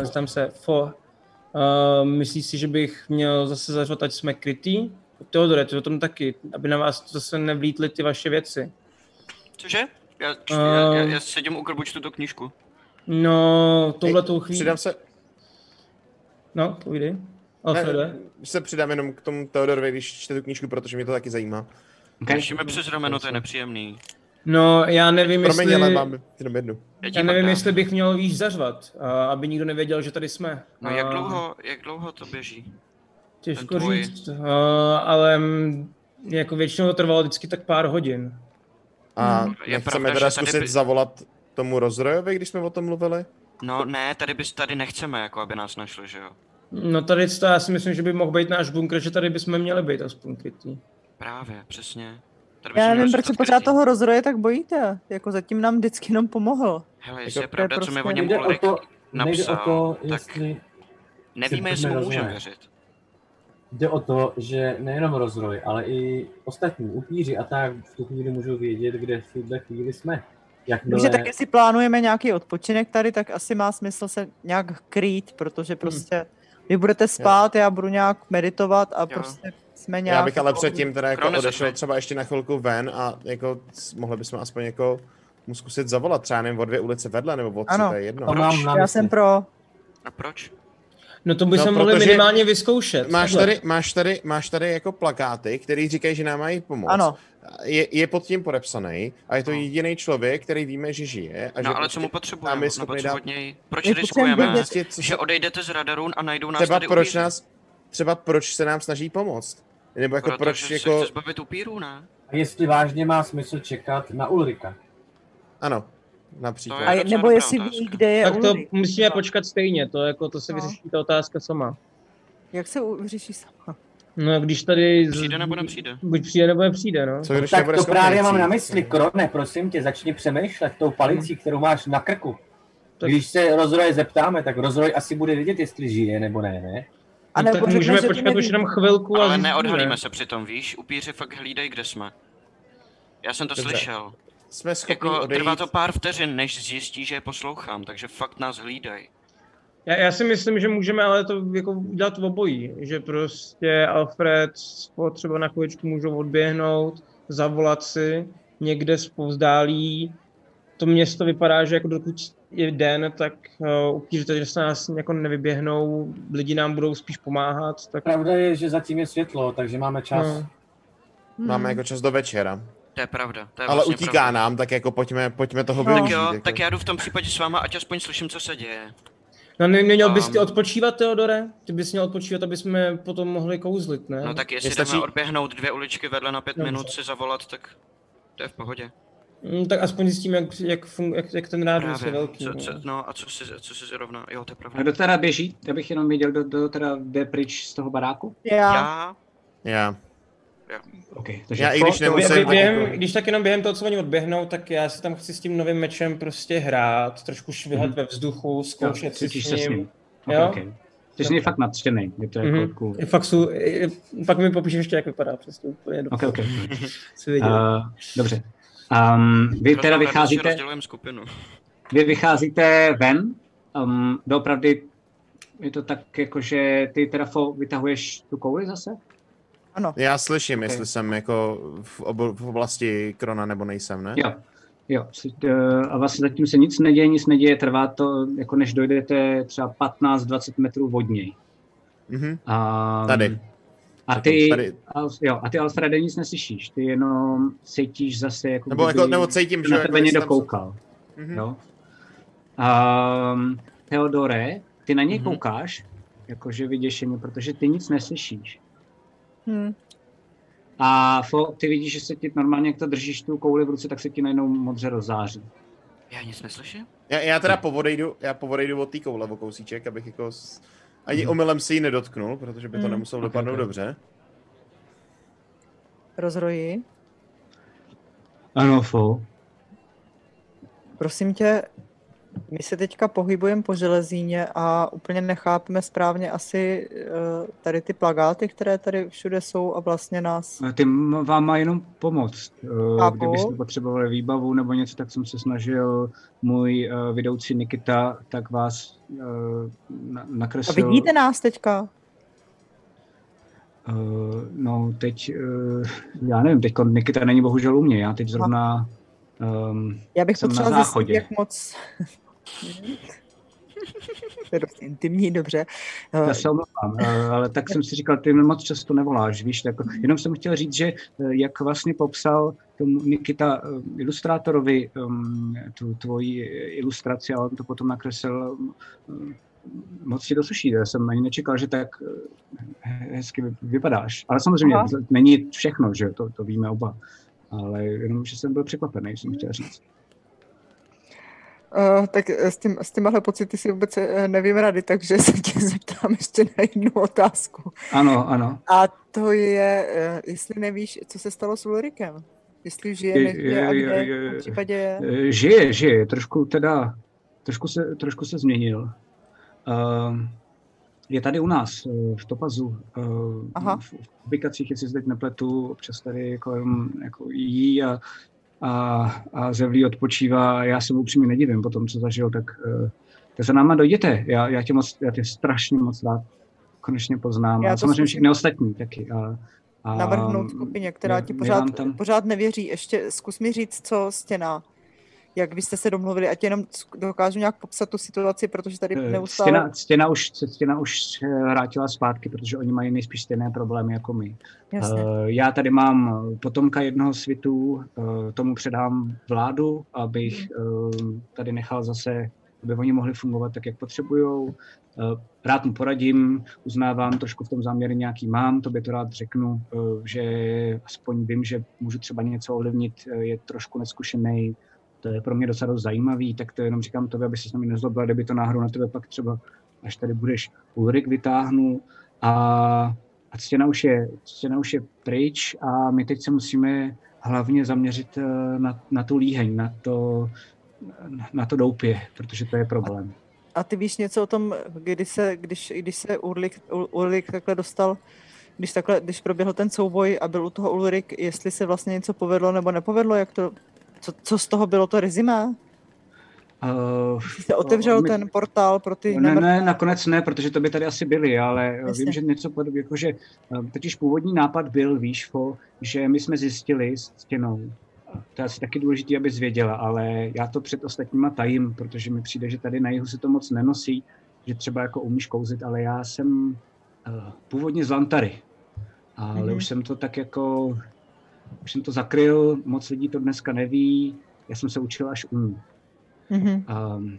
[SPEAKER 4] Ke fo.
[SPEAKER 7] tam se fo. Uh, myslíš si, že bych měl zase zařvat, ať jsme krytý? Teodore, ty o tom taky, aby na vás zase nevlítly ty vaše věci.
[SPEAKER 4] Cože? Já, č- já,
[SPEAKER 5] Eh,
[SPEAKER 4] já, já sedím u krbu, čtu tu knížku.
[SPEAKER 7] No, touhle tou chvíli.
[SPEAKER 5] Přidám se,
[SPEAKER 7] No, povídej.
[SPEAKER 5] ne,
[SPEAKER 7] Alfrede.
[SPEAKER 5] se přidám jenom k tomu Teodorovi, když čte tu knížku, protože mě to taky zajímá.
[SPEAKER 3] Okay?
[SPEAKER 4] Píšeme přes rameno, to je nepříjemný.
[SPEAKER 7] No, já nevím,
[SPEAKER 5] Promiň,
[SPEAKER 7] jestli...
[SPEAKER 5] ale mám jenom jednu.
[SPEAKER 4] Já, ti
[SPEAKER 7] Já
[SPEAKER 4] pak
[SPEAKER 7] nevím,
[SPEAKER 4] dám.
[SPEAKER 7] jestli bych měl víš zařvat, a aby nikdo nevěděl, že tady jsme.
[SPEAKER 5] Eh,
[SPEAKER 4] No jak
[SPEAKER 7] A
[SPEAKER 4] dlouho, jak dlouho to běží?
[SPEAKER 7] Těžko
[SPEAKER 4] ten tvůj?
[SPEAKER 7] říct, a, ale mm, jako většinou to trvalo vždycky tak pár hodin.
[SPEAKER 5] A
[SPEAKER 4] Mhm. Je
[SPEAKER 5] nechceme
[SPEAKER 4] pravda,
[SPEAKER 5] teda
[SPEAKER 4] že tady
[SPEAKER 5] zkusit
[SPEAKER 4] by-
[SPEAKER 5] zavolat tomu rozrojovi, když jsme o tom mluvili?
[SPEAKER 4] No ne, tady bys tady nechceme, jako aby nás našli, že jo?
[SPEAKER 7] No tady to já si myslím, že by mohl být náš bunkr, že tady bychom měli být aspoň krytý.
[SPEAKER 4] Právě, přesně. Tady bychom
[SPEAKER 9] Já
[SPEAKER 4] měli
[SPEAKER 9] nevím, proč
[SPEAKER 4] zůstat
[SPEAKER 9] se pořád
[SPEAKER 4] krytí.
[SPEAKER 9] toho rozroje tak bojíte. Jako zatím nám vždycky jenom pomohl.
[SPEAKER 4] Hele, jestli je
[SPEAKER 5] Jako-
[SPEAKER 4] pravda,
[SPEAKER 9] to je
[SPEAKER 4] co mi o
[SPEAKER 9] prostě-
[SPEAKER 4] něm
[SPEAKER 6] Nejde o
[SPEAKER 4] Ulrik
[SPEAKER 6] to, nejde o
[SPEAKER 4] napsal,
[SPEAKER 6] to,
[SPEAKER 4] tak-
[SPEAKER 6] jestli...
[SPEAKER 4] nevíme, jestli mu můžeme věřit.
[SPEAKER 6] Jde o to, že nejenom rozroj, ale i ostatní upíři a tak v tu chvíli můžou vědět, kde v tuhle chvíli jsme. Jakmile...
[SPEAKER 9] Takže tak, jestli plánujeme nějaký odpočinek tady, tak asi má smysl se nějak krýt, protože prostě vy budete spát, já budu nějak meditovat a prostě jsme nějak...
[SPEAKER 5] Já bych ale předtím teda jako
[SPEAKER 4] Krone
[SPEAKER 5] odešel
[SPEAKER 4] začne.
[SPEAKER 5] třeba ještě na chvilku ven a jako s- mohli bychom aspoň jako mu zkusit zavolat, třeba nevím, o dvě ulice vedle, nebo o tři,
[SPEAKER 9] Ano,
[SPEAKER 5] to je jedno.
[SPEAKER 9] to mám na Já mysli. jsem pro.
[SPEAKER 4] A proč?
[SPEAKER 7] No to by se mohli
[SPEAKER 5] protože
[SPEAKER 7] minimálně vyzkoušet.
[SPEAKER 5] Máš
[SPEAKER 7] takhle.
[SPEAKER 5] tady, máš, tady, máš tady jako plakáty, který říkají, že nám mají pomoct.
[SPEAKER 7] Ano.
[SPEAKER 5] Je, je pod tím podepsaný a je to jediný člověk, který víme, že žije. A že
[SPEAKER 4] No ale
[SPEAKER 5] prostě
[SPEAKER 4] co mu
[SPEAKER 5] nám je
[SPEAKER 4] potřebujeme? No,
[SPEAKER 5] schopný dát-
[SPEAKER 4] potřebujeme od něj. Proč
[SPEAKER 5] My potřebujeme
[SPEAKER 4] riskujeme,
[SPEAKER 5] prostě, co
[SPEAKER 4] že odejdete z radarů a najdou nás
[SPEAKER 5] Třeba
[SPEAKER 4] tady
[SPEAKER 5] proč,
[SPEAKER 4] upíři?
[SPEAKER 5] nás, třeba proč se nám snaží pomoct. Nebo jako
[SPEAKER 4] Protože
[SPEAKER 5] proč
[SPEAKER 4] se
[SPEAKER 5] jako...
[SPEAKER 4] chce zbavit upírů, ne?
[SPEAKER 6] A jestli vážně má smysl čekat na Ulrika.
[SPEAKER 5] Ano, například.
[SPEAKER 4] To je A je- docela nebo dobrá jestli ví, otázka. kde je
[SPEAKER 7] Tak to
[SPEAKER 9] Ulrik.
[SPEAKER 7] musíme počkat stejně, to, jako, to se vyřeší ta otázka sama.
[SPEAKER 9] Jak se u- vyřeší sama?
[SPEAKER 7] No když tady... z-
[SPEAKER 4] Přijde nebo nepřijde?
[SPEAKER 7] Buď přijde nebo nepřijde, no.
[SPEAKER 5] Co
[SPEAKER 6] tak to právě mám na mysli, Krone, prosím tě, začni přemýšlet tou palicí, kterou máš na krku.
[SPEAKER 7] Tak-
[SPEAKER 6] Když se rozroje zeptáme, tak rozroj asi bude vědět, jestli žije nebo ne, ne?
[SPEAKER 9] A nebo
[SPEAKER 7] No tak můžeme počkat už jenom chvilku a
[SPEAKER 4] Ale
[SPEAKER 7] zjistíme.
[SPEAKER 4] neodhalíme se přitom, víš? Upíři fakt hlídají, kde jsme. Já jsem to
[SPEAKER 5] Dobře.
[SPEAKER 4] slyšel.
[SPEAKER 5] Jsme schopni
[SPEAKER 4] Jako,
[SPEAKER 5] odejít.
[SPEAKER 4] trvá to pár vteřin, než zjistí, že je poslouchám, takže fakt nás hlídají.
[SPEAKER 7] Já, já si myslím, že můžeme ale to jako udělat v obojí, že prostě Alfred po třeba na chvíličku můžou odběhnout, zavolat si někde zpovzdálí. To město vypadá, že jako dokud je den, tak uh, upířte, že se nás jako nevyběhnou, lidi nám budou spíš pomáhat, tak
[SPEAKER 6] Pravda je, že zatím je světlo, takže máme čas.
[SPEAKER 7] No.
[SPEAKER 5] Máme jako čas do večera.
[SPEAKER 4] To je pravda. To je
[SPEAKER 5] Ale
[SPEAKER 4] vlastně
[SPEAKER 5] utíká
[SPEAKER 4] pravda.
[SPEAKER 5] nám, tak jako pojďme, pojďme toho
[SPEAKER 4] Tak
[SPEAKER 5] využít.
[SPEAKER 4] jo,
[SPEAKER 5] jako.
[SPEAKER 4] tak já jdu v tom případě s váma, ať aspoň slyším, co se děje.
[SPEAKER 7] No ne- neměl bys ty
[SPEAKER 4] Um.
[SPEAKER 7] odpočívat, Teodore? Ty bys měl odpočívat, aby jsme potom mohli kouzlit, ne?
[SPEAKER 4] No tak jestli
[SPEAKER 5] Mně stačí-
[SPEAKER 4] jdeme odběhnout dvě uličky vedle na pět
[SPEAKER 7] Dobře.
[SPEAKER 4] minut si zavolat, tak to je v pohodě.
[SPEAKER 7] Mm, tak aspoň zjistím, jak, jak, fun, jak, jak ten rádus je
[SPEAKER 4] Právě.
[SPEAKER 7] velký.
[SPEAKER 4] Co,
[SPEAKER 7] no.
[SPEAKER 4] co, no a co si, co si zrovna, jo, to je pravda.
[SPEAKER 3] A kdo teda běží? Já bych jenom věděl, kdo, kdo teda jde pryč z toho baráku.
[SPEAKER 9] Já, já.
[SPEAKER 4] Já,
[SPEAKER 5] Já.
[SPEAKER 3] OK, takže
[SPEAKER 5] Já i
[SPEAKER 3] to-
[SPEAKER 5] když
[SPEAKER 3] to-
[SPEAKER 5] nemusím- jako-
[SPEAKER 7] Bě-
[SPEAKER 3] to-
[SPEAKER 5] Musím-
[SPEAKER 3] jako-
[SPEAKER 7] Během, když tak jenom během toho, co oni odběhnou, tak já si tam chci s tím novým mečem prostě hrát, trošku švihat
[SPEAKER 3] Mhm.
[SPEAKER 7] ve vzduchu,
[SPEAKER 3] Jo,
[SPEAKER 7] zkoušet si
[SPEAKER 3] cítíš
[SPEAKER 7] s
[SPEAKER 3] se s
[SPEAKER 7] ním.
[SPEAKER 3] ním. Okay,
[SPEAKER 7] Jo?
[SPEAKER 3] okay. Ty jsi fakt nadšený, je to jako
[SPEAKER 7] Mhm.
[SPEAKER 3] cool.
[SPEAKER 7] Je Fakt jsou, je- pak mi popíšeš ještě, jak vypadá přesně úplně
[SPEAKER 3] OK,
[SPEAKER 7] dobře.
[SPEAKER 3] OK.
[SPEAKER 7] Chci vědět.
[SPEAKER 3] Uh, dobře. Um, vy teda vycházíte,
[SPEAKER 4] Rozdělujeme skupinu.
[SPEAKER 3] vy vycházíte ven, um, doopravdy je to tak jako, že ty teda fo, vytahuješ tu kouli zase?
[SPEAKER 9] ano.
[SPEAKER 5] Já slyším,
[SPEAKER 3] Ok.
[SPEAKER 5] jestli jsem jako v, obo- v oblasti Krona nebo nejsem, ne?
[SPEAKER 3] Jo. Jo, si- eh, a vlastně zatím se nic neděje, nic neděje, trvá to, jako než dojdete třeba 15-20 metrů vodněji.
[SPEAKER 5] Mhm.
[SPEAKER 3] Um,
[SPEAKER 5] Tady.
[SPEAKER 3] A ty,
[SPEAKER 5] Tady.
[SPEAKER 3] Al- jo, a ty Alfrede nic neslyšíš, ty jenom cítíš zase, jako
[SPEAKER 5] Nebo, jako,
[SPEAKER 3] kdyby
[SPEAKER 5] nebo cítím, že...
[SPEAKER 3] na
[SPEAKER 5] jako
[SPEAKER 3] tebe
[SPEAKER 5] jestli
[SPEAKER 3] někdo
[SPEAKER 5] tam-
[SPEAKER 3] koukal.
[SPEAKER 5] Mhm.
[SPEAKER 3] Jo. Um, Teodore, ty na něj
[SPEAKER 5] Mhm.
[SPEAKER 3] mm-hmm. koukáš, jakože vyděšeně, protože ty nic neslyšíš.
[SPEAKER 9] Hm.
[SPEAKER 3] A fo, ty vidíš, že se ti normálně, jak to držíš tu kouli v ruce, tak se ti najednou modře rozáří.
[SPEAKER 4] Já nic neslyším?
[SPEAKER 5] Já, já
[SPEAKER 4] Hm.
[SPEAKER 5] teda po odejdu, já po odejdu od té koule o kousíček, abych jako... S... Ani
[SPEAKER 4] Mhm.
[SPEAKER 5] omylem si ji nedotknul, protože by to
[SPEAKER 9] Mhm.
[SPEAKER 5] nemuselo
[SPEAKER 3] Ok,
[SPEAKER 5] dopadnout
[SPEAKER 3] ok.
[SPEAKER 5] dobře.
[SPEAKER 9] Rozroji.
[SPEAKER 3] Ano, fo.
[SPEAKER 9] Prosím tě, my se teďka pohybujeme po železíně a úplně nechápeme správně asi eh, tady ty plagáty, které tady všude jsou a vlastně nás...
[SPEAKER 3] Ty m- vám má jenom pomoct. Eh,
[SPEAKER 9] Chápu.
[SPEAKER 3] Kdybyste potřebovali výbavu nebo něco, tak jsem se snažil můj eh, vedoucí Nikita, tak vás eh, na-
[SPEAKER 9] A
[SPEAKER 3] nakreslil.
[SPEAKER 9] vidíte nás teďka?
[SPEAKER 3] Uh, no teď, uh, já nevím, teď Nikita není bohužel u mě, já teď zrovna um,
[SPEAKER 9] Já bych
[SPEAKER 3] Jsem na
[SPEAKER 9] potřebovala zjistit,
[SPEAKER 3] záchodě.
[SPEAKER 9] jak moc... to je dost intimní, dobře. Eh,
[SPEAKER 3] já se omlouvám, uh, ale tak jsem si říkal, ty mi moc často nevoláš, víš, tak jako, jenom jsem chtěl říct, že eh, jak vlastně popsal tomu Nikita eh, ilustrátorovi um, tu tvoji ilustraci, ale on to potom nakreslil um, moc ti dosuší, já jsem ani nečekal, že tak eh, hezky vy- vypadáš. Ale samozřejmě
[SPEAKER 9] Aha.
[SPEAKER 3] to není všechno, že jo, to, to víme oba. Ale jenom, že jsem byl překvapený, jsem chtěl říct.
[SPEAKER 9] Uh, tak eh, s, tím, s těmahle pocity si vůbec eh, nevím rady, takže se tě zeptám ještě na jednu otázku.
[SPEAKER 3] Ano, ano.
[SPEAKER 9] A to je, eh, jestli nevíš, co se stalo s Ulrikem. Jestli žije,
[SPEAKER 3] Je-
[SPEAKER 9] nežije a
[SPEAKER 3] je-
[SPEAKER 9] kde,
[SPEAKER 3] je-
[SPEAKER 9] v tom
[SPEAKER 3] je-
[SPEAKER 9] případě je.
[SPEAKER 3] Eh, Žije, žije, trošku teda, trošku se, trošku se změnil. Ehm, Je tady u nás, eh, v Topazu, eh,
[SPEAKER 9] Aha.
[SPEAKER 3] v v publikacích, jestli se teď nepletu, občas tady kolem jako jí a, a, a zevlí odpočívá. Já se mu upřímně nedivím po tom, co zažil, tak, eh, tak za náma dojděte. Já, já, tě moc, já tě strašně moc rád konečně poznám.
[SPEAKER 9] Já
[SPEAKER 3] A
[SPEAKER 9] to
[SPEAKER 3] samozřejmě
[SPEAKER 9] zkusím
[SPEAKER 3] všechny ostatní taky. A, a ehm,
[SPEAKER 9] navrhnout skupině, která
[SPEAKER 3] my-
[SPEAKER 9] ti
[SPEAKER 3] my
[SPEAKER 9] pořád,
[SPEAKER 3] vám tam-
[SPEAKER 9] pořád nevěří. Ještě zkus mi říct, co stěna. jak vy jste se domluvili, ať jenom sk- dokážu nějak popsat tu situaci, protože tady
[SPEAKER 3] Eh,
[SPEAKER 9] neustále...
[SPEAKER 3] Stěna, stěna, už, stěna už eh, vrátila zpátky, protože oni mají nejspíš stejné problémy jako my.
[SPEAKER 9] Jasně.
[SPEAKER 3] Eh, Já tady mám eh, potomka jednoho svitu, eh, tomu předám vládu, abych eh, tady nechal zase, aby oni mohli fungovat tak, jak potřebují. Rád mu poradím, uznávám, trošku v tom záměry nějaký mám, tobě to rád řeknu, eh, že aspoň vím, že můžu třeba něco ovlivnit, eh, je trošku neskušený, to je pro mě docela dost zajímavý, tak to jenom říkám tobě, aby se s nami nezlobila, kdyby to náhodou na tebe pak třeba, až tady budeš Ulrik vytáhnu a a stěna už, je, stěna už je pryč a my teď se musíme hlavně zaměřit eh, na, na tu líheň, na to, na- na to doupě, protože to je problém.
[SPEAKER 9] A ty víš něco o tom, kdy se, když, když se Urlik, Ul- Urlik takhle dostal, když, takhle, když proběhl ten souboj a byl u toho Ulrik, jestli se vlastně něco povedlo nebo nepovedlo, jak to, co, co z toho bylo to rezimé?
[SPEAKER 3] Uh,
[SPEAKER 9] Jestli se otevřel ten portál pro ty
[SPEAKER 3] Ne,
[SPEAKER 9] nemrtvé?
[SPEAKER 3] ne, nakonec ne, protože to by tady asi byli, ale Jasně.
[SPEAKER 9] Jasně.
[SPEAKER 3] vím, že něco podobného, jakože eh, totiž původní nápad byl, víš, Fo, že my jsme zjistili s stěnou, to je asi taky důležité, aby zvěděla, ale já to před ostatníma tajím, protože mi přijde, že tady na jihu se to moc nenosí, že třeba jako umíš kouzit, ale já jsem eh, původně z Lantary, ale
[SPEAKER 9] Mhm.
[SPEAKER 3] už jsem to tak jako, už jsem to zakryl, moc lidí to dneska neví, já jsem se učil až u ní.
[SPEAKER 9] Mhm.
[SPEAKER 3] Um,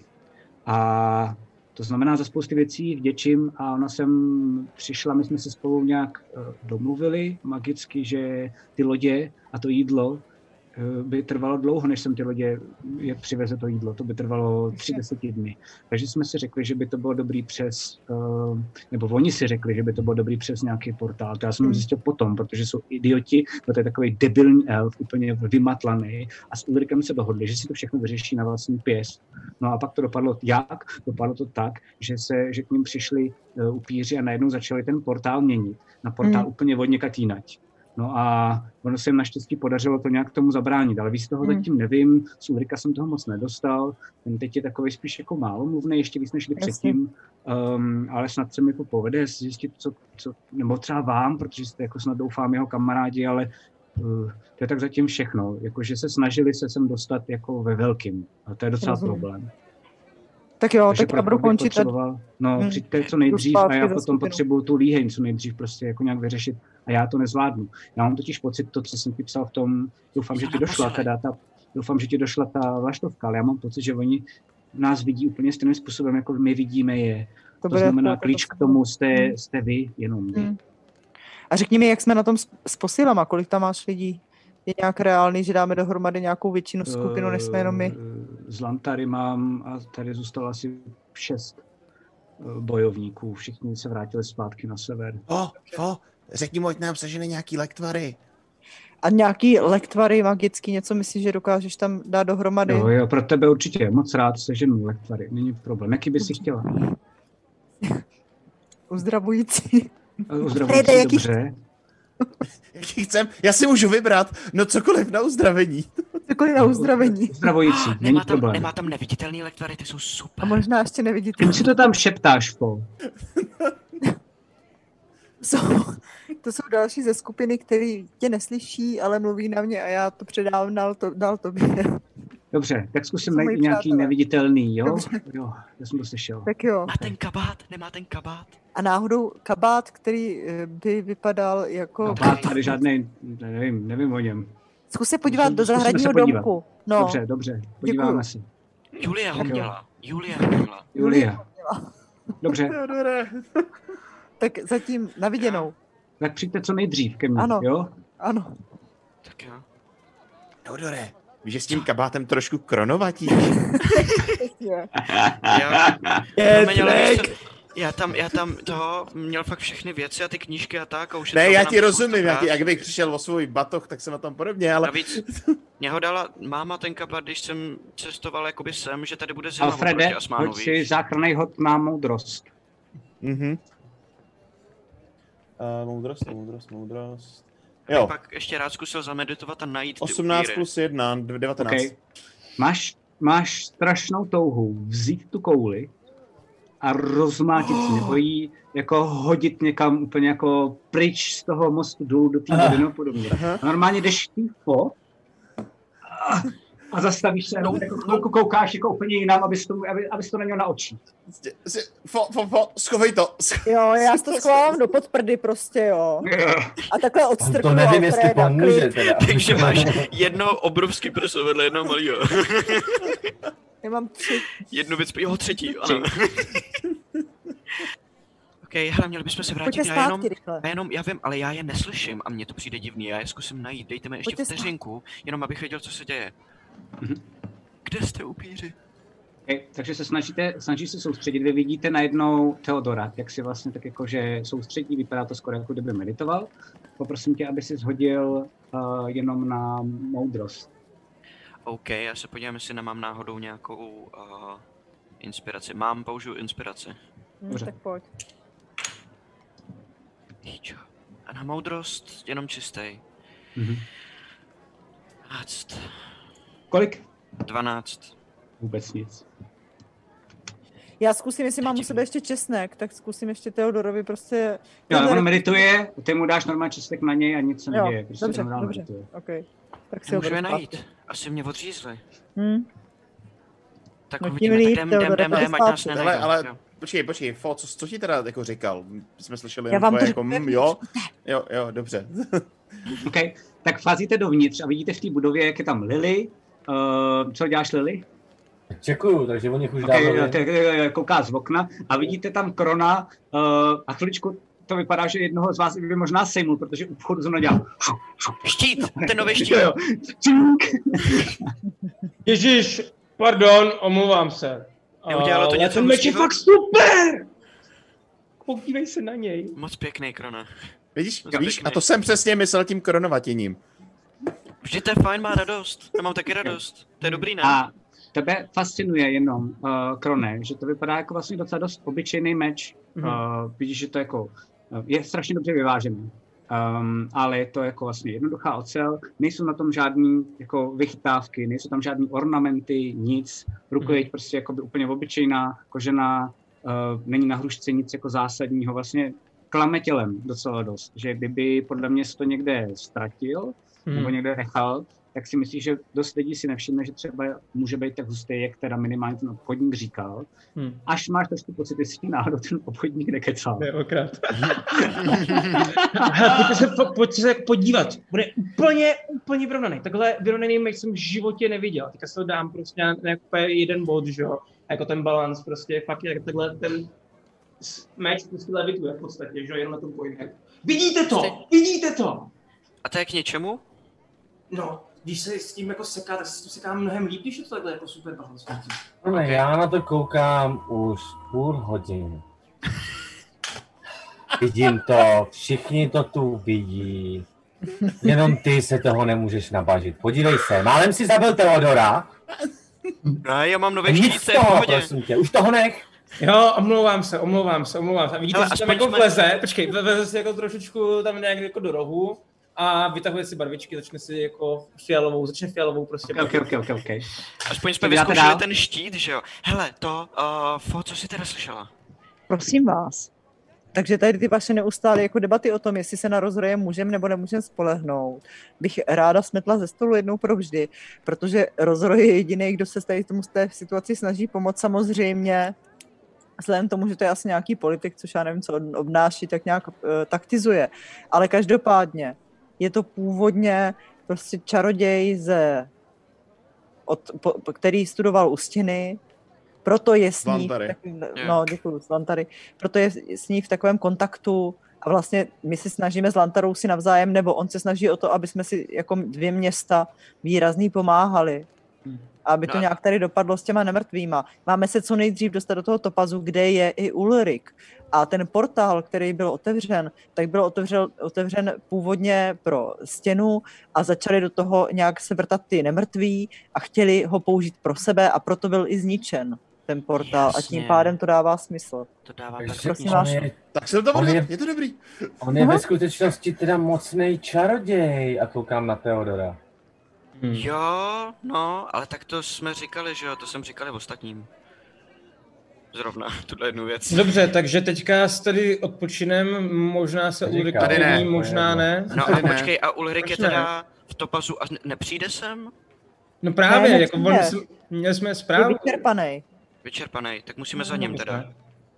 [SPEAKER 3] a to znamená, za spousty věcí vděčím a ona sem přišla, my jsme se spolu nějak eh, domluvili magicky, že ty lodě a to jídlo eh, by trvalo dlouho, než sem ty lodě je přiveze to jídlo. To by trvalo tři desetidny. Takže jsme si řekli, že by to bylo dobrý přes, eh, nebo oni si řekli, že by to bylo dobrý přes nějaký portál. To já jsem
[SPEAKER 9] Hmm.
[SPEAKER 3] zjistil potom, protože jsou idioti, to je takový debilní elf, úplně vymatlaný a s Ulrikem se dohodli, že si to všechno vyřeší na vlastní pěst. No a pak to dopadlo jak? Dopadlo to tak, že, se, že k ním přišli uh, upíři a najednou začali ten portál měnit. Na portál
[SPEAKER 9] Hmm.
[SPEAKER 3] úplně od někat jínať. No a ono se jim naštěstí podařilo to nějak tomu zabránit, ale víc toho
[SPEAKER 9] Hmm.
[SPEAKER 3] zatím nevím, z Ulrika jsem toho moc nedostal, ten teď je takový spíš jako málo mluvný, ještě víc než kdy
[SPEAKER 9] Jasně.
[SPEAKER 3] předtím, um, ale snad se mi to povede zjistit, co, co, nebo třeba vám, protože jste jako snad doufám jeho kamarádi, ale uh, to je tak zatím všechno, jakože se snažili se sem dostat jako ve velkým a to je docela
[SPEAKER 9] Rozumím.
[SPEAKER 3] problém.
[SPEAKER 9] Tak jo, tak já
[SPEAKER 3] proto
[SPEAKER 9] budu
[SPEAKER 3] bych
[SPEAKER 9] končit. a-
[SPEAKER 3] Potřeboval, no,
[SPEAKER 9] Hmm.
[SPEAKER 3] hmm. přijďte co nejdřív a
[SPEAKER 9] zpátky za
[SPEAKER 3] já potom
[SPEAKER 9] skupinu.
[SPEAKER 3] potřebuju tu líheň co nejdřív prostě jako nějak vyřešit a já to nezvládnu. Já mám totiž pocit, to, co jsem ti psal v tom, doufám, že ti došla teda ta, doufám, že ti došla ta vlaštovka, ale já mám pocit, že oni nás vidí úplně stejným způsobem, jako my vidíme je.
[SPEAKER 9] To
[SPEAKER 3] To,
[SPEAKER 9] bude
[SPEAKER 3] znamená,
[SPEAKER 9] jako-
[SPEAKER 3] klíč k tomu jste, jste vy, jenom vy.
[SPEAKER 9] Hmm. A řekni mi, jak jsme na tom s, s posilama, kolik tam máš lidí? Je nějak reálný, že dáme dohromady nějakou většinu skupinu, než jsme jenom my?
[SPEAKER 3] Eh, Z Lantary mám a tady zůstalo asi šest eh, bojovníků. Všichni se vrátili zpátky na sever.
[SPEAKER 5] O, o, řekni mu, ať nám sežene nějaký lektvary.
[SPEAKER 9] A nějaký lektvary magický, něco myslíš, že dokážeš tam dát dohromady?
[SPEAKER 3] Jo, jo, pro tebe určitě. Moc rád seženu lektvary. Není problém. Jaký bys si chtěla?
[SPEAKER 9] Uzdravující. Nejde,
[SPEAKER 3] Uzdravující
[SPEAKER 9] jaký-
[SPEAKER 3] dobře.
[SPEAKER 5] Jaký chcem? Já si můžu vybrat, no cokoliv na uzdravení.
[SPEAKER 9] Cokoliv na uzdravení.
[SPEAKER 3] Uzdravující, není
[SPEAKER 4] Nemá tam,
[SPEAKER 3] problém.
[SPEAKER 4] nemá tam neviditelný lektvary, ty jsou
[SPEAKER 9] A
[SPEAKER 4] super.
[SPEAKER 9] možná ještě nevidíte.
[SPEAKER 3] Čím si to tam šeptáš, po?
[SPEAKER 9] Jsou, to jsou další ze skupiny, který tě neslyší, ale mluví na mě a já to předávám dál, to, dál tobě.
[SPEAKER 3] Dobře, tak zkusím
[SPEAKER 9] To jsou
[SPEAKER 3] najít
[SPEAKER 9] moji
[SPEAKER 3] nějaký
[SPEAKER 9] přátelé.
[SPEAKER 3] neviditelný, jo?
[SPEAKER 9] Dobře.
[SPEAKER 3] Jo, já jsem to slyšel.
[SPEAKER 9] Tak jo.
[SPEAKER 4] Má ten kabát, nemá ten kabát.
[SPEAKER 9] A náhodou kabát, který eh, by vypadal jako...
[SPEAKER 3] Má tady žádný, nevím, nevím o něm.
[SPEAKER 9] Zkus se podívat
[SPEAKER 3] Zkusme
[SPEAKER 9] do
[SPEAKER 3] se
[SPEAKER 9] zahradního
[SPEAKER 3] podívat.
[SPEAKER 9] domku. No,
[SPEAKER 3] Dobře, dobře, podíváme se.
[SPEAKER 4] Julia ho
[SPEAKER 3] Tak jo.
[SPEAKER 4] měla. Julia ho měla.
[SPEAKER 3] Julia, dobře,
[SPEAKER 9] tak zatím naviděnou.
[SPEAKER 3] tak přijďte co nejdřív ke mně,
[SPEAKER 9] Ano.
[SPEAKER 3] jo?
[SPEAKER 9] Ano.
[SPEAKER 4] Tak jo.
[SPEAKER 5] Teodore, No, víš, že s tím kabátem trošku kronovatí.
[SPEAKER 4] Já,
[SPEAKER 5] Je
[SPEAKER 4] promiň, ale víš co, já tam, já tam toho měl fakt všechny věci a ty knížky a tak. A už
[SPEAKER 5] Ne, já ti rozumím, já ti, jak bych přišel o svůj batoh, tak jsem na tom podobně, ale
[SPEAKER 4] Navíc mě ho dala máma ten kabát, když jsem cestoval jakoby sem, že tady bude zima
[SPEAKER 3] Alfrede,
[SPEAKER 4] oproti Osmánu,
[SPEAKER 3] hoď si
[SPEAKER 4] víš?
[SPEAKER 3] záchranný hod na moudrost.
[SPEAKER 5] Mhm. Uh, moudrost, moudrost, moudrost. Jo,
[SPEAKER 4] Pak ještě rád zkusil zameditovat a najít ty
[SPEAKER 5] 18
[SPEAKER 4] upíry.
[SPEAKER 5] plus 1, 19.
[SPEAKER 3] Okay. Máš, máš strašnou touhu vzít tu kouli a rozmátit si, nebo jí jako hodit někam úplně jako pryč z toho mostu dolů do té vody nebo podobně.
[SPEAKER 5] Aha.
[SPEAKER 3] A normálně jdeš tím po a
[SPEAKER 11] a zastavíš se jenom jako chvilku koukáš jako úplně jinam, abys to, aby, abys to neměl na očích.
[SPEAKER 5] Fo, fo, fo, schovej to.
[SPEAKER 9] Jo, já si to schovávám do podprdy prostě, jo. A takhle odstrknu
[SPEAKER 4] nevím,
[SPEAKER 9] Alfreda,
[SPEAKER 4] jestli pomůže
[SPEAKER 9] klid.
[SPEAKER 4] teda. Takže máš jedno obrovský prso vedle jednoho malého.
[SPEAKER 9] Já mám tři.
[SPEAKER 4] Jednu věc, jo, třetí, ano. OK, hele, měli bychom se vrátit,
[SPEAKER 9] Pojďte
[SPEAKER 4] já jenom,
[SPEAKER 9] zpátky rychle.
[SPEAKER 4] já jenom, já vím, ale já je neslyším a mně to přijde divný, já je zkusím najít, dejte mi ještě
[SPEAKER 9] Pojďte zpátky.
[SPEAKER 4] vteřinku, jenom abych věděl, co se děje.
[SPEAKER 3] Mhm.
[SPEAKER 4] Kde jste, upíři?
[SPEAKER 3] Okay, Eh, takže se snažíte, snaží se soustředit. Vy vidíte najednou Teodora, jak si vlastně tak jako, že soustředí, vypadá to skoro jako kdyby meditoval. Poprosím tě, aby si zhodil uh, jenom na moudrost.
[SPEAKER 4] OK, já se podívám, jestli nemám náhodou nějakou uh, inspiraci. Mám, použiju inspiraci.
[SPEAKER 9] Hm, tak pojď.
[SPEAKER 4] Jíčo. A na moudrost jenom čistý.
[SPEAKER 3] Mhm.
[SPEAKER 4] 12.
[SPEAKER 3] Kolik?
[SPEAKER 4] 12.
[SPEAKER 3] Vůbec nic.
[SPEAKER 9] Já zkusím, jestli mám u sebe ještě česnek, tak zkusím ještě Teodorovi prostě...
[SPEAKER 3] Jo, ale ono medituje, ty mu dáš normální čistek na něj a nic se
[SPEAKER 9] Jo,
[SPEAKER 3] neděje. Prostě
[SPEAKER 9] dobře,
[SPEAKER 3] jenom dál
[SPEAKER 9] dobře,
[SPEAKER 3] medituje.
[SPEAKER 9] ok. Tak si ho
[SPEAKER 4] Nemůžu
[SPEAKER 9] beru
[SPEAKER 4] je
[SPEAKER 9] zpátky.
[SPEAKER 4] najít. Asi mě odřízli.
[SPEAKER 9] Hm.
[SPEAKER 4] Tak
[SPEAKER 9] No tím
[SPEAKER 4] uvidíme,
[SPEAKER 9] líp,
[SPEAKER 4] tak jdem, jdem,
[SPEAKER 9] Teodore,
[SPEAKER 4] jdem, jdem, ať nás nenajdou.
[SPEAKER 5] Ale, ale
[SPEAKER 4] jo.
[SPEAKER 5] počkej, počkej, Fo, co, co ti teda jako říkal? Jsme slyšeli
[SPEAKER 3] Já
[SPEAKER 5] jenom
[SPEAKER 3] vám to
[SPEAKER 5] tvoje jako,
[SPEAKER 3] řeknu,
[SPEAKER 5] mm, jo, jo, jo, dobře.
[SPEAKER 3] OK, tak vcházíte dovnitř a vidíte v té budově, jak je tam Lily. Uh, co děláš, Lily?
[SPEAKER 6] Čekuju, takže o nich už
[SPEAKER 3] Okay,
[SPEAKER 6] dávno...
[SPEAKER 3] jo, tak, eh, kouká z okna a vidíte tam Krona uh, a chviličku to vypadá, že jednoho z vás by možná sejmul, protože u vchodu zrovna dělal.
[SPEAKER 4] Štít, ten nový štít.
[SPEAKER 3] Jo, jo.
[SPEAKER 7] Ježíš, pardon, omluvám se.
[SPEAKER 4] Neudělalo to
[SPEAKER 7] Ale
[SPEAKER 4] něco
[SPEAKER 7] ten meč je
[SPEAKER 4] hustýho?
[SPEAKER 7] fakt super! Podívej se na něj.
[SPEAKER 4] Moc pěkný, Krona.
[SPEAKER 5] Vidíš,
[SPEAKER 4] Moc
[SPEAKER 5] víš,
[SPEAKER 4] pěkný.
[SPEAKER 5] a to jsem přesně myslel tím koronavatěním.
[SPEAKER 4] Vždyť to je fajn, má radost. Já mám taky radost. To je dobrý, ne?
[SPEAKER 3] A tebe fascinuje jenom, uh, Krone, že to vypadá jako vlastně docela dost obyčejný meč.
[SPEAKER 7] Mhm.
[SPEAKER 3] Uh, vidíš, že to jako eh, je strašně dobře vyvážený. Um, ale je to jako vlastně jednoduchá ocel, nejsou na tom žádný jako vychytávky, nejsou tam žádný ornamenty, nic, rukojeť mm. prostě jako by úplně obyčejná, kožená, uh, není na hrušce nic jako zásadního, vlastně klame tělem docela dost, že kdyby podle mě se to někde ztratil,
[SPEAKER 7] Mm.
[SPEAKER 3] mm. nebo někde nechal, tak si myslím, že dost lidí si nevšimne, že třeba může být tak hustý, jak teda minimálně ten obchodník říkal.
[SPEAKER 7] Hmm.
[SPEAKER 3] Až máš trošku pocit, jestli ti náhodou ten obchodník nekecal.
[SPEAKER 7] Dvakrát. Hele, pojďte se, po- pojďte se jako podívat. Bude úplně, úplně vyrovnaný. Takhle vyrovnaný meč jsem v životě neviděl. Teďka se to dám prostě na, na jako úplně jeden bod, že jo. A Jako ten balans prostě, fakt jak takhle ten s- meč prostě levituje v podstatě, že jo, jenom na tom pojde. Vidíte to, vidíte to!
[SPEAKER 4] A to je k něčemu?
[SPEAKER 7] No, když se s tím jako seká, tak se s tím seká mnohem líp, když je to takhle jako super balancující.
[SPEAKER 6] Hele, Já na to koukám už půl hodin. Vidím to, všichni to tu vidí. Jenom ty se toho nemůžeš nabažit. Podívej se, málem si zabil Teodora.
[SPEAKER 4] Ne, No, já mám nový
[SPEAKER 6] Nic
[SPEAKER 4] štít,
[SPEAKER 6] z
[SPEAKER 4] to je v
[SPEAKER 6] toho,
[SPEAKER 4] pohodě.
[SPEAKER 6] prosím tě, už toho nech.
[SPEAKER 7] Jo, omlouvám se, omlouvám se, omlouvám se. A vidíte,
[SPEAKER 4] Hele,
[SPEAKER 7] že tam
[SPEAKER 4] aspoň
[SPEAKER 7] jako
[SPEAKER 4] jsme-
[SPEAKER 7] vleze, počkej, ve- vleze si jako trošičku tam nějak jako do rohu a vytahuje si barvičky, začne si jako fialovou, začne fialovou prostě.
[SPEAKER 3] Ok, ok, ok, ok.
[SPEAKER 4] Aspoň jsme
[SPEAKER 3] Tak dáte
[SPEAKER 4] vyzkoušeli
[SPEAKER 3] dál?
[SPEAKER 4] ten štít, že jo. Hele, to, uh, fo, co jsi teda slyšela?
[SPEAKER 9] Prosím vás. Takže tady ty vaše neustále jako debaty o tom, jestli se na rozroje můžem nebo nemůžem spolehnout, bych ráda smetla ze stolu jednou provždy, protože rozroj je jediný, kdo se tady tomu z té situaci snaží pomoct samozřejmě. Vzhledem tomu, že to je asi nějaký politik, což já nevím, co on obnáší, tak nějak uh, taktizuje. Ale každopádně je to původně prostě čaroděj ze, od, po, po- který studoval u stěny, proto je s ní v
[SPEAKER 5] Zvantary.
[SPEAKER 9] takovým- No, děkuji, s Lantary. Proto je s ní v takovém kontaktu a vlastně my se snažíme s Lantarou si navzájem, nebo on se snaží o to, aby jsme si jako dvě města výrazný pomáhali. Aby to
[SPEAKER 4] No a-
[SPEAKER 9] nějak tady dopadlo s těma nemrtvýma. Máme se co nejdřív dostat do toho topazu, kde je i Ulrik. A ten portál, který byl otevřen, tak byl otevřel, otevřen původně pro stěnu a začali do toho nějak se vrtat ty nemrtví a chtěli ho použít pro sebe a proto byl i zničen ten portál a tím
[SPEAKER 4] Jasně.
[SPEAKER 9] pádem to dává smysl.
[SPEAKER 4] To dává
[SPEAKER 6] Takže
[SPEAKER 4] perfektní
[SPEAKER 6] on
[SPEAKER 4] smysl.
[SPEAKER 6] je-
[SPEAKER 5] Tak jsem to
[SPEAKER 6] on
[SPEAKER 5] odhadl,
[SPEAKER 6] je-
[SPEAKER 5] je to dobrý.
[SPEAKER 6] On je
[SPEAKER 9] Aha.
[SPEAKER 6] ve skutečnosti teda mocnej čaroděj a koukám na Teodora.
[SPEAKER 4] Jo, no, ale tak to jsme říkali, že jo, to jsem říkali ostatním. Zrovna, tuhle jednu věc.
[SPEAKER 7] Dobře, takže teďka s tady odpočinem, možná se
[SPEAKER 6] Tady
[SPEAKER 7] Ulrik
[SPEAKER 6] ne.
[SPEAKER 7] uvolní, možná ne.
[SPEAKER 4] No a
[SPEAKER 5] Ne.
[SPEAKER 4] počkej, a Ulrik je
[SPEAKER 7] Proč ne?
[SPEAKER 4] teda v topazu a ne- nepřijde sem?
[SPEAKER 7] No právě,
[SPEAKER 9] Ne,
[SPEAKER 7] jako
[SPEAKER 9] nepřijde.
[SPEAKER 7] on, jsme- měli jsme
[SPEAKER 9] Je
[SPEAKER 7] zprávu.
[SPEAKER 9] vyčerpaný.
[SPEAKER 4] Vyčerpaný, tak musíme
[SPEAKER 7] No,
[SPEAKER 4] za ním teda.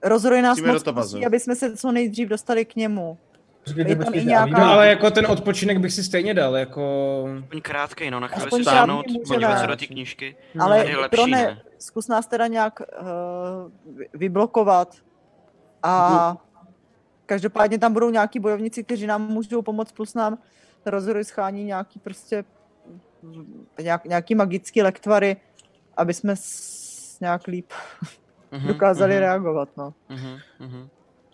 [SPEAKER 9] Rozroj nás
[SPEAKER 7] Musíme
[SPEAKER 9] moc
[SPEAKER 7] do Tabazu.
[SPEAKER 9] musí, aby jsme se co nejdřív dostali k němu.
[SPEAKER 4] Počkejte,
[SPEAKER 9] Je tam i
[SPEAKER 4] počkejte, a
[SPEAKER 9] nějaká...
[SPEAKER 7] No ale jako ten odpočinek bych si stejně dal, jako...
[SPEAKER 4] Aspoň krátkej, no, na chvíli
[SPEAKER 9] Aspoň
[SPEAKER 4] si
[SPEAKER 9] krátkej
[SPEAKER 4] sáhnout,
[SPEAKER 9] můžeme.
[SPEAKER 4] podívat se do té knížky.
[SPEAKER 9] Hmm. Ale
[SPEAKER 4] Tady je lepší,
[SPEAKER 9] pro
[SPEAKER 4] ne?
[SPEAKER 9] ne, zkus nás teda nějak uh, vyblokovat. A každopádně tam budou nějaký bojovníci, kteří nám můžou pomoct, plus nám rozhodně schání nějaký prostě mm, nějak, nějaký magický lektvary, aby jsme s, nějak líp
[SPEAKER 4] Mhm,
[SPEAKER 9] dokázali
[SPEAKER 7] mhm.
[SPEAKER 9] reagovat, no.
[SPEAKER 4] Mhm, mhm.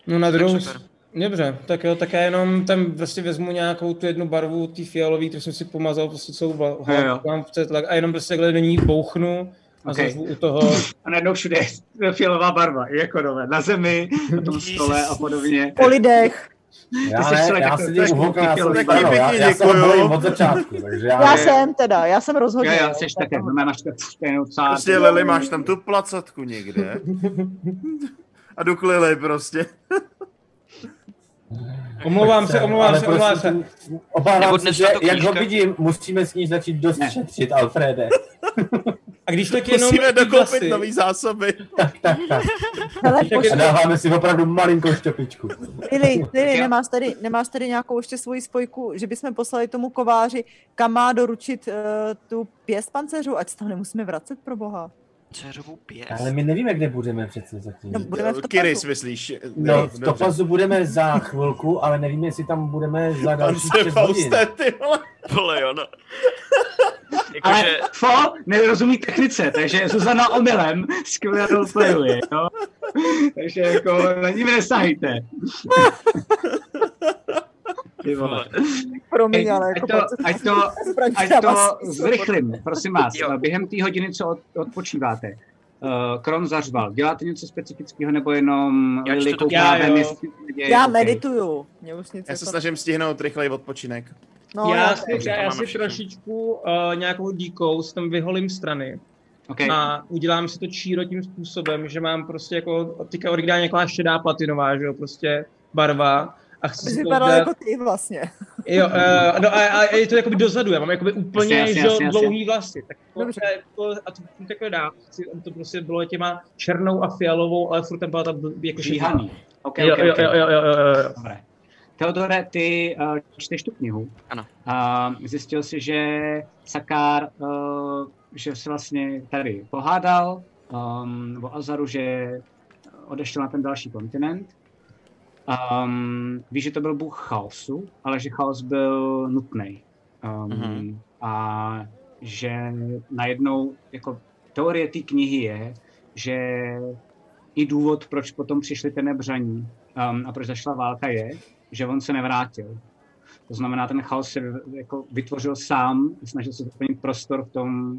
[SPEAKER 7] No na
[SPEAKER 4] Tak
[SPEAKER 7] druhou...
[SPEAKER 4] super.
[SPEAKER 7] Dobře, tak jo, tak já jenom tam prostě vezmu nějakou tu jednu barvu, ty fialový, kterou jsem si pomazal prostě celou bla-
[SPEAKER 3] Jo, jo.
[SPEAKER 7] mám v té tlak, a jenom prostě takhle do ní bouchnu a
[SPEAKER 3] Okej.
[SPEAKER 7] okay. u toho.
[SPEAKER 3] A najednou všude je fialová barva, jako nové, na zemi, na tom stole a podobně.
[SPEAKER 9] Po lidech.
[SPEAKER 3] Ty
[SPEAKER 10] Já
[SPEAKER 3] jsi
[SPEAKER 10] ne,
[SPEAKER 3] člověk,
[SPEAKER 10] já
[SPEAKER 3] jako-
[SPEAKER 10] si
[SPEAKER 3] to je
[SPEAKER 10] děkuju,
[SPEAKER 3] špatný
[SPEAKER 10] já jsem
[SPEAKER 3] film.
[SPEAKER 10] stranou,
[SPEAKER 3] Taky
[SPEAKER 10] já,
[SPEAKER 3] pěkně
[SPEAKER 10] já jsem
[SPEAKER 3] děkuju.
[SPEAKER 10] odborím od začátku, takže já...
[SPEAKER 9] Já jsem teda, já jsem rozhodně.
[SPEAKER 3] Jo, jo, jsi také, no, máš tak stejnou psát.
[SPEAKER 5] Prostě Lili, máš tam tu placatku někde. A jdu k Lili prostě.
[SPEAKER 7] Omlouvám se, omlouvám
[SPEAKER 10] Ale
[SPEAKER 7] se, omlouvám se.
[SPEAKER 10] prosím, Obávám
[SPEAKER 7] Nebo dnes
[SPEAKER 10] se, že
[SPEAKER 7] tato
[SPEAKER 10] jak ho
[SPEAKER 7] knížka.
[SPEAKER 10] vidím, musíme s ní začít dost šetřit, Alfrede.
[SPEAKER 7] A když tak jenom...
[SPEAKER 5] Musíme
[SPEAKER 7] ty
[SPEAKER 5] dokoupit
[SPEAKER 7] vlasy.
[SPEAKER 5] nový zásoby.
[SPEAKER 9] Hele,
[SPEAKER 10] A dáváme si opravdu malinkou šťopičku.
[SPEAKER 9] Lili, Lili nemáš, tady, nemáš tady nějakou ještě svoji spojku, že bychom poslali tomu kováři, kam má doručit uh, tu pěst panceřů, ať se tam nemusíme vracet pro boha.
[SPEAKER 4] Ceřovou pěst.
[SPEAKER 10] Ale my nevíme, kde budeme přece zatím.
[SPEAKER 9] No, budeme v
[SPEAKER 5] Eh, Kiris, myslíš? eh,
[SPEAKER 10] No, v
[SPEAKER 5] dobře.
[SPEAKER 10] Topazu budeme za chvilku, ale nevíme, jestli tam budeme za další
[SPEAKER 5] se
[SPEAKER 10] 6 hodin.
[SPEAKER 5] Fauste, ty vole.
[SPEAKER 4] Vole, jo, no.
[SPEAKER 3] Ale Fo nerozumí technice, takže Zuzana omylem skvěle roleplayuje, jo? no. Takže jako na ní nesahejte. Ty vole.
[SPEAKER 9] Promiň, ale
[SPEAKER 3] Ať-
[SPEAKER 9] jako
[SPEAKER 3] ať to, ať to, ať to zrychlím, prosím vás.
[SPEAKER 4] Jo.
[SPEAKER 3] Během té hodiny, co od, odpočíváte, uh, Kron zařval, děláte něco specifického nebo jenom
[SPEAKER 4] Já
[SPEAKER 3] Lily
[SPEAKER 4] čtu to-
[SPEAKER 3] kouká
[SPEAKER 4] Já jo.
[SPEAKER 3] ven, jestli se děje,
[SPEAKER 9] Já
[SPEAKER 3] ok.
[SPEAKER 9] medituju. Mě už nic
[SPEAKER 5] Já se
[SPEAKER 9] jako-
[SPEAKER 5] snažím stihnout rychleji odpočinek.
[SPEAKER 9] No,
[SPEAKER 7] já,
[SPEAKER 9] já-
[SPEAKER 7] si,
[SPEAKER 9] Dobře,
[SPEAKER 7] já,
[SPEAKER 9] to
[SPEAKER 7] já
[SPEAKER 9] máme
[SPEAKER 7] si
[SPEAKER 9] všichni.
[SPEAKER 7] trošičku uh, nějakou díkou tam vyholím strany.
[SPEAKER 3] Okay.
[SPEAKER 7] A udělám si to číro tím způsobem, že mám prostě jako teďka originálně nějaká šedá platinová, že jo, prostě barva. A chci
[SPEAKER 9] Bys
[SPEAKER 7] si to
[SPEAKER 9] vypadal
[SPEAKER 7] udělat-
[SPEAKER 9] jako ty vlastně.
[SPEAKER 7] Jo, uh, no a, a, je to jakoby dozadu, já mám jakoby úplně
[SPEAKER 3] Jasně, jasně,
[SPEAKER 7] že jo,
[SPEAKER 3] jasně, jasně.
[SPEAKER 7] dlouhý vlasy. Tak to, to, je- to, a to furt takhle dá. Chci, aby to prostě bylo těma černou a fialovou, ale furt tam byla ta bl- jako šedá.
[SPEAKER 3] Žíhaný. Ok,
[SPEAKER 7] jo,
[SPEAKER 3] ok,
[SPEAKER 7] jo,
[SPEAKER 3] ok.
[SPEAKER 7] jo, jo, jo, jo, jo.
[SPEAKER 3] Dobré. Teodore, ty uh, čteš tu knihu.
[SPEAKER 4] Ano.
[SPEAKER 3] A zjistil jsi, že Sakár, uh, že se vlastně tady pohádal um, o Azaru, že odešel na ten další kontinent. Um, víš, že to byl bůh chaosu, ale že chaos byl nutný. Um,
[SPEAKER 4] Mhm.
[SPEAKER 3] A že najednou, jako teorie té knihy je, že i důvod, proč potom přišli ten nebřaní um, a proč zašla válka, je, že on se nevrátil. To znamená, ten chaos se v- jako vytvořil sám, snažil se doplnit prostor v tom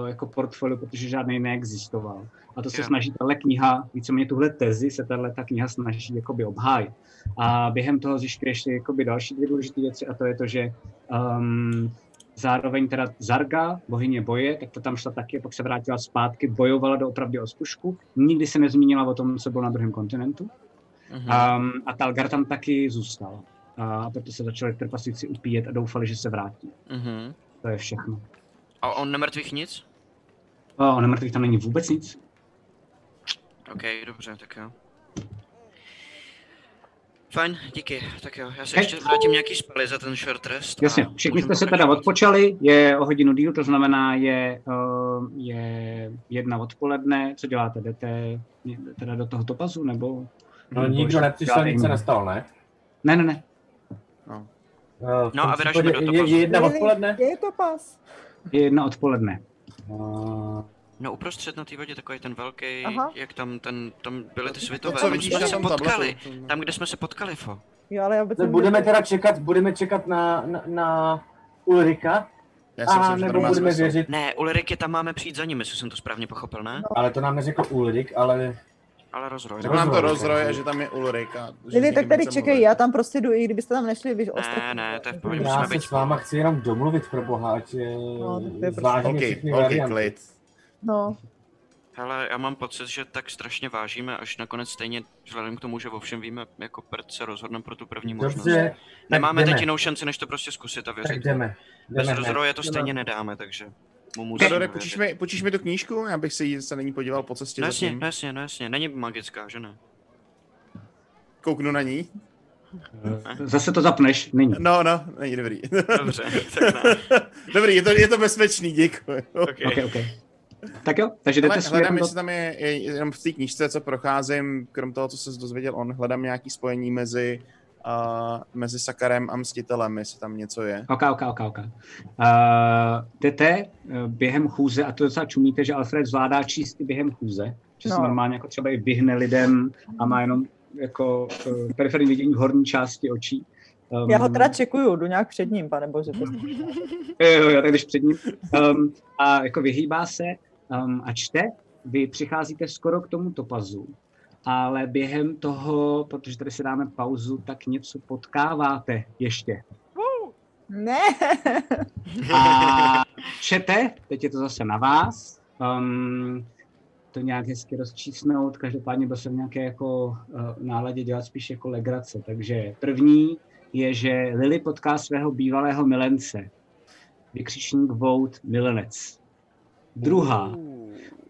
[SPEAKER 3] uh, jako portfoliu, protože žádný neexistoval. A to se
[SPEAKER 4] Jo.
[SPEAKER 3] snaží tahle kniha, víceméně tuhle tezi se tahle ta kniha snaží jakoby obhájit. A během toho zjišťuješ jakoby další dvě důležité věci a to je to, že um, zároveň teda Zarga, bohyně boje, tak to tam šla taky, pak se vrátila zpátky, bojovala doopravdy o spušku. Nikdy se nezmínila o tom, co bylo na druhém kontinentu.
[SPEAKER 4] Mhm.
[SPEAKER 3] Um, a Talgar tam taky zůstal. A proto se začali trpasíci upíjet a doufali, že se vrátí.
[SPEAKER 4] Mhm.
[SPEAKER 3] To je všechno.
[SPEAKER 4] A on nemrtvých nic?
[SPEAKER 3] A o nemrtvých tam není vůbec nic.
[SPEAKER 4] OK, dobře, tak jo. Fajn, díky, tak jo, já se
[SPEAKER 3] Hej.
[SPEAKER 4] ještě vrátím nějaký spely za ten short rest. a
[SPEAKER 3] Jasně, všichni
[SPEAKER 4] můžeme
[SPEAKER 3] jste se teda
[SPEAKER 4] pokračovat.
[SPEAKER 3] odpočali, je o hodinu díl, to znamená je, ehm, je jedna odpoledne. Co děláte? Jdete ně- teda do toho topazu, nebo?
[SPEAKER 10] No,
[SPEAKER 3] nebo
[SPEAKER 10] nikdo
[SPEAKER 3] ještě
[SPEAKER 10] nepřišel,
[SPEAKER 3] děláte
[SPEAKER 10] nic se
[SPEAKER 3] jiný?
[SPEAKER 10] nestalo, ne?
[SPEAKER 3] Ne, ne, ne.
[SPEAKER 10] No, v
[SPEAKER 4] No
[SPEAKER 10] tom
[SPEAKER 4] a vyražme
[SPEAKER 10] případě
[SPEAKER 4] do
[SPEAKER 10] je-
[SPEAKER 4] Topazu.
[SPEAKER 10] Je jedna
[SPEAKER 9] Lili,
[SPEAKER 10] odpoledne?
[SPEAKER 9] kde Je to pas.
[SPEAKER 3] Je jedna odpoledne. Eh,
[SPEAKER 4] No uprostřed na té vodě takový ten velký,
[SPEAKER 9] Aha.
[SPEAKER 4] jak tam, ten, tam byly ty
[SPEAKER 5] co
[SPEAKER 4] světové, tam
[SPEAKER 5] vidíš
[SPEAKER 4] jsme
[SPEAKER 5] na
[SPEAKER 4] se
[SPEAKER 5] tom tabletu,
[SPEAKER 4] potkali,
[SPEAKER 5] to-
[SPEAKER 4] tam, kde jsme se potkali, fo.
[SPEAKER 9] Jo, ale já vůbec
[SPEAKER 10] No,
[SPEAKER 9] nevím,
[SPEAKER 10] budeme
[SPEAKER 9] kde-
[SPEAKER 10] teda čekat, budeme čekat na, na, na Ulrika,
[SPEAKER 5] Já si
[SPEAKER 10] a
[SPEAKER 5] myslím, že to
[SPEAKER 10] nebo
[SPEAKER 5] nemá
[SPEAKER 10] budeme
[SPEAKER 5] smysl.
[SPEAKER 10] věřit.
[SPEAKER 4] Ne, Ulriky, tam máme přijít za ním, jestli jsem to správně pochopil, ne?
[SPEAKER 3] No.
[SPEAKER 10] Ale to nám neřekl Ulrik, ale
[SPEAKER 4] Ale rozroj.
[SPEAKER 5] Řekl nám to
[SPEAKER 10] Rozroj,
[SPEAKER 5] rozroj
[SPEAKER 10] rozroj.
[SPEAKER 5] a že tam je Ulrik. a že s
[SPEAKER 9] Lili,
[SPEAKER 5] někým
[SPEAKER 9] tak tady
[SPEAKER 5] nechce
[SPEAKER 9] čekej,
[SPEAKER 5] mluvit.
[SPEAKER 9] já tam prostě jdu, i kdybyste tam nešli, vy
[SPEAKER 4] Ne,
[SPEAKER 9] ostatní.
[SPEAKER 4] ne, to je v pohodě,
[SPEAKER 10] já
[SPEAKER 4] musíme
[SPEAKER 10] se
[SPEAKER 4] být.
[SPEAKER 10] s váma chci jenom domluvit pro boha, ať eh,
[SPEAKER 9] No, tak to je prostě-
[SPEAKER 10] zvážíme
[SPEAKER 5] Holky,
[SPEAKER 10] všechny
[SPEAKER 5] holky,
[SPEAKER 10] varianty.
[SPEAKER 5] klid.
[SPEAKER 9] No,
[SPEAKER 4] Hele, já mám pocit, že tak strašně vážíme, až nakonec stejně, vzhledem k tomu, že o všem víme, jako prd se rozhodneme pro tu první možnost.
[SPEAKER 10] Dobře, tak
[SPEAKER 4] Nemáme
[SPEAKER 10] jdeme,
[SPEAKER 4] teď jinou šanci, než to prostě zkusit a věřit.
[SPEAKER 10] tak jdeme.
[SPEAKER 4] Bez
[SPEAKER 10] jdeme
[SPEAKER 4] rozroje to
[SPEAKER 10] hned.
[SPEAKER 4] stejně nedáme, takže. mu musím
[SPEAKER 5] Kadore,
[SPEAKER 4] věřit.
[SPEAKER 5] počíš mi, počíš mi tu knížku? Já bych si ji se na ní podíval po cestě
[SPEAKER 4] No jasně,
[SPEAKER 5] zatím.
[SPEAKER 4] no jasně, no jasně, není magická, že ne?
[SPEAKER 5] Kouknu na ní.
[SPEAKER 3] Zase to zapneš, není.
[SPEAKER 5] No, no, není dobrý.
[SPEAKER 4] Dobře, tak ne.
[SPEAKER 5] Dobrý, je to, je to bezpečný, děkuji.
[SPEAKER 4] Okay.
[SPEAKER 3] Ok, ok. Tak jo, takže jdete
[SPEAKER 5] Ale
[SPEAKER 3] směrem
[SPEAKER 5] hledám,
[SPEAKER 3] do...
[SPEAKER 5] jestli tam je, je, jenom v té knížce, co procházím, krom toho, co se dozvěděl on, hledám nějaký spojení mezi, uh, mezi Sakarem a Mstitelem, jestli tam něco je.
[SPEAKER 3] Ok, ok, ok, ok. Uh, jdete eh, během chůze, a to docela čumíte, že Alfred zvládá číst i během chůze, že se
[SPEAKER 9] No.
[SPEAKER 3] normálně jako třeba i vyhne lidem a má jenom jako eh, periferní vidění v horní části očí. Um,
[SPEAKER 9] Já ho teda čekuju, jdu nějak před ním, pane bože. prostě. prosím.
[SPEAKER 3] Jo, jo, jo, tak jdeš před ním. Um, a jako vyhýbá se um, a čte. Vy přicházíte skoro k tomu topazu, ale během toho, protože tady si dáme pauzu, tak něco potkáváte ještě.
[SPEAKER 9] Ne.
[SPEAKER 3] A čete, teď je to zase na vás, um, to nějak hezky rozčísnout, každopádně byl jsem v nějaké jako uh, náladě dělat spíš jako legrace, takže první je, že Lily potká svého bývalého milence, vykřičník Vout milenec. Druhá,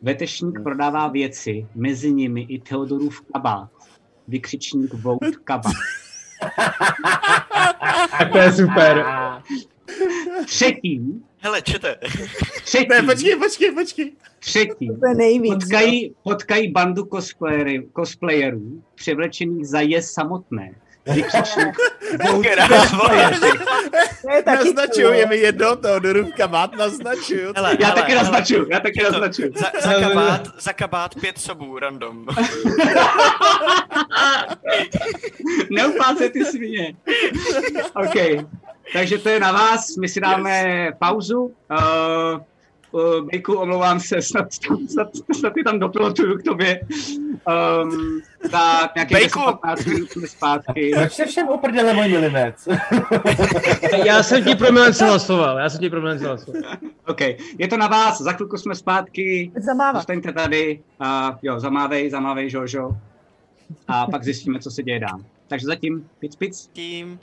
[SPEAKER 3] vetešník prodává věci, mezi nimi i Teodorův kabát, vykřičník Vout kabát.
[SPEAKER 7] To je super.
[SPEAKER 3] Třetí,
[SPEAKER 4] Hele, čete.
[SPEAKER 3] Třetí.
[SPEAKER 5] Ne, počkej, počkej, počkej.
[SPEAKER 3] Třetí.
[SPEAKER 9] To je nejvíc, no.
[SPEAKER 3] potkají, potkají bandu cosplayery, cosplayerů, převlečených za je samotné. Vykřičník.
[SPEAKER 5] Naznačuju, je mi jedno, to dorůvka má, naznačuju.
[SPEAKER 4] Hele, hele, hele. Je to- Za, za, kabát,
[SPEAKER 5] Ne,
[SPEAKER 4] za kabát pět sobů, random.
[SPEAKER 3] Neupáce ty svině. OK. Takže to je na vás, my si dáme yes. pauzu. Uh, uh, Bejku, omlouvám se, snad, snad, snad, snad ty tam doplotuju k tobě. Um, za nějakých 10-15 minut jsme zpátky.
[SPEAKER 6] Proč se všem oprdele můj milinec?
[SPEAKER 7] Já jsem ti promilenci hlasoval, já jsem ti promilenci hlasoval.
[SPEAKER 3] OK, je to na vás, za chvilku jsme zpátky.
[SPEAKER 9] Zamávat.
[SPEAKER 3] Zůstaňte tady, a jo, zamávej, zamávej, Jojo. A pak zjistíme, co se děje dál. Takže zatím, pic, pic.
[SPEAKER 4] Tím.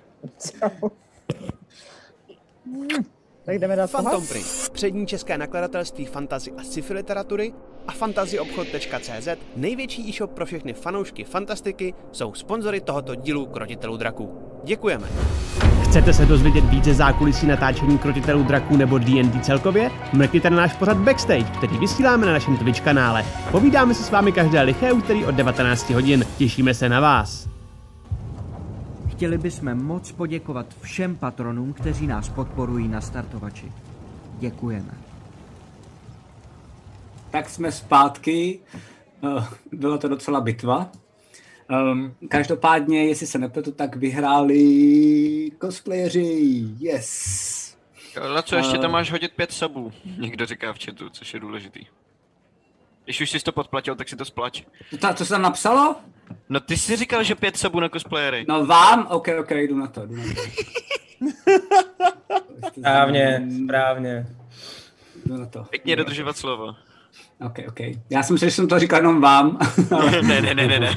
[SPEAKER 9] Tak jdeme dát
[SPEAKER 12] Phantom
[SPEAKER 9] Phantom
[SPEAKER 12] Print, přední české nakladatelství fantazy a sci-fi literatury a fantazyobchod.cz, největší e-shop pro všechny fanoušky fantastiky, jsou sponzory tohoto dílu Krotitelů draků. Děkujeme.
[SPEAKER 2] Chcete se dozvědět více zákulisí natáčení krotitelů draků nebo D&D celkově? Mrkněte na náš pořad Backstage, který vysíláme na našem Twitch kanále. Povídáme se s vámi každé liché úterý od 19 hodin. Těšíme se na vás.
[SPEAKER 13] Chtěli bychom moc poděkovat všem patronům, kteří nás podporují na startovači. Děkujeme.
[SPEAKER 11] Tak jsme zpátky. Eh, Byla to docela bitva.
[SPEAKER 3] Ehm,
[SPEAKER 11] Um, každopádně, jestli se nepletu, tak vyhráli cosplayeři. Yes!
[SPEAKER 4] Na co ještě
[SPEAKER 11] Eh.
[SPEAKER 4] tam máš hodit pět sobů? Někdo říká v chatu, což je důležitý. Když už jsi to podplatil, tak si to splať.
[SPEAKER 11] To ta, co se tam napsalo?
[SPEAKER 4] No ty jsi říkal, že pět sobů na cosplayery.
[SPEAKER 11] No vám? OK, OK, jdu na to. Jdu na to.
[SPEAKER 7] Správně, správně.
[SPEAKER 11] Jdu na to.
[SPEAKER 4] Pěkně dodržovat slovo.
[SPEAKER 11] OK, OK. Já jsem si, že jsem to říkal jenom vám.
[SPEAKER 4] ne, ne, ne, ne, ne.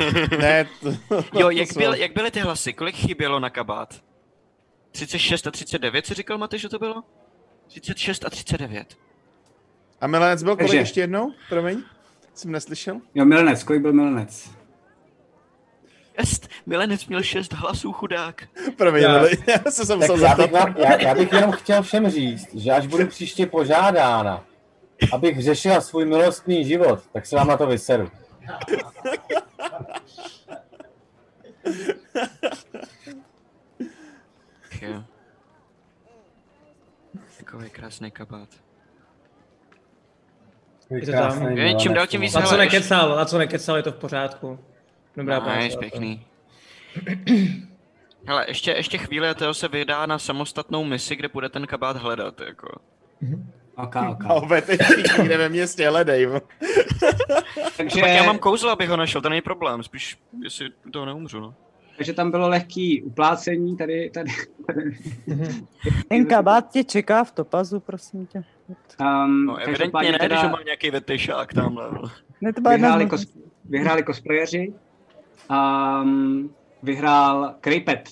[SPEAKER 4] jo, jak,
[SPEAKER 11] to
[SPEAKER 4] byl,
[SPEAKER 11] jsou-
[SPEAKER 4] jak byly ty hlasy? Kolik chybělo na kabát? 36 a 39, si říkal Matej, že to bylo? 36 a 39.
[SPEAKER 5] A Milenec byl kolik
[SPEAKER 4] Takže-
[SPEAKER 5] ještě jednou? Promiň, jsem neslyšel.
[SPEAKER 11] Jo, Milenec, kolik byl Milenec?
[SPEAKER 4] Jest, Milenec měl 6 hlasů, chudák.
[SPEAKER 5] Promiň,
[SPEAKER 6] Já-
[SPEAKER 5] Lili, já jsem se
[SPEAKER 6] Tak
[SPEAKER 5] musel
[SPEAKER 6] já bych,
[SPEAKER 5] zeptat.
[SPEAKER 6] vám- já, já bych jenom chtěl všem říct, že až budu příště požádána, abych řešila svůj milostný život, tak se vám na to vyseru.
[SPEAKER 4] Ach Jo. Takový krásný kabát.
[SPEAKER 7] Je to tam. na co nekecal, na co nekecal, je to v pořádku. Dobrá
[SPEAKER 4] nice,
[SPEAKER 7] práce.
[SPEAKER 4] pěkný. Hele, ještě, ještě chvíli a Teo se vydá na samostatnou misi, kde bude ten kabát hledat, jako.
[SPEAKER 11] OK,
[SPEAKER 5] A obete někde ve městě hledej. vole.
[SPEAKER 4] Takže... Tak já mám kouzlo, abych ho našel, to není problém, spíš jestli to neumřu, no.
[SPEAKER 3] Takže tam bylo lehký uplácení, tady, tady, tady.
[SPEAKER 6] Mm-hmm.
[SPEAKER 9] Ten kabát tě čeká v topazu, prosím tě.
[SPEAKER 3] Um,
[SPEAKER 4] no evidentně ne, když ho mám nějaký vetešák tamhle. no.
[SPEAKER 9] Ne, to byla jedna z
[SPEAKER 3] vyhráli,
[SPEAKER 9] možností.
[SPEAKER 3] kos, vyhráli cosplayeři, um, vyhrál Krejpet,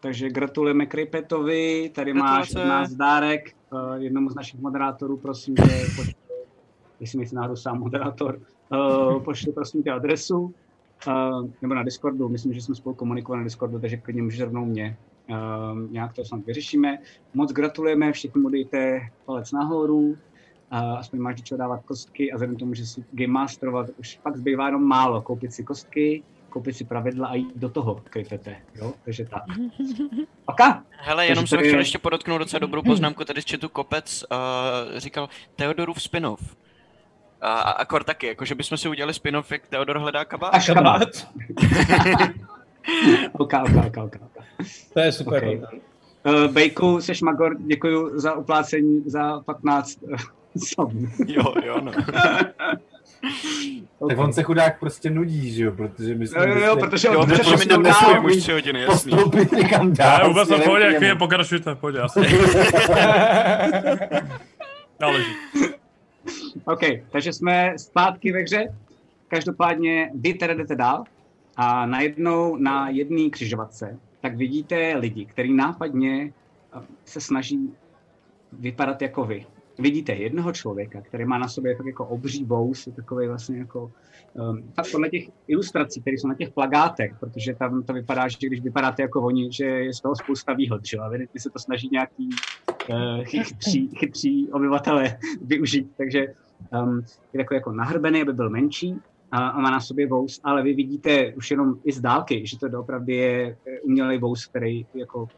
[SPEAKER 3] takže gratulujeme Krejpetovi, tady má
[SPEAKER 4] Gratulace.
[SPEAKER 3] 14 dárek, eh, jednomu z našich moderátorů, prosím tě, pošli, jestli nejsi náhodou sám moderátor, eh, pošli prosím tě adresu, eh, nebo na Discordu, myslím, že jsme spolu komunikovali na Discordu, takže klidně můžeš rovnou mě, eh, nějak to snad vyřešíme. Moc gratulujeme, všichni mu dejte palec nahoru, eh, aspoň máš do čeho dávat kostky a vzhledem k tomu, že si game masterovat, už pak zbývá jenom málo, koupit si kostky, koupit si pravidla a jít do toho, krypete, jo, takže tak. Oka?
[SPEAKER 4] Hele,
[SPEAKER 3] Takže
[SPEAKER 4] jenom jsem
[SPEAKER 3] tady-
[SPEAKER 4] chtěl ještě podotknout docela dobrou poznámku tady z chatu Kopec. Uh, říkal Teodorův spin-off. A, a akor taky, jakože bychom si udělali spin-off, jak Teodor hledá kabát.
[SPEAKER 3] Až kabát. ok, ok, ok, ok.
[SPEAKER 7] To je super.
[SPEAKER 3] Okay. Uh, Bejku, seš Magor, děkuji za uplácení za eh, 15 som.
[SPEAKER 4] Jo, jo, no.
[SPEAKER 10] Tak on se chudák prostě nudí, že jo, protože my jsme...
[SPEAKER 3] Jo, jo, jo,
[SPEAKER 6] prostě-
[SPEAKER 3] protože
[SPEAKER 8] Prostě Jo, protože my tam nestojí už tři hodiny, jasný.
[SPEAKER 10] Postupy někam dál. prostě
[SPEAKER 8] Ne, vůbec to
[SPEAKER 10] směrem
[SPEAKER 8] pohodě,
[SPEAKER 10] k
[SPEAKER 8] jak vy je
[SPEAKER 10] němu.
[SPEAKER 8] pokračujte, pojď, já Náleží.
[SPEAKER 4] no.
[SPEAKER 3] OK, takže jsme zpátky ve hře. Každopádně vy teda jdete dál a najednou na jedné křižovatce tak vidíte lidi, kteří nápadně eh, se snaží vypadat jako vy. Vidíte jednoho člověka, který má na sobě fakt jako obří vous, je takový vlastně jako um, fakt podle těch ilustrací, které jsou na těch plagátech, protože tam to vypadá, že když vypadáte jako oni, že je z toho spousta výhod, že jo? A vy, vy se to snaží nějaký eh, chy- chytří, chytří obyvatele využít. Takže um, je takový jako nahrbený, aby byl menší a, a má na sobě vous, ale vy vidíte už jenom i z dálky, že to opravdu je eh, umělej vous, který jako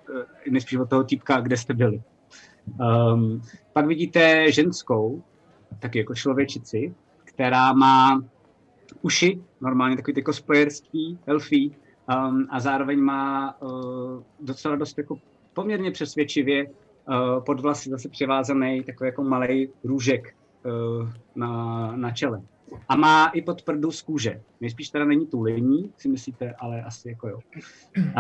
[SPEAKER 3] eh, nejspíš od toho týpka, kde jste byli. Um, pak vidíte ženskou, taky jako člověčici, která má uši, normálně takový ty cosplayerský, elfí, um, a zároveň má uh, docela dost jako poměrně přesvědčivě uh, pod vlasy zase přivázaný takový jako malý růžek uh, na, na čele. A má i pod prdu z kůže. Nejspíš teda není tulení, si myslíte, ale asi jako jo.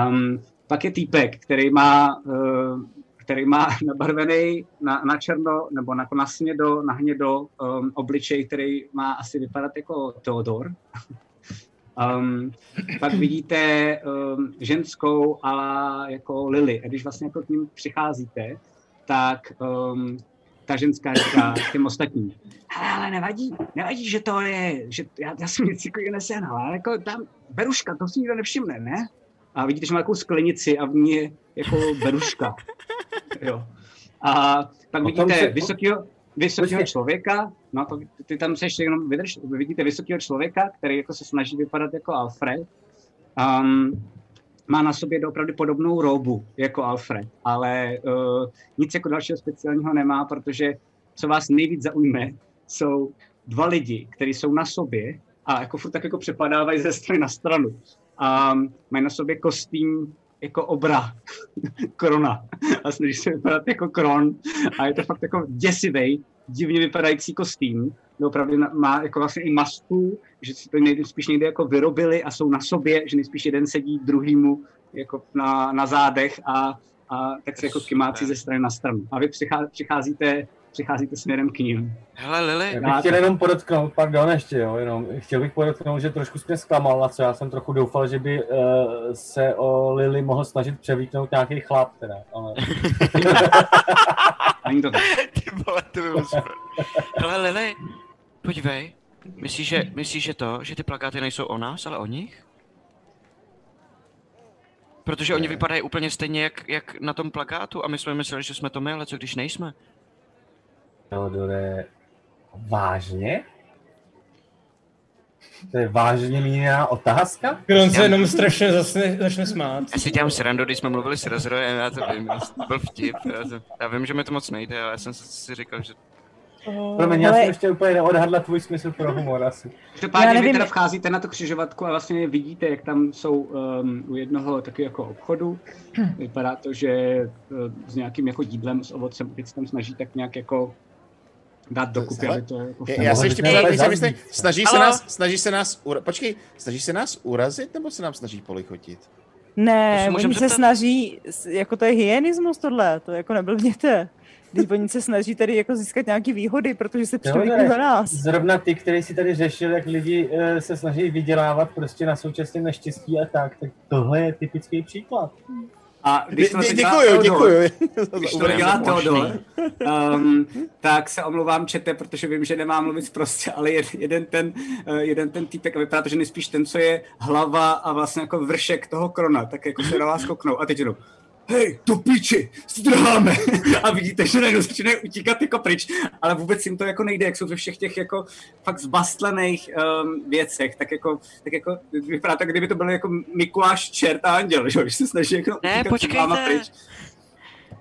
[SPEAKER 3] Um, pak je týpek, který má, uh, který má nabarvený na, na černo nebo na, na snědo, na hnědo um, obličej, který má asi vypadat jako Teodor. Um, pak vidíte um, ženskou ala jako Lily. A když vlastně jako k ním přicházíte, tak um, ta ženská říká těm ostatním, hele, ale nevadí, nevadí, že to je, že já, já jsem nic takového nesehnal, ale jako tam beruška, to si nikdo nevšimne, ne? A vidíte, že má takovou sklenici a v ní je jako beruška. jo. A pak
[SPEAKER 6] tom
[SPEAKER 3] vidíte
[SPEAKER 6] se-
[SPEAKER 3] vysokýho, vysokýho
[SPEAKER 6] Počkej.
[SPEAKER 3] člověka, no to, ty tam seš jenom vydrž, vidíte vysokýho člověka, který jako se snaží vypadat jako Alfred. Um, má na sobě opravdu podobnou robu jako Alfred, ale uh, nic jako dalšího speciálního nemá, protože co vás nejvíc zaujme, jsou dva lidi, kteří jsou na sobě a jako furt tak jako přepadávají ze strany na stranu. A mají na sobě kostým jako obra, krona. A snaží se vypadat jako kron. A je to fakt jako děsivý, divně vypadající kostým. No, Opravdu na- má jako vlastně i masku, že si to nejde, spíš někde jako vyrobili a jsou na sobě, že nejspíš jeden sedí druhýmu jako na, na zádech a, a tak se jako kymácí ze strany na stranu. A vy přichá, přicházíte, přicházíte směrem k ním.
[SPEAKER 4] Hele, Lili.
[SPEAKER 6] Já bych chtěl jenom podotknout, pardon, ještě jo, jenom chtěl bych podotknout, že trošku jsi mě zklamal, na co já jsem trochu doufal, že by uh, se o Lily mohl snažit převlíknout nějaký chlap teda, ale...
[SPEAKER 3] Ani to tak.
[SPEAKER 4] Ty vole, to by bylo super. Hele, Lili, podívej. Myslíš, že, myslíš, že to, že ty plakáty nejsou o nás, ale o nich? Protože oni vypadají úplně stejně, jak, jak na tom plakátu a my jsme mysleli, že jsme to my, ale co když nejsme?
[SPEAKER 10] Teodore, vážně? To je vážně míněná otázka?
[SPEAKER 7] Kron se jenom strašně zasne, začne smát.
[SPEAKER 4] Já si dělám srandu, když jsme mluvili s Razrojem, já to vím, já- to byl vtip. Já, to, já vím, že mi to moc nejde, ale já jsem si říkal, že...
[SPEAKER 6] Promiň, já jsem ještě úplně neodhadla tvůj smysl pro humor asi.
[SPEAKER 3] Každopádně vy teda vcházíte na tu křižovatku a vlastně vidíte, jak tam jsou um, u jednoho taky jako obchodu. Vypadá to, že um, s nějakým jako jídlem, s ovocem, teď se tam snaží tak nějak jako dát dokupy,
[SPEAKER 5] Hele,
[SPEAKER 3] aby to jako...
[SPEAKER 5] Já, já se ještě
[SPEAKER 3] Ej,
[SPEAKER 5] pořád nejsem jistý. Snaží se
[SPEAKER 3] Halo?
[SPEAKER 5] nás, snaží se nás, ura... počkej, snaží se nás urazit, nebo se nám snaží polichotit? To
[SPEAKER 9] Ne,
[SPEAKER 5] se můžem
[SPEAKER 9] oni se
[SPEAKER 5] zeptat?
[SPEAKER 9] snaží, s- jako to je hyenismus tohle, to jako neblbněte. Když oni se snaží tady jako získat nějaký výhody, protože se převlíknou za nás.
[SPEAKER 6] Zrovna ty, který si tady řešil, jak lidi eh, se snaží vydělávat prostě na současném neštěstí a tak, tak tohle je typický příklad.
[SPEAKER 3] A když to
[SPEAKER 5] Dě-
[SPEAKER 3] zase
[SPEAKER 5] dě-
[SPEAKER 3] dělá
[SPEAKER 5] děkuju,
[SPEAKER 3] Teodor-
[SPEAKER 5] děkuju. Za
[SPEAKER 3] Když to
[SPEAKER 5] uvedení.
[SPEAKER 3] dělá
[SPEAKER 5] Možný.
[SPEAKER 3] Teodor, um, tak se omlouvám čete, protože vím, že nemám mluvit prostě, ale jed, jeden ten, eh, jeden ten týpek, a vypadá to, že nejspíš ten, co je hlava a vlastně jako vršek toho krona, tak jako se na vás kouknou a teď jenom hej, do piči, zdráme. A vidíte, že najednou začínají utíkat jako pryč, ale vůbec jim to jako nejde, jak jsou ve všech těch jako fakt zbastlených um, věcech, tak jako, tak jako vypadá to, kdyby to byl jako Mikuláš, čert a anděl, že, jo, že se snaží jako
[SPEAKER 4] Ne,
[SPEAKER 3] utíkat před váma
[SPEAKER 4] počkejte.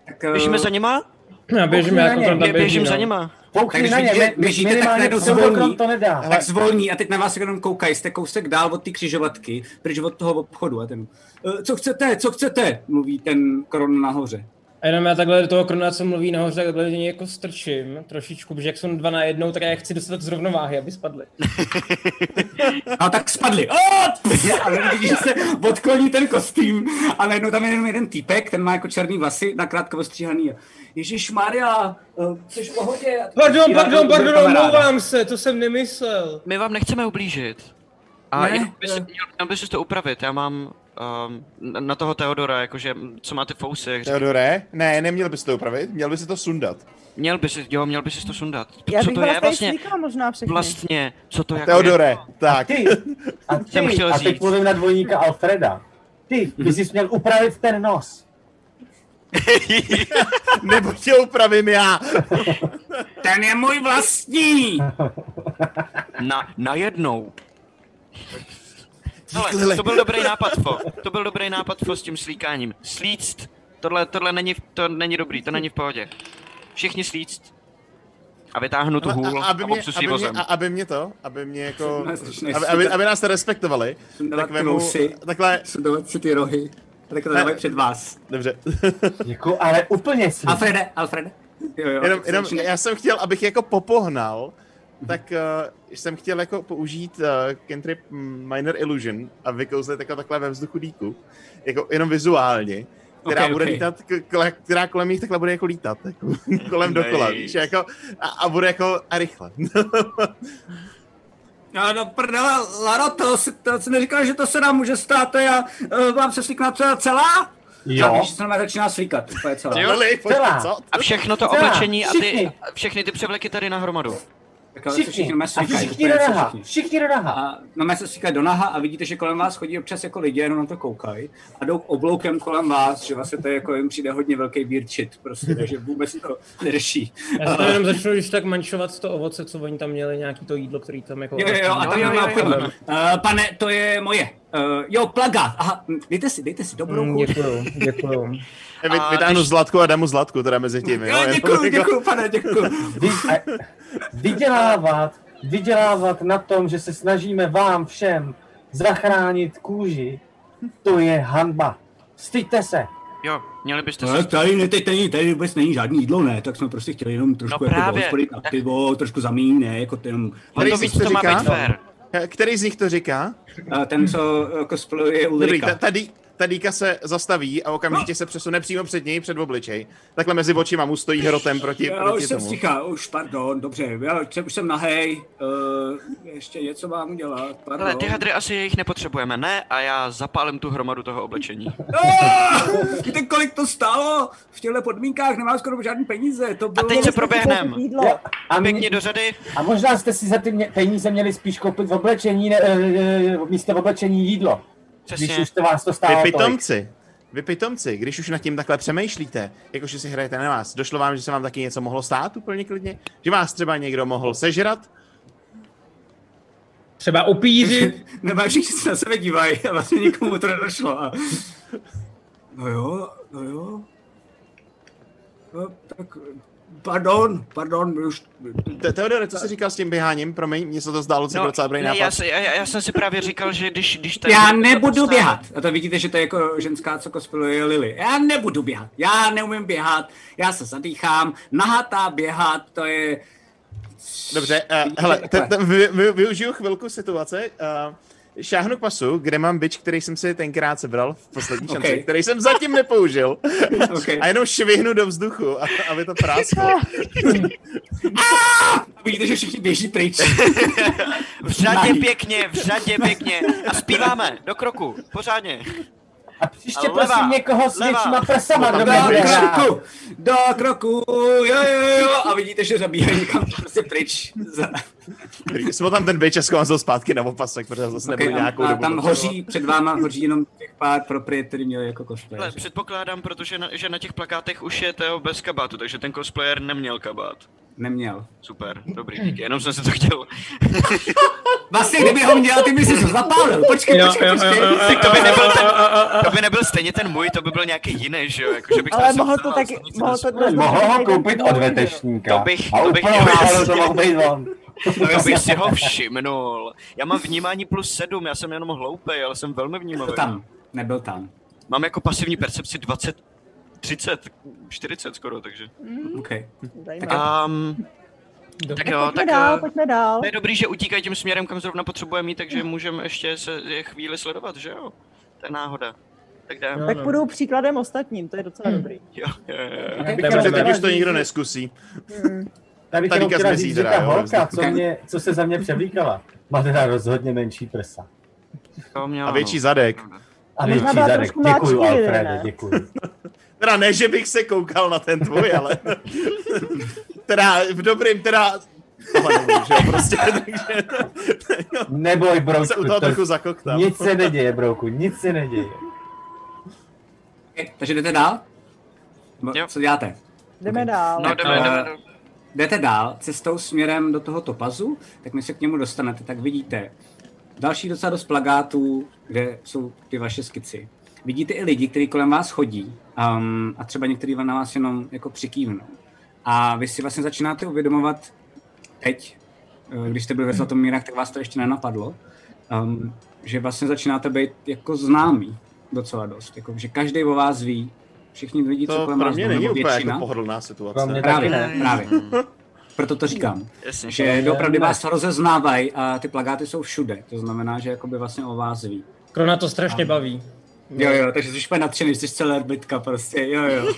[SPEAKER 3] Tak,
[SPEAKER 4] Běžíme
[SPEAKER 3] eh, jako
[SPEAKER 4] za nima?
[SPEAKER 7] Já běžím,
[SPEAKER 3] Koukni
[SPEAKER 7] já
[SPEAKER 3] na
[SPEAKER 14] jako
[SPEAKER 3] ně,
[SPEAKER 7] kontrolám,
[SPEAKER 3] bě-
[SPEAKER 14] no.
[SPEAKER 4] Běžím za nima.
[SPEAKER 3] tak když vidíte, že běžíte, tak najednou zvolní, to nedá.
[SPEAKER 4] Hele.
[SPEAKER 3] tak zvolní a teď na vás jenom koukají, jste kousek dál od té křižovatky, pryč od toho obchodu a ten, "E, co chcete, co chcete, mluví ten kron nahoře.
[SPEAKER 7] A jenom já takhle do toho krona, co mluví nahoře, tak takhle do něj jako strčím trošičku, protože jak jsou dva na jednou, tak já je chci dostat z rovnováhy, aby spadly.
[SPEAKER 3] A No, tak spadli. A, pff, a vidíš, že se odkloní ten kostým. A najednou tam je jenom jeden týpek, ten má jako černý vlasy, nakrátko ostříhaný. Ježíš Maria, eh, jsi v pohodě?
[SPEAKER 7] Pardon,
[SPEAKER 3] Přijde
[SPEAKER 7] pardon,
[SPEAKER 3] na to, že
[SPEAKER 7] pardon,
[SPEAKER 3] kamaráda.
[SPEAKER 7] omlouvám se, to jsem nemyslel.
[SPEAKER 4] My vám nechceme ublížit. A
[SPEAKER 7] Ne,
[SPEAKER 4] ne, jenom by si, měl, měl by si to upravit, já mám um, na- na toho Teodora, jakože, co má ty fousy, jak říkám.
[SPEAKER 5] Teodore, ne, neměl bys to upravit, měl bys to sundat.
[SPEAKER 4] Měl by si, jo, měl by si to sundat.
[SPEAKER 9] Já
[SPEAKER 4] co
[SPEAKER 9] bych
[SPEAKER 4] to
[SPEAKER 9] vás
[SPEAKER 4] je
[SPEAKER 9] tady
[SPEAKER 4] vlastně?
[SPEAKER 9] slíkala možná všechny.
[SPEAKER 4] Vlastně, co to jako
[SPEAKER 5] Teodore,
[SPEAKER 4] je?
[SPEAKER 5] tak.
[SPEAKER 4] Ty,
[SPEAKER 10] A
[SPEAKER 4] Jsem
[SPEAKER 10] ty,
[SPEAKER 4] chtěl
[SPEAKER 10] a
[SPEAKER 4] říct.
[SPEAKER 10] teď mluvím na dvojníka Alfreda. Ty, ty jsi měl upravit ten nos.
[SPEAKER 5] Nebo tě upravím já.
[SPEAKER 3] Ten je můj vlastní.
[SPEAKER 4] Na, najednou. Hele, to byl dobrý nápad, Fo. To byl dobrý nápad, Fo, s tím slíkáním. Slíct. Tohle, tohle není, v- to není dobrý, to není v pohodě. Všichni slíct. A vytáhnu tu
[SPEAKER 5] Ale
[SPEAKER 4] hůl
[SPEAKER 5] a-
[SPEAKER 4] a,
[SPEAKER 5] aby, mě,
[SPEAKER 4] obsu
[SPEAKER 5] aby, mě,
[SPEAKER 4] vozem.
[SPEAKER 5] a- aby mě to, aby mě jako,
[SPEAKER 3] Nás začneš
[SPEAKER 5] aby, aby,
[SPEAKER 3] sundat.
[SPEAKER 5] aby nás to respektovali,
[SPEAKER 3] Sundat
[SPEAKER 5] tak vemu,
[SPEAKER 3] klousy.
[SPEAKER 5] takhle,
[SPEAKER 3] Sundovat si ty rohy. Tak to
[SPEAKER 5] Ne.
[SPEAKER 3] dávají před vás.
[SPEAKER 5] Dobře.
[SPEAKER 10] Jako, ale úplně si.
[SPEAKER 3] Alfrede, Alfrede. Jo, jo,
[SPEAKER 5] jenom,
[SPEAKER 3] tak se
[SPEAKER 5] jenom,
[SPEAKER 3] začne-
[SPEAKER 5] já jsem chtěl, abych jako popohnal, tak uh, jsem chtěl jako použít uh, cantrip Minor Illusion a vykouzlit jako takhle ve vzduchu díku, jako jenom vizuálně, která
[SPEAKER 14] Ok,
[SPEAKER 5] okay, bude
[SPEAKER 14] ok.
[SPEAKER 5] okay. lítat, k- kole- která kolem nich takhle bude jako lítat, jako, kolem dokola,
[SPEAKER 14] Nice.
[SPEAKER 5] víš, jako, a, a bude jako, a rychle.
[SPEAKER 3] No, no prdele, Laro, to, si- to jsi neříkal, že to se nám může stát, a já uh, vám se slikná celá celá?
[SPEAKER 4] Jo.
[SPEAKER 3] A víš, co nám začíná slikat, úplně celá.
[SPEAKER 4] Jo? A všechno to oblečení a ty,
[SPEAKER 3] Všichni.
[SPEAKER 4] a všechny ty převleky tady na hromadu.
[SPEAKER 3] Tak ale se všichni,
[SPEAKER 4] Všichni.
[SPEAKER 3] normálně
[SPEAKER 4] A
[SPEAKER 3] slikají,
[SPEAKER 4] všichni
[SPEAKER 3] úplně
[SPEAKER 4] do
[SPEAKER 3] jsou
[SPEAKER 4] naha.
[SPEAKER 10] Všichni do naha.
[SPEAKER 3] A normálně se slikají do naha a vidíte, že kolem vás chodí občas jako lidi, jenom na to koukají a jdou obloukem kolem vás, že vlastně to je jako jim přijde hodně velký bírčit, prostě, takže vůbec to neřeší.
[SPEAKER 7] Já si to jenom začnu, když tak mančovat to ovoce, co oni tam měli, nějaký to jídlo, který tam jako...
[SPEAKER 3] Jo, jo, jo, a
[SPEAKER 7] No,
[SPEAKER 3] tam
[SPEAKER 7] jo,
[SPEAKER 3] má
[SPEAKER 7] jo, jo.
[SPEAKER 3] prdel. Uh, pane, to je moje. Uh, jo, plaga. Aha, hm, dejte si, dejte si dobrou
[SPEAKER 7] Mm,
[SPEAKER 3] kůži.
[SPEAKER 7] Děkuju, děkuju.
[SPEAKER 5] Vy,
[SPEAKER 3] A
[SPEAKER 5] vytáhnu zlatku a dám mu zlatku teda mezi tím. jako-
[SPEAKER 3] Jo, děkuju, děkuju, pane, děkuju.
[SPEAKER 10] Vydělávat, vydělávat na tom, že se snažíme vám všem zachránit kůži, to je hanba. Styďte se.
[SPEAKER 4] Jo, měli byste
[SPEAKER 3] No,
[SPEAKER 4] se...
[SPEAKER 3] tak tady, ne, teď, tady, tady vůbec není žádný jídlo, ne, tak jsme prostě chtěli jenom trošku no jako
[SPEAKER 4] právě.
[SPEAKER 3] hospodit na
[SPEAKER 4] Tak-
[SPEAKER 3] pivo, trošku zamín, ne, jako ten...
[SPEAKER 5] Který z nich to říká? Který z nich to říká?
[SPEAKER 3] A ten, co jako spluje
[SPEAKER 5] Dobrý,
[SPEAKER 3] Ulrika. No.
[SPEAKER 5] ta, ta, dí- ta dýka se zastaví a okamžitě se přesune přímo před něj, před obličej. Takhle mezi očima mu stojí hrotem proti,
[SPEAKER 3] Já už
[SPEAKER 5] proti
[SPEAKER 3] jsem
[SPEAKER 5] tomu.
[SPEAKER 3] sticha, už pardon, dobře, já už jsem, už jsem nahej, uh, ještě něco mám udělat, pardon.
[SPEAKER 4] Hele, ty hadry asi jejich nepotřebujeme, ne? A já zapálím tu hromadu toho oblečení.
[SPEAKER 3] Víte, kolik to stálo? V těchto podmínkách nemám skoro žádný peníze, to bylo...
[SPEAKER 4] teď se proběhnem.
[SPEAKER 10] Jo, A,
[SPEAKER 4] Pěkně do řady.
[SPEAKER 10] a možná jste si za ty mě, peníze měli spíš koupit v oblečení, ne, e, e, místo v oblečení jídlo.
[SPEAKER 4] Přesně.
[SPEAKER 10] Když už to vás to stálo
[SPEAKER 5] Vy
[SPEAKER 10] tolik.
[SPEAKER 5] pitomci, vy pitomci, když už nad tím takhle přemýšlíte, jakože si hrajete na vás, došlo vám, že se vám taky něco mohlo stát úplně klidně? Že vás třeba někdo mohl sežrat?
[SPEAKER 7] Třeba upířit?
[SPEAKER 3] Nebo všichni se na sebe dívají a vlastně nikomu to nedošlo. A... No jo, no jo. No, tak Pardon, pardon, my už...
[SPEAKER 5] Te- Teodore, co jsi říkal s tím běháním? Promiň, mně se to zdálo jako docela dobrý
[SPEAKER 4] No, ne, já,
[SPEAKER 5] nápad.
[SPEAKER 4] si, já, já, jsem si právě říkal, že když, když ten...
[SPEAKER 3] Já nebudu běhat. A to vidíte, že to je jako ženská, co cosplayuje Lily. Já nebudu běhat. Já neumím běhat. Já se zadýchám. Nahatá běhat, to je...
[SPEAKER 5] Dobře, uh, hele, te, te, vy, vy, využiju chvilku situace. Uh, šáhnu k pasu, kde mám bič, který jsem si tenkrát sebral v poslední
[SPEAKER 14] Ok.
[SPEAKER 5] šanci, který jsem zatím nepoužil.
[SPEAKER 3] okay.
[SPEAKER 5] A jenom švihnu do vzduchu, a, aby to prásklo.
[SPEAKER 3] A vidíte, že všichni běží pryč.
[SPEAKER 4] V řadě pěkně, v řadě pěkně. A zpíváme, do kroku, pořádně.
[SPEAKER 10] A příště prosím někoho s většíma prsama do mě
[SPEAKER 3] do
[SPEAKER 10] bude hrát.
[SPEAKER 3] kroku, do kroku, jo, jo, jo, a vidíte, že zabíhají někam prostě pryč. Za-
[SPEAKER 5] Jsme tam ten bitch a zkoumal zpátky na opasek, protože zase
[SPEAKER 3] Okay,
[SPEAKER 5] nebude
[SPEAKER 3] a,
[SPEAKER 5] nějakou
[SPEAKER 3] a
[SPEAKER 5] dobu.
[SPEAKER 3] tam
[SPEAKER 5] potřebovat.
[SPEAKER 3] hoří, před váma hoří jenom těch pár propriet, který měli jako košpé.
[SPEAKER 4] Ale předpokládám, protože na, že na těch plakátech už je Teo bez kabátu, takže ten cosplayer neměl kabát.
[SPEAKER 3] Neměl.
[SPEAKER 4] Super, dobrý, díky, jenom jsem se to chtěl.
[SPEAKER 3] Vlastně, kdyby ho měl, ty by si to zapálil. Počkej,
[SPEAKER 4] Jo,
[SPEAKER 3] počkej,
[SPEAKER 4] jo, jo,
[SPEAKER 3] počkej.
[SPEAKER 4] jo, jo, Tak to by nebyl ten, to by nebyl stejně ten můj, to by byl nějaký jiný, že jo, jako, že bych
[SPEAKER 9] Ale
[SPEAKER 4] tam
[SPEAKER 9] mohl
[SPEAKER 4] sám
[SPEAKER 9] to
[SPEAKER 4] dával,
[SPEAKER 9] taky,
[SPEAKER 4] sám nic
[SPEAKER 9] mohl to
[SPEAKER 4] nedospěl.
[SPEAKER 6] Mohl ho koupit od vetešníka.
[SPEAKER 4] To bych-
[SPEAKER 6] a
[SPEAKER 4] to bych
[SPEAKER 6] úplnou
[SPEAKER 4] chtěl
[SPEAKER 6] náhodou to
[SPEAKER 4] vysvětlit.
[SPEAKER 6] mohl být on.
[SPEAKER 4] No já bych si ho všimnul. Já mám vnímání plus 7, já jsem jenom hloupej, ale jsem velmi vnímavý.
[SPEAKER 3] tam, nebyl tam.
[SPEAKER 4] Mám jako pasivní percepci 20, 30, 40 skoro, takže.
[SPEAKER 3] OK.
[SPEAKER 9] Zajímavé.
[SPEAKER 4] Um, tak
[SPEAKER 9] Tak
[SPEAKER 4] jo,
[SPEAKER 9] pojďme
[SPEAKER 4] tak
[SPEAKER 9] dál,
[SPEAKER 4] eh,
[SPEAKER 9] pojďme dál.
[SPEAKER 4] to je dobrý, že utíkají tím směrem, kam zrovna potřebujeme jít, takže můžeme ještě se je chvíli sledovat, že jo? To je náhoda. Tak
[SPEAKER 6] No,
[SPEAKER 4] jdem.
[SPEAKER 9] Tak půjdou příkladem ostatním, to je docela
[SPEAKER 6] Hmm.
[SPEAKER 9] dobrý.
[SPEAKER 4] Jo, jo, jo.
[SPEAKER 6] Já bych
[SPEAKER 5] Dobře,
[SPEAKER 6] jenom
[SPEAKER 5] teď
[SPEAKER 6] chtěla
[SPEAKER 5] už to
[SPEAKER 6] říct,
[SPEAKER 5] nikdo
[SPEAKER 6] že-
[SPEAKER 5] neskusí.
[SPEAKER 9] Hmm.
[SPEAKER 6] Já bych
[SPEAKER 5] Tady
[SPEAKER 6] jenom
[SPEAKER 5] Kaz
[SPEAKER 6] chtěla
[SPEAKER 5] mezi
[SPEAKER 6] říct, že
[SPEAKER 5] teda,
[SPEAKER 6] ta
[SPEAKER 5] jo,
[SPEAKER 6] holka,
[SPEAKER 5] rozhodně.
[SPEAKER 6] co, mě, co se za mě převlíkala, má teda rozhodně menší prsa.
[SPEAKER 4] To
[SPEAKER 3] No.
[SPEAKER 5] A větší zadek.
[SPEAKER 6] A větší
[SPEAKER 9] Možná byla
[SPEAKER 6] zadek.
[SPEAKER 9] trošku
[SPEAKER 6] Děkuju,
[SPEAKER 9] mladší,
[SPEAKER 6] Alfrede,
[SPEAKER 9] ne?
[SPEAKER 6] děkuju.
[SPEAKER 5] Teda ne, že bych se koukal na ten tvůj, ale... teda v dobrým, teda... Ale dobrý, že jo, prostě, takže...
[SPEAKER 6] Neboj, Brouku.
[SPEAKER 5] Se u toho
[SPEAKER 6] to-
[SPEAKER 5] trochu zakoktám.
[SPEAKER 6] Nic se neděje, Brouku, nic se neděje.
[SPEAKER 3] Takže jdete dál? Bo- Co děláte?
[SPEAKER 9] Jdeme dál.
[SPEAKER 4] No,
[SPEAKER 3] Tak, eh, Jdete dál, cestou směrem do toho topazu, tak my se k němu dostanete, tak vidíte další docela dost plagátů, kde jsou ty vaše skici. Vidíte i lidi, kteří kolem vás chodí um, a třeba některý na vás jenom jako přikývnou. A vy si vlastně začínáte uvědomovat teď, eh, když jste byli ve Zlatomírách, tak vás to ještě nenapadlo, um, že vlastně začínáte být jako známý docela dost. Jako, že každý o vás ví, všichni vidí, co
[SPEAKER 5] To
[SPEAKER 3] kolem
[SPEAKER 5] pro
[SPEAKER 3] vás
[SPEAKER 5] mě
[SPEAKER 3] jdou,
[SPEAKER 5] není
[SPEAKER 3] nebo
[SPEAKER 5] úplně
[SPEAKER 3] většina.
[SPEAKER 5] jako pohodlná situace.
[SPEAKER 6] Pro mě
[SPEAKER 3] Právě,
[SPEAKER 6] taky ne.
[SPEAKER 3] právě. Proto to říkám.
[SPEAKER 4] Jasně.
[SPEAKER 3] Že doopravdy
[SPEAKER 6] Ne.
[SPEAKER 3] vás rozeznávají a ty plagáty jsou všude. To znamená, že jakoby vlastně o vás ví.
[SPEAKER 7] Krona to strašně baví.
[SPEAKER 3] Jo, jo, takže jsi úplně nadšený, jsi celá erbitka prostě, jo, jo.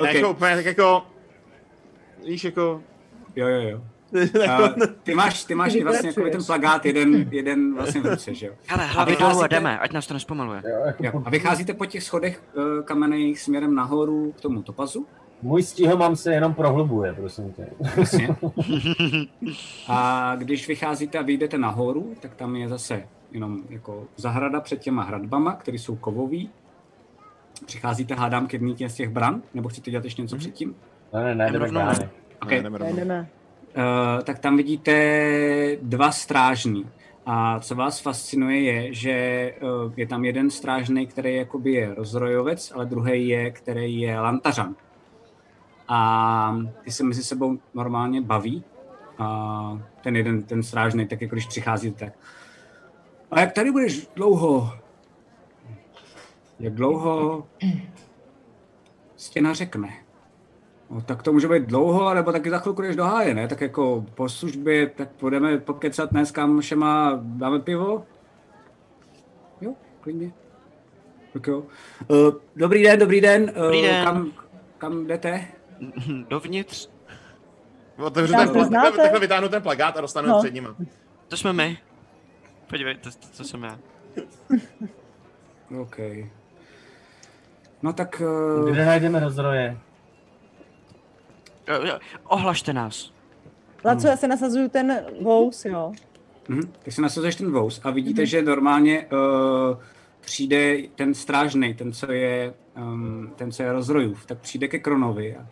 [SPEAKER 5] Okay. Jako úplně tak jako... Víš, jako...
[SPEAKER 3] Jo, jo, jo.
[SPEAKER 5] Jako-
[SPEAKER 3] A ty máš, ty máš i vlastně jakoby ten plagát jeden, jeden vlastně v ruce, že jo.
[SPEAKER 4] Ale
[SPEAKER 3] A
[SPEAKER 4] hlavy dolů a
[SPEAKER 3] vycházíte,
[SPEAKER 4] jdeme, ať nás to nespomaluje.
[SPEAKER 3] jo, a vycházíte po těch schodech eh, kamenných směrem nahoru k tomu topazu.
[SPEAKER 6] Můj stího mám se jenom prohlubuje, prosím tě.
[SPEAKER 3] A když vycházíte a vyjdete nahoru, tak tam je zase jenom jako zahrada před těma hradbama, které jsou kovový. Přicházíte, hádám, k jedný tě z těch bran, nebo chcete dělat ještě něco předtím?
[SPEAKER 6] Mhm. Ne, ne, ne, jdeme k bráně.
[SPEAKER 3] Okay.
[SPEAKER 5] jdeme
[SPEAKER 9] Ne, ne, ne.
[SPEAKER 3] Uh, tak tam vidíte dva strážní. A co vás fascinuje je, že uh, je tam jeden strážný, který jakoby je rozrojovec, ale druhý je, který je lantařan. A ty se mezi sebou normálně baví. A ten jeden, ten strážný, tak jako když přichází, tak a jak tady budeš dlouho? Jak dlouho stěna řekne? No, tak to může být dlouho, nebo taky za chvilku jdeš do háje, ne? Tak jako po službě, tak půjdeme pokecat dnes kam všema, dáme pivo? Jo, klidně. Tak jo. Uh, dobrý den, dobrý den. eh,
[SPEAKER 4] Dobrý den.
[SPEAKER 3] Kam, kam jdete?
[SPEAKER 4] Dovnitř?
[SPEAKER 5] Otevřu
[SPEAKER 4] Tak
[SPEAKER 5] ten,
[SPEAKER 4] to
[SPEAKER 5] takhle,
[SPEAKER 4] znáte?
[SPEAKER 5] takhle vytáhnu ten plagát a dostanu no.
[SPEAKER 4] No.
[SPEAKER 5] před nima.
[SPEAKER 4] To jsme my. Podívej, to, to, to jsem já.
[SPEAKER 3] OK. No tak...
[SPEAKER 6] Kde najdeme rozroje?
[SPEAKER 4] Jo, jo, Ohlašte nás.
[SPEAKER 9] Laco, já se nasazuju ten vous, jo.
[SPEAKER 3] Mhm. Tak si nasazuješ ten vous a vidíte,
[SPEAKER 4] Mhm.
[SPEAKER 3] že normálně uh, přijde ten strážný, ten, co je, um, ten, co je rozrojův, tak přijde ke Kronovi. A,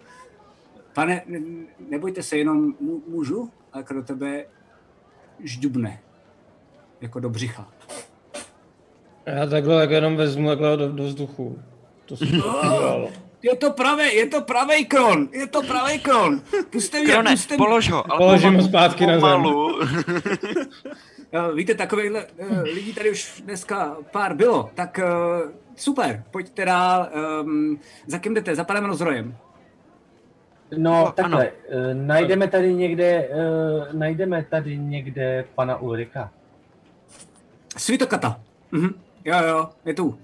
[SPEAKER 3] Pane, ne- nebojte se, jenom mu- můžu? A Kron do tebe žďubne. Jako do břicha.
[SPEAKER 7] Já takhle jako jenom vezmu takhle do, do vzduchu. To jsem to udělal.
[SPEAKER 3] Je to pravé, je to pravý Kron, je to pravý Kron. Puste mě,
[SPEAKER 4] Krone,
[SPEAKER 3] puste mě.
[SPEAKER 4] polož ho. Ale
[SPEAKER 7] Položím ho
[SPEAKER 4] pomalu,
[SPEAKER 7] zpátky na zem.
[SPEAKER 4] pomalu.
[SPEAKER 3] Eh, Víte, takovýchhle eh, lidí tady už dneska pár bylo, tak eh, super, pojďte dál. Um, za kým jdete? Za panem rozrojem.
[SPEAKER 6] No, takhle, eh, najdeme tady někde, eh, najdeme tady někde pana Ulrika.
[SPEAKER 3] Svitokata. Mhm. Jo, jo, je tu.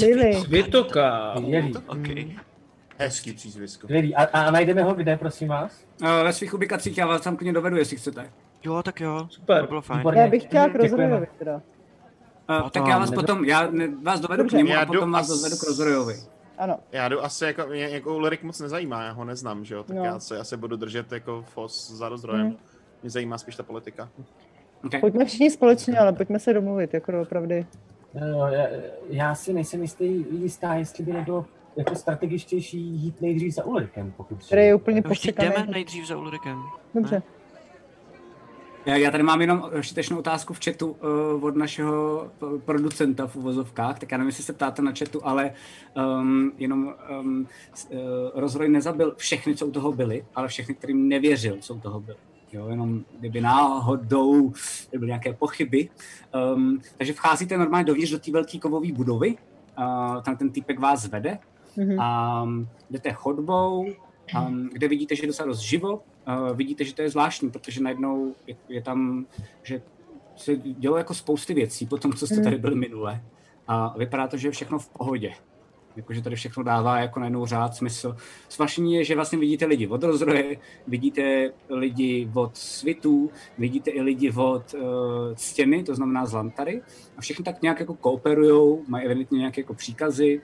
[SPEAKER 9] Lili.
[SPEAKER 7] Svitoka.
[SPEAKER 6] Skvělý. Hmm.
[SPEAKER 4] Okay.
[SPEAKER 5] Hezký přízvisko.
[SPEAKER 6] Skvělý. A, a najdeme ho kde, prosím vás?
[SPEAKER 3] Eh, Ve svých ubikacích já vás tam klidně dovedu, jestli chcete.
[SPEAKER 4] Jo, tak jo.
[SPEAKER 7] Super.
[SPEAKER 4] To bylo fajn.
[SPEAKER 6] Výborně.
[SPEAKER 9] Já bych chtěla k
[SPEAKER 6] Děkujeme.
[SPEAKER 9] rozrojovi teda.
[SPEAKER 3] Eh,
[SPEAKER 5] No,
[SPEAKER 3] Uh, tak já vás potom, já ne- vás dovedu k
[SPEAKER 5] Dobře.
[SPEAKER 3] němu
[SPEAKER 5] Já
[SPEAKER 3] a
[SPEAKER 5] jdu
[SPEAKER 3] potom vás
[SPEAKER 5] as-
[SPEAKER 3] dovedu k rozrojovi.
[SPEAKER 9] Ano.
[SPEAKER 5] Já jdu asi jako, mě jako Ulrik moc nezajímá, já ho neznám, že jo, tak
[SPEAKER 9] No.
[SPEAKER 5] no. já se asi budu držet jako fos za rozrojem.
[SPEAKER 9] Mhm.
[SPEAKER 5] Mě zajímá spíš ta politika.
[SPEAKER 9] Pojďme všichni společně, ale pojďme se domluvit, jako doopravdy.
[SPEAKER 6] No, já, já si nejsem jistý, jistá, jestli by nebylo jako strategičtější jít nejdřív za Ulrikem, pokud
[SPEAKER 9] Který je
[SPEAKER 3] No,
[SPEAKER 9] úplně
[SPEAKER 4] Už teď
[SPEAKER 9] posekaný.
[SPEAKER 4] Prostě jdeme nejdřív za Ulrikem.
[SPEAKER 9] Dobře.
[SPEAKER 3] Já, já tady mám jenom šitečnou otázku v chatu uh, od našeho p- producenta v uvozovkách, tak já nevím, jestli se ptáte na chatu, ale um, jenom um, s- uh, rozroj nezabil všechny, co u toho byli, ale všechny, kterým nevěřil, co u toho byli. Jo, jenom kdyby náhodou byly nějaké pochyby. Um, takže vcházíte normálně dovnitř do té velké kovové budovy, uh, tam ten týpek vás vede
[SPEAKER 9] Mhm.
[SPEAKER 3] a Um, jdete chodbou, um, kde vidíte, že je docela dost živo. Uh, vidíte, že to je zvláštní, protože najednou je, je tam, že se dělo jako spousty věcí po tom, co jste
[SPEAKER 9] Hmm.
[SPEAKER 3] tady byli minule. A vypadá to, že je všechno v pohodě. Jakože tady všechno dává jako najednou řád smysl. Svašení je, že vlastně vidíte lidi od rozroje, vidíte lidi od svitů, vidíte i lidi od uh, stěny, to znamená z lantary. A všichni tak nějak jako kooperujou, mají evidentně nějaké jako příkazy,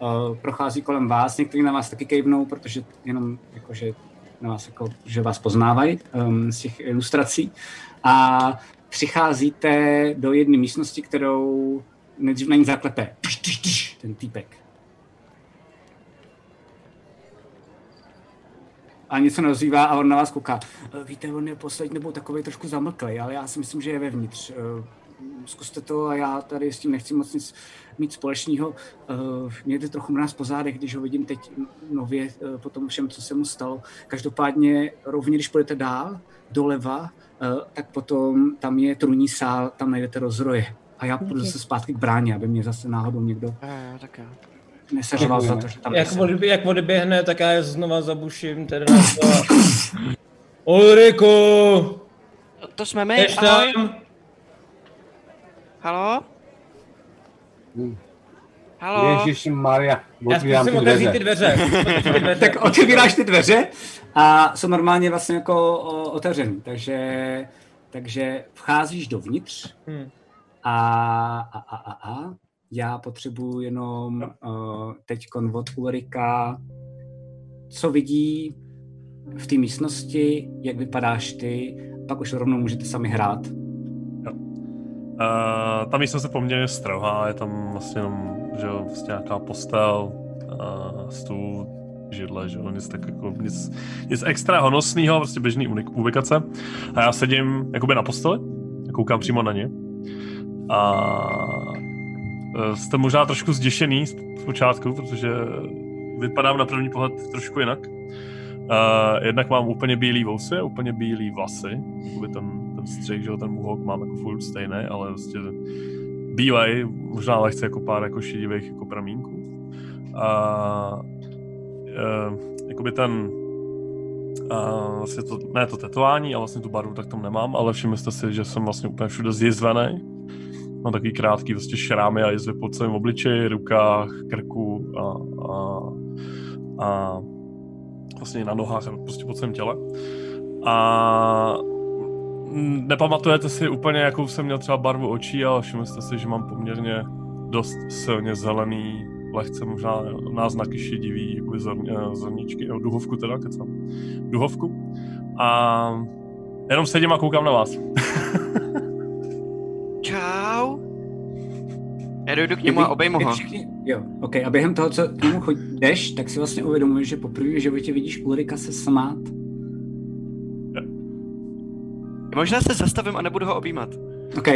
[SPEAKER 3] uh, prochází kolem vás, někteří na vás taky kejvnou, protože jenom jakože na vás jako, že vás poznávají um, z těch ilustrací. A přicházíte do jedné místnosti, kterou nejdřív na ní zaklepe. Tš, tš, tš, Ten týpek. A něco nerozívá a on na vás kouká. "Eh, Víte, on je poslední nebo takový trošku zamlklý, ale já si myslím, že je vevnitř. Eh, Zkuste to a já tady s tím nechci moc nic mít společného. Eh, Mě jde trochu mráz po zádech, když ho vidím teď nově eh, po tom všem, co se mu stalo. Každopádně rovně, když půjdete dál, doleva, eh, tak potom tam je trůní sál, tam najdete rozroje. A já půjdu
[SPEAKER 7] Ok.
[SPEAKER 3] zase zpátky k bráně, aby mě zase náhodou někdo
[SPEAKER 4] tak jo.
[SPEAKER 3] neseřoval za to, že tam
[SPEAKER 7] jak,
[SPEAKER 3] nejsem.
[SPEAKER 7] odbě, jak odběhne, tak já je znova zabuším, teda na to a... Ulriku!
[SPEAKER 4] To jsme my,
[SPEAKER 7] Ješ
[SPEAKER 4] ahoj.
[SPEAKER 7] tam?
[SPEAKER 4] Halo?
[SPEAKER 3] Hmm.
[SPEAKER 4] Halo?
[SPEAKER 6] Ježíš Maria, otvírám ty dveře.
[SPEAKER 3] tak otevíráš ty dveře a jsou normálně vlastně jako o, otevřený, takže, takže vcházíš dovnitř
[SPEAKER 7] Hmm.
[SPEAKER 3] a, a, a, a, a já potřebuji jenom uh, teď od Ulrika, co vidí v té místnosti, jak vypadáš ty, pak už rovnou můžete sami hrát.
[SPEAKER 8] Uh, ta místnost se poměrně strhá, je tam vlastně jenom, že jo, vlastně nějaká postel, uh, stůl, židle, že jo, nic tak jako, nic, nic extra honosného, prostě běžný unik- ubikace. A já sedím jakoby na posteli, a koukám přímo na ně. A eh, jste možná trošku zděšený z z počátku, protože vypadám na první pohled trošku jinak. Uh, jednak mám úplně bílý vousy, a úplně bílý vlasy, jakoby ten, ten střih, že jo, ten muhok mám jako furt stejný, ale prostě bílej, možná lehce jako pár jako šedivých jako pramínků. A uh, jakoby ten a vlastně to, ne to tetování, ale vlastně tu barvu tak tam nemám, ale všimli jste si, že jsem vlastně úplně všude zjizvený. Mám takový krátký vlastně šrámy a jizvy po celém obličeji, rukách, krku a, a, a vlastně na nohách a prostě po celém těle. A mm, nepamatujete si úplně, jakou jsem měl třeba barvu očí, ale všimli jste si, že mám poměrně dost silně zelený, lehce možná náznaky šedivý, jakoby zrn, eh, zrničky, jo, duhovku teda, kecám, duhovku. A jenom sedím a koukám na vás.
[SPEAKER 4] Čau. Já dojdu k němu a obejmu
[SPEAKER 3] Vy
[SPEAKER 4] ho.
[SPEAKER 3] všichni- Jo, OK. A během toho, co k němu chodí- jdeš, tak si vlastně uvědomuješ, že poprvé v životě vidíš Ulrika se smát.
[SPEAKER 4] Možná se zastavím a nebudu ho objímat.
[SPEAKER 3] OK.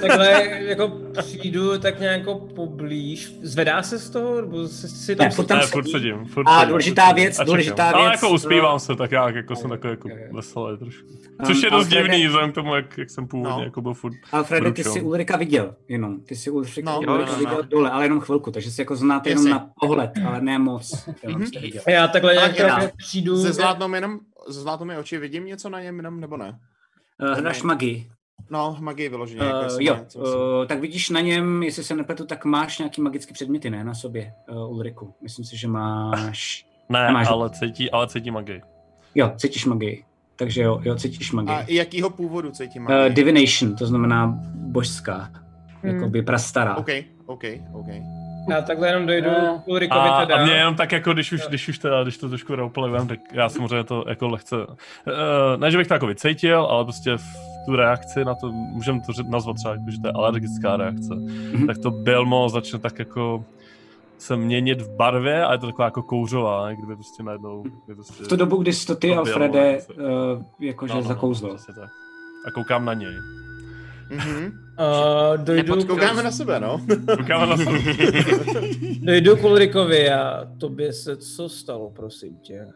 [SPEAKER 7] Takhle jako přijdu tak nějak jako poblíž. Zvedá se z toho, nebo si, si tam...
[SPEAKER 3] Ne, furt tam
[SPEAKER 8] Ne, furt sedím, furt
[SPEAKER 3] A
[SPEAKER 8] sedím,
[SPEAKER 3] důležitá
[SPEAKER 8] furt sedím.
[SPEAKER 3] věc, důležitá
[SPEAKER 8] čekám. Ale
[SPEAKER 3] věc,
[SPEAKER 8] jako uspívám
[SPEAKER 3] no.
[SPEAKER 8] se, tak já jako jsem takový jako veselý trošku.
[SPEAKER 3] Um,
[SPEAKER 8] Což je dost
[SPEAKER 3] Alfrede-
[SPEAKER 8] divný, vzhledem k tomu, jak, jak jsem původně no. jako byl furt
[SPEAKER 3] Alfrede, ty
[SPEAKER 8] bručo.
[SPEAKER 3] jsi Ulrika viděl jenom. Ty jsi Ulrika,
[SPEAKER 8] No,
[SPEAKER 3] Ulrika
[SPEAKER 8] jo, no, no.
[SPEAKER 3] viděl dole, ale jenom chvilku, takže si jako znáte jenom
[SPEAKER 5] Jasně. Mhm.
[SPEAKER 3] na pohled, ale ne moc. Jenom jste viděl.
[SPEAKER 7] A já takhle nějak
[SPEAKER 5] Tak já-
[SPEAKER 7] trochu přijdu-
[SPEAKER 5] Se zlátnou jenom, se zlátnou mi oči, vidím něco na něm jenom, nebo ne?
[SPEAKER 3] Eh, Hráš magii.
[SPEAKER 5] No, magii vyloženě. jako
[SPEAKER 3] Uh,
[SPEAKER 5] jestli
[SPEAKER 3] jo,
[SPEAKER 5] má něco-
[SPEAKER 3] uh, tak vidíš na něm, jestli se nepletu, tak máš nějaký magický předměty, ne na sobě, uh, Ulriku. Myslím si, že máš...
[SPEAKER 8] Ne,
[SPEAKER 3] máš...
[SPEAKER 8] ale cítí, ale cítí magii.
[SPEAKER 3] Jo, cítíš magii. Takže jo, jo, cítíš magii.
[SPEAKER 5] A i jakýho původu cítím
[SPEAKER 3] Uh,
[SPEAKER 5] magii?
[SPEAKER 3] divination, to znamená božská.
[SPEAKER 11] Hmm. Jakoby prastará.
[SPEAKER 5] OK, OK, OK.
[SPEAKER 7] Já takhle jenom dojdu
[SPEAKER 3] Eh,
[SPEAKER 8] No.
[SPEAKER 7] k Ulrikovi
[SPEAKER 8] A,
[SPEAKER 7] teda.
[SPEAKER 8] a mě jenom tak jako, když už, když už teda, když to trošku roupolivám, tak já samozřejmě to jako lehce, uh, ne, že bych to jako vycítil, ale prostě v tu reakci na to, můžeme to ř- nazvat třeba jako, že to je alergická reakce, tak to Belmo začne tak jako se měnit v barvě a je to taková jako kouřová, ne, kdyby prostě najednou... Kdyby prostě
[SPEAKER 11] V tu dobu, kdy jsi to ty,
[SPEAKER 8] to
[SPEAKER 11] Alfrede,
[SPEAKER 8] Bilmo-
[SPEAKER 11] uh,
[SPEAKER 3] eh,
[SPEAKER 11] jakože no, no, zakouzlil.
[SPEAKER 8] No, a koukám na něj.
[SPEAKER 3] Mhm.
[SPEAKER 6] Eh.
[SPEAKER 7] Uh, dojdu...
[SPEAKER 5] Nepotkal- Koukáme na sebe, no.
[SPEAKER 8] Koukáme na sebe.
[SPEAKER 7] dojdu k Ulrikovi a tobě se co stalo, prosím tě?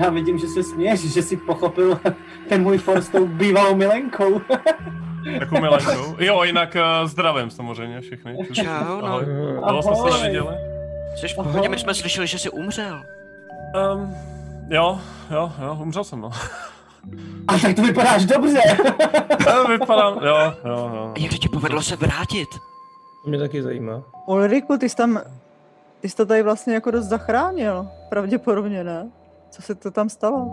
[SPEAKER 6] Já vidím, že se směješ, že jsi pochopil ten můj for s tou bývalou milenkou.
[SPEAKER 8] Jakou milenku. Jo, jinak uh, zdravím samozřejmě všechny.
[SPEAKER 4] Čau, no.
[SPEAKER 8] Ahoj. Dlouho jsme se
[SPEAKER 4] Ahoj.
[SPEAKER 8] neviděli.
[SPEAKER 4] Jsi v pohodě, my jsme slyšeli, že jsi umřel.
[SPEAKER 8] Um, jo, jo, jo, umřel jsem, no.
[SPEAKER 6] A tak to vypadáš dobře.
[SPEAKER 8] Vypadám, jo, jo, jo.
[SPEAKER 4] Jak ti povedlo se vrátit?
[SPEAKER 7] To mě taky zajímá.
[SPEAKER 9] Ulriku, ty jsi tam, ty jsi to tady vlastně jako dost zachránil, pravděpodobně, ne? Co se to tam stalo?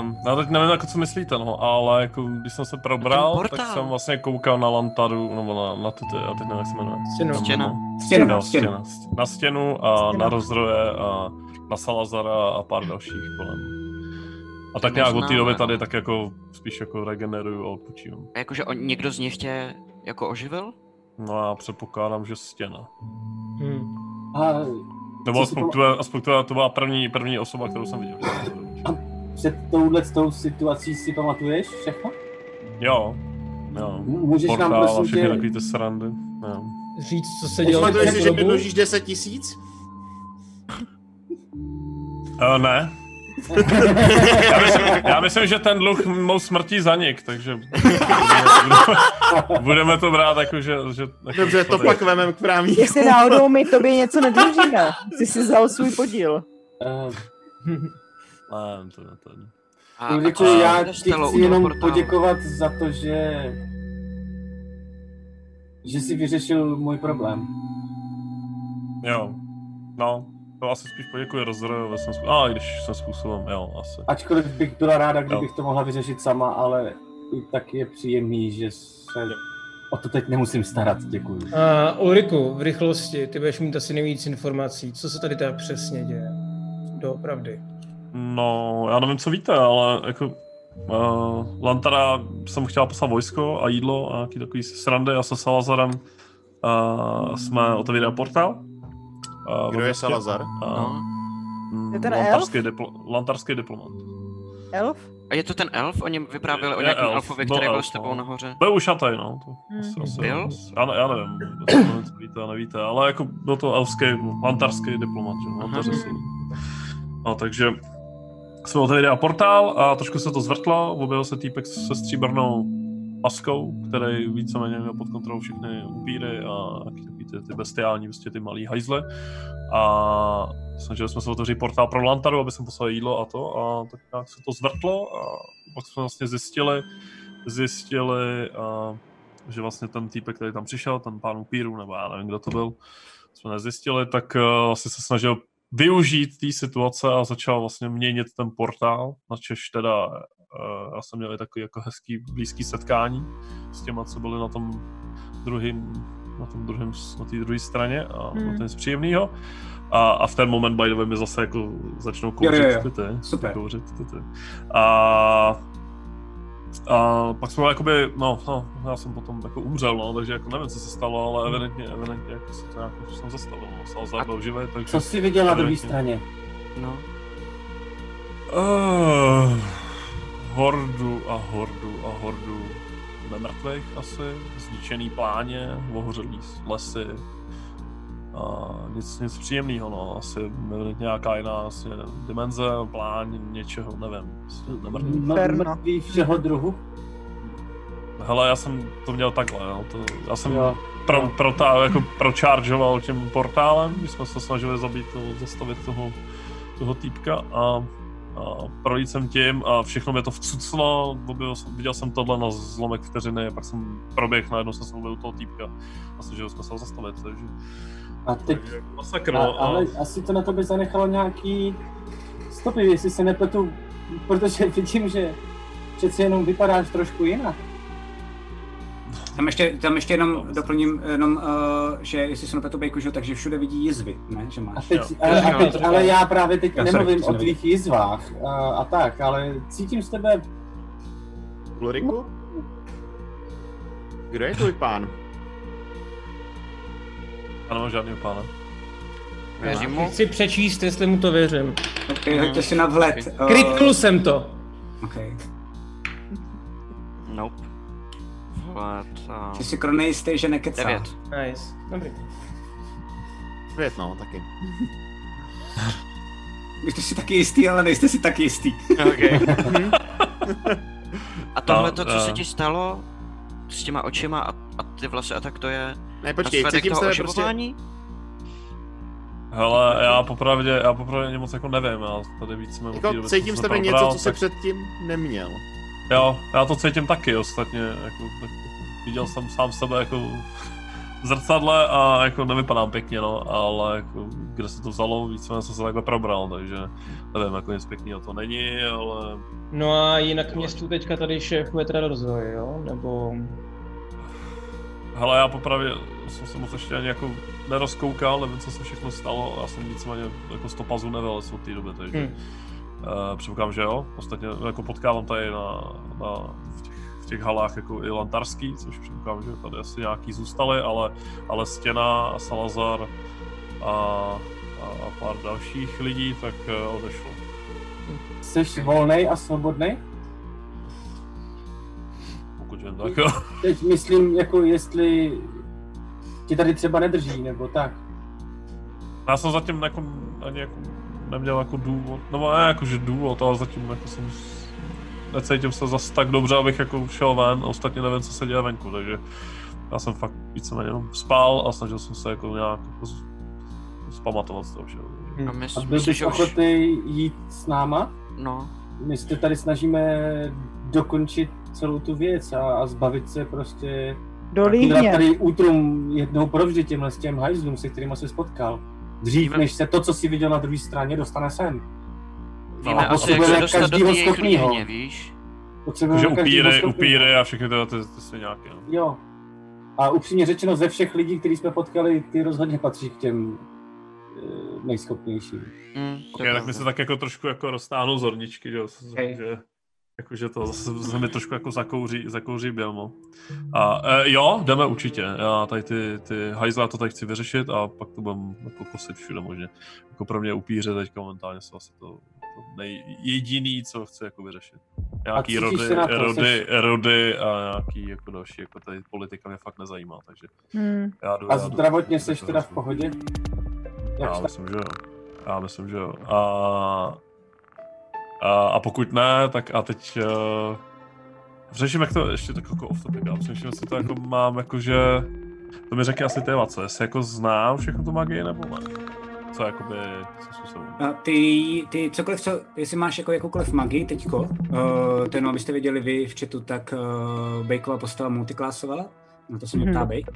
[SPEAKER 8] Um, já teď nevím, jako co myslíte, no, ale jako, když jsem se probral, tak
[SPEAKER 9] portál.
[SPEAKER 8] jsem vlastně koukal na lantaru, nebo na, na ty, ty- já teď nevím, jak se jmenuje.
[SPEAKER 7] Stěnu. Stěna.
[SPEAKER 8] Stěna.
[SPEAKER 7] Stěna,
[SPEAKER 8] No, stěna.
[SPEAKER 7] stěna.
[SPEAKER 8] stěna. Na stěnu a
[SPEAKER 7] Stěna.
[SPEAKER 8] na rozroje a na Salazara a pár dalších kolem. A tak
[SPEAKER 4] To
[SPEAKER 8] nějak od té
[SPEAKER 4] známe,
[SPEAKER 8] doby
[SPEAKER 4] no.
[SPEAKER 8] tady tak jako spíš jako regeneruju a odpočívám.
[SPEAKER 4] A Jakože on, někdo z nich tě jako oživil?
[SPEAKER 8] No a já předpokládám, že stěna.
[SPEAKER 7] Hmm.
[SPEAKER 6] A
[SPEAKER 8] Nebo
[SPEAKER 6] co si
[SPEAKER 8] aspoň,
[SPEAKER 6] pam-
[SPEAKER 8] to, aspoň to, to byla první, první osoba, kterou jsem viděl.
[SPEAKER 6] Před touhle tou situací si pamatuješ všechno?
[SPEAKER 8] Jo. Jo.
[SPEAKER 6] Můžeš nám,
[SPEAKER 8] Portál a
[SPEAKER 6] prosím
[SPEAKER 8] všechny
[SPEAKER 6] tě-
[SPEAKER 8] takový ty srandy. Jo.
[SPEAKER 7] Říct, co se dělo.
[SPEAKER 5] Pamatuješ si, že
[SPEAKER 7] celou dobu?
[SPEAKER 5] dlužíš 10 tisíc?
[SPEAKER 8] Uh, ne. já, myslím, já myslím, že ten dluh mou smrtí zanik, takže budeme to brát jako, že... že jako
[SPEAKER 5] Dobře, to pak vemem k právní.
[SPEAKER 9] Jestli náhodou my tobě něco nedlužíme, jsi si vzal svůj podíl.
[SPEAKER 6] Eh,
[SPEAKER 8] Ne, to, to, to.
[SPEAKER 6] Ulriku, No, já ti chci jenom poděkovat za to, že že jsi vyřešil můj problém.
[SPEAKER 8] Jo, no, to asi spíš poděkuji rozrojovi, jsem způsob... A, i když jsem způsobem, jo, asi.
[SPEAKER 6] Ačkoliv bych byla ráda, kdybych
[SPEAKER 8] Jo.
[SPEAKER 6] to mohla vyřešit sama, ale i tak je příjemný, že se o to teď nemusím starat. Děkuji.
[SPEAKER 7] A Ulriku, v rychlosti, ty budeš mít asi nejvíc informací, co se tady tak přesně děje. Doopravdy.
[SPEAKER 8] No, já nevím, co víte, ale jako... Uh, Lantara jsem chtěla poslat vojsko a jídlo a nějaký takový srandy a se Salazarem uh, jsme otevírali portál. Uh,
[SPEAKER 5] Kdo je Salazar?
[SPEAKER 4] No.
[SPEAKER 8] Uh,
[SPEAKER 9] Je ten elf?
[SPEAKER 8] lantarský, diplo- lantarský diplomat.
[SPEAKER 9] Elf?
[SPEAKER 4] A je to ten elf? Oni vyprávěli o
[SPEAKER 8] Je
[SPEAKER 4] nějakém
[SPEAKER 8] elf,
[SPEAKER 4] elfovi,
[SPEAKER 8] byl
[SPEAKER 4] který byl
[SPEAKER 8] elf,
[SPEAKER 4] s tebou
[SPEAKER 8] no.
[SPEAKER 4] nahoře.
[SPEAKER 8] Byl ušatý, no. To
[SPEAKER 4] Hmm.
[SPEAKER 8] asi, asi,
[SPEAKER 4] Byl?
[SPEAKER 8] Já, ne- já nevím, to nevím, co víte, nevíte, ale jako byl to elfský, lantarský diplomat, že? Lantaři jsou. No, takže jsme otevírali portál a trošku se to zvrtlo, objevil se týpek se stříbrnou maskou, který víceméně měl pod kontrolou všechny upíry a taky takový ty, ty bestiální, prostě ty malý hajzle. A snažili jsme se otevřít portál pro Lantaru, aby jsem poslal jídlo a to a tak nějak se to zvrtlo a pak jsme vlastně zjistili, zjistili, a, že vlastně ten týpek, který tam přišel, ten pán upíru, nebo já nevím, kdo to byl, jsme nezjistili, tak eh, vlastně se snažil využít té situace a začal vlastně měnit ten portál, na Češ teda eh, já jsem měl i takový jako hezký blízký setkání s těma, co byli na tom druhým, na tom druhém, na té druhé straně a
[SPEAKER 3] Hmm.
[SPEAKER 8] hmm. to je nic příjemného. A, a, v ten moment, by the way, mi zase jako začnou
[SPEAKER 3] Jo, jo,
[SPEAKER 8] kouřit
[SPEAKER 3] jo.
[SPEAKER 8] ty, ty,
[SPEAKER 3] Super.
[SPEAKER 8] kouřit ty, ty. A a pak jsme jakoby, no, no, já jsem potom jako umřel, no, takže jako nevím, co se stalo, ale
[SPEAKER 6] Hmm.
[SPEAKER 8] evidentně, evidentně jako se to nějak jako jsem zastavil, no, Salazar byl živý, takže...
[SPEAKER 6] Co jsi viděl na druhé
[SPEAKER 8] evidentně-
[SPEAKER 6] straně?
[SPEAKER 4] No.
[SPEAKER 8] Uh, hordu a hordu a hordu nemrtvých asi, zničený pláně, ohořelý lesy a nic, nic příjemného, no, asi evidentně nějaká jiná asi dimenze, pláň, něčeho, nevím, prostě nemrtvý.
[SPEAKER 6] M- mrtvý všeho druhu?
[SPEAKER 8] Hele, já jsem to měl takhle, jo. To, já jsem
[SPEAKER 6] Jo.
[SPEAKER 8] pro, pro ta, jako pročaržoval tím portálem, my jsme se snažili zabít toho, zastavit toho, toho týpka a, a projít jsem tím a všechno mě to vcuclo, objevil jsem- viděl jsem tohle na zlomek vteřiny a pak jsem proběh, najednou jsem se mluvil toho týpka a snažil jsme se ho zastavit, takže...
[SPEAKER 6] A teď...
[SPEAKER 8] Masakr,
[SPEAKER 6] A,
[SPEAKER 8] no, a,
[SPEAKER 6] ale asi to na tobě zanechalo nějaký stopy, jestli se nepletu, protože vidím, že přeci jenom vypadáš trošku jinak.
[SPEAKER 3] Tam ještě, tam ještě jenom
[SPEAKER 11] No.
[SPEAKER 3] doplním, jenom, uh, že jestli jsem na bejku, že, takže všude vidí jizvy, ne? Že máš.
[SPEAKER 6] A teď,
[SPEAKER 11] No.
[SPEAKER 6] ale, a teď, ale já právě teď
[SPEAKER 3] Jo, sorry,
[SPEAKER 6] nemluvím
[SPEAKER 3] jsem
[SPEAKER 6] o
[SPEAKER 3] neviděl.
[SPEAKER 6] tvých jizvách a, a tak, ale cítím z tebe...
[SPEAKER 5] Ulriku? Kdo je tvůj pán?
[SPEAKER 8] Já nemám žádný pána.
[SPEAKER 5] Věřím
[SPEAKER 7] mu? Chci přečíst, jestli mu to věřím.
[SPEAKER 8] Ok, hoďte si na vhled.
[SPEAKER 7] Ok. Krytnul jsem to.
[SPEAKER 3] Okay.
[SPEAKER 4] Nope. Vhled, a...
[SPEAKER 3] Ty si skoro nejistý, že nekecá.
[SPEAKER 4] Devět.
[SPEAKER 7] Nice, dobrý.
[SPEAKER 5] Svět, no, taky.
[SPEAKER 3] Vy jste si taky jistý, ale nejste si taky jistý.
[SPEAKER 4] Ok. A tohle
[SPEAKER 3] No,
[SPEAKER 4] to,
[SPEAKER 8] eh.
[SPEAKER 4] co
[SPEAKER 3] a-
[SPEAKER 4] se ti stalo s těma očima a, a ty vlasy a tak to je...
[SPEAKER 5] Ne, počkej,
[SPEAKER 4] následek
[SPEAKER 5] cítím
[SPEAKER 4] toho
[SPEAKER 5] se prostě-
[SPEAKER 4] oživování? Prostě...
[SPEAKER 8] Hele, já popravdě, já popravdě moc jako nevím, já tady víc jsme od té
[SPEAKER 5] Jako
[SPEAKER 8] doby, co
[SPEAKER 5] cítím z
[SPEAKER 8] jsme
[SPEAKER 5] tebe něco,
[SPEAKER 8] probral,
[SPEAKER 5] co jsi
[SPEAKER 8] tak-
[SPEAKER 5] předtím neměl.
[SPEAKER 8] Jo, já to cítím taky, ostatně, jako, tak, viděl jsem sám sebe jako v zrcadle a jako nevypadám pěkně, no, ale jako, kde se to vzalo, víceméně jsem se takhle probral, takže nevím, jako nic pěkného to není, ale
[SPEAKER 7] No a jinak městu teďka tady šéfuje teda rozvoj, jo? Nebo...
[SPEAKER 8] hele, já popravě jsem se moc ještě ani jako nerozkoukal, nevím, co se všechno stalo, já jsem víceméně jako stopazů nevylez od té doby, takže
[SPEAKER 7] Hmm.
[SPEAKER 8] hmm. uh, předpokládám, že jo, ostatně jako potkávám tady na, na v těch v těch halách jako i Lantarský, což předpokládám, že tady asi nějaký zůstaly, ale, ale Stěna a Salazar a, a, a pár dalších lidí, tak eh, odešlo.
[SPEAKER 6] Jsi volnej a svobodný?
[SPEAKER 8] Pokud jen tak, jo.
[SPEAKER 6] Teď myslím, jako jestli ti tady třeba nedrží, nebo tak.
[SPEAKER 8] Já jsem zatím jako, ani jako neměl jako důvod, nebo ne jako, že důvod, ale zatím jako jsem s- necítím se zas tak dobře, abych jako šel ven a ostatně nevím, co se děje venku, takže já jsem fakt víceméně jenom spál a snažil jsem se jako nějak jako z- zpamatovat z toho všeho.
[SPEAKER 5] prostě-
[SPEAKER 6] Hm. A, a byl bys ochotný jít s náma?
[SPEAKER 4] No.
[SPEAKER 6] My se tady snažíme dokončit celou tu věc a, a zbavit se prostě...
[SPEAKER 9] Do
[SPEAKER 6] akorát
[SPEAKER 9] Líhně.
[SPEAKER 6] tady útrum jednou provždy těmhle s těm hajzlům, se kterými se spotkal. Dřív, než se to, co si viděl na druhé straně, dostane sem.
[SPEAKER 4] Víme asi, jak se
[SPEAKER 6] potřebujeme
[SPEAKER 4] dostat do té
[SPEAKER 6] každýho
[SPEAKER 4] jejich
[SPEAKER 6] schopnýho.
[SPEAKER 4] líně, víš?
[SPEAKER 8] Takže
[SPEAKER 6] Potřebujeme každýho
[SPEAKER 8] upíry,
[SPEAKER 6] schopnýho.
[SPEAKER 8] upíry a všechny tyhle ty, ty sviňáky. No.
[SPEAKER 6] Jo. A upřímně řečeno, ze všech lidí, který jsme potkali, ty rozhodně patří k těm eh, nejschopnějším.
[SPEAKER 4] Mm,
[SPEAKER 8] Okay, tak mi se tak jako trošku jako roztáhnou zorničky, že, jo, s- že jakože to zase se mi trošku jako zakouří, zakouří bělmo. A e, jo, jdeme určitě. Já tady ty, ty hajzla to tady chci vyřešit a pak to budem jako kosit všude možně. Jako pro mě upíře teďka momentálně jsou asi to, to nej, jediný, co chci jako vyřešit. Nějaký
[SPEAKER 6] cítíš
[SPEAKER 8] rody,
[SPEAKER 6] se na to,
[SPEAKER 8] rody,
[SPEAKER 6] jsi-
[SPEAKER 8] rody a nějaký jako další, jako tady politika mě fakt nezajímá, takže
[SPEAKER 6] Hmm.
[SPEAKER 8] já jdu,
[SPEAKER 6] A
[SPEAKER 8] já jdu-
[SPEAKER 6] zdravotně
[SPEAKER 8] jdu
[SPEAKER 6] jsi
[SPEAKER 8] to
[SPEAKER 6] teda v
[SPEAKER 8] řešit.
[SPEAKER 6] pohodě? Jak
[SPEAKER 8] Já
[SPEAKER 6] jsi-
[SPEAKER 8] myslím, že jo. Já myslím, že jo. A, a, a pokud ne, tak a teď uh, řeším, jak to ještě tak jako off topic, já přemýšlím, jestli to jako mám jako, že to mi řekne asi téma, co, jestli jako znám všechno tu magii nebo ne? Co jakoby, co způsobem?
[SPEAKER 3] A ty, ty cokoliv, co, jestli máš jako jakoukoliv magii teďko, uh, to jenom abyste věděli vy v chatu, tak uh, Bejkova postava multiklásovala, na to se mě ptá
[SPEAKER 11] Mhm.
[SPEAKER 3] Bejk.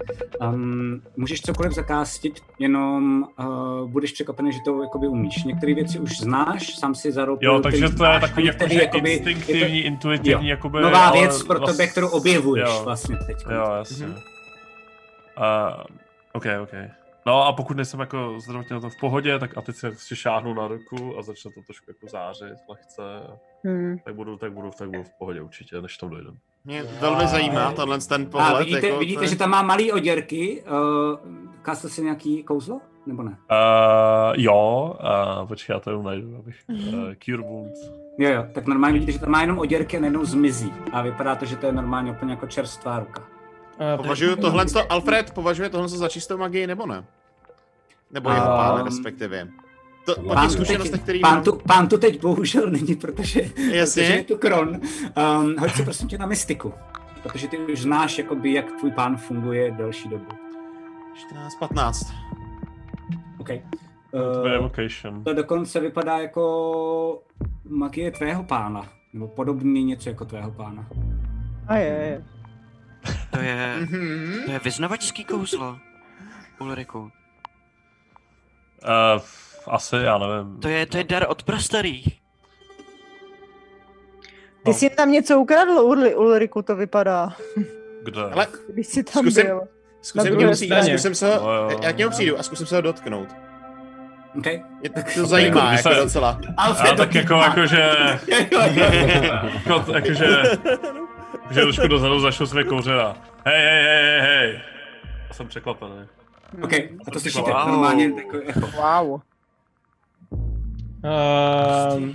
[SPEAKER 3] Um, můžeš cokoliv zakástit, jenom uh, budeš překvapený, že to jakoby umíš. Některé věci už znáš, sám si zarobil.
[SPEAKER 8] Jo, takže
[SPEAKER 3] který
[SPEAKER 8] to je
[SPEAKER 3] znáš,
[SPEAKER 8] takový
[SPEAKER 3] a
[SPEAKER 8] jako,
[SPEAKER 3] některý
[SPEAKER 8] že
[SPEAKER 3] jakoby- je to-
[SPEAKER 8] instinktivní, intuitivní,
[SPEAKER 3] jo,
[SPEAKER 8] jakoby...
[SPEAKER 3] Nová
[SPEAKER 8] ale
[SPEAKER 3] věc pro
[SPEAKER 8] vlast-
[SPEAKER 3] tebe, kterou objevuješ
[SPEAKER 8] jo.
[SPEAKER 3] vlastně teď.
[SPEAKER 8] Jo, jasně. A, OK, OK. No a pokud nejsem jako zdravotně na tom v pohodě, tak a teď se prostě šáhnu na ruku a začne to trošku jako zářit lehce.
[SPEAKER 9] Hmm.
[SPEAKER 8] Tak budu, tak budu, tak budu v pohodě určitě, než tam dojdem.
[SPEAKER 5] Mě velmi zajímá tenhle ten
[SPEAKER 3] A
[SPEAKER 5] pohled.
[SPEAKER 3] vidíte,
[SPEAKER 5] jako,
[SPEAKER 3] vidíte že tam má malý oděrky, uh, kásl si nějaký kouzlo, nebo ne?
[SPEAKER 8] Uh, jo, uh, počkej, já to jenom najdu, abych... Uh, cure Wounds.
[SPEAKER 3] Jo, jo, tak normálně vidíte, že tam má jenom oděrky a najednou zmizí. A vypadá to, že to je normálně úplně jako čerstvá ruka.
[SPEAKER 5] Považuju tohle, Alfred, považuje tohle za čistou magii nebo ne? Nebo jeho
[SPEAKER 3] A-
[SPEAKER 5] pán respektive. To, po
[SPEAKER 3] Pán
[SPEAKER 5] těch
[SPEAKER 3] tu
[SPEAKER 5] zkušenostech,
[SPEAKER 3] teď-
[SPEAKER 5] který
[SPEAKER 3] pán
[SPEAKER 5] mám,
[SPEAKER 3] tu, pán tu teď bohužel není, protože,
[SPEAKER 5] Jasně.
[SPEAKER 3] protože je tu kron. Um, hoď si prosím tě na mystiku, protože ty už znáš, jakoby, jak tvůj pán funguje delší dobu.
[SPEAKER 5] 14, 15.
[SPEAKER 3] OK.
[SPEAKER 8] To je
[SPEAKER 3] Uh,
[SPEAKER 8] evocation.
[SPEAKER 3] to dokonce vypadá jako magie tvého pána, nebo podobný něco jako tvého pána.
[SPEAKER 9] A je, je.
[SPEAKER 4] To je,
[SPEAKER 5] Mhm.
[SPEAKER 4] to je vyznavačský kouzlo, Ulriku.
[SPEAKER 8] Uh, asi, já nevím.
[SPEAKER 4] To je, to je dar od prastarých.
[SPEAKER 5] No.
[SPEAKER 9] Ty jsi tam něco ukradl, Urli, Ulriku to vypadá.
[SPEAKER 8] Kde?
[SPEAKER 5] Ale
[SPEAKER 9] Když jsi tam
[SPEAKER 5] zkusím,
[SPEAKER 9] byl.
[SPEAKER 5] Zkusím,
[SPEAKER 9] Na
[SPEAKER 5] k
[SPEAKER 9] druhé
[SPEAKER 5] němu přijít,
[SPEAKER 9] straně.
[SPEAKER 5] zkusím se ho,
[SPEAKER 8] Jo, jo,
[SPEAKER 5] já k němu
[SPEAKER 8] jo.
[SPEAKER 5] přijdu a zkusím se ho dotknout.
[SPEAKER 3] Okay.
[SPEAKER 5] Mě to zajímá,
[SPEAKER 8] Když
[SPEAKER 5] jako
[SPEAKER 8] se-
[SPEAKER 5] docela.
[SPEAKER 8] Ale tak jako, jakože... jako, jakože... Že trošku dozadu začnu své kouřena. Hej, hej, hej, hej, hej. Já Jsem překvapený.
[SPEAKER 3] OK, a to slyšíte
[SPEAKER 8] Wow.
[SPEAKER 3] normálně jako echo.
[SPEAKER 9] Wow.
[SPEAKER 7] Ehm,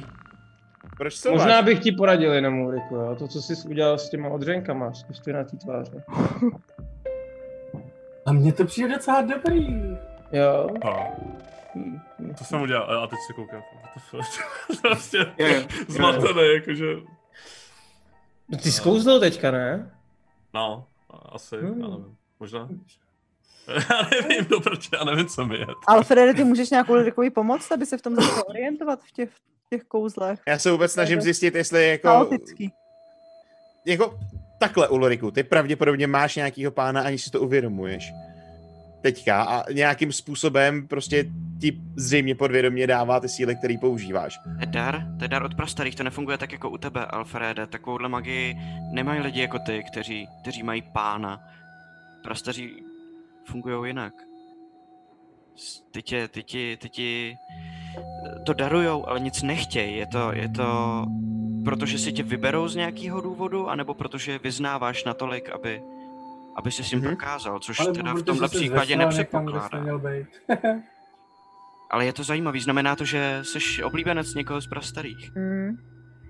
[SPEAKER 5] Proč
[SPEAKER 7] možná bych ti poradil jenom, Ulriku, jo? to, co jsi udělal s těma odřenkama, zkus to na té tváři.
[SPEAKER 6] A mně to přijde docela dobrý.
[SPEAKER 7] Jo.
[SPEAKER 8] To jsem udělal, a teď se koukám. Prostě
[SPEAKER 3] Jo, jo.
[SPEAKER 8] zmatený, jako- jakože...
[SPEAKER 7] No, ty jsi kouzlil teďka, ne?
[SPEAKER 8] No, asi, já
[SPEAKER 7] Hmm.
[SPEAKER 8] nevím. Možná? Já nevím, do prče, já nevím, co mi je.
[SPEAKER 9] Alfrede, ty můžeš nějak Ulrikovi pomoct, aby se v tom začal orientovat v těch, v těch kouzlech.
[SPEAKER 5] Já se vůbec snažím zjistit, jestli jako...
[SPEAKER 9] Chaotický.
[SPEAKER 5] Jako takhle, Ulriku, ty pravděpodobně máš nějakýho pána, aniž si to uvědomuješ. Teďka a nějakým způsobem prostě ti zřejmě podvědomě dává ty síly, které používáš.
[SPEAKER 4] To je dar, to je dar od prastarých, to nefunguje tak jako u tebe, Alfrede. Takovouhle magii nemají lidi jako ty, kteří, kteří mají pána. Prastaří fungují jinak. S- Ty tě, ty ti, ty ti to darujou, ale nic nechtějí. Je to, je to protože si tě vyberou z nějakého důvodu, anebo protože vyznáváš natolik, aby, aby se s jim prokázal, což
[SPEAKER 6] Mhm. Ale
[SPEAKER 4] teda v
[SPEAKER 6] protože
[SPEAKER 4] tomhle
[SPEAKER 6] jsi
[SPEAKER 4] případě
[SPEAKER 6] zveslal někam, kde jsi
[SPEAKER 4] nepředpokládá.
[SPEAKER 6] neměl být.
[SPEAKER 4] Ale je to zajímavý, znamená to, že jsi oblíbenec někoho z prastarých.
[SPEAKER 9] Mm.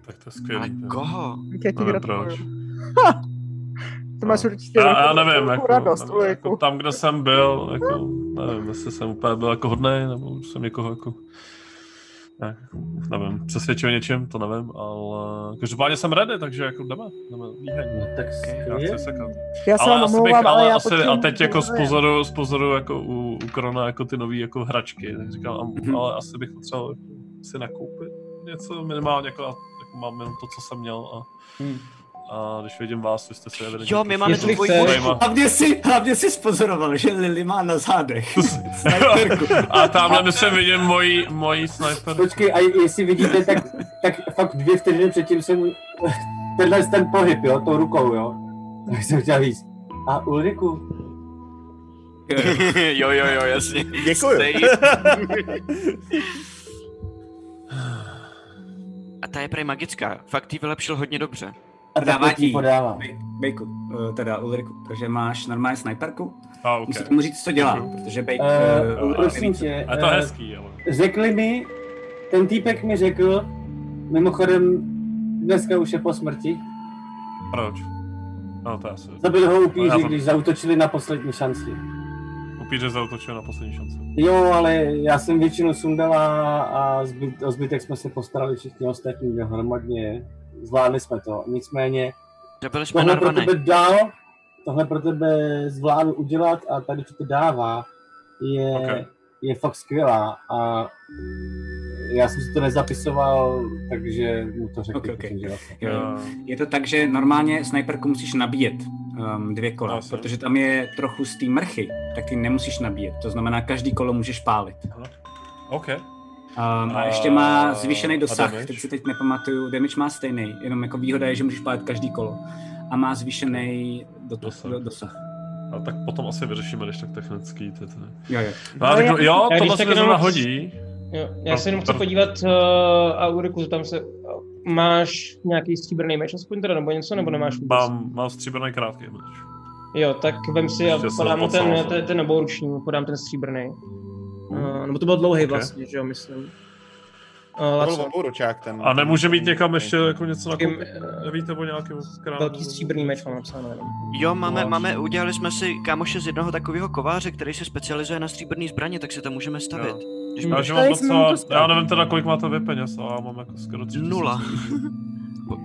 [SPEAKER 8] Tak to je No, skvělý.
[SPEAKER 4] Ale koho?
[SPEAKER 9] Já ti
[SPEAKER 8] Nevím proč.
[SPEAKER 9] Ha! To máš určitě
[SPEAKER 8] Já, já
[SPEAKER 9] velkou-
[SPEAKER 8] nevím,
[SPEAKER 9] velkou
[SPEAKER 8] jako,
[SPEAKER 9] radost,
[SPEAKER 8] nevím,
[SPEAKER 9] Ulriku.
[SPEAKER 8] jako tam, kde jsem byl, jako, nevím, jestli jsem úplně byl jako hodnej, nebo jsem někoho jako, nějak, jako, nevím, přesvědčil něčím, to nevím, ale každopádně jsem ready, takže jako jdeme, jdeme, líheň.
[SPEAKER 6] tak
[SPEAKER 8] já chci sekat.
[SPEAKER 9] Já se vám
[SPEAKER 8] asi
[SPEAKER 9] omlouvám, ale já
[SPEAKER 8] asi, a
[SPEAKER 9] potřebuji-
[SPEAKER 8] teď jako z pozoru, z pozoru jako u, u Krona jako ty nový jako hračky, tak říkám,
[SPEAKER 9] Mhm.
[SPEAKER 8] a- ale asi bych potřeboval si nakoupit něco minimálně, jako, a- jako mám jenom to, co jsem měl a,
[SPEAKER 9] Mhm.
[SPEAKER 8] a když vidím vás, vy jste si evidentně... jako
[SPEAKER 4] Jo, my máme tu dvojku.
[SPEAKER 3] Hlavně si, hlavně si spozoroval, že Lily má na zádech.
[SPEAKER 8] A tamhle se vidím mojí, mojí sniper.
[SPEAKER 6] Počkej, a jestli vidíte, tak, tak fakt dvě vteřiny předtím jsem tenhle ten pohyb, jo, tou rukou, jo. Tak jsem chtěl říct. A Ulriku,
[SPEAKER 4] jo, jo, jo, jasně.
[SPEAKER 5] Děkuju.
[SPEAKER 4] A ta je prej magická, fakt ji vylepšil hodně dobře.
[SPEAKER 3] A dává ti
[SPEAKER 6] podává.
[SPEAKER 3] Bejku, eh, teda Ulriku, takže máš normální snajperku.
[SPEAKER 8] A, okay.
[SPEAKER 3] Musíte mu říct, co dělá, protože Bejk...
[SPEAKER 6] Eh,
[SPEAKER 3] eh, Ulrik
[SPEAKER 6] prosím
[SPEAKER 3] neví, co-
[SPEAKER 6] tě,
[SPEAKER 8] to
[SPEAKER 6] eh,
[SPEAKER 8] hezký, ale.
[SPEAKER 6] Řekli mi, ten týpek mi řekl, mimochodem dneska už je po smrti,
[SPEAKER 8] Proč? No to je asi.
[SPEAKER 6] zabil ho
[SPEAKER 8] Já
[SPEAKER 6] upíři,
[SPEAKER 8] jsem-
[SPEAKER 6] když zautočili na poslední šanci.
[SPEAKER 8] Upíře zautočil na poslední šanci.
[SPEAKER 6] Jo, ale já jsem většinu sundala a zbyt, o zbytek jsme se postarali všichni ostatní hromadně. Zvládli jsme to. Nicméně
[SPEAKER 4] To byli jsme
[SPEAKER 6] tohle pro
[SPEAKER 4] narvaný.
[SPEAKER 6] tebe dal, tohle pro tebe zvládl udělat a tady, co to dává, je,
[SPEAKER 8] Ok.
[SPEAKER 6] je fakt skvělá. A já jsem si to nezapisoval, takže mu to řekl.
[SPEAKER 3] Ok, ok.
[SPEAKER 6] prosím, že jo.
[SPEAKER 3] Jo, jo. Je to tak, že normálně snajperku musíš nabíjet um, dvě kola, protože tam je trochu z té mrchy, tak ty nemusíš nabíjet. To znamená, každý kolo můžeš pálit.
[SPEAKER 8] OK.
[SPEAKER 3] Um, a ještě má
[SPEAKER 8] A
[SPEAKER 3] zvýšený dosah,
[SPEAKER 8] damage?
[SPEAKER 3] teď si teď nepamatuju, damage má stejný, jenom jako výhoda je, že můžeš pálit každý kolo. A má zvýšený do, dosah. Do, dosah.
[SPEAKER 8] A tak potom asi vyřešíme, když tak technický. Ty, ty.
[SPEAKER 3] Jo, jo.
[SPEAKER 8] No, no,
[SPEAKER 7] já-
[SPEAKER 8] tak, jo,
[SPEAKER 7] já když
[SPEAKER 8] tohle se
[SPEAKER 7] tak
[SPEAKER 8] mi
[SPEAKER 7] jenom-
[SPEAKER 8] zrovna hodí.
[SPEAKER 7] Jo, já se jenom chci
[SPEAKER 8] Pro-
[SPEAKER 7] podívat uh, a Ulriku, zeptám se, máš nějaký stříbrný meč aspoň teda, nebo něco, nebo nemáš vůbec?
[SPEAKER 8] Mám, mám stříbrný krátký meč.
[SPEAKER 7] Jo, tak vem si a
[SPEAKER 8] Ještě jsem
[SPEAKER 7] podám mu ten,
[SPEAKER 8] pocelal.
[SPEAKER 7] ten, ten obouruční, mu podám ten stříbrný. Uh, nebo to byl dlouhý
[SPEAKER 8] Mhm. Ok.
[SPEAKER 7] vlastně, že jo, myslím.
[SPEAKER 8] byl
[SPEAKER 7] Laco.
[SPEAKER 5] oburočák ten.
[SPEAKER 8] A nemůže mít někam ještě jako něco
[SPEAKER 7] Tím,
[SPEAKER 8] nakoupit? Nevíte o nějakém krámu?
[SPEAKER 7] Velký stříbrný meč mám napsáno jenom.
[SPEAKER 4] Jo, máme, máme, udělali jsme si kámoše z jednoho takového kováře, který se specializuje na stříbrný zbraně, tak se to můžeme stavit. Když
[SPEAKER 8] Já,
[SPEAKER 4] budeš-
[SPEAKER 8] že Mm. mám docela, já nevím teda, kolik máte vy peněz, ale já mám jako skoro tři
[SPEAKER 4] Nula.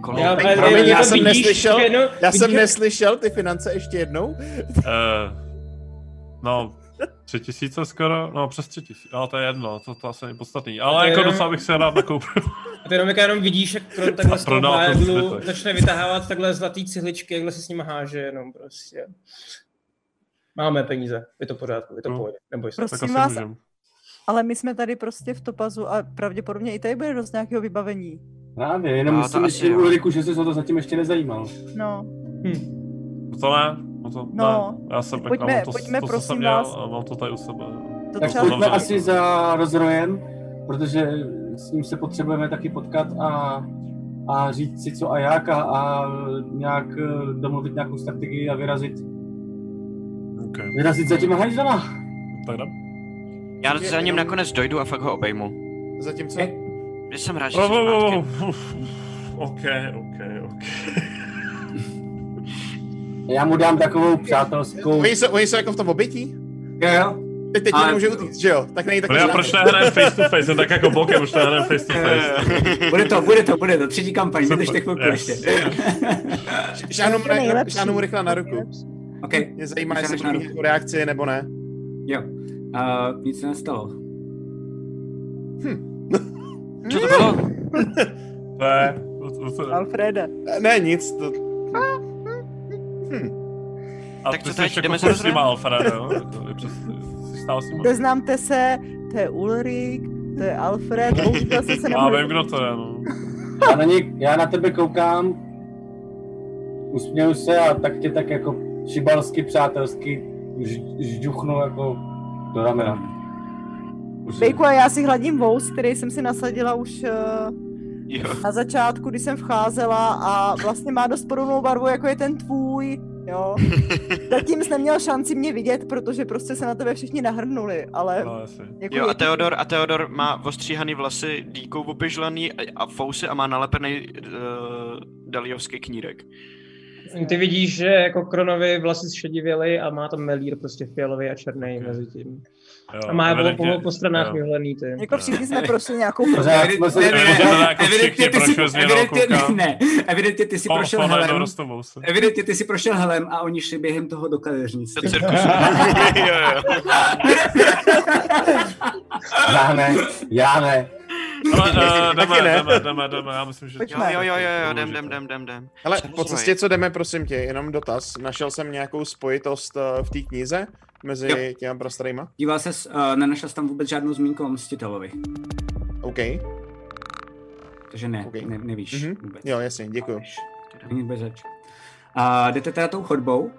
[SPEAKER 8] Kolik?
[SPEAKER 7] Já-
[SPEAKER 5] Promiň,
[SPEAKER 7] ale- ale-
[SPEAKER 5] já
[SPEAKER 7] to
[SPEAKER 5] jsem
[SPEAKER 7] vidíš, jako
[SPEAKER 5] neslyšel,
[SPEAKER 7] jedno-
[SPEAKER 5] já jsem
[SPEAKER 7] vidíš-
[SPEAKER 5] neslyšel ty finance ještě jednou.
[SPEAKER 8] Eh, no, tři tisíce skoro, no přes tři tisíce, no to je jedno, to, to asi není podstatný, ale
[SPEAKER 7] To
[SPEAKER 8] jako
[SPEAKER 7] je-
[SPEAKER 8] docela bych se rád nakoupil.
[SPEAKER 7] A ty jenom, jak jenom vidíš, jak Kron takhle
[SPEAKER 8] A
[SPEAKER 7] z toho
[SPEAKER 8] prodal to
[SPEAKER 7] bájeglu
[SPEAKER 8] zbytek.
[SPEAKER 7] začne vytahávat takhle zlatý cihličky, jakhle se s ním háže jenom prostě. Máme peníze, je to v pořádku, je
[SPEAKER 8] No.
[SPEAKER 7] to v pohodě, neboj se.
[SPEAKER 9] Prosím vás, ale my jsme tady prostě v topazu a pravděpodobně i tady bude dost nějakého vybavení.
[SPEAKER 6] Právě, jenom
[SPEAKER 4] No, to
[SPEAKER 6] myslím,
[SPEAKER 4] asi
[SPEAKER 6] že
[SPEAKER 4] jo.
[SPEAKER 6] Ulriku, že se o to zatím ještě nezajímal.
[SPEAKER 9] No.
[SPEAKER 8] To ne, no to
[SPEAKER 9] No,
[SPEAKER 8] ne. Já jsem,
[SPEAKER 9] tak pojďme-
[SPEAKER 8] já mám to,
[SPEAKER 9] pojďme,
[SPEAKER 8] to, co
[SPEAKER 9] prosím
[SPEAKER 8] jsem dělal,
[SPEAKER 9] vás.
[SPEAKER 8] a mám to tady u sebe.
[SPEAKER 9] To
[SPEAKER 8] To
[SPEAKER 6] Tak
[SPEAKER 8] jsem
[SPEAKER 6] pojďme
[SPEAKER 8] zavřel.
[SPEAKER 6] asi za rozrojem, protože s ním se potřebujeme taky potkat a, a říct si co a jak a, a nějak eh, domluvit nějakou strategii a vyrazit.
[SPEAKER 8] Okay.
[SPEAKER 6] Vyrazit za těma hajzlama.
[SPEAKER 8] Tak no. dám.
[SPEAKER 4] Já za ním nakonec dojdu a fakt ho obejmu.
[SPEAKER 5] Zatímco...
[SPEAKER 4] Že jsem rád, že
[SPEAKER 8] Oh,
[SPEAKER 4] jsem
[SPEAKER 8] oh,
[SPEAKER 4] zpátky.
[SPEAKER 8] oh, oh, OK, OK, OK.
[SPEAKER 6] Já mu dám takovou přátelskou...
[SPEAKER 5] Oni jsou, oni jsou jako v tom obytí?
[SPEAKER 3] Jo, jo.
[SPEAKER 5] Teď, teď
[SPEAKER 3] Ale-
[SPEAKER 5] Ale... může utíct, že jo? Tak není tak.
[SPEAKER 8] Ale já proč nehrajeme face to face, jsem tak jako bokem, už nehrajeme face to
[SPEAKER 14] Eh.
[SPEAKER 8] face.
[SPEAKER 3] Bude to, bude to, bude to. Třetí kampaň, vydržte chvilku
[SPEAKER 8] Yes.
[SPEAKER 3] ještě.
[SPEAKER 5] Žádnou mu, ne, žádnou mu rychle na ruku.
[SPEAKER 3] Okay.
[SPEAKER 5] Mě zajímá,
[SPEAKER 3] Už
[SPEAKER 5] jestli
[SPEAKER 3] jdeš
[SPEAKER 5] budu
[SPEAKER 3] na
[SPEAKER 5] mít reakci nebo ne.
[SPEAKER 3] Jo. Uh, nic se nestalo.
[SPEAKER 5] Hm.
[SPEAKER 4] Co to bylo?
[SPEAKER 8] Ne, to, to, to,
[SPEAKER 9] Alfrede.
[SPEAKER 5] Ne, nic, to...
[SPEAKER 3] Hm.
[SPEAKER 8] a
[SPEAKER 4] Tak
[SPEAKER 8] ty
[SPEAKER 4] co
[SPEAKER 8] jsi
[SPEAKER 4] teď,
[SPEAKER 8] jako
[SPEAKER 4] jdeme
[SPEAKER 8] jdeme
[SPEAKER 4] za
[SPEAKER 8] s
[SPEAKER 4] rozhodem?
[SPEAKER 8] nima, Alfred, jo? Jako, je přes- Jsi stál s nima.
[SPEAKER 9] Doznámte se, to je Ulrik, to je Alfred, bohužel se se
[SPEAKER 8] Já
[SPEAKER 9] nemohu...
[SPEAKER 8] vím, kdo to je, no.
[SPEAKER 6] Já na, něj, já na tebe koukám, usměju se a tak tě tak jako šibalsky, přátelsky ž- žduchnu jako do ramena. Už-
[SPEAKER 9] Bejku a já si hladím vous, který jsem si nasadila už eh,
[SPEAKER 4] Jo.
[SPEAKER 9] na začátku, když jsem vcházela a vlastně má dost podobnou barvu, jako je ten tvůj, jo. Zatím jsi neměl šanci mě vidět, protože prostě se na tebe všichni nahrnuli, ale jako, děkuji.
[SPEAKER 4] Jo, a Theodor, a Theodor má ostříhaný vlasy, díkou opižlaný a, a fousy a má nalepený uh, daliovský knírek.
[SPEAKER 7] Ty vidíš, že jako Kronovi vlasy šedivěly a má tam melír prostě fialový a černý mezi tím. a má
[SPEAKER 8] evidentně-
[SPEAKER 7] je po, po, po stranách
[SPEAKER 8] jo.
[SPEAKER 7] vyhlený ty.
[SPEAKER 9] Jako všichni jsme prošli nějakou
[SPEAKER 6] Pořád jsme se-
[SPEAKER 3] Evidentně ty si,
[SPEAKER 8] prošli změnou,
[SPEAKER 3] evidentně,
[SPEAKER 8] koukám.
[SPEAKER 3] ne, evidentně ty si
[SPEAKER 8] O,
[SPEAKER 3] prošel
[SPEAKER 8] o, najednou
[SPEAKER 3] helem.
[SPEAKER 8] rostou vousy.
[SPEAKER 3] Evidentně ty si prošel helem a oni šli během toho do kadeřnictví.
[SPEAKER 6] Já ne, já ne.
[SPEAKER 8] Ale uh,
[SPEAKER 5] Taky
[SPEAKER 8] jdeme,
[SPEAKER 5] ne.
[SPEAKER 8] jdeme, jdeme, jdeme, já myslím, že...
[SPEAKER 4] Jo, jo, jo, jo, jo, jdem, jdem, jdem, jdem, jdem.
[SPEAKER 5] Hele,
[SPEAKER 4] Co
[SPEAKER 5] po
[SPEAKER 4] rozumej?
[SPEAKER 5] cestě, co jdeme, prosím tě, jenom dotaz. Našel jsem nějakou spojitost eh, v té knize mezi
[SPEAKER 3] Jo.
[SPEAKER 5] těma prostorýma?
[SPEAKER 3] Díval ses, uh, nenašel jsi tam vůbec žádnou zmínku o mstitelovi.
[SPEAKER 5] OK. Mhm.
[SPEAKER 3] Takže ne, okay. ne nevíš mm-hmm. vůbec.
[SPEAKER 5] Jo, jasně, děkuju.
[SPEAKER 3] Není vůbec zač. A jdete teda tou chodbou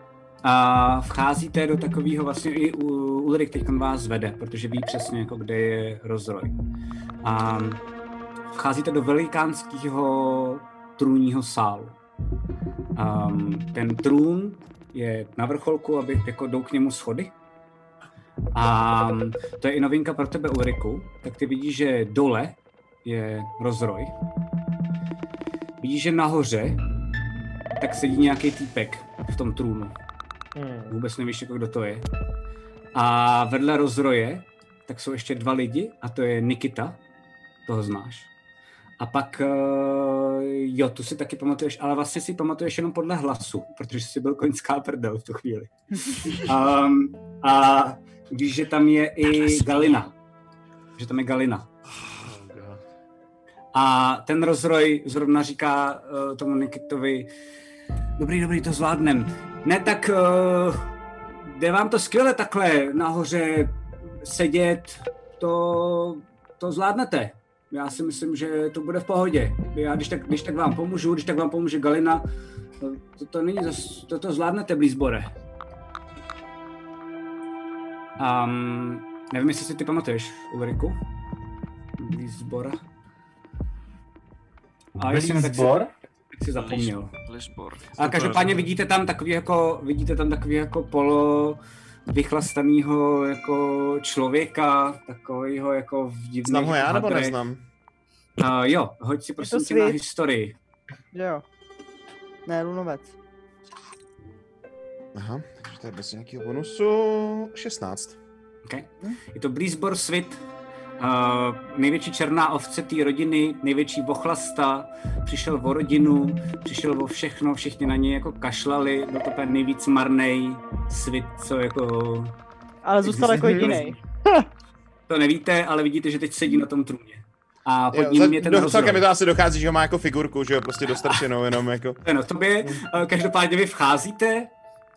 [SPEAKER 3] a vcházíte do takového, vlastně i u- Ulrik teď vás vede, protože ví přesně, jako kde je rozroj. A vcházíte do velikánského trůního sálu. Um, ten trůn je na vrcholku, aby jako jdou k němu schody. A mm, to je i novinka pro tebe, Ulriku. Tak ty vidíš, že dole je rozroj. Vidíš, že nahoře tak sedí nějaký týpek v tom trůnu. Vůbec nevíš, jako kdo to je. A vedle rozroje, tak jsou ještě dva lidi, a to je Nikita, toho znáš. A pak, eh, jo, tu si taky pamatuješ, ale vlastně si pamatuješ jenom podle hlasu, protože jsi byl koňská prdel v tu chvíli. Um, a víš, že tam je i Galina. Že tam je Galina. A ten rozroj zrovna říká uh, tomu Nikitovi, dobrý, dobrý, to zvládnem. Ne, tak uh, jde vám to skvěle takhle nahoře sedět, to, to zvládnete. Já si myslím, že to bude v pohodě. Já když tak, když tak vám pomůžu, když tak vám pomůže Galina, to, to, to není zas, to, to zvládnete, Blízbore. Um, nevím, jestli si ty pamatuješ, Ulriku. Blízbora. A jestli ne, tak si-
[SPEAKER 6] Blízbor?
[SPEAKER 3] Tak si zapomněl.
[SPEAKER 4] Lisbor.
[SPEAKER 3] A každopádně vidíte tam takový jako, vidíte tam takový jako polo vychlastanýho jako člověka, takovýho jako v divných
[SPEAKER 5] Znám ho já nebo
[SPEAKER 3] hadrech.
[SPEAKER 5] neznám?
[SPEAKER 3] A jo, hoď si prosím tě na
[SPEAKER 9] svět.
[SPEAKER 3] historii.
[SPEAKER 9] Jo. Ne, lunovec.
[SPEAKER 5] Aha, takže to je bez nějakého bonusu 16.
[SPEAKER 3] Okay.
[SPEAKER 9] Hm?
[SPEAKER 3] Je to Blízbor Svit, uh, největší černá ovce té rodiny, největší vochlasta, přišel o rodinu, přišel o všechno, všichni na něj jako kašlali, byl to ten nejvíc marnej svit, co jako...
[SPEAKER 9] Ale zůstal jako jediný.
[SPEAKER 3] To nevíte, ale vidíte, že teď sedí na tom trůně. A pod
[SPEAKER 5] Jo,
[SPEAKER 3] ním
[SPEAKER 5] za-
[SPEAKER 3] je ten
[SPEAKER 5] do-
[SPEAKER 3] rozroj.
[SPEAKER 5] Celkem mi to asi dochází, že ho má jako figurku, že jo, prostě dostrčenou jenom jako.
[SPEAKER 3] No, tobě, eh, každopádně vy vcházíte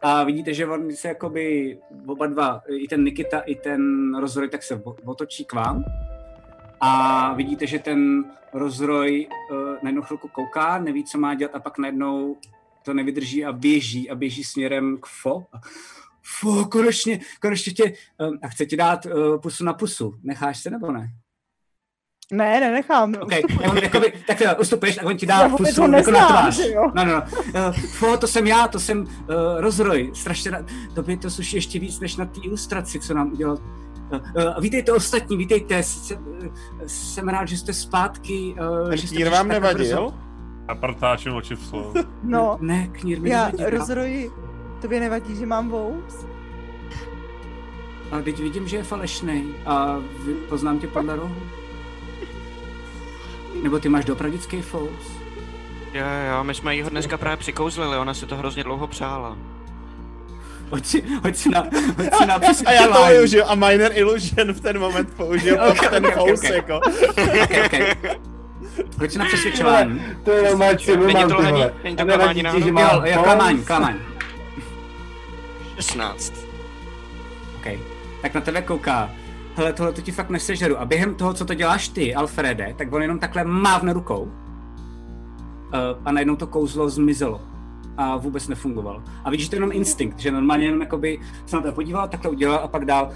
[SPEAKER 3] a vidíte, že on se jakoby oba dva, i ten Nikita, i ten rozroj, tak se o- otočí k vám. A vidíte, že ten rozroj eh, na jednu chvilku kouká, neví, co má dělat a pak najednou to nevydrží a běží a běží směrem k Fo. A Fo, konečně, konečně tě, ehm, a chce ti dát eh, pusu na pusu. Necháš se nebo ne?
[SPEAKER 9] Ne, nenechám.
[SPEAKER 3] Okay. On, jakoby, tak jo, ustupuješ a on ti dá
[SPEAKER 9] Já vůbec
[SPEAKER 3] pusu
[SPEAKER 9] ho
[SPEAKER 3] jako na
[SPEAKER 9] neznám,
[SPEAKER 3] tvář.
[SPEAKER 9] že jo?
[SPEAKER 3] No, no, no. Eh, Fo, to jsem já, to jsem uh, rozroj. Strašně rád. To by to sluší ještě víc než na té ilustraci, co nám udělal. Eh, eh, vítejte ostatní, vítejte. Jsem, eh, jsem rád, že jste zpátky. Uh, že jste
[SPEAKER 5] kýr vám
[SPEAKER 3] přišli takhle
[SPEAKER 5] nevadil?
[SPEAKER 3] brzo.
[SPEAKER 8] A partáčím oči v slovu.
[SPEAKER 9] No,
[SPEAKER 3] ne, knír mi
[SPEAKER 9] já
[SPEAKER 3] nevadí, no.
[SPEAKER 9] rozroji. Tobě nevadí, že mám vous?
[SPEAKER 3] A teď vidím, že je falešný a vy- poznám tě podle rohu. Nebo ty máš dopravdický fous.
[SPEAKER 4] Jo, jo, my jsme jí ho dneska právě přikouzlili, ona si to hrozně dlouho přála.
[SPEAKER 3] Hoď si, hoď si na, hoď si na
[SPEAKER 5] A já to
[SPEAKER 3] přesvědčování.
[SPEAKER 5] využiju a Minor Illusion v ten moment použil
[SPEAKER 3] Ok,
[SPEAKER 5] okay, ten
[SPEAKER 3] ok, ok,
[SPEAKER 5] house
[SPEAKER 3] ok.
[SPEAKER 5] jako.
[SPEAKER 3] Ok, ok. Hoď si na přesvědčování.
[SPEAKER 15] Vole, to je normální cimrman, Není to ty lhaní, vole. není to A nevadí klamání ti, náhodou? že mám
[SPEAKER 3] Jo, jo,
[SPEAKER 15] fous?
[SPEAKER 3] klamání, klamání.
[SPEAKER 4] 16.
[SPEAKER 3] OK. Tak na tebe kouká. Hele, tohle to ti fakt nesežeru. A během toho, co to děláš ty, Alfrede, tak on jenom takhle mávne rukou. Eh, a najednou to kouzlo zmizelo. A vůbec nefungovalo. A vidíš, to je jenom instinkt, že normálně jenom jakoby se na to podíval, takhle udělal a pak dál.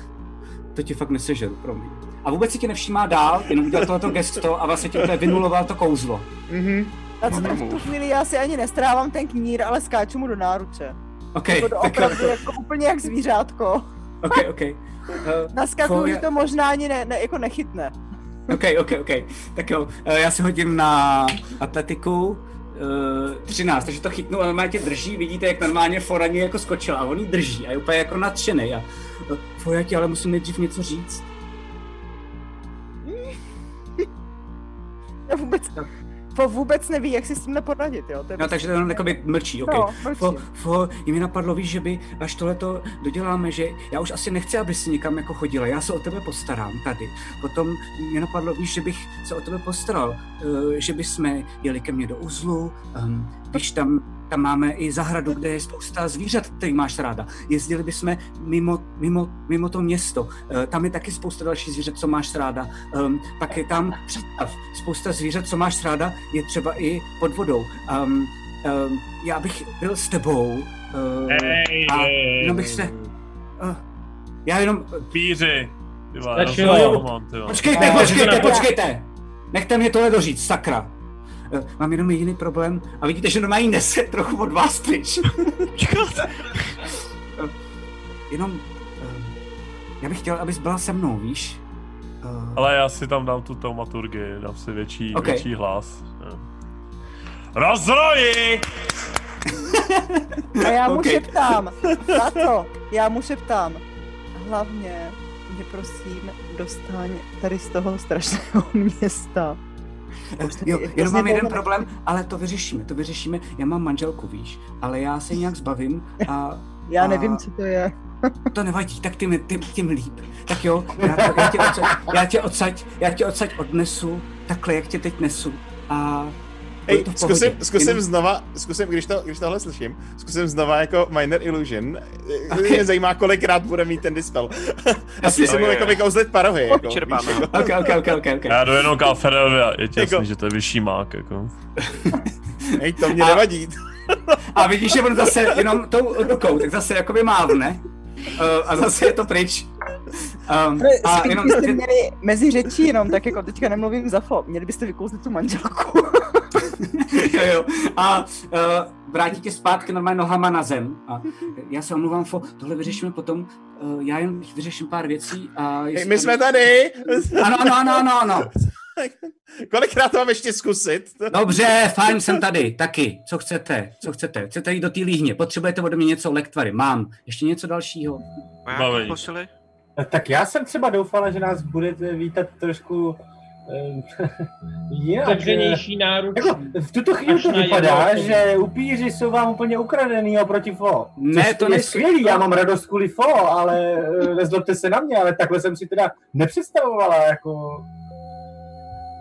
[SPEAKER 3] To ti fakt nesežeru, promiň. A vůbec si tě nevšímá dál, jenom udělal tohleto gesto a vlastně ti úplně vynuloval to kouzlo.
[SPEAKER 9] Mhm. A co v tu chvíli já si ani nestrávám ten knír, ale skáču mu do náruče.
[SPEAKER 3] OK,
[SPEAKER 9] Jako do-
[SPEAKER 3] tak,
[SPEAKER 9] opravdu jako úplně jak zvířátko.
[SPEAKER 3] OK, OK. Uh,
[SPEAKER 9] Naskakuju, že to možná ani ne, ne, jako nechytne.
[SPEAKER 3] OK, OK, OK. Tak jo, eh, já si hodím na atletiku eh, 13, takže to chytnu a normálně tě drží, vidíte, jak normálně foraně jako skočil a on ji drží a je úplně jako nadšený. A fo, já ti ale musím nejdřív něco říct.
[SPEAKER 9] Já vůbec, po vůbec neví, jak si s tímhle poradit, jo. To je prostě-
[SPEAKER 3] No, takže to jenom jakoby mlčí, OK.
[SPEAKER 9] No, mlčí.
[SPEAKER 3] Fo, fo, i mi napadlo, víš, že by, až tohleto doděláme, že já už asi nechci, aby si nikam jako chodila, já se o tebe postarám tady. Potom mi napadlo, víš, že bych se o tebe postaral, eh, že by jsme jeli ke mně do uzlu, ehm, víš, tam, tam máme i zahradu, kde je spousta zvířat, který máš ráda. Jezdili bychom mimo, mimo, mimo to město, Eh, tam je taky spousta dalších zvířat, co máš ráda. Ehm, pak je tam představ, spousta zvířat, co máš ráda, je třeba i pod vodou. Ehm, ehm, já bych byl s tebou ehm,
[SPEAKER 8] Hej,
[SPEAKER 3] a
[SPEAKER 8] hej.
[SPEAKER 3] jenom bych se... eh, já jenom...
[SPEAKER 8] Píři. Ty vole,
[SPEAKER 3] Stačilo.
[SPEAKER 8] rozhodl ty vole.
[SPEAKER 3] Počkejte, počkejte, počkejte! Nechte mě tohle doříct, sakra. Eh, Mám jenom jediný problém a vidíte, že normálně nese trochu od vás pryč. Eh, jenom, eh, já bych chtěl, abys byla se mnou, víš? Eh,
[SPEAKER 8] Ale já si tam dám tu taumaturgii, dám si větší,
[SPEAKER 3] Ok.
[SPEAKER 8] větší hlas. Jo. Rozroji!
[SPEAKER 9] A já mu
[SPEAKER 8] Ok.
[SPEAKER 9] okay. šeptám, tato, já mu šeptám, hlavně mě prosím dostaň tady z toho strašného města.
[SPEAKER 3] Eh,
[SPEAKER 9] Už tady
[SPEAKER 3] Jo,
[SPEAKER 9] je
[SPEAKER 3] jenom
[SPEAKER 9] hrozně
[SPEAKER 3] mám jeden
[SPEAKER 9] dlouho-
[SPEAKER 3] problém, ale to vyřešíme, to vyřešíme. Já mám manželku, víš, ale já se nějak zbavím a...
[SPEAKER 9] Já
[SPEAKER 3] a...
[SPEAKER 9] nevím, co to je.
[SPEAKER 3] To nevadí, tak tím, tím, tím líp. Tak jo, já, to, já, tě odsaď, já, tě odsaď, já tě odsaď odnesu, takhle, jak tě teď nesu. A bude
[SPEAKER 5] Hej,
[SPEAKER 3] to v pohodě.
[SPEAKER 5] zkusím, zkusím
[SPEAKER 3] Jenom-
[SPEAKER 5] znova, zkusím, když, to, když tohle slyším, zkusím znova jako Minor Illusion. Okay. Mě zajímá, kolikrát bude mít ten dispel. A
[SPEAKER 3] Jasně.
[SPEAKER 5] zkusím mu
[SPEAKER 3] Jo, jo,
[SPEAKER 5] jako
[SPEAKER 3] jo.
[SPEAKER 5] vykouzlit parohy. Jako,
[SPEAKER 3] Vyčerpáme
[SPEAKER 5] víš,
[SPEAKER 3] ho.
[SPEAKER 5] jako.
[SPEAKER 3] Ok, ok, ok, ok, ok.
[SPEAKER 8] Já jdu jenom k Alfredovi a je ti
[SPEAKER 5] Jako-
[SPEAKER 8] jasný, že to je vyšší mák, jako.
[SPEAKER 5] Hej, to mě nevadí.
[SPEAKER 3] A vidíš, že on zase jenom tou rukou, tak zase jakoby mávne. Eh, A zase je to pryč. Um, a jenom...
[SPEAKER 9] byste měli mezi řečí jenom, tak jako teďka nemluvím za fo, měli byste vykouzlit tu manželku.
[SPEAKER 3] jo, jo. A uh, vrátí tě zpátky normálně nohama na zem. A já se omluvám, fo, tohle vyřešíme potom. Uh, já jen vyřeším pár věcí. A jestli
[SPEAKER 5] Hej, my jsme tady.
[SPEAKER 3] Ano, ano, ano, ano, ano.
[SPEAKER 5] Kolikrát to mám ještě zkusit?
[SPEAKER 3] Dobře, fajn, jsem tady, taky. Co chcete? Co chcete? Chcete jít do té líhně? Potřebujete ode mě něco? Lektvary, mám. Ještě něco dalšího?
[SPEAKER 8] Bavej.
[SPEAKER 4] Posily?
[SPEAKER 15] Tak já jsem třeba doufala, že nás budete vítat trošku ehm, jinak.
[SPEAKER 7] Otevřenější náruč.
[SPEAKER 15] Jako, v tuto chvíli
[SPEAKER 7] Až
[SPEAKER 15] to
[SPEAKER 7] na
[SPEAKER 15] vypadá,
[SPEAKER 7] jedno
[SPEAKER 15] že upíři jsou vám úplně ukradený oproti fo.
[SPEAKER 3] Ne,
[SPEAKER 15] Což
[SPEAKER 3] to
[SPEAKER 15] je
[SPEAKER 3] nesmí-
[SPEAKER 15] skvělý, já mám radost kvůli fo, ale eh, nezlobte se na mě, ale takhle jsem si teda nepředstavovala jako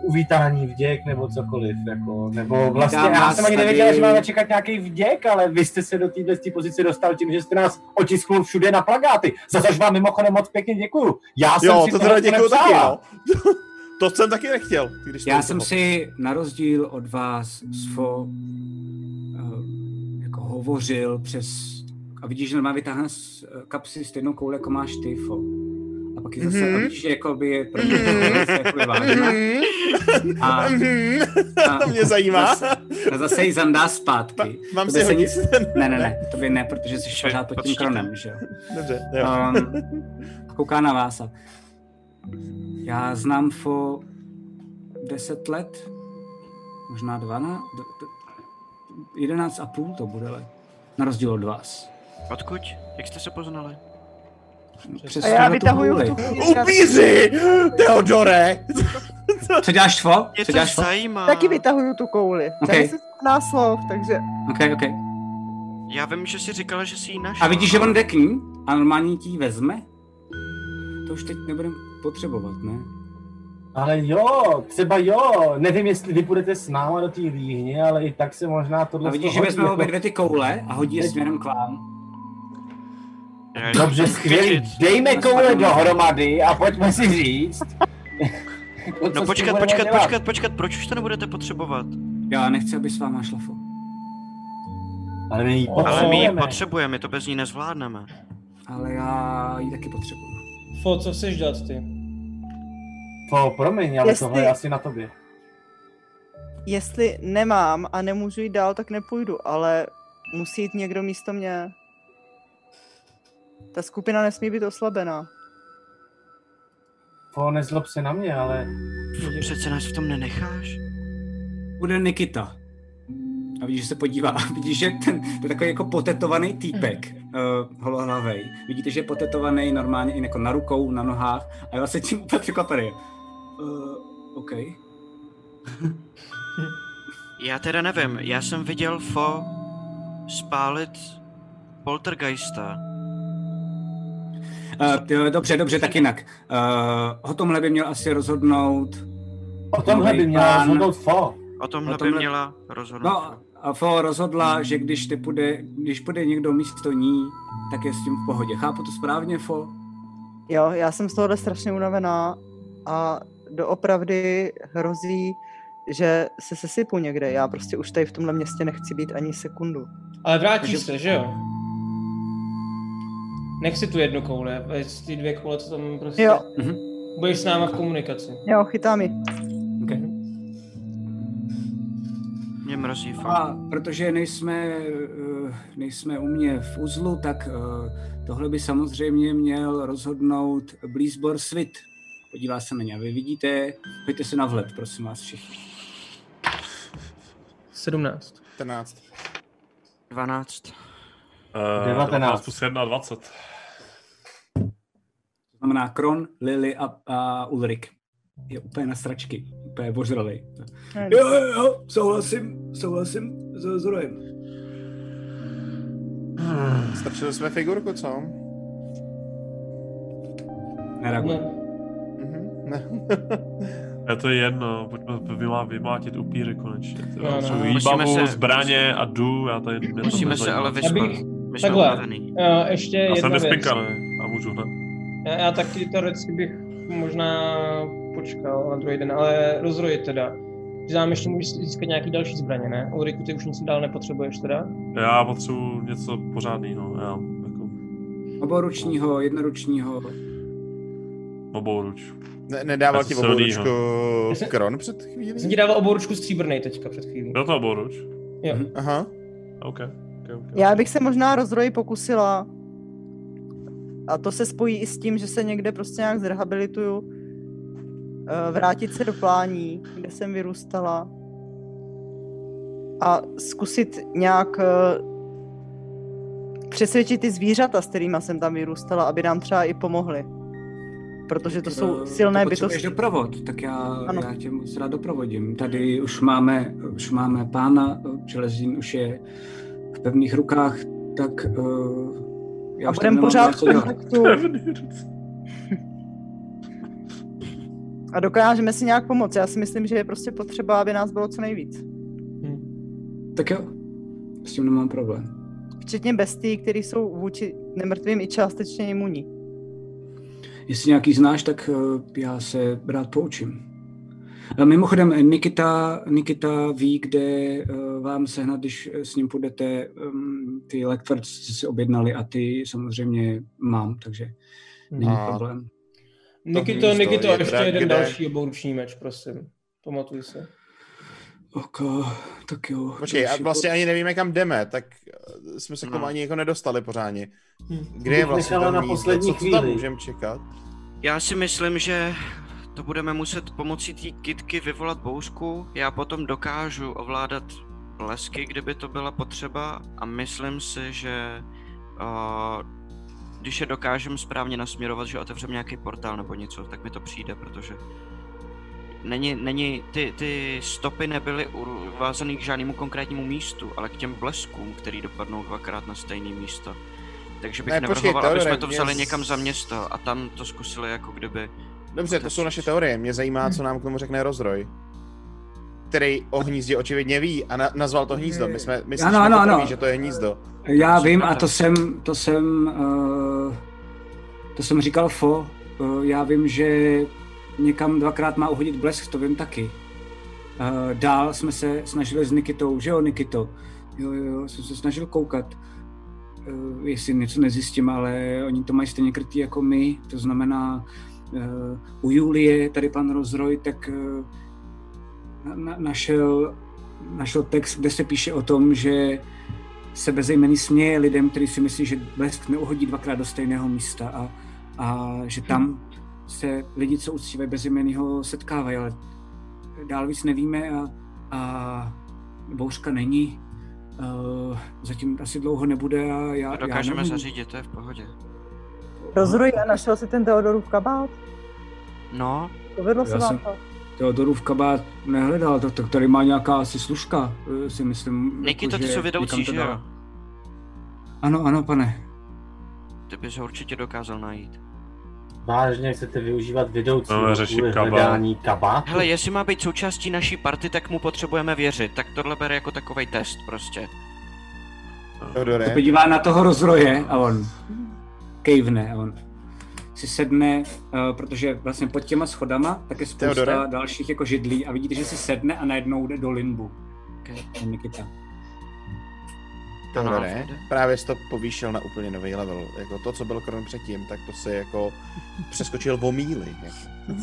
[SPEAKER 15] uvítání vděk nebo cokoliv, jako,
[SPEAKER 5] No,
[SPEAKER 15] nebo vlastně
[SPEAKER 3] Vítám
[SPEAKER 15] já
[SPEAKER 3] vás
[SPEAKER 15] jsem ani
[SPEAKER 3] tady.
[SPEAKER 15] nevěděla, že máme čekat nějaký vděk, ale vy jste se do téhle té pozice dostal tím, že jste nás otisknul všude na plagáty, za což vám mimochodem moc pěkně děkuju. Já jsem
[SPEAKER 5] jo,
[SPEAKER 15] si
[SPEAKER 5] to
[SPEAKER 15] tohle
[SPEAKER 5] teda děkuju taky,
[SPEAKER 15] nepřála.
[SPEAKER 5] no. to jsem taky nechtěl. Když to
[SPEAKER 3] Já
[SPEAKER 5] bylo.
[SPEAKER 3] jsem si na rozdíl od vás svo eh, jako hovořil přes... A vidíš, že normálně vytáhne z eh, kapsy stejnou kouli, jako máš ty, fo. A pak je zase,
[SPEAKER 14] Mhm.
[SPEAKER 3] a vidíš, že jakoby je pro
[SPEAKER 14] Mhm.
[SPEAKER 3] A,
[SPEAKER 14] Mhm.
[SPEAKER 3] a
[SPEAKER 14] To mě zajímá.
[SPEAKER 3] Zase, a zase ji zandá zpátky.
[SPEAKER 14] mám
[SPEAKER 3] Tobě
[SPEAKER 14] si hodit?
[SPEAKER 3] Ne, ne, ne, to by ne, protože jsi pořád pod tím
[SPEAKER 14] Počkej.
[SPEAKER 3] kronem, že jo.
[SPEAKER 14] Dobře, jo.
[SPEAKER 3] Um, kouká na vás a... Já znám fo 10 let, možná 12, 11 a půl to bude let, na rozdíl od vás.
[SPEAKER 4] Odkud? Jak jste se poznali?
[SPEAKER 3] No, Přes A já tuhle tu vytahuju vůli. tu
[SPEAKER 14] Upíři! Teodore!
[SPEAKER 3] Co děláš,
[SPEAKER 14] No,
[SPEAKER 3] fo?
[SPEAKER 4] Mě
[SPEAKER 3] Co
[SPEAKER 4] to
[SPEAKER 3] děláš, fo?
[SPEAKER 4] zajímá.
[SPEAKER 9] Taky vytahuju tu kouli.
[SPEAKER 3] Ok.
[SPEAKER 9] Okay. jsem schopná slov, takže...
[SPEAKER 3] Ok, ok.
[SPEAKER 4] Já vím, že jsi říkala, že jsi ji našla.
[SPEAKER 3] A vidíš, že on jde k ní a normálně ti ji vezme? To už teď nebudem potřebovat, ne?
[SPEAKER 6] Ale jo, třeba jo, nevím, jestli vy půjdete s náma do té líhně, ale i tak se možná tohle
[SPEAKER 3] A vidíš,
[SPEAKER 6] to
[SPEAKER 3] že
[SPEAKER 6] hodí,
[SPEAKER 3] vezme
[SPEAKER 6] jako-
[SPEAKER 3] obě dvě ty koule a hodí je směrem k vám.
[SPEAKER 6] Dobře, skvělý, dejme koule dohromady a pojďme si říct. jako, co
[SPEAKER 4] No
[SPEAKER 6] s
[SPEAKER 4] počkat,
[SPEAKER 6] tím budeme
[SPEAKER 4] počkat,
[SPEAKER 6] dělat.
[SPEAKER 4] počkat, počkat, proč už to nebudete potřebovat?
[SPEAKER 3] Já nechci, aby s váma šla fo.
[SPEAKER 6] Ale my ji
[SPEAKER 4] Ale my ji
[SPEAKER 6] potřebujeme.
[SPEAKER 4] potřebujeme, my to bez ní nezvládneme.
[SPEAKER 3] Ale já ji taky potřebuju.
[SPEAKER 7] Fo, co chceš dělat ty?
[SPEAKER 6] To, promiň, ale
[SPEAKER 9] Jestli-
[SPEAKER 6] tohle je asi na tobě.
[SPEAKER 9] Jestli nemám a nemůžu jít dál, tak nepůjdu, ale musí jít někdo místo mě. Ta skupina nesmí být oslabená.
[SPEAKER 6] To nezlob se na mě, ale...
[SPEAKER 4] Přece nás v tom nenecháš?
[SPEAKER 3] Bude Nikita. A vidíš, že se podívá. A vidíš, že ten, to je takový jako potetovaný týpek, uh, holohlavej. Vidíte, že je potetovaný normálně i jako na rukou, na nohách. A já se tím úplně překvapený. Uh, OK.
[SPEAKER 4] Já teda nevím, já jsem viděl Fo spálit poltergeista.
[SPEAKER 3] Uh, dobře, dobře, tak jinak. Uh, o tomhle by měl asi rozhodnout...
[SPEAKER 6] O tomhle by měla rozhodnout Fo.
[SPEAKER 4] O tomhle,
[SPEAKER 3] O tomhle-
[SPEAKER 4] by měla rozhodnout.
[SPEAKER 3] No, a Fo rozhodla, že když ty půjde, když půjde někdo místo ní, tak je s tím v pohodě. Chápu to správně, Fo?
[SPEAKER 9] Jo, já jsem z tohohle strašně unavená a doopravdy hrozí, že se sesypu někde. Já prostě už tady v tomhle městě nechci být ani sekundu.
[SPEAKER 7] Ale vrátíš
[SPEAKER 9] Takže-
[SPEAKER 7] se, že jo? Nech si tu jednu kouli, veď si ty dvě koule, co tam prostě...
[SPEAKER 9] Jo.
[SPEAKER 3] Mhm.
[SPEAKER 7] Budeš s náma v komunikaci.
[SPEAKER 9] Jo, chytám ji.
[SPEAKER 4] Mě mrzí Fo.
[SPEAKER 3] A protože nejsme, eh, nejsme u mě v uzlu, tak eh, tohle by samozřejmě měl rozhodnout Blízbor Svit. Podívá se na ně. A Vy vidíte, pojďte se na vhled, prosím vás všichni.
[SPEAKER 7] 17.
[SPEAKER 5] 14.
[SPEAKER 4] 12.
[SPEAKER 3] 19.
[SPEAKER 8] Eh, 19 plus 1, 20.
[SPEAKER 3] To znamená Kron, Lily a, a Ulrik. Je úplně na sračky, úplně ožralej. Jo, jo, jo, souhlasím, souhlasím s Zorojem.
[SPEAKER 5] Strčili jsme figurku, co?
[SPEAKER 3] Nereaguje.
[SPEAKER 5] Ne.
[SPEAKER 8] Je Mhm. to jedno, pojďme vymá, vymlátit upíry konečně. ty
[SPEAKER 7] No,
[SPEAKER 8] vole.
[SPEAKER 7] no.
[SPEAKER 8] Jsou
[SPEAKER 7] Musíme
[SPEAKER 8] Výbavu,
[SPEAKER 7] se-
[SPEAKER 8] zbraně a jdu, já tady... mě to
[SPEAKER 4] Musíme se
[SPEAKER 8] nezajímá.
[SPEAKER 4] ale vyspat. My jsme
[SPEAKER 7] Takhle,
[SPEAKER 4] unavený.
[SPEAKER 7] uh, ještě
[SPEAKER 8] Já
[SPEAKER 7] jedna
[SPEAKER 8] jsem
[SPEAKER 7] věc.
[SPEAKER 8] nespinkaný, já můžu hned.
[SPEAKER 7] Já, já taky teoreticky bych možná počkal na druhý den, ale rozroji teda. Ty nám ještě můžeš získat nějaký další zbraně, ne? Ulriku, ty už nic dál nepotřebuješ teda?
[SPEAKER 8] Já potřebuji něco pořádného, já jako
[SPEAKER 3] Oboručního, jednoručního.
[SPEAKER 8] obouruč.
[SPEAKER 5] Ne, nedával
[SPEAKER 8] Asi
[SPEAKER 5] ti
[SPEAKER 8] silnýho.
[SPEAKER 5] oboručku kron před chvílí?
[SPEAKER 7] Jsem ti dával oboručku stříbrnej teďka před chvílí.
[SPEAKER 8] Byl to oboruč?
[SPEAKER 7] Jo.
[SPEAKER 5] Mhm. Aha.
[SPEAKER 8] OK. okay, okay.
[SPEAKER 9] Já bych se možná rozroji pokusila. A to se spojí i s tím, že se někde prostě nějak zrehabilituju. Eh, Vrátit se do plání, kde jsem vyrůstala. A zkusit nějak eh, přesvědčit ty zvířata, s kterými jsem tam vyrůstala, aby nám třeba i pomohli. Protože to
[SPEAKER 3] Tak,
[SPEAKER 9] jsou
[SPEAKER 3] eh,
[SPEAKER 9] silné
[SPEAKER 3] to potřebuješ
[SPEAKER 9] bytosti.
[SPEAKER 3] doprovod, tak já,
[SPEAKER 9] Ano.
[SPEAKER 3] já tě moc rád doprovodím. Tady už máme, už máme pána, eh, železín už je v pevných rukách, tak uh, já
[SPEAKER 9] A
[SPEAKER 3] už
[SPEAKER 9] budem
[SPEAKER 3] tam nemám
[SPEAKER 9] pořád
[SPEAKER 3] moc co
[SPEAKER 9] v
[SPEAKER 3] dělat.
[SPEAKER 9] kontaktu. A dokážeme si nějak pomoct. Já si myslím, že je prostě potřeba, aby nás bylo co nejvíc.
[SPEAKER 3] Tak jo, s tím nemám problém.
[SPEAKER 9] Včetně bestií, které jsou vůči nemrtvým i částečně imunní.
[SPEAKER 3] Jestli nějaký znáš, tak eh, já se rád poučím. Eh, Mimochodem, Nikita, Nikita ví, kde eh, vám sehnat, když eh, s ním půjdete um, ty lektvrt si objednali a ty samozřejmě mám, takže není
[SPEAKER 7] A
[SPEAKER 3] problém.
[SPEAKER 7] Nikito, Nikito, a ještě jeden další obouruční meč, prosím. Pamatuj se.
[SPEAKER 3] Oko, Oh, tak jo.
[SPEAKER 5] Počkej, a vlastně ani nevíme, kam jdeme, tak eh, jsme se k tomu
[SPEAKER 4] No.
[SPEAKER 5] ani jako nedostali pořádně.
[SPEAKER 4] Hm.
[SPEAKER 5] Kde je
[SPEAKER 4] Bych
[SPEAKER 5] vlastně
[SPEAKER 4] nechala
[SPEAKER 5] to
[SPEAKER 4] na
[SPEAKER 5] místo?
[SPEAKER 4] poslední
[SPEAKER 5] co, co tam
[SPEAKER 4] chvíli.
[SPEAKER 5] můžeme čekat?
[SPEAKER 4] Já si myslím, že to budeme muset pomocí té kitky vyvolat bouřku. Já potom dokážu ovládat lesky, kdyby to byla potřeba a myslím si, že uh, když je dokážem správně nasměrovat, že otevřem nějaký portál nebo něco, tak mi to přijde, protože není, není ty, ty stopy nebyly ur- vázané k žádnému konkrétnímu místu, ale k těm bleskům, který dopadnou dvakrát na stejné místo. Takže bych
[SPEAKER 5] Ne,
[SPEAKER 4] ne,
[SPEAKER 5] počkej,
[SPEAKER 4] navrhoval, aby jsme
[SPEAKER 5] teorie,
[SPEAKER 4] to
[SPEAKER 5] mě
[SPEAKER 4] vzali
[SPEAKER 5] z-
[SPEAKER 4] někam za město a tam to zkusili jako kdyby.
[SPEAKER 5] Dobře, to jsou naše teorie. Mě zajímá, co nám k tomu řekne rozroj. Který o hnízdě očividně ví a na, nazval to hnízdo. My jsme, my
[SPEAKER 3] Ano,
[SPEAKER 5] jsme
[SPEAKER 3] ano,
[SPEAKER 5] poprvé,
[SPEAKER 3] ano.
[SPEAKER 5] že to je hnízdo.
[SPEAKER 3] Já vím a to jsem, to jsem, uh, to jsem říkal Fo, uh, já vím, že někam dvakrát má uhodit blesk, to vím taky. Uh, dál jsme se snažili s Nikitou, že jo Nikito? Jo, jo, jo, jsem se snažil koukat, uh, jestli něco nezjistím, ale oni to mají stejně krytý jako my, to znamená, uh, u Julie, tady pan Rozroj, tak uh, na, na, našel, našel text, kde se píše o tom, že se bezejmený směje lidem, kteří si myslí, že blesk neuhodí dvakrát do stejného místa a, a že tam se lidi, co uctívají bezejmenýho, setkávají, ale dál víc nevíme a, a bouřka není. Uh, zatím asi dlouho nebude a já,
[SPEAKER 4] To
[SPEAKER 3] já
[SPEAKER 4] dokážeme
[SPEAKER 3] nevím. Jako,
[SPEAKER 4] zařídit, to je v pohodě.
[SPEAKER 9] Rozruj a našel si ten Teodorův kabát.
[SPEAKER 4] No,
[SPEAKER 9] Povedlo se
[SPEAKER 3] Já
[SPEAKER 9] vám
[SPEAKER 3] jsem-
[SPEAKER 9] to.
[SPEAKER 3] Teodorův kabát nehledal, to, to tady má nějaká asi služka, eh, si myslím.
[SPEAKER 4] Nikito,
[SPEAKER 3] jako,
[SPEAKER 4] ty
[SPEAKER 3] že
[SPEAKER 4] jsou
[SPEAKER 3] někam
[SPEAKER 4] vědoucí,
[SPEAKER 3] to
[SPEAKER 4] že
[SPEAKER 3] dala.
[SPEAKER 4] jo?
[SPEAKER 3] Ano, ano, pane.
[SPEAKER 4] Ty bys ho určitě dokázal najít.
[SPEAKER 15] Vážně chcete využívat vidoucí
[SPEAKER 8] Máme řešit kabát.
[SPEAKER 15] hledání kabátu?
[SPEAKER 4] Hele, jestli má být součástí naší party, tak mu potřebujeme věřit. Tak tohle bere jako takový test prostě.
[SPEAKER 5] Teodore.
[SPEAKER 3] Se podívá na toho rozroje a on kejvne a on si sedne, eh, protože vlastně pod těma schodama tak je spousta
[SPEAKER 5] Teodore?
[SPEAKER 3] dalších jako židlí a vidíte, že si sedne a najednou jde do limbu.
[SPEAKER 4] Okay.
[SPEAKER 3] Nikita.
[SPEAKER 5] Tohle
[SPEAKER 3] Ano,
[SPEAKER 5] ne.
[SPEAKER 3] všude.
[SPEAKER 5] Právě jsi to povýšil na úplně nový level. Jako to, co byl krom předtím, tak to si jako přeskočil o míli. Jako.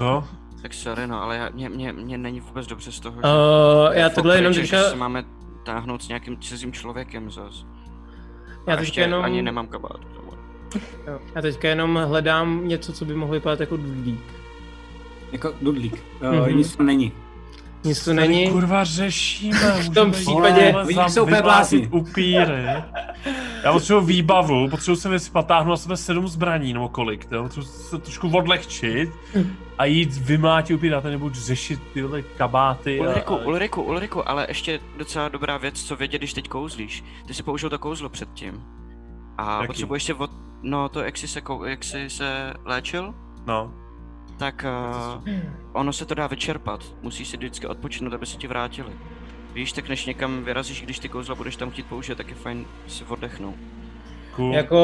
[SPEAKER 8] No.
[SPEAKER 4] Tak sorry, no, ale já, mě, mě, mě není vůbec dobře z toho, že...
[SPEAKER 7] Eh, já tohle jenom
[SPEAKER 4] že,
[SPEAKER 7] teďka-
[SPEAKER 4] že se máme táhnout s nějakým cizím člověkem zas.
[SPEAKER 7] Já
[SPEAKER 4] Já
[SPEAKER 7] teďka
[SPEAKER 4] ještě
[SPEAKER 7] jenom-
[SPEAKER 4] jenom... ani nemám kabát.
[SPEAKER 7] Jo. Já teďka jenom hledám něco, co by mohlo vypadat jako dudlík.
[SPEAKER 3] Jako dudlík.
[SPEAKER 7] Mhm.
[SPEAKER 3] Mm-hmm. Nic to není.
[SPEAKER 7] Nic to není.
[SPEAKER 8] Kurva, řešíme.
[SPEAKER 7] V tom případě...
[SPEAKER 3] vidíš, jsou úplně blázni.
[SPEAKER 8] upíry. Já potřebuji výbavu, potřebuji jsem věci patáhnout, jsem sedm zbraní nebo kolik, jo? potřebuji se trošku odlehčit a jít vymátit upírat, nebo řešit tyhle kabáty. A,
[SPEAKER 4] Ulriku,
[SPEAKER 8] a...
[SPEAKER 4] Ulriku, Ulriku, ale ještě docela dobrá věc, co vědět, když teď kouzlíš. Ty jsi použil to kouzlo předtím. A
[SPEAKER 8] Jaký?
[SPEAKER 4] potřebuješ si od... No to, jak jsi se, kou... jak jsi se léčil,
[SPEAKER 8] No,
[SPEAKER 4] tak uh, ono se to dá vyčerpat. Musíš si vždycky odpočinout, aby se ti vrátili. Víš, tak než někam vyrazíš, když ty kouzla budeš tam chtít použít, tak je fajn si oddechnout.
[SPEAKER 8] cool.
[SPEAKER 7] Jako,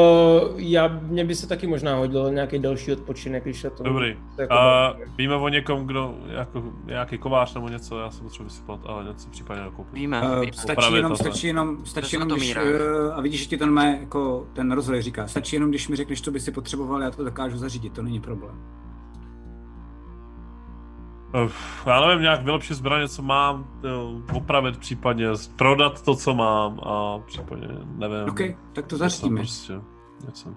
[SPEAKER 7] já, mně by se taky možná hodilo nějaký další odpočinek, když se to...
[SPEAKER 8] Dobrý.
[SPEAKER 7] to Jako,
[SPEAKER 8] A víme o někom, kdo, jako, nějaký kovář nebo něco, já se potřebuji vysypat, ale něco případně dokoupit.
[SPEAKER 4] Víme.
[SPEAKER 3] Eh, stačí
[SPEAKER 8] Opravit
[SPEAKER 3] jenom,
[SPEAKER 8] tohle.
[SPEAKER 3] stačí jenom, stačí jenom, když,
[SPEAKER 4] Zlatomíra.
[SPEAKER 3] eh, a vidíš, že ti ten, má, jako, ten rozhled říká, stačí jenom, když mi řekneš, co by si potřeboval, já to dokážu zařídit, to není problém.
[SPEAKER 8] Uf, já nevím, nějak vylepšit zbraně, co mám, jo, opravit případně, prodat to, co mám a případně, nevím.
[SPEAKER 3] OK, tak to
[SPEAKER 8] něco
[SPEAKER 3] zařídíme.
[SPEAKER 8] Prostě, něco.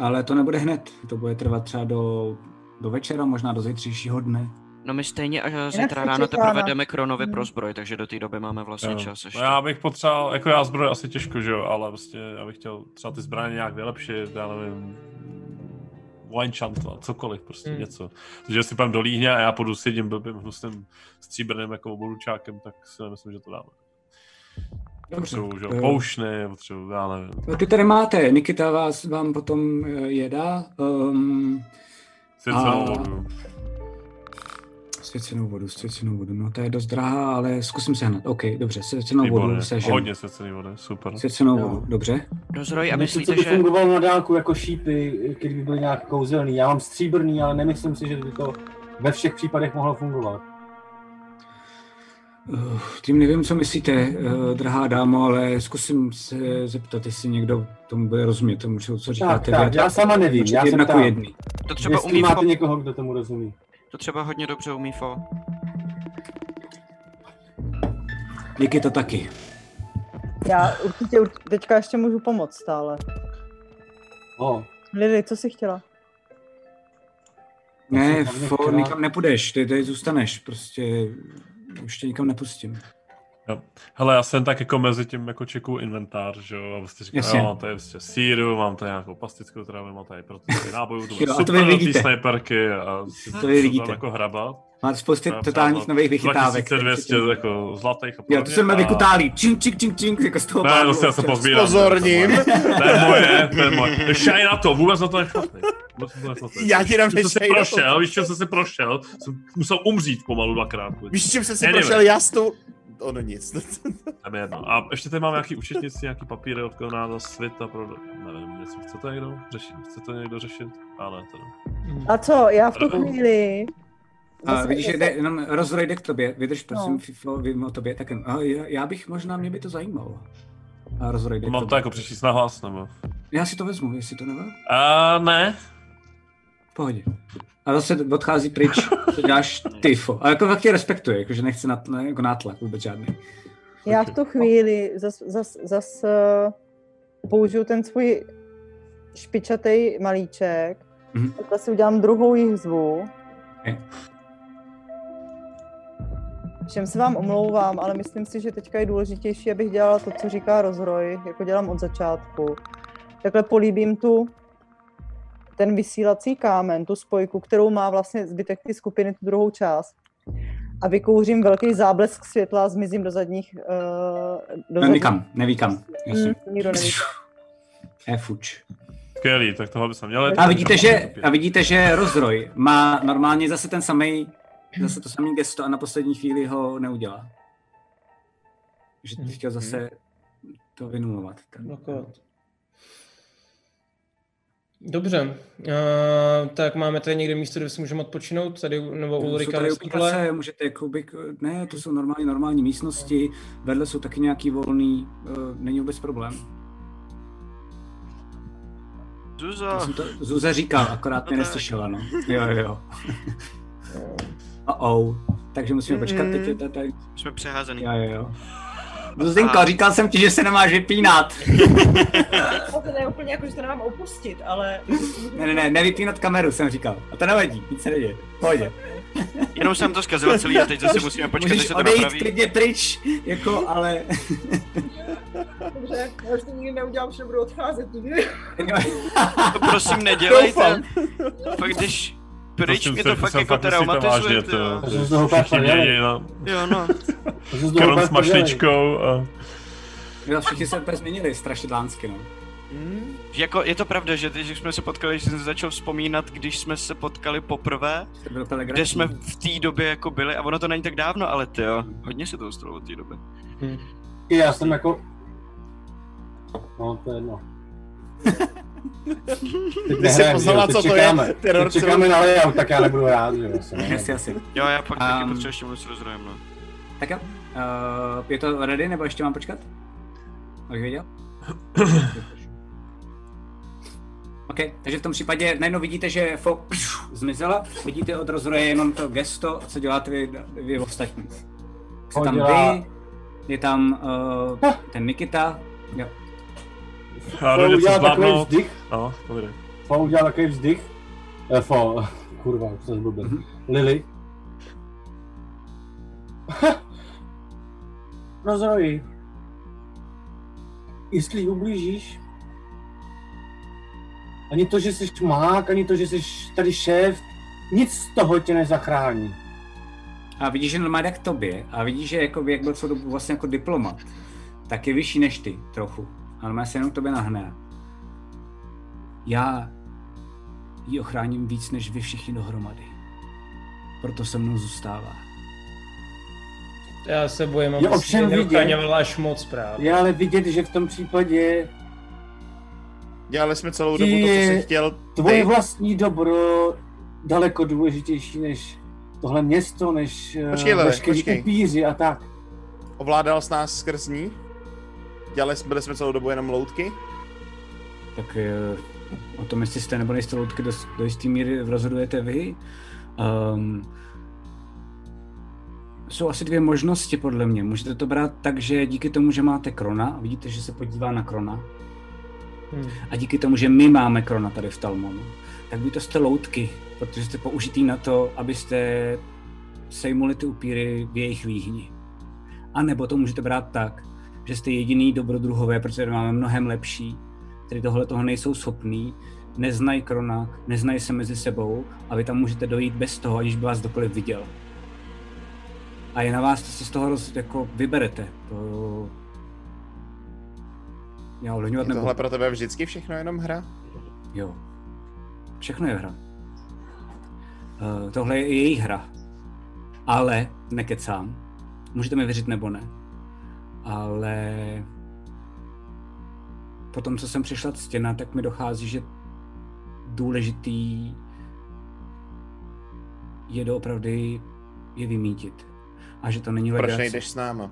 [SPEAKER 3] Ale to nebude hned, to bude trvat třeba do, do večera, možná do zítřejšího dne.
[SPEAKER 4] No my stejně až zítra
[SPEAKER 3] se
[SPEAKER 4] ráno
[SPEAKER 3] čeká na-
[SPEAKER 4] teprve jdeme Kronovi pro zbroj, takže do té doby máme vlastně
[SPEAKER 8] Jo.
[SPEAKER 4] čas ještě.
[SPEAKER 8] No, Já bych potřeboval, jako já zbroj asi těžko, že jo, ale prostě já bych chtěl třeba ty zbraně nějak vylepšit, já nevím, winechantovat, cokoliv, prostě
[SPEAKER 7] Hmm.
[SPEAKER 8] něco. Takže jestli půjdem do Líhně a já půjdu s jedním blbým hnusným stříbrným jako oboručákem, tak si nemyslím, že to dáme. Potřebuju, že jo,
[SPEAKER 3] Eh.
[SPEAKER 8] poušny, potřebuju, já nevím.
[SPEAKER 3] No, Ty tady máte, Nikita vás, vám potom eh, je dá. Um,
[SPEAKER 8] Svěcenou
[SPEAKER 3] Eh.
[SPEAKER 8] vodu.
[SPEAKER 3] Svěcenou vodu, svěcenou vodu, no to je dost drahá, ale zkusím sehnat. OK, dobře, svěcenou vodu
[SPEAKER 8] Výborně.
[SPEAKER 3] seženu.
[SPEAKER 8] Hodně svěcený vody, super.
[SPEAKER 3] Svěcenou vodu, dobře.
[SPEAKER 4] Rozroj,
[SPEAKER 8] a
[SPEAKER 4] No, myslíte,
[SPEAKER 15] co by
[SPEAKER 4] že-
[SPEAKER 15] fungovalo na dálku jako šípy, kdyby byly nějak kouzelný. Já mám stříbrný, ale nemyslím si, že by to ve všech případech mohlo fungovat.
[SPEAKER 3] Uh, Tím nevím, co myslíte, uh, drahá dámo, ale zkusím se zeptat, jestli někdo tomu bude rozumět, tomu, co co říkáte.
[SPEAKER 6] tak,
[SPEAKER 3] vy.
[SPEAKER 6] já sama nevím,
[SPEAKER 3] Určitě
[SPEAKER 6] já jsem
[SPEAKER 3] jedna ku
[SPEAKER 6] tam.
[SPEAKER 3] jedný.
[SPEAKER 4] To třeba
[SPEAKER 6] Jestli
[SPEAKER 4] umí
[SPEAKER 6] máte
[SPEAKER 4] fo-
[SPEAKER 6] někoho, kdo tomu rozumí.
[SPEAKER 4] To třeba hodně dobře umí fo.
[SPEAKER 3] Díky to taky.
[SPEAKER 9] Já určitě, určitě teďka ještě můžu pomoct stále.
[SPEAKER 6] No,
[SPEAKER 9] Lily, co jsi chtěla?
[SPEAKER 3] Ne,
[SPEAKER 6] Já jsem tam
[SPEAKER 3] for,
[SPEAKER 6] nechtěla-
[SPEAKER 3] nikam nepůjdeš, ty tady zůstaneš, prostě už tě nikam nepustím.
[SPEAKER 8] Jo. Hele, já jsem tak jako mezi tím jako čeku inventář, že jo, a prostě říkám,
[SPEAKER 3] Jasně.
[SPEAKER 8] jo, mám tady prostě síru, mám tady nějakou pastickou trávu, mám tady pro ty nábojů, to bude
[SPEAKER 3] Jo, a to
[SPEAKER 8] super
[SPEAKER 3] vy
[SPEAKER 8] do té
[SPEAKER 3] vidíte.
[SPEAKER 8] sniperky a
[SPEAKER 3] To vy vidíte.
[SPEAKER 8] tam jako hrabat.
[SPEAKER 3] Máte spousty
[SPEAKER 8] Mám
[SPEAKER 3] totálních
[SPEAKER 8] třeba
[SPEAKER 3] nových vychytávek.
[SPEAKER 8] 2200 jako zlatých a
[SPEAKER 3] Jo, to jsem
[SPEAKER 8] a-
[SPEAKER 3] vykutálí, čink, čink, čink, čink, jako z toho
[SPEAKER 8] Ne,
[SPEAKER 3] páru
[SPEAKER 8] to si já se
[SPEAKER 3] občas.
[SPEAKER 8] pozbírám. To je moje, to je moje. Šaj na to, vůbec na to nešpatný. Vůbec na to nešpatný.
[SPEAKER 5] Já ti dám
[SPEAKER 8] Jsem se
[SPEAKER 5] šaj na to.
[SPEAKER 8] prošel, víš, čím jsem se prošel, jsem musel umřít pomalu dvakrát.
[SPEAKER 5] Víš, čím jsem si
[SPEAKER 8] Anyway.
[SPEAKER 5] prošel já s tou... Ono nic.
[SPEAKER 8] Tam je jedno. A ještě tady mám nějaký účetnictví, nějaký papíry od Konráda světa pro... Nevím, něco chcete někdo řešit? Chcete někdo řešit? A ne, to ne.
[SPEAKER 9] A co, já v tu chvíli...
[SPEAKER 3] A
[SPEAKER 9] Zase-
[SPEAKER 3] vidíš, že
[SPEAKER 9] zase-
[SPEAKER 3] jde jenom rozroj jde k tobě, vydrž prosím,
[SPEAKER 9] No.
[SPEAKER 3] no. Fifo, vím o tobě, tak a já, já bych možná, mě by to zajímalo. A rozroj jde k
[SPEAKER 8] Mám to
[SPEAKER 3] tobě.
[SPEAKER 8] jako přečíst na hlas, nebo?
[SPEAKER 3] Já si to vezmu, jestli to nevím.
[SPEAKER 8] A ne.
[SPEAKER 3] V pohodě. A zase odchází pryč, co děláš tyfo. A jako fakt tě respektuje, jako, že nechce na, ne, jako nátlak vůbec žádný.
[SPEAKER 9] Já v tu chvíli zas, zas, zas eh, použiju ten svůj špičatý malíček,
[SPEAKER 3] Mhm.
[SPEAKER 9] takhle si udělám druhou jihzvu.
[SPEAKER 3] Je.
[SPEAKER 9] Všem se vám omlouvám, ale myslím si, že teďka je důležitější, abych dělala to, co říká rozroj, jako dělám od začátku. Takhle políbím tu ten vysílací kámen, tu spojku, kterou má vlastně zbytek té skupiny, tu druhou část. A vykouřím velký záblesk světla a zmizím do zadních... Uh, do
[SPEAKER 3] No, nikam, neví kam. Jasně.
[SPEAKER 9] Mm, nikdo neví.
[SPEAKER 3] Je fuč.
[SPEAKER 8] Skvělý, tak tohle bychom měli.
[SPEAKER 3] A vidíte, že, a vidíte, že rozroj má normálně zase ten samý, zase to samý gesto a na poslední chvíli ho neudělá. Že ty chtěl zase to vynulovat.
[SPEAKER 7] Knockout. Dobře, uh, tak máme tady někde místo, kde si můžeme odpočinout, tady u- nebo u
[SPEAKER 3] Jsou
[SPEAKER 7] Ulrika
[SPEAKER 3] tady
[SPEAKER 7] ve stole.
[SPEAKER 3] ubikace, můžete jakoby, ne, to jsou normální, normální místnosti, vedle jsou taky nějaký volný, eh, není vůbec problém. Já
[SPEAKER 4] Zuzo,
[SPEAKER 3] jsem to Zuza říkal, akorát mě neslyšela, no. Jo, jo, jo. Uh-oh. Takže musíme počkat, teď je to tady.
[SPEAKER 4] jsme přeházený.
[SPEAKER 3] Jo, jo, jo. Zuzinko, říkal jsem ti, že se nemáš vypínat.
[SPEAKER 9] No, to ne úplně jako, že to nemám opustit, ale...
[SPEAKER 3] Ne, ne, ne, nevypínat kameru jsem říkal. A to nevadí, nic se neděje. V Pohodě.
[SPEAKER 4] Jenom jsem to zkazil celý a teď zase musíme počkat,
[SPEAKER 3] Můžeš
[SPEAKER 4] než se to
[SPEAKER 3] odejít
[SPEAKER 4] napraví.
[SPEAKER 3] klidně pryč, jako, ale...
[SPEAKER 16] Dobře, já už to nikdy neudělám, že budu odcházet nikdy.
[SPEAKER 4] To prosím
[SPEAKER 16] Doufám.
[SPEAKER 4] nedělejte. Fakt když pryč,
[SPEAKER 8] Prosím,
[SPEAKER 4] mě
[SPEAKER 8] se-
[SPEAKER 4] to
[SPEAKER 8] se
[SPEAKER 4] fakt jako
[SPEAKER 8] fakt musíte
[SPEAKER 4] traumatizuje.
[SPEAKER 8] vážně,
[SPEAKER 4] ty
[SPEAKER 8] to- to-
[SPEAKER 4] jo.
[SPEAKER 8] Zuzou všichni pak podělej. měli, no.
[SPEAKER 4] Jo, no.
[SPEAKER 8] Kron s mašličkou a...
[SPEAKER 3] Jo, všichni se úplně změnili, strašidlánsky, no.
[SPEAKER 4] Jako, je to pravda, že teď, když jsme se potkali, že jsem začal vzpomínat, když jsme se potkali poprvé,
[SPEAKER 3] bylo úplně
[SPEAKER 4] kde
[SPEAKER 3] legrační.
[SPEAKER 4] jsme v té době jako byli, a ono to není tak dávno, ale ty jo, hodně se to stalo od té doby.
[SPEAKER 6] I já jsem jako... No, to je jedno. Teď
[SPEAKER 4] Ty jsi
[SPEAKER 6] nehrajem,
[SPEAKER 4] poznala,
[SPEAKER 6] že jo, teď
[SPEAKER 4] co to je,
[SPEAKER 6] čekáme,
[SPEAKER 4] teror
[SPEAKER 6] teď čekáme
[SPEAKER 4] civil-
[SPEAKER 6] na layout, tak já nebudu rád, že jo. vlastně. jsem-
[SPEAKER 3] Jasně, jasně.
[SPEAKER 4] Jo, já pak taky
[SPEAKER 3] Ehm.
[SPEAKER 4] potřebuji ještě mluvit s rozrojem, no.
[SPEAKER 3] Tak jo, uh, je to ready, nebo ještě mám počkat? Abych věděl? OK, takže v tom případě najednou vidíte, že fo pšu, zmizela, vidíte od rozroje jenom to gesto, co děláte vy, vy ostatní. Jste
[SPEAKER 6] Ho
[SPEAKER 3] tam
[SPEAKER 6] dělá-
[SPEAKER 3] vy, je tam uh, ten Nikita, jo.
[SPEAKER 8] Já
[SPEAKER 6] Fou
[SPEAKER 8] jdu něco
[SPEAKER 6] udělal takový
[SPEAKER 8] zvládnout.
[SPEAKER 6] vzdych.
[SPEAKER 8] No, povídej.
[SPEAKER 6] Fo udělal takový vzdych. Eh, fo, kurva, už jsem zblbil.
[SPEAKER 15] Mhm.
[SPEAKER 6] Lily. Rozroji. Jestli jí ublížíš, ani to, že jsi mák, ani to, že jsi tady šéf, nic z toho tě nezachrání.
[SPEAKER 3] A vidíš, že normálně jde k tobě a vidíš, že jako, jak byl celou dobu vlastně jako diplomat, tak je vyšší než ty trochu. A normálně se jenom k tobě nahne. Já ji ochráním víc než vy všichni dohromady. Proto se mnou zůstává.
[SPEAKER 7] Já se bojím,
[SPEAKER 6] Je
[SPEAKER 7] aby
[SPEAKER 6] ovšem
[SPEAKER 7] si
[SPEAKER 6] vidět.
[SPEAKER 7] neukáňovala až moc právě.
[SPEAKER 6] Je ale vidět, že v tom případě
[SPEAKER 5] Dělali jsme celou
[SPEAKER 6] ti
[SPEAKER 5] dobu to, co jsi
[SPEAKER 6] je
[SPEAKER 5] chtěl.
[SPEAKER 6] tvoje
[SPEAKER 5] ty.
[SPEAKER 6] vlastní dobro daleko důležitější než tohle město, než eh,
[SPEAKER 5] Počkej, Lele,
[SPEAKER 6] veškerý
[SPEAKER 5] počkej.
[SPEAKER 6] upíři a tak.
[SPEAKER 5] ovládal s nás skrz ní. Dělali, jsme- byli jsme celou dobu jenom loutky.
[SPEAKER 3] Tak eh, o tom, jestli jste nebo nejste loutky, do, do jisté míry rozhodujete vy. Um, jsou asi dvě možnosti podle mě. Můžete to brát tak, že díky tomu, že máte Krona, vidíte, že se podívá na Krona,
[SPEAKER 7] Hmm.
[SPEAKER 3] a díky tomu, že my máme Krona tady v Talmonu, tak buď to jste loutky, protože jste použitý na to, abyste sejmuli ty upíry v jejich výhni. A nebo to můžete brát tak, že jste jediný dobrodruhové, protože tady máme mnohem lepší, který tohle toho nejsou schopný, neznají Krona, neznají se mezi sebou a vy tam můžete dojít bez toho, aniž by vás kdokoliv viděl. A je na vás, co si z toho roz, jako vyberete. To... Já
[SPEAKER 5] Je
[SPEAKER 3] ovlivňovat nebudu.
[SPEAKER 5] tohle pro tebe vždycky všechno jenom hra?
[SPEAKER 3] Jo. Všechno je hra. Uh, tohle je její hra. Ale nekecám. Můžete mi věřit nebo ne. Ale po tom, co jsem přišla stěna, tak mi dochází, že důležitý je doopravdy je vymítit. A že to není
[SPEAKER 5] Proč
[SPEAKER 3] legrace.
[SPEAKER 5] nejdeš s náma?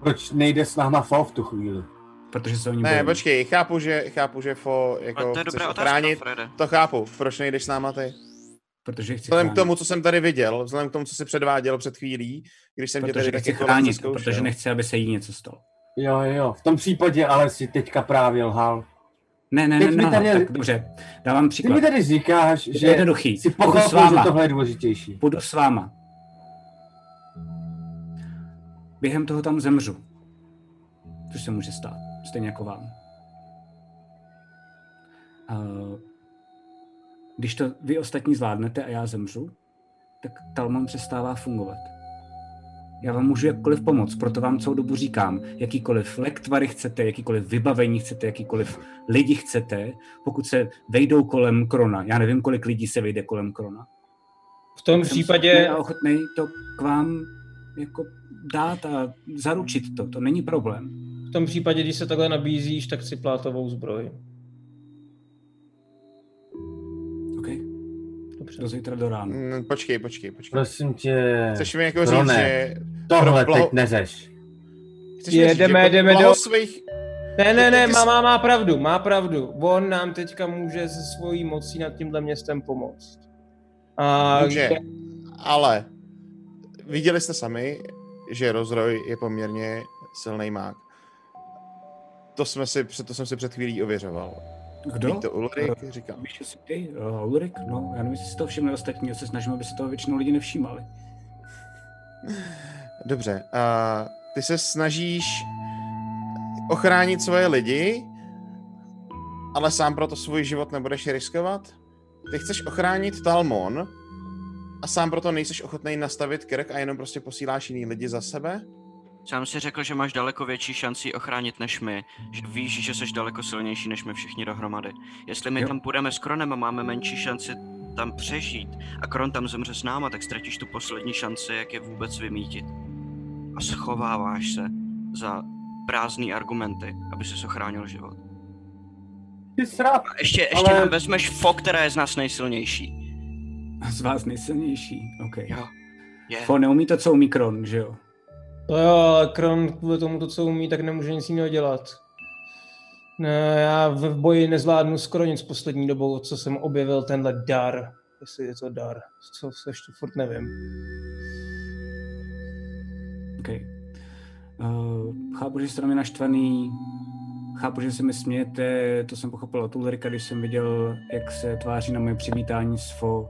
[SPEAKER 6] Proč nejde s náma FO v tu chvíli?
[SPEAKER 3] Protože se o ní
[SPEAKER 5] Ne, počkej, chápu, že, chápu, že fo, jako
[SPEAKER 3] to je
[SPEAKER 5] chceš
[SPEAKER 3] dobrá otázka,
[SPEAKER 5] ochránit,
[SPEAKER 3] Frede.
[SPEAKER 5] to chápu, proč nejdeš s náma ty?
[SPEAKER 3] Protože chci
[SPEAKER 5] Vzhledem k
[SPEAKER 3] chránit.
[SPEAKER 5] tomu, co jsem tady viděl, vzhledem k tomu, co jsi předváděl před chvílí, když jsem tě
[SPEAKER 3] Protože
[SPEAKER 5] tady
[SPEAKER 3] nechci
[SPEAKER 5] taky kolem
[SPEAKER 3] chránit,
[SPEAKER 5] zkoušel.
[SPEAKER 3] protože nechci, aby se jí něco stalo.
[SPEAKER 6] Jo, jo, jo. V tom případě ale si teďka právě lhal.
[SPEAKER 3] Ne, ne,
[SPEAKER 6] Teď
[SPEAKER 3] ne,
[SPEAKER 6] mi
[SPEAKER 3] ne,
[SPEAKER 6] tady-
[SPEAKER 3] tak dobře, dávám příklad.
[SPEAKER 6] mi tady říkáš,
[SPEAKER 3] Je to
[SPEAKER 6] že
[SPEAKER 3] jednoduchý.
[SPEAKER 6] jsi
[SPEAKER 3] Budu s
[SPEAKER 6] pochopil,
[SPEAKER 3] váma.
[SPEAKER 6] že tohle je důležitější.
[SPEAKER 3] Budu s váma. Během toho tam zemřu. Což se může stát, stejně jako vám. A Eh, Když to vy ostatní zvládnete a já zemřu, tak Talmon přestává fungovat. Já vám můžu jakkoliv pomoct, proto vám celou dobu říkám, jakýkoliv lektvary chcete, jakýkoliv vybavení chcete, jakýkoliv lidi chcete, pokud se vejdou kolem Krona. Já nevím, kolik lidí se vejde kolem Krona.
[SPEAKER 7] V tom
[SPEAKER 3] Jsem
[SPEAKER 7] případě,
[SPEAKER 3] schopný a ochotný to k vám jako dát a zaručit to. To není problém.
[SPEAKER 7] v tom případě, když se takhle nabízíš, tak si plátovou zbroj.
[SPEAKER 3] OK.
[SPEAKER 7] Dobře.
[SPEAKER 3] Do zítra do rána.
[SPEAKER 5] Mm, počkej, počkej, počkej.
[SPEAKER 6] Prosím tě,
[SPEAKER 5] Chceš mi jako
[SPEAKER 6] Rone,
[SPEAKER 5] říct, že...
[SPEAKER 6] Prostě tohle
[SPEAKER 5] pro blaho-
[SPEAKER 6] teď neřeš.
[SPEAKER 5] Chceš mi říct,
[SPEAKER 7] Jedeme,
[SPEAKER 5] že pro
[SPEAKER 7] jdeme
[SPEAKER 5] blaho
[SPEAKER 7] do-
[SPEAKER 5] svých...
[SPEAKER 7] Ne, ne, ne,
[SPEAKER 5] Ty- ty
[SPEAKER 7] má,
[SPEAKER 5] jsi-
[SPEAKER 7] má, má pravdu, má pravdu. On nám teďka může se svojí mocí nad tímhle městem pomoct. A
[SPEAKER 5] Může, ale viděli jste sami, že rozroj je poměrně silný mák. To, jsme si, před- to jsem si před chvílí ověřoval.
[SPEAKER 3] Kdo?
[SPEAKER 5] Ví to Ulrik,
[SPEAKER 3] Eh,
[SPEAKER 5] říkám.
[SPEAKER 3] Víš, jestli ty, uh, Ulrik? No, já nevím, jestli si to všimli ostatní, já se snažím, aby se toho většinou lidi nevšímali.
[SPEAKER 5] Dobře, a ty se snažíš ochránit svoje lidi, ale sám proto svůj život nebudeš riskovat? Ty chceš ochránit Talmon a sám proto nejseš ochotný nastavit krk a jenom prostě posíláš jiný lidi za sebe?
[SPEAKER 4] Sám si řekl, že máš daleko větší šanci ji ochránit než my, že víš, že jsi daleko silnější než my všichni dohromady. Jestli my
[SPEAKER 5] Jo.
[SPEAKER 4] tam půjdeme s Kronem a máme menší šanci tam přežít a Kron tam zemře s náma, tak ztratíš tu poslední šanci, jak je vůbec vymítit. A schováváš se za prázdný argumenty, aby se ochránil život.
[SPEAKER 6] Ty srap.
[SPEAKER 4] A ještě, ještě
[SPEAKER 6] Ale-
[SPEAKER 4] nám vezmeš fo, která je z nás nejsilnější.
[SPEAKER 3] Z vás nejsilnější, OK. Jo.
[SPEAKER 4] Je.
[SPEAKER 3] Fo neumí to, co umí Kron, že jo?
[SPEAKER 7] To jo, ale Kron kvůli tomu to, co umí, tak nemůže nic jiného dělat. Ne, já v v boji nezvládnu skoro nic poslední dobou, co jsem objevil tenhle dar. Jestli je to dar, co se ještě furt nevím.
[SPEAKER 3] OK. Uh, chápu, že jste na mě naštvaný, chápu, že se mi smějete, to jsem pochopil od Ulrika, když jsem viděl, jak se tváří na moje přivítání s Fo.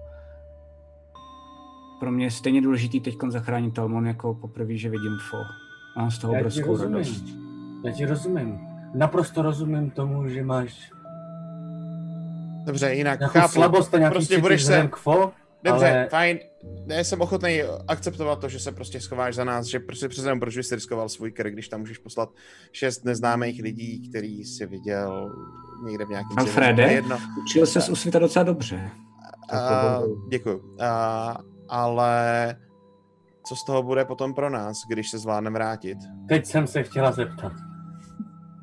[SPEAKER 3] Pro mě je stejně důležitý teď zachránit Talmon, jako poprvé, že vidím Fo. Mám z toho
[SPEAKER 6] Já ti
[SPEAKER 3] obrovskou
[SPEAKER 6] rozumím.
[SPEAKER 3] radost.
[SPEAKER 6] Já ti rozumím. Naprosto rozumím tomu, že máš
[SPEAKER 5] Dobře, jinak
[SPEAKER 6] Nějakou
[SPEAKER 5] chápu.
[SPEAKER 6] slabost a nějaký
[SPEAKER 5] prostě
[SPEAKER 6] cítit
[SPEAKER 5] budeš se...
[SPEAKER 6] vzhledem k fo,
[SPEAKER 5] Dobře,
[SPEAKER 6] ale-
[SPEAKER 5] fajn. Ne, jsem ochotný akceptovat to, že se prostě schováš za nás, že prostě přece jenom, proč bys riskoval svůj krk, když tam můžeš poslat šest neznámých lidí, který si viděl někde v nějakém civilu. To je
[SPEAKER 3] Alfrede,
[SPEAKER 5] jedno.
[SPEAKER 3] učil se z Usvita docela dobře.
[SPEAKER 5] A, děkuju. A, ale co z toho bude potom pro nás, když se zvládneme vrátit?
[SPEAKER 6] Teď jsem se chtěla zeptat.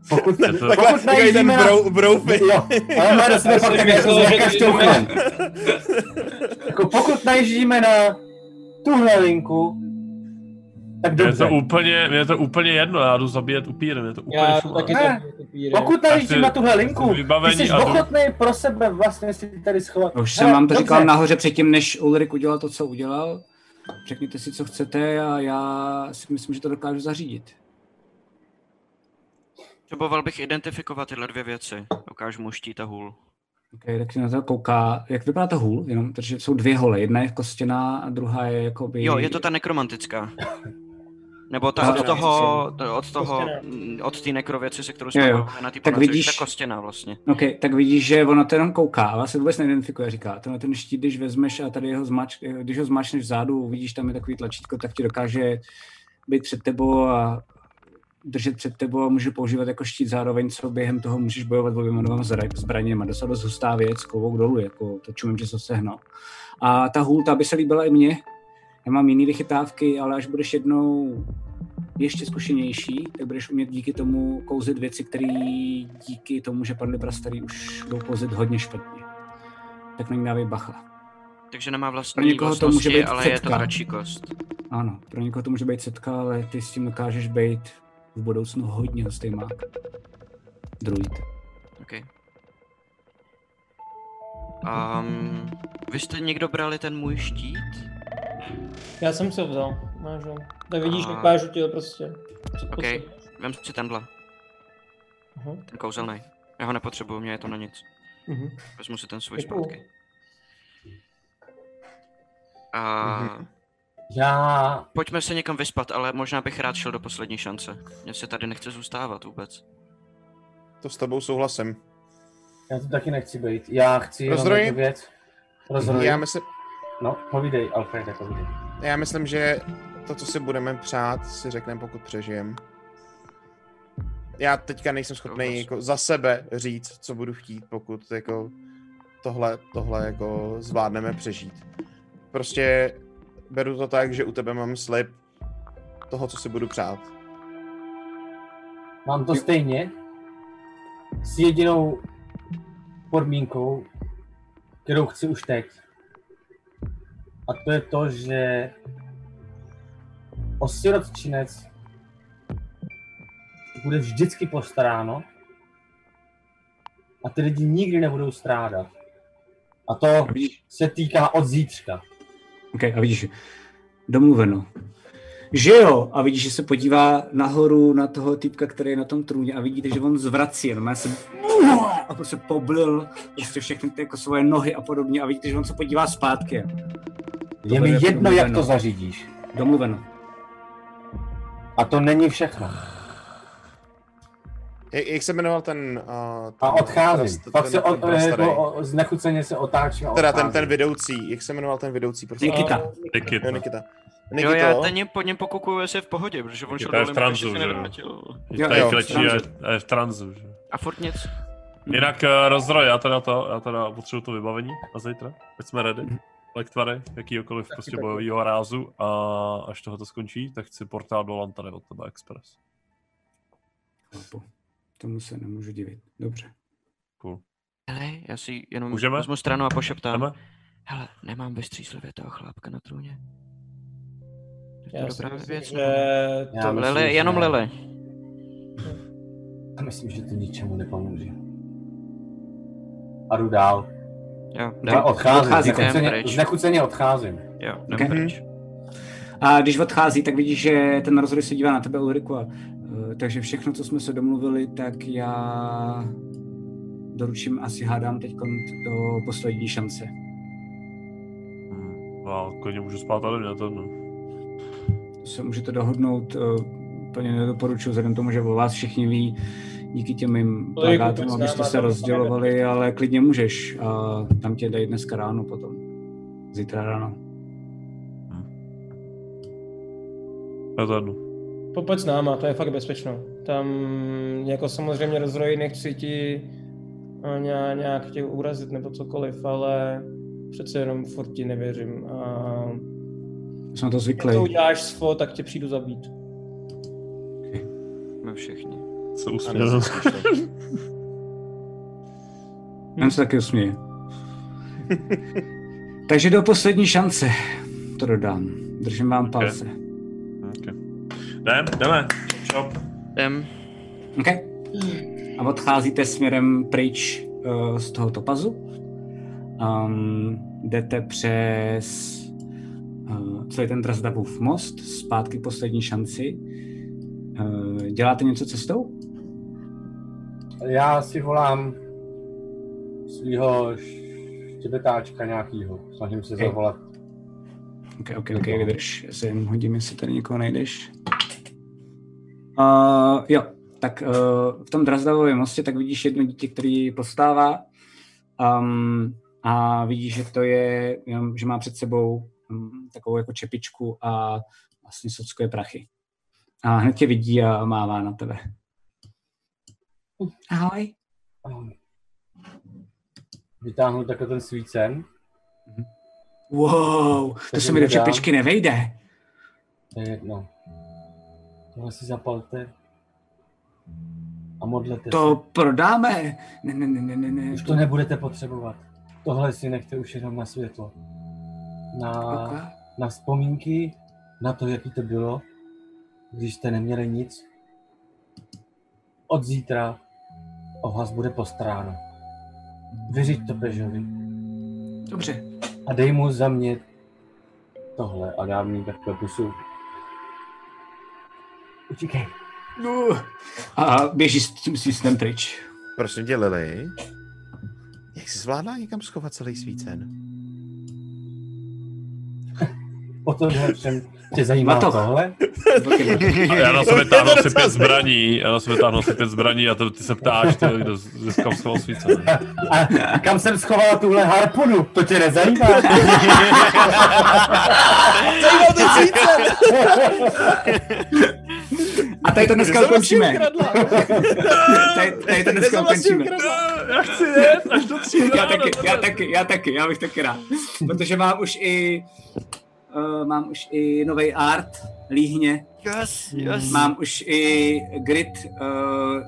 [SPEAKER 6] Pokud,
[SPEAKER 5] Je to- Takhle, takový ten
[SPEAKER 6] nás-
[SPEAKER 5] brou- broufy.
[SPEAKER 3] No,
[SPEAKER 6] Jo, ale má do sebe
[SPEAKER 5] Já
[SPEAKER 6] fakt
[SPEAKER 5] jsem
[SPEAKER 6] tak
[SPEAKER 5] myslel,
[SPEAKER 6] jako
[SPEAKER 5] že
[SPEAKER 6] nějaká
[SPEAKER 5] když
[SPEAKER 6] šťouchna.
[SPEAKER 5] jdeme-
[SPEAKER 6] Jako pokud najíždíme na tuhle linku,
[SPEAKER 10] Tak
[SPEAKER 8] Mně je
[SPEAKER 10] dobře.
[SPEAKER 8] to úplně, mně je to úplně jedno, já jdu zabíjet upírem, je to úplně
[SPEAKER 10] Já jdu
[SPEAKER 8] fuk,
[SPEAKER 10] taky
[SPEAKER 8] ale-
[SPEAKER 10] zabíjet upírem. Pokud najíždím na tuhle linku,
[SPEAKER 8] Jste vybavení
[SPEAKER 10] ty jsi
[SPEAKER 8] a jdu-
[SPEAKER 10] ochotný pro sebe vlastně si tady schovat.
[SPEAKER 3] No Už jsem vám to říkal nahoře předtím, než Ulrik udělal to, co udělal. Řekněte si, co chcete a já si myslím, že to dokážu zařídit.
[SPEAKER 4] Potřeboval bych identifikovat tyhle dvě věci. Dokážu mu štít a hůl.
[SPEAKER 3] Okay, tak se na to kouká. Jak vypadá ta hůl? Jenom, protože jsou dvě hole. Jedna je kostěná a druhá je jakoby...
[SPEAKER 4] Jo, je to ta nekromantická. Nebo ta
[SPEAKER 3] Ano,
[SPEAKER 4] od
[SPEAKER 3] ano,
[SPEAKER 4] toho,
[SPEAKER 3] přesně.
[SPEAKER 4] od toho,
[SPEAKER 3] Kostěná.
[SPEAKER 4] mm, od té nekrověci, se kterou
[SPEAKER 3] Jo,
[SPEAKER 4] jsme
[SPEAKER 3] jo.
[SPEAKER 4] bojovali na té
[SPEAKER 3] Tak
[SPEAKER 4] ponoci,
[SPEAKER 3] vidíš-
[SPEAKER 4] ta kostěná vlastně.
[SPEAKER 3] OK, tak vidíš, že ona to jenom kouká, ale se vůbec neidentifikuje, říká. Tenhle ten štít, když vezmeš a tady ho zmač, když ho zmačneš vzadu, vidíš, tam je takový tlačítko, tak ti dokáže být před tebou a držet před tebou a může používat jako štít zároveň, co během toho můžeš bojovat oběma dvěma zra- zbraněma. Dostala dost hustá věc, klobouk dolů, jako to čumím, že se sehnal. A ta hůlta by se líbila i mně. Já mám jiný vychytávky, ale až budeš jednou ještě zkušenější, tak budeš umět díky tomu kouzit věci, které díky tomu, že padly prastarý, už budou kouzit hodně špatně. Tak na ní dávej bacha.
[SPEAKER 4] Takže nemá vlastní
[SPEAKER 3] Pro někoho to může
[SPEAKER 4] vlastnosti,
[SPEAKER 3] být
[SPEAKER 4] ale je to
[SPEAKER 3] setka.
[SPEAKER 4] dračí kost.
[SPEAKER 3] Ano, pro někoho to může být setka, ale ty s tím dokážeš být v budoucnu hodně hustý mák. Druid.
[SPEAKER 4] Okay. Um, vy jste někdo brali ten můj štít?
[SPEAKER 7] Já jsem si ho vzal, máš ho. Tak vidíš,
[SPEAKER 4] A-
[SPEAKER 7] dokážu ti ho prostě.
[SPEAKER 4] OK, vem si tenhle.
[SPEAKER 7] Aha.
[SPEAKER 4] Ten kouzelný. Já ho nepotřebuju, mě je to na nic.
[SPEAKER 7] Mhm.
[SPEAKER 4] Vezmu si ten svůj
[SPEAKER 7] Děkuju.
[SPEAKER 4] zpátky. A...
[SPEAKER 10] Já...
[SPEAKER 4] Pojďme se někam vyspat, ale možná bych rád šel do poslední šance. Mně se tady nechce zůstávat vůbec.
[SPEAKER 5] To s tebou souhlasím.
[SPEAKER 10] Já to taky nechci být. Já chci jenom
[SPEAKER 5] Rozroji?
[SPEAKER 10] jednu věc. Rozroji.
[SPEAKER 5] Já myslím-
[SPEAKER 10] No, povídej, Alfrede, povídej.
[SPEAKER 5] Já myslím, že to, co si budeme přát, si řekneme, pokud přežijem. Já teďka nejsem schopný jako za sebe říct, co budu chtít, pokud jako tohle, tohle jako zvládneme přežít. Prostě beru to tak, že u tebe mám slib toho, co si budu přát.
[SPEAKER 10] Mám to stejně. S jedinou podmínkou, kterou chci už teď. A to je to, že o sirotčinec bude vždycky postaráno a ty lidi nikdy nebudou strádat. A to se týká od zítřka.
[SPEAKER 3] OK, a vidíš, domluveno. Že jo? A vidíš, že se podívá nahoru na toho typka, který je na tom trůně a vidíte, že on zvrací, jenom já se a prostě poblil prostě všechny ty jako svoje nohy a podobně a vidíte, že on se podívá zpátky.
[SPEAKER 10] Je mi jedno, jak to zařídíš.
[SPEAKER 3] Domluveno.
[SPEAKER 10] A to není všechno.
[SPEAKER 5] Jak, jak se jmenoval ten... Uh, ten
[SPEAKER 10] A odcházím.
[SPEAKER 5] prast-
[SPEAKER 10] Pak
[SPEAKER 5] ten-
[SPEAKER 10] se
[SPEAKER 5] ten
[SPEAKER 10] o,
[SPEAKER 5] prastarý?
[SPEAKER 10] jako, o, znechuceně se otáčím a
[SPEAKER 5] Teda ten,
[SPEAKER 10] odcházím.
[SPEAKER 5] ten vedoucí, jak se jmenoval ten vedoucí? Prostě?
[SPEAKER 10] Nikita.
[SPEAKER 5] Jo, Nikita. Jo, Nikita.
[SPEAKER 4] jo, já ten je- pod něm pokukuju, jestli je v pohodě, protože on šel
[SPEAKER 8] To je
[SPEAKER 4] dolů,
[SPEAKER 8] v
[SPEAKER 4] takže se
[SPEAKER 8] tranzu, že jo?
[SPEAKER 4] nevrátil.
[SPEAKER 8] Je tady kratší a- a je v tranzu, že
[SPEAKER 4] A furt nic.
[SPEAKER 8] Jinak eh, rozroj, já teda, to, já teda potřebuji to vybavení na zítra, ať jsme ready. Lektvary, jakýkoliv prostě
[SPEAKER 14] taky.
[SPEAKER 8] bojovýho rázu a až tohoto skončí, tak chci portál do Lantary od tebe Express.
[SPEAKER 3] Tomu se nemůžu divit. Dobře.
[SPEAKER 8] Cool.
[SPEAKER 4] Hele, já si jenom
[SPEAKER 8] Můžeme?
[SPEAKER 4] vezmu stranu a pošeptám.
[SPEAKER 8] Jdeme?
[SPEAKER 4] Hele, nemám vystřízlivě toho chlápka na trůně.
[SPEAKER 7] Já
[SPEAKER 4] Je to
[SPEAKER 7] si
[SPEAKER 4] dobrá
[SPEAKER 7] myslím,
[SPEAKER 4] věc,
[SPEAKER 7] že
[SPEAKER 4] nebo-
[SPEAKER 7] to-
[SPEAKER 4] Lele,
[SPEAKER 10] myslím, že-
[SPEAKER 4] jenom Lele.
[SPEAKER 10] Já myslím, že to ničemu nepomůže. A jdu dál.
[SPEAKER 4] Jo,
[SPEAKER 10] Já odcházím, znechuceně,
[SPEAKER 3] pryč.
[SPEAKER 10] znechuceně odcházím.
[SPEAKER 4] Jo,
[SPEAKER 3] Okay. A když odchází, tak vidíš, že ten rozhodně se dívá na tebe, Ulriku. A, eh, takže všechno, co jsme se domluvili, tak já doručím asi hádám teď do poslední šance.
[SPEAKER 8] No, klidně můžu spát tady, mě to no.
[SPEAKER 3] se můžete dohodnout, eh, plně nedoporučuji, vzhledem k tomu, že o vás všichni ví, díky těm mým
[SPEAKER 7] To je
[SPEAKER 3] plakátům,
[SPEAKER 7] vůbec
[SPEAKER 3] abyste
[SPEAKER 7] nemá
[SPEAKER 3] se
[SPEAKER 7] to
[SPEAKER 3] rozdělovali, ale klidně můžeš. A tam tě dají dneska ráno potom. Zítra ráno.
[SPEAKER 8] Já to jednu.
[SPEAKER 7] Popad s náma, to je fakt bezpečno. Tam jako samozřejmě rozroji nechci ti eh, nějak, nějak tě urazit nebo cokoliv, ale přece jenom furt ti nevěřím. A
[SPEAKER 3] Jsem na to
[SPEAKER 7] jak to
[SPEAKER 3] zvyklý.
[SPEAKER 7] uděláš svo, tak tě přijdu zabít.
[SPEAKER 4] My všichni.
[SPEAKER 8] Se
[SPEAKER 3] usměl. Já se taky usměje. Takže do poslední šance to dodám. Držím vám palce.
[SPEAKER 8] Okay. Jdem, jdeme. Čop.
[SPEAKER 4] Jdem.
[SPEAKER 3] OK. A odcházíte směrem pryč eh, z tohoto pazu. Um, jdete přes eh, celý ten Drazdavův most, zpátky k poslední šanci. Eh, děláte něco cestou?
[SPEAKER 6] Já si volám svého štěbetáčka nějakýho. Snažím se
[SPEAKER 3] Hej.
[SPEAKER 6] zavolat.
[SPEAKER 3] OK, OK, OK, vydrž. Já se jen hodím, jestli tady někoho najdeš. Uh, jo, tak uh, v tom Drazdavově mostě tak vidíš jedno dítě, který postává um, a vidíš, že to je, jenom, že má před sebou um, takovou jako čepičku a vlastně sockuje prachy. A hned tě vidí a mává na tebe. Ahoj.
[SPEAKER 6] Vytáhnu takhle ten svícen.
[SPEAKER 3] Wow, to
[SPEAKER 6] Takže
[SPEAKER 3] se mi do
[SPEAKER 6] mu dám-
[SPEAKER 3] čepičky nevejde.
[SPEAKER 6] To je jedno. Tohle si zapalte. A modlete
[SPEAKER 3] To prodáme. Ne, ne, ne, ne, ne, ne.
[SPEAKER 6] se. Už to nebudete potřebovat. Tohle si nechte už jenom na světlo. Na,
[SPEAKER 3] Ok.
[SPEAKER 6] na vzpomínky, na to, jaký to bylo, když jste neměli nic. Od zítra o vás bude postaráno. Vyřiď to Pežovi.
[SPEAKER 3] Dobře.
[SPEAKER 6] A dej mu za mě tohle a dám mi takhle pusu. Utíkej.
[SPEAKER 3] No. A běží s tím systém pryč.
[SPEAKER 5] Prosím tě, Lily, jak jsi zvládla někam schovat celý svícen?
[SPEAKER 6] O tohle všem tě zajímá
[SPEAKER 5] Matov.
[SPEAKER 6] tohle?
[SPEAKER 8] A já na sebe táhnu si pět zbraní, já na sebe táhnu si pět zbraní a to ty se ptáš, ty, kdo získal svého svíce.
[SPEAKER 6] A kam jsem schoval tuhle harpunu? To tě nezajímá?
[SPEAKER 3] Zajímá to cítit! A tady to dneska ukončíme. Tady, tady to dneska ukončíme.
[SPEAKER 8] Já chci jet až do tří
[SPEAKER 3] Já taky, já taky, já taky, já bych taky rád. Protože mám už i uh, mám už i nový art, líhně. Hmm.
[SPEAKER 4] Yes, yes.
[SPEAKER 3] Mám už i grid uh,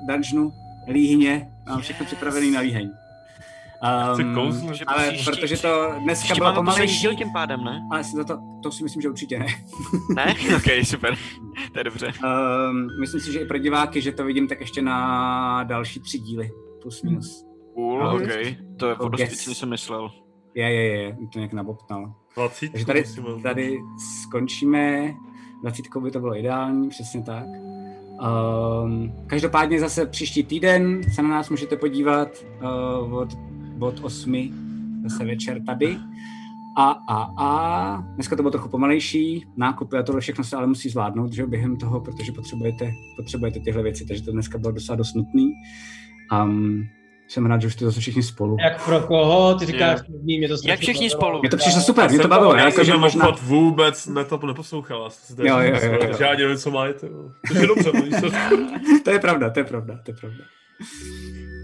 [SPEAKER 3] dungeonu, líhně. Mám všechno připravený na líheň.
[SPEAKER 4] Chci kouzlit.
[SPEAKER 3] ehm, ale
[SPEAKER 4] Příští-
[SPEAKER 3] protože to dneska
[SPEAKER 4] Ještě
[SPEAKER 3] bylo
[SPEAKER 4] máme poslední
[SPEAKER 3] pomalejší,
[SPEAKER 4] díl tím pádem, ne?
[SPEAKER 3] ale za to, to si myslím, že určitě ne.
[SPEAKER 4] Ne? Ok, super. To je dobře.
[SPEAKER 3] Um, myslím si, že i pro diváky, že to vidím tak ještě na další tři díly, plus minus.
[SPEAKER 4] Cool,
[SPEAKER 3] Ahoj.
[SPEAKER 4] ok. To je
[SPEAKER 3] Oh,
[SPEAKER 4] dost
[SPEAKER 3] yes.
[SPEAKER 4] víc, než jsem myslel.
[SPEAKER 3] Je, je, je, je, to nějak nabobtnal.
[SPEAKER 8] 20,
[SPEAKER 3] Takže tady,
[SPEAKER 8] prosím vás.
[SPEAKER 3] tady skončíme, 20 by to bylo ideální, přesně tak. Um, každopádně zase příští týden se na nás můžete podívat uh, od, od 8 zase večer tady. A, a, a, dneska to bylo trochu pomalejší, nákupy a tohle všechno se ale musí zvládnout, že jo, během toho, protože potřebujete, potřebujete tyhle věci, takže to dneska bylo docela dost nutný. Um, jsem rád, že už jste zase všichni spolu.
[SPEAKER 7] Jak pro koho? Ty říkáš,
[SPEAKER 8] Jo.
[SPEAKER 7] mě, mě to strašně bavilo.
[SPEAKER 3] Mně to přišlo super, mě to bavilo,
[SPEAKER 8] Já
[SPEAKER 3] jako, že
[SPEAKER 8] jsem
[SPEAKER 3] možná...
[SPEAKER 8] obchod vůbec ne to neposlouchal. já jsem si tady
[SPEAKER 3] Jo, jo, jo,
[SPEAKER 8] myslel,
[SPEAKER 3] jo.
[SPEAKER 8] že Já dělám, co mají. ty vole. Což je dobře, mluvíš se.
[SPEAKER 3] to je pravda, to je pravda, to je pravda.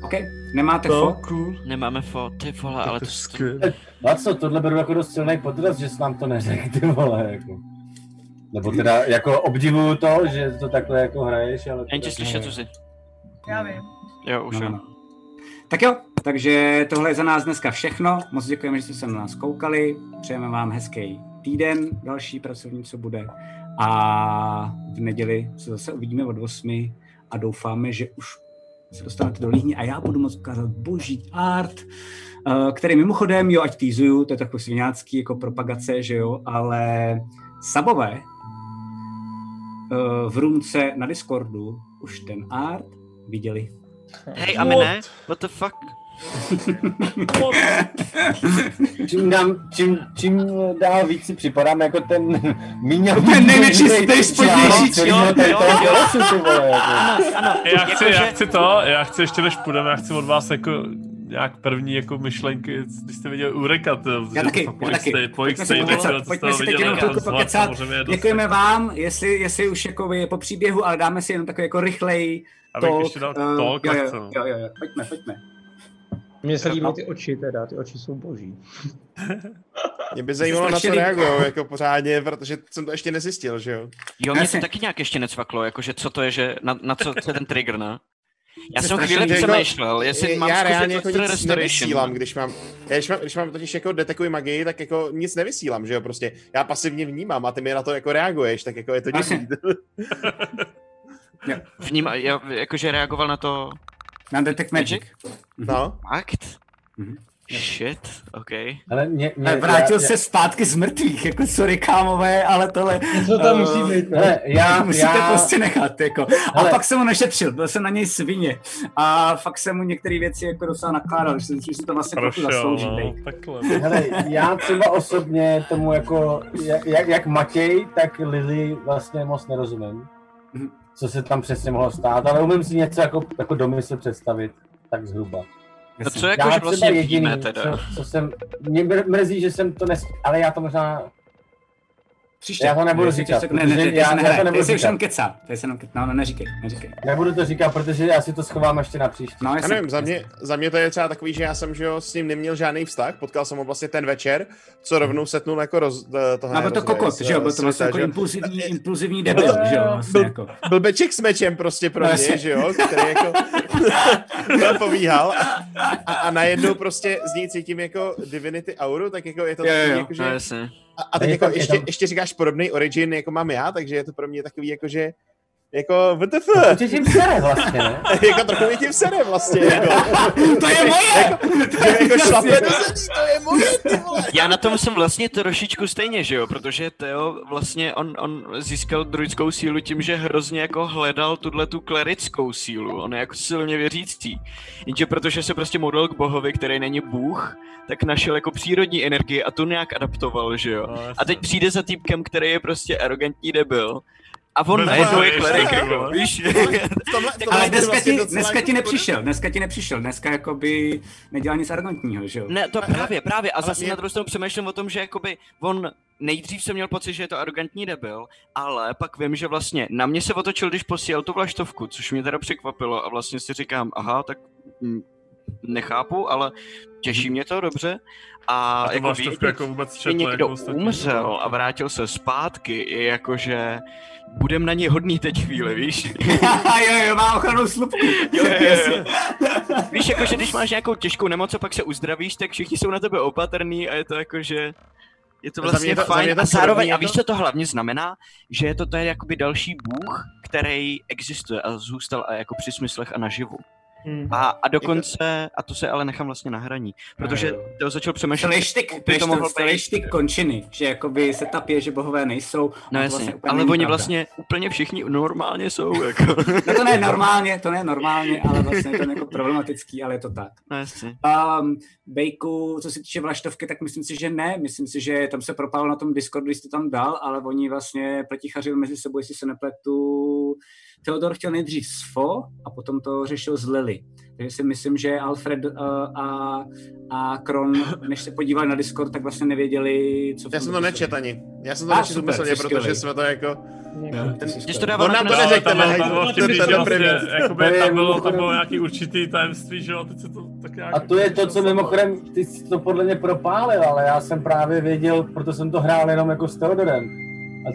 [SPEAKER 3] OK, nemáte
[SPEAKER 8] No,
[SPEAKER 3] fot?
[SPEAKER 8] cool.
[SPEAKER 4] Nemáme fo, ty vole, ale to... to
[SPEAKER 6] A co, tohle beru jako dost silný podraz, že jsi nám to neřekl, ty vole, jako. Nebo teda jako obdivuju to, že to takhle jako hraješ, ale...
[SPEAKER 4] Jen tě slyšet, Zuzi.
[SPEAKER 16] Já vím.
[SPEAKER 4] Jo, už
[SPEAKER 3] No,
[SPEAKER 4] jo.
[SPEAKER 3] no. Tak jo, takže tohle je za nás dneska všechno. Moc děkujeme, že jste se na nás koukali. Přejeme vám hezký týden, další pracovní, co bude. A v neděli se zase uvidíme od 8 a doufáme, že už se dostanete do Líhní a já budu moct ukázat boží art, eh, který mimochodem, jo, ať týzuju, to je takový sviňácký jako propagace, že jo, ale sabové eh, v růmce na Discordu už ten art viděli.
[SPEAKER 4] Hej, a my ne? What the fuck?
[SPEAKER 6] Čím, dám, čím, čím dál víc si připadám jako ten míňa...
[SPEAKER 3] Ten největší,
[SPEAKER 6] člán, který
[SPEAKER 3] nejspodnější člán,
[SPEAKER 6] měl tady toho
[SPEAKER 3] jo,
[SPEAKER 6] dělosu, ty vole, jako.
[SPEAKER 8] Já chci, já
[SPEAKER 6] Jakože-
[SPEAKER 8] chci to, já chci ještě než půjdeme, já chci od vás jako nějak první jako myšlenky, když jste viděl Eureka, to,
[SPEAKER 3] Já taky, já taky. Pojďme si pokecat, pojďme si teď jenom chvilku pokecat. Děkujeme vám, jestli, jestli už jako je po příběhu, ale dáme si jenom takový jako rychlej
[SPEAKER 8] Abych
[SPEAKER 3] talk.
[SPEAKER 8] ještě dal
[SPEAKER 3] eh,
[SPEAKER 8] talk
[SPEAKER 3] jo,
[SPEAKER 8] akce,
[SPEAKER 3] jo, jo,
[SPEAKER 8] no.
[SPEAKER 3] jo, jo, pojďme, pojďme.
[SPEAKER 7] Mně se líbí ty oči teda, ty oči jsou boží.
[SPEAKER 5] Mě by zajímalo, na co
[SPEAKER 7] strašně líbí.
[SPEAKER 5] reagují, jako pořádně, protože jsem to ještě nezjistil, že jo?
[SPEAKER 4] Jo, mě to taky nějak ještě necvaklo, jakože co to je, že na, na co to je ten trigger, ne? Já
[SPEAKER 5] To je
[SPEAKER 4] jsem
[SPEAKER 5] strašně
[SPEAKER 4] chvíli
[SPEAKER 5] divný.
[SPEAKER 4] přemýšlel,
[SPEAKER 5] Já-
[SPEAKER 4] jestli mám
[SPEAKER 5] já
[SPEAKER 4] zkusit
[SPEAKER 5] reálně jako
[SPEAKER 4] Astral
[SPEAKER 5] nic
[SPEAKER 4] Restoration.
[SPEAKER 5] nevysílám, když mám, já když mám, když mám totiž jako detekuji magii, tak jako nic nevysílám, že jo, prostě. Já pasivně vnímám a ty mi na to jako reaguješ, tak jako je to
[SPEAKER 3] Vlastně-
[SPEAKER 5] divný.
[SPEAKER 4] Vním, já, jakože reagoval na to...
[SPEAKER 3] Na Detect Magic.
[SPEAKER 5] No.
[SPEAKER 4] Fakt? Shit, OK.
[SPEAKER 6] Ale mě,
[SPEAKER 3] Ne, vrátil se zpátky z mrtvých, jako sorry kámové, ale tohle...
[SPEAKER 6] Co to
[SPEAKER 3] eh,
[SPEAKER 6] musí být, ne?
[SPEAKER 5] Jako
[SPEAKER 6] Já-
[SPEAKER 3] musíte
[SPEAKER 6] já-
[SPEAKER 3] prostě nechat, jako. A pak jsem ho našetřil, byl jsem na něj svině. A fakt jsem mu některé věci jako docela nakládal, že, že si to vlastně trochu
[SPEAKER 8] Prošel,
[SPEAKER 3] zaslouží.
[SPEAKER 8] no,
[SPEAKER 3] dej.
[SPEAKER 6] Hele, já třeba osobně tomu jako, jak, jak- jak Matěj, tak Lily vlastně moc nerozumím, co se tam přesně mohlo stát, ale umím si něco jako, jako domysl představit, tak zhruba.
[SPEAKER 4] No co jako, že
[SPEAKER 6] třeba
[SPEAKER 4] vlastně víme teda?
[SPEAKER 6] Co, co jsem, mě mr- mrzí, že jsem to nes... ale já to možná...
[SPEAKER 3] Příště.
[SPEAKER 6] Já to nebudu
[SPEAKER 3] Jestli
[SPEAKER 6] říkat,
[SPEAKER 3] to- Ne, ne,
[SPEAKER 6] protože
[SPEAKER 3] ne,
[SPEAKER 6] já, já to
[SPEAKER 3] ne,
[SPEAKER 6] nebudu
[SPEAKER 3] ne,
[SPEAKER 6] říkat.
[SPEAKER 3] jenom kecá, to je jenom kecá, no, no, neříkej, neříkej.
[SPEAKER 6] Nebudu to říkat, protože já si to schovám ještě na příště.
[SPEAKER 3] No,
[SPEAKER 5] Já nevím, za mě, za mě to je třeba takový, že já jsem že jo, s ním neměl žádný vztah, potkal jsem ho vlastně ten večer, co rovnou setnul jako roz, eh, toho
[SPEAKER 3] No, byl to
[SPEAKER 5] rozvoje
[SPEAKER 3] kokot,
[SPEAKER 5] s-
[SPEAKER 3] že jo, byl
[SPEAKER 5] s-
[SPEAKER 3] to vlastně
[SPEAKER 5] s-
[SPEAKER 3] jako
[SPEAKER 5] že jo.
[SPEAKER 3] impulzivní, impulzivní debil, že jo, vlastně
[SPEAKER 5] Byl-
[SPEAKER 3] jako.
[SPEAKER 5] Byl beček s mečem prostě pro
[SPEAKER 3] No,
[SPEAKER 5] mě,
[SPEAKER 3] jasně.
[SPEAKER 5] že jo, který jako povíhal a, a, a najednou prostě z ní cítím jako divinity auru, tak jako je to
[SPEAKER 4] Jo, jo,
[SPEAKER 5] takový
[SPEAKER 4] jo,
[SPEAKER 5] jako, že...
[SPEAKER 4] no, jasně.
[SPEAKER 5] A, a tak
[SPEAKER 4] Je
[SPEAKER 5] jako
[SPEAKER 4] tam- je
[SPEAKER 5] ještě,
[SPEAKER 4] tam-
[SPEAKER 5] ještě říkáš podobný origin, jako mám já, takže je to pro mě takový jako, že jako WTF.
[SPEAKER 4] No,
[SPEAKER 6] Tě tím sere vlastně, ne?
[SPEAKER 5] jako trochu mě tím sere vlastně, jako.
[SPEAKER 4] To je moje!
[SPEAKER 5] Jako, že jako šlape do zemí, to je moje!
[SPEAKER 4] Já na tom jsem vlastně trošičku stejně, že jo, protože Teo vlastně on, on získal druidskou sílu tím, že hrozně jako hledal tuhle tu klerickou sílu, on je jako silně věřící. Jenže protože se prostě modlil k bohovi, který není bůh, tak našel jako přírodní energii a tu nějak adaptoval, že jo. A teď přijde za týpkem, který je prostě arrogantní debil. A on
[SPEAKER 3] Bez
[SPEAKER 4] najednou je
[SPEAKER 3] hlavy,
[SPEAKER 4] klerik,
[SPEAKER 3] ještě,
[SPEAKER 4] jako,
[SPEAKER 3] vole.
[SPEAKER 4] víš?
[SPEAKER 3] Ale dneska ti, dneska ti nepřišel, dneska ti nepřišel, dneska jakoby nedělal nic arrogantního, že jo?
[SPEAKER 4] Ne, to právě, právě. A
[SPEAKER 3] ale
[SPEAKER 4] zase
[SPEAKER 3] mě-
[SPEAKER 4] na druhou stranu přemýšlím o tom, že jakoby on nejdřív jsem měl pocit, že je to arrogantní debil, ale pak vím, že vlastně na mě se otočil, když posílal tu vlaštovku, což mě teda překvapilo a vlastně si říkám, aha, tak hm, nechápu, ale těší mě to, dobře. A,
[SPEAKER 8] A tu
[SPEAKER 4] jako,
[SPEAKER 8] vlaštovku
[SPEAKER 4] vědět,
[SPEAKER 8] jako vůbec
[SPEAKER 4] že
[SPEAKER 8] četl,
[SPEAKER 4] někdo
[SPEAKER 8] jako ostatní.
[SPEAKER 4] umřel a vrátil se zpátky, je jakože budem na něj hodný teď chvíli, víš?
[SPEAKER 3] jo, jo, má ochranou slupku.
[SPEAKER 4] Jo, jo, jo. Víš, jakože když máš nějakou těžkou nemoc a pak se uzdravíš, tak všichni jsou na tebe opatrní a je to jakože... Je to
[SPEAKER 7] Za
[SPEAKER 4] vlastně
[SPEAKER 7] mě to- za mě
[SPEAKER 4] fajn
[SPEAKER 7] to
[SPEAKER 4] a zároveň,
[SPEAKER 7] podobný
[SPEAKER 4] a
[SPEAKER 7] jako-
[SPEAKER 4] víš, co to hlavně znamená? Že je to tady jakoby další bůh, který existuje a zůstal a jako při smyslech a naživu.
[SPEAKER 7] Hmm.
[SPEAKER 4] A, a dokonce, a to se ale nechám vlastně na hraní, protože to začal přemýšlet,
[SPEAKER 3] Slejštyk,
[SPEAKER 4] by to mohlo být.
[SPEAKER 3] slejštyk končiny, že jakoby se tapě, že bohové nejsou. a
[SPEAKER 4] No
[SPEAKER 3] to
[SPEAKER 4] jasně,
[SPEAKER 3] úplně
[SPEAKER 4] ale
[SPEAKER 3] není
[SPEAKER 4] oni
[SPEAKER 3] pravda.
[SPEAKER 4] vlastně úplně všichni normálně jsou, jako.
[SPEAKER 3] No to ne normálně, to ne normálně, ale vlastně je to jako problematický, ale je to tak.
[SPEAKER 4] No jasně.
[SPEAKER 3] Um, Bejku, co se týče vlaštovky, tak myslím si, že ne. Myslím si, že tam se propál na tom Discordu, když jste tam dal, ale oni vlastně pletichařili mezi sebou, jestli se nepletu. Teodor chtěl nejdřív s Fo a potom to řešil s Lily. Takže si myslím, že Alfred uh, a, a Kron, než se podívali na Discord, tak vlastně nevěděli, co v
[SPEAKER 5] Já
[SPEAKER 3] tom
[SPEAKER 5] jsem to
[SPEAKER 3] Discordu.
[SPEAKER 5] nečet ani. Já jsem to
[SPEAKER 4] Ah,
[SPEAKER 3] A,
[SPEAKER 5] nečet
[SPEAKER 3] super,
[SPEAKER 5] úmyslně,
[SPEAKER 3] jsi
[SPEAKER 5] protože
[SPEAKER 3] skvělej.
[SPEAKER 5] jsme to jako...
[SPEAKER 4] No.
[SPEAKER 3] Jo,
[SPEAKER 5] Ten,
[SPEAKER 3] jsi skvělej.
[SPEAKER 5] on nám to neřekne,
[SPEAKER 8] tam,
[SPEAKER 5] ne?
[SPEAKER 8] tam, bylo
[SPEAKER 5] ten-
[SPEAKER 8] vtipný, že
[SPEAKER 5] ten
[SPEAKER 8] vlastně,
[SPEAKER 5] první.
[SPEAKER 8] jakoby,
[SPEAKER 6] To je
[SPEAKER 8] tam bylo, tam
[SPEAKER 6] mimochodem-
[SPEAKER 8] bylo nějaký určitý tajemství, že jo, a teď se to tak nějak...
[SPEAKER 6] A to je to, co mimochodem, ty jsi to podle mě propálil, ale já jsem právě věděl, proto jsem to hrál jenom jako s Teodorem. A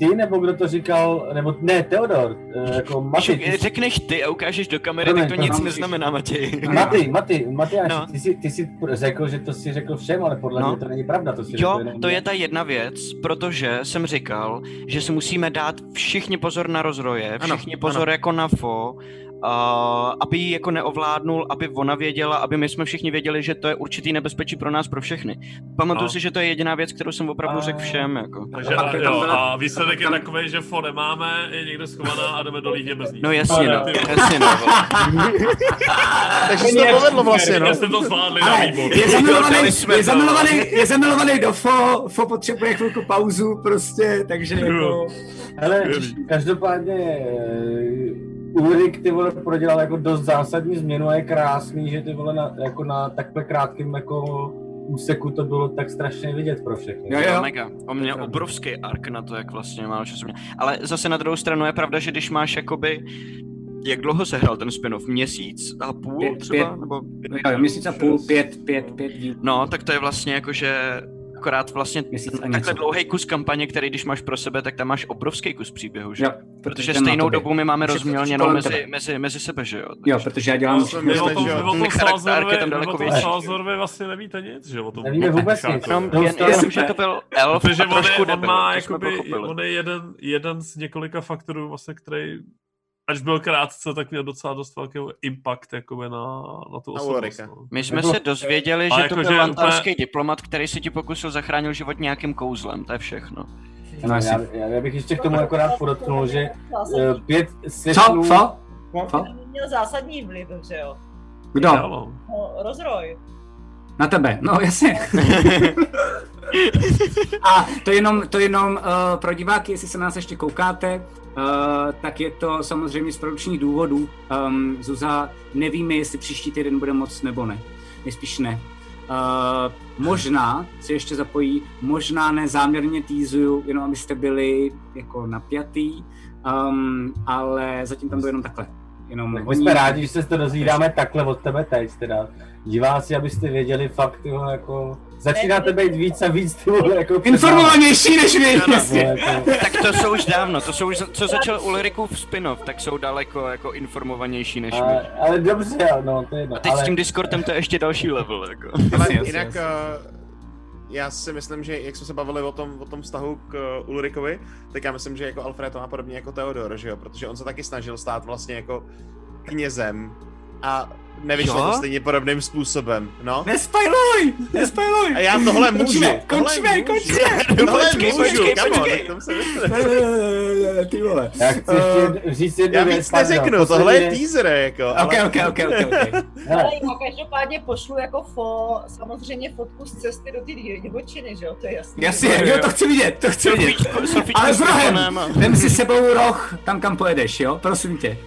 [SPEAKER 6] ty, ty nebo kdo to říkal, nebo ne, Teodor, eh, jako Maty, ty,
[SPEAKER 4] Když Řekneš ty a ukážeš do kamery,
[SPEAKER 6] Promiň,
[SPEAKER 4] tak to nic
[SPEAKER 6] promiň.
[SPEAKER 4] neznamená, Matěj.
[SPEAKER 6] Maty, Maty, Matyáš,
[SPEAKER 4] No.
[SPEAKER 6] ty, jsi, ty jsi pr- řekl, že to si řekl všem, ale podle
[SPEAKER 4] No.
[SPEAKER 6] mě to není pravda, to si
[SPEAKER 4] Jo,
[SPEAKER 6] řekl jenom
[SPEAKER 4] to je
[SPEAKER 6] mě.
[SPEAKER 4] ta jedna věc, protože jsem říkal, že si musíme dát všichni pozor na rozroje,
[SPEAKER 7] Ano,
[SPEAKER 4] všichni pozor
[SPEAKER 7] ano.
[SPEAKER 4] jako na fo, uh, aby ji jako neovládnul, aby ona věděla, aby my jsme všichni věděli, že to je určitý nebezpečí pro nás, pro všechny. Pamatuju
[SPEAKER 8] No.
[SPEAKER 4] si, že to je jediná věc, kterou jsem opravdu řekl všem, jako.
[SPEAKER 8] Takže a, jo, a výsledek je takový, že fo nemáme, je někde schovaná a jdeme do líhy bez ní.
[SPEAKER 4] No jasně, no,
[SPEAKER 8] Ty vole.
[SPEAKER 4] jasně, no. vole.
[SPEAKER 5] Takže se to povedlo vlastně, no.
[SPEAKER 8] Já jsem to zvládli na výbor.
[SPEAKER 3] Je
[SPEAKER 8] Dali
[SPEAKER 3] zamilovaný,
[SPEAKER 8] jsme
[SPEAKER 3] je
[SPEAKER 8] to.
[SPEAKER 3] zamilovaný, je zamilovaný do Fo, Fo potřebuje chvilku pauzu prostě, takže jako...
[SPEAKER 6] Hele, každopádně eh, Ulrik ty vole prodělal jako dost zásadní změnu a je krásný, že ty vole na, jako na takhle krátkém jako úseku to bylo tak strašně vidět pro všechny.
[SPEAKER 4] Mega. On měl obrovský ark na to, jak vlastně málo času měl. Ale zase na druhou stranu je pravda, že když máš jakoby jak dlouho se hrál ten spin-off? Měsíc a půl
[SPEAKER 3] Pět-
[SPEAKER 4] třeba?
[SPEAKER 3] pět-
[SPEAKER 4] Nebo...
[SPEAKER 3] Jo, jo, měsíc a půl, pět, pět, pět dílů.
[SPEAKER 4] No, tak to je vlastně jako, že Akorát vlastně takhle dlouhý kus kampaně, který když máš pro sebe, tak tam máš obrovský kus příběhu, že?
[SPEAKER 3] Jo,
[SPEAKER 4] protože,
[SPEAKER 3] protože ten má
[SPEAKER 4] stejnou
[SPEAKER 3] tobě.
[SPEAKER 4] dobu my máme
[SPEAKER 3] Protože-
[SPEAKER 4] rozmělněnou
[SPEAKER 3] kolem
[SPEAKER 4] mezi,
[SPEAKER 3] tebe.
[SPEAKER 4] mezi, mezi sebe, že jo?
[SPEAKER 3] Jo, protože já dělám... všechno stejně.
[SPEAKER 4] Charakterky tam
[SPEAKER 8] Vy
[SPEAKER 4] daleko
[SPEAKER 8] o tom
[SPEAKER 4] větší.
[SPEAKER 8] Salzorovi vlastně nevíte nic, že o tom.
[SPEAKER 4] Nevíme vůbec nic. Jenom- prostě- jen- jenom, že to byl elf
[SPEAKER 8] Protože
[SPEAKER 4] a
[SPEAKER 8] on
[SPEAKER 4] trošku
[SPEAKER 8] je, on
[SPEAKER 4] debil,
[SPEAKER 8] má
[SPEAKER 4] to jsme
[SPEAKER 8] jakoby,
[SPEAKER 4] pochopili.
[SPEAKER 8] on je jeden, jeden z několika faktorů, vlastně, který až byl krátce, tak měl docela dost velký impact jakoby na, na tu
[SPEAKER 4] Na
[SPEAKER 8] osobnost.
[SPEAKER 4] Ulrika.
[SPEAKER 8] no.
[SPEAKER 4] My jsme se dozvěděli,
[SPEAKER 8] A
[SPEAKER 4] že to
[SPEAKER 8] jako,
[SPEAKER 4] byl lantarský
[SPEAKER 8] úplně-
[SPEAKER 4] diplomat, který si ti pokusil zachránit život nějakým kouzlem, to je všechno.
[SPEAKER 6] No, já, já, já bych ještě k tomu akorát podotknul, že eh, pět
[SPEAKER 4] Co?
[SPEAKER 6] sessionů...
[SPEAKER 4] Co?
[SPEAKER 3] No,
[SPEAKER 6] Co?
[SPEAKER 16] Měl zásadní vliv, že jo?
[SPEAKER 3] Kdo?
[SPEAKER 16] No, rozroj.
[SPEAKER 3] Na tebe, no jasně. A to jenom, to jenom uh, pro diváky, jestli se na nás ještě koukáte, uh, tak je to samozřejmě z produčních důvodů. Um, Zuza, nevíme, jestli příští týden bude moc nebo ne. Nejspíš ne. Uh, možná se ještě zapojí, možná ne, záměrně týzuju, jenom abyste byli jako napjatý, um, ale zatím tam jdu jenom takhle. Jenom
[SPEAKER 6] My
[SPEAKER 3] oni-
[SPEAKER 6] jsme rádi, že se to dozvídáme takhle od tebe teď teda. Diváci, abyste věděli fakt, jo, jako... Začínáte být víc a víc, ty vole, jako...
[SPEAKER 3] Informovanější než vy,
[SPEAKER 6] Ano,
[SPEAKER 3] jasně.
[SPEAKER 6] vole, jako-
[SPEAKER 4] tak to jsou už dávno, to jsou už, co začal Ulrikův spin-off, tak jsou daleko jako informovanější než my.
[SPEAKER 6] Ale, ale dobře, no, to je jedno.
[SPEAKER 4] A teď
[SPEAKER 6] ale...
[SPEAKER 4] s tím Discordem to je ještě další level, jako.
[SPEAKER 5] Ale jinak eh, já si myslím, že jak jsme se bavili o tom, o tom vztahu k eh, Ulrikovi, tak já myslím, že jako Alfred to má podobně jako Theodor, že jo? Protože on se taky snažil stát vlastně jako knězem a nevyšlo
[SPEAKER 14] Jo?
[SPEAKER 5] to stejně podobným způsobem, no.
[SPEAKER 3] Nespajluj! Nespajluj!
[SPEAKER 5] A já tohle můžu.
[SPEAKER 3] Končíme,
[SPEAKER 5] tohle
[SPEAKER 3] končíme,
[SPEAKER 5] můžu.
[SPEAKER 3] končíme!
[SPEAKER 5] Tohle
[SPEAKER 3] Počkej,
[SPEAKER 5] můžu,
[SPEAKER 3] počkej,
[SPEAKER 5] come on,
[SPEAKER 3] počkej.
[SPEAKER 5] tak tomu se-
[SPEAKER 3] Eh, Ty vole. Eh,
[SPEAKER 6] Já chci ještě říct jednu
[SPEAKER 5] Já
[SPEAKER 6] věc,
[SPEAKER 5] víc
[SPEAKER 6] pardon,
[SPEAKER 5] neřeknu,
[SPEAKER 6] poslední
[SPEAKER 5] tohle je
[SPEAKER 6] věc.
[SPEAKER 5] teaser, jako.
[SPEAKER 6] Ok,
[SPEAKER 5] ale-
[SPEAKER 6] ok, ok, ok, ok.
[SPEAKER 16] Ale já každopádně pošlu jako fo, samozřejmě fotku z cesty do ty divočiny, že jo, to je jasný.
[SPEAKER 3] Jasně, jo, to chci vidět, to chci vidět.
[SPEAKER 4] Sofíčko
[SPEAKER 3] Ale s
[SPEAKER 4] s
[SPEAKER 3] rohem,
[SPEAKER 4] telefonem.
[SPEAKER 3] vem si sebou roh, tam kam pojedeš, jo, prosím tě.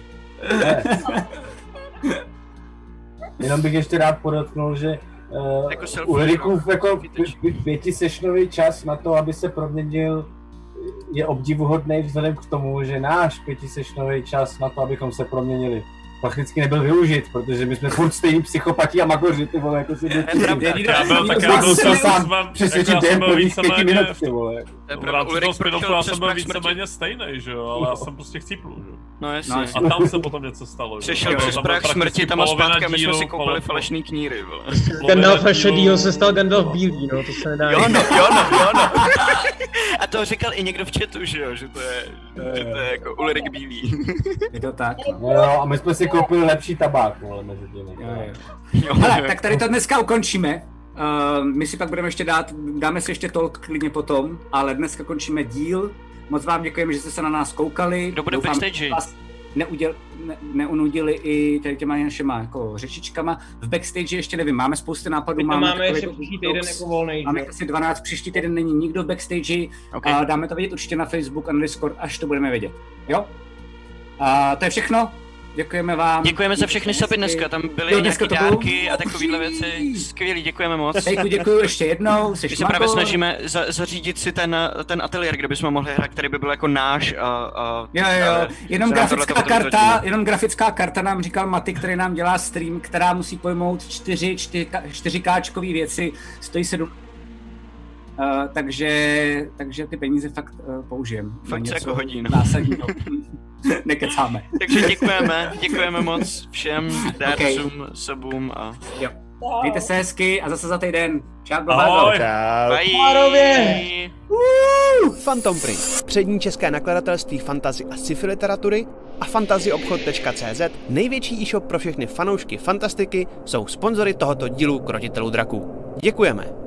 [SPEAKER 6] Jenom bych ještě rád podotknul, že uh, jako Ulrikův jako pětisešnový čas na to, aby se proměnil, je obdivuhodný vzhledem k tomu, že náš pětisešnový čas na to, abychom se proměnili, prakticky nebyl využit, protože my jsme furt stejní psychopati a magoři, ty vole, jako si děti.
[SPEAKER 8] Já byl tak já byl jsem sám
[SPEAKER 6] přesvědčit během prvních pěti minut, ty vole.
[SPEAKER 8] V rámci toho spin-offu já jsem byl
[SPEAKER 4] prach
[SPEAKER 8] víceméně stejný, že jo, ale já jsem prostě chcípl, že jo.
[SPEAKER 4] No jasně. No jasně.
[SPEAKER 8] A tam se potom něco stalo, že jo.
[SPEAKER 4] Přešel
[SPEAKER 8] Tam
[SPEAKER 4] přes
[SPEAKER 8] byla
[SPEAKER 4] prach
[SPEAKER 8] prakticky
[SPEAKER 4] smrti, tam a
[SPEAKER 8] polovina
[SPEAKER 4] zpátky, a my jsme
[SPEAKER 8] dílu,
[SPEAKER 4] si koupili
[SPEAKER 8] polovina-
[SPEAKER 4] falešný kníry, vole.
[SPEAKER 7] Gandalf šedýho se stal Gandalf bílý, no to se nedá.
[SPEAKER 4] Jo no, jo no, jo no. A to říkal i někdo v chatu, že jo, že to je, že to je jako Ulrik Bílý.
[SPEAKER 3] Je to tak.
[SPEAKER 6] No jo, a my jsme si koupili lepší tabák, vole, mezi tím.
[SPEAKER 3] Hele, tak tady to dneska ukončíme. Uh, my si pak budeme ještě dát, dáme si ještě tolk klidně potom, ale dneska končíme díl. Moc vám děkujeme, že jste se na nás koukali. Kdo
[SPEAKER 4] bude backstage?
[SPEAKER 3] Vás neuděl, ne, neunudili i tady těma našima jako řečičkama. V backstage ještě nevím, máme spousty nápadů.
[SPEAKER 7] My to máme
[SPEAKER 3] takový
[SPEAKER 7] ještě
[SPEAKER 3] jako
[SPEAKER 7] příští týden
[SPEAKER 3] box.
[SPEAKER 7] jako volnej, že
[SPEAKER 3] Máme
[SPEAKER 7] jo?
[SPEAKER 3] asi 12, příští týden není nikdo v backstage. Okay. A dáme to vědět určitě na Facebook a na Discord, až to budeme vědět. Jo? A to je všechno. Děkujeme vám.
[SPEAKER 4] Děkujeme za všechny saby dneska, tam byly
[SPEAKER 3] Jo,
[SPEAKER 4] nějaké
[SPEAKER 3] dneska to bylo-
[SPEAKER 4] dárky a takovéhle věci. Skvělý, děkujeme moc.
[SPEAKER 3] Tejku, děkuju ještě jednou, jsi
[SPEAKER 4] My se právě
[SPEAKER 3] magor.
[SPEAKER 4] snažíme za, zařídit si ten, ten ateliér, kde bychom mohli hrát, který by byl jako náš. A, a,
[SPEAKER 3] Jo,
[SPEAKER 4] a-
[SPEAKER 3] jo, jenom
[SPEAKER 4] se nám tohle
[SPEAKER 3] grafická
[SPEAKER 4] potom
[SPEAKER 3] karta,
[SPEAKER 4] zrodilo.
[SPEAKER 3] jenom grafická karta nám říkal Maty, který nám dělá stream, která musí pojmout 4, 4 káčkové věci, stojí 7 Uh, takže, takže ty peníze fakt uh, použijem. na
[SPEAKER 4] Fakt se
[SPEAKER 3] něco
[SPEAKER 4] jako hodí, no.
[SPEAKER 3] zásadního. Nekecáme.
[SPEAKER 4] Takže děkujeme, děkujeme moc všem dárcům,
[SPEAKER 3] Ok.
[SPEAKER 4] sobům a...
[SPEAKER 3] Jo. Mějte se hezky a zase za týden. Čau, blbádo.
[SPEAKER 4] Ahoj.
[SPEAKER 5] Čau.
[SPEAKER 4] Bye.
[SPEAKER 2] Párově. Phantom Print, přední české nakladatelství fantazy a sci-fi literatury a fantazyobchod.cz, největší e-shop pro všechny fanoušky fantastiky, jsou sponzory tohoto dílu Krotitelů draků. Děkujeme!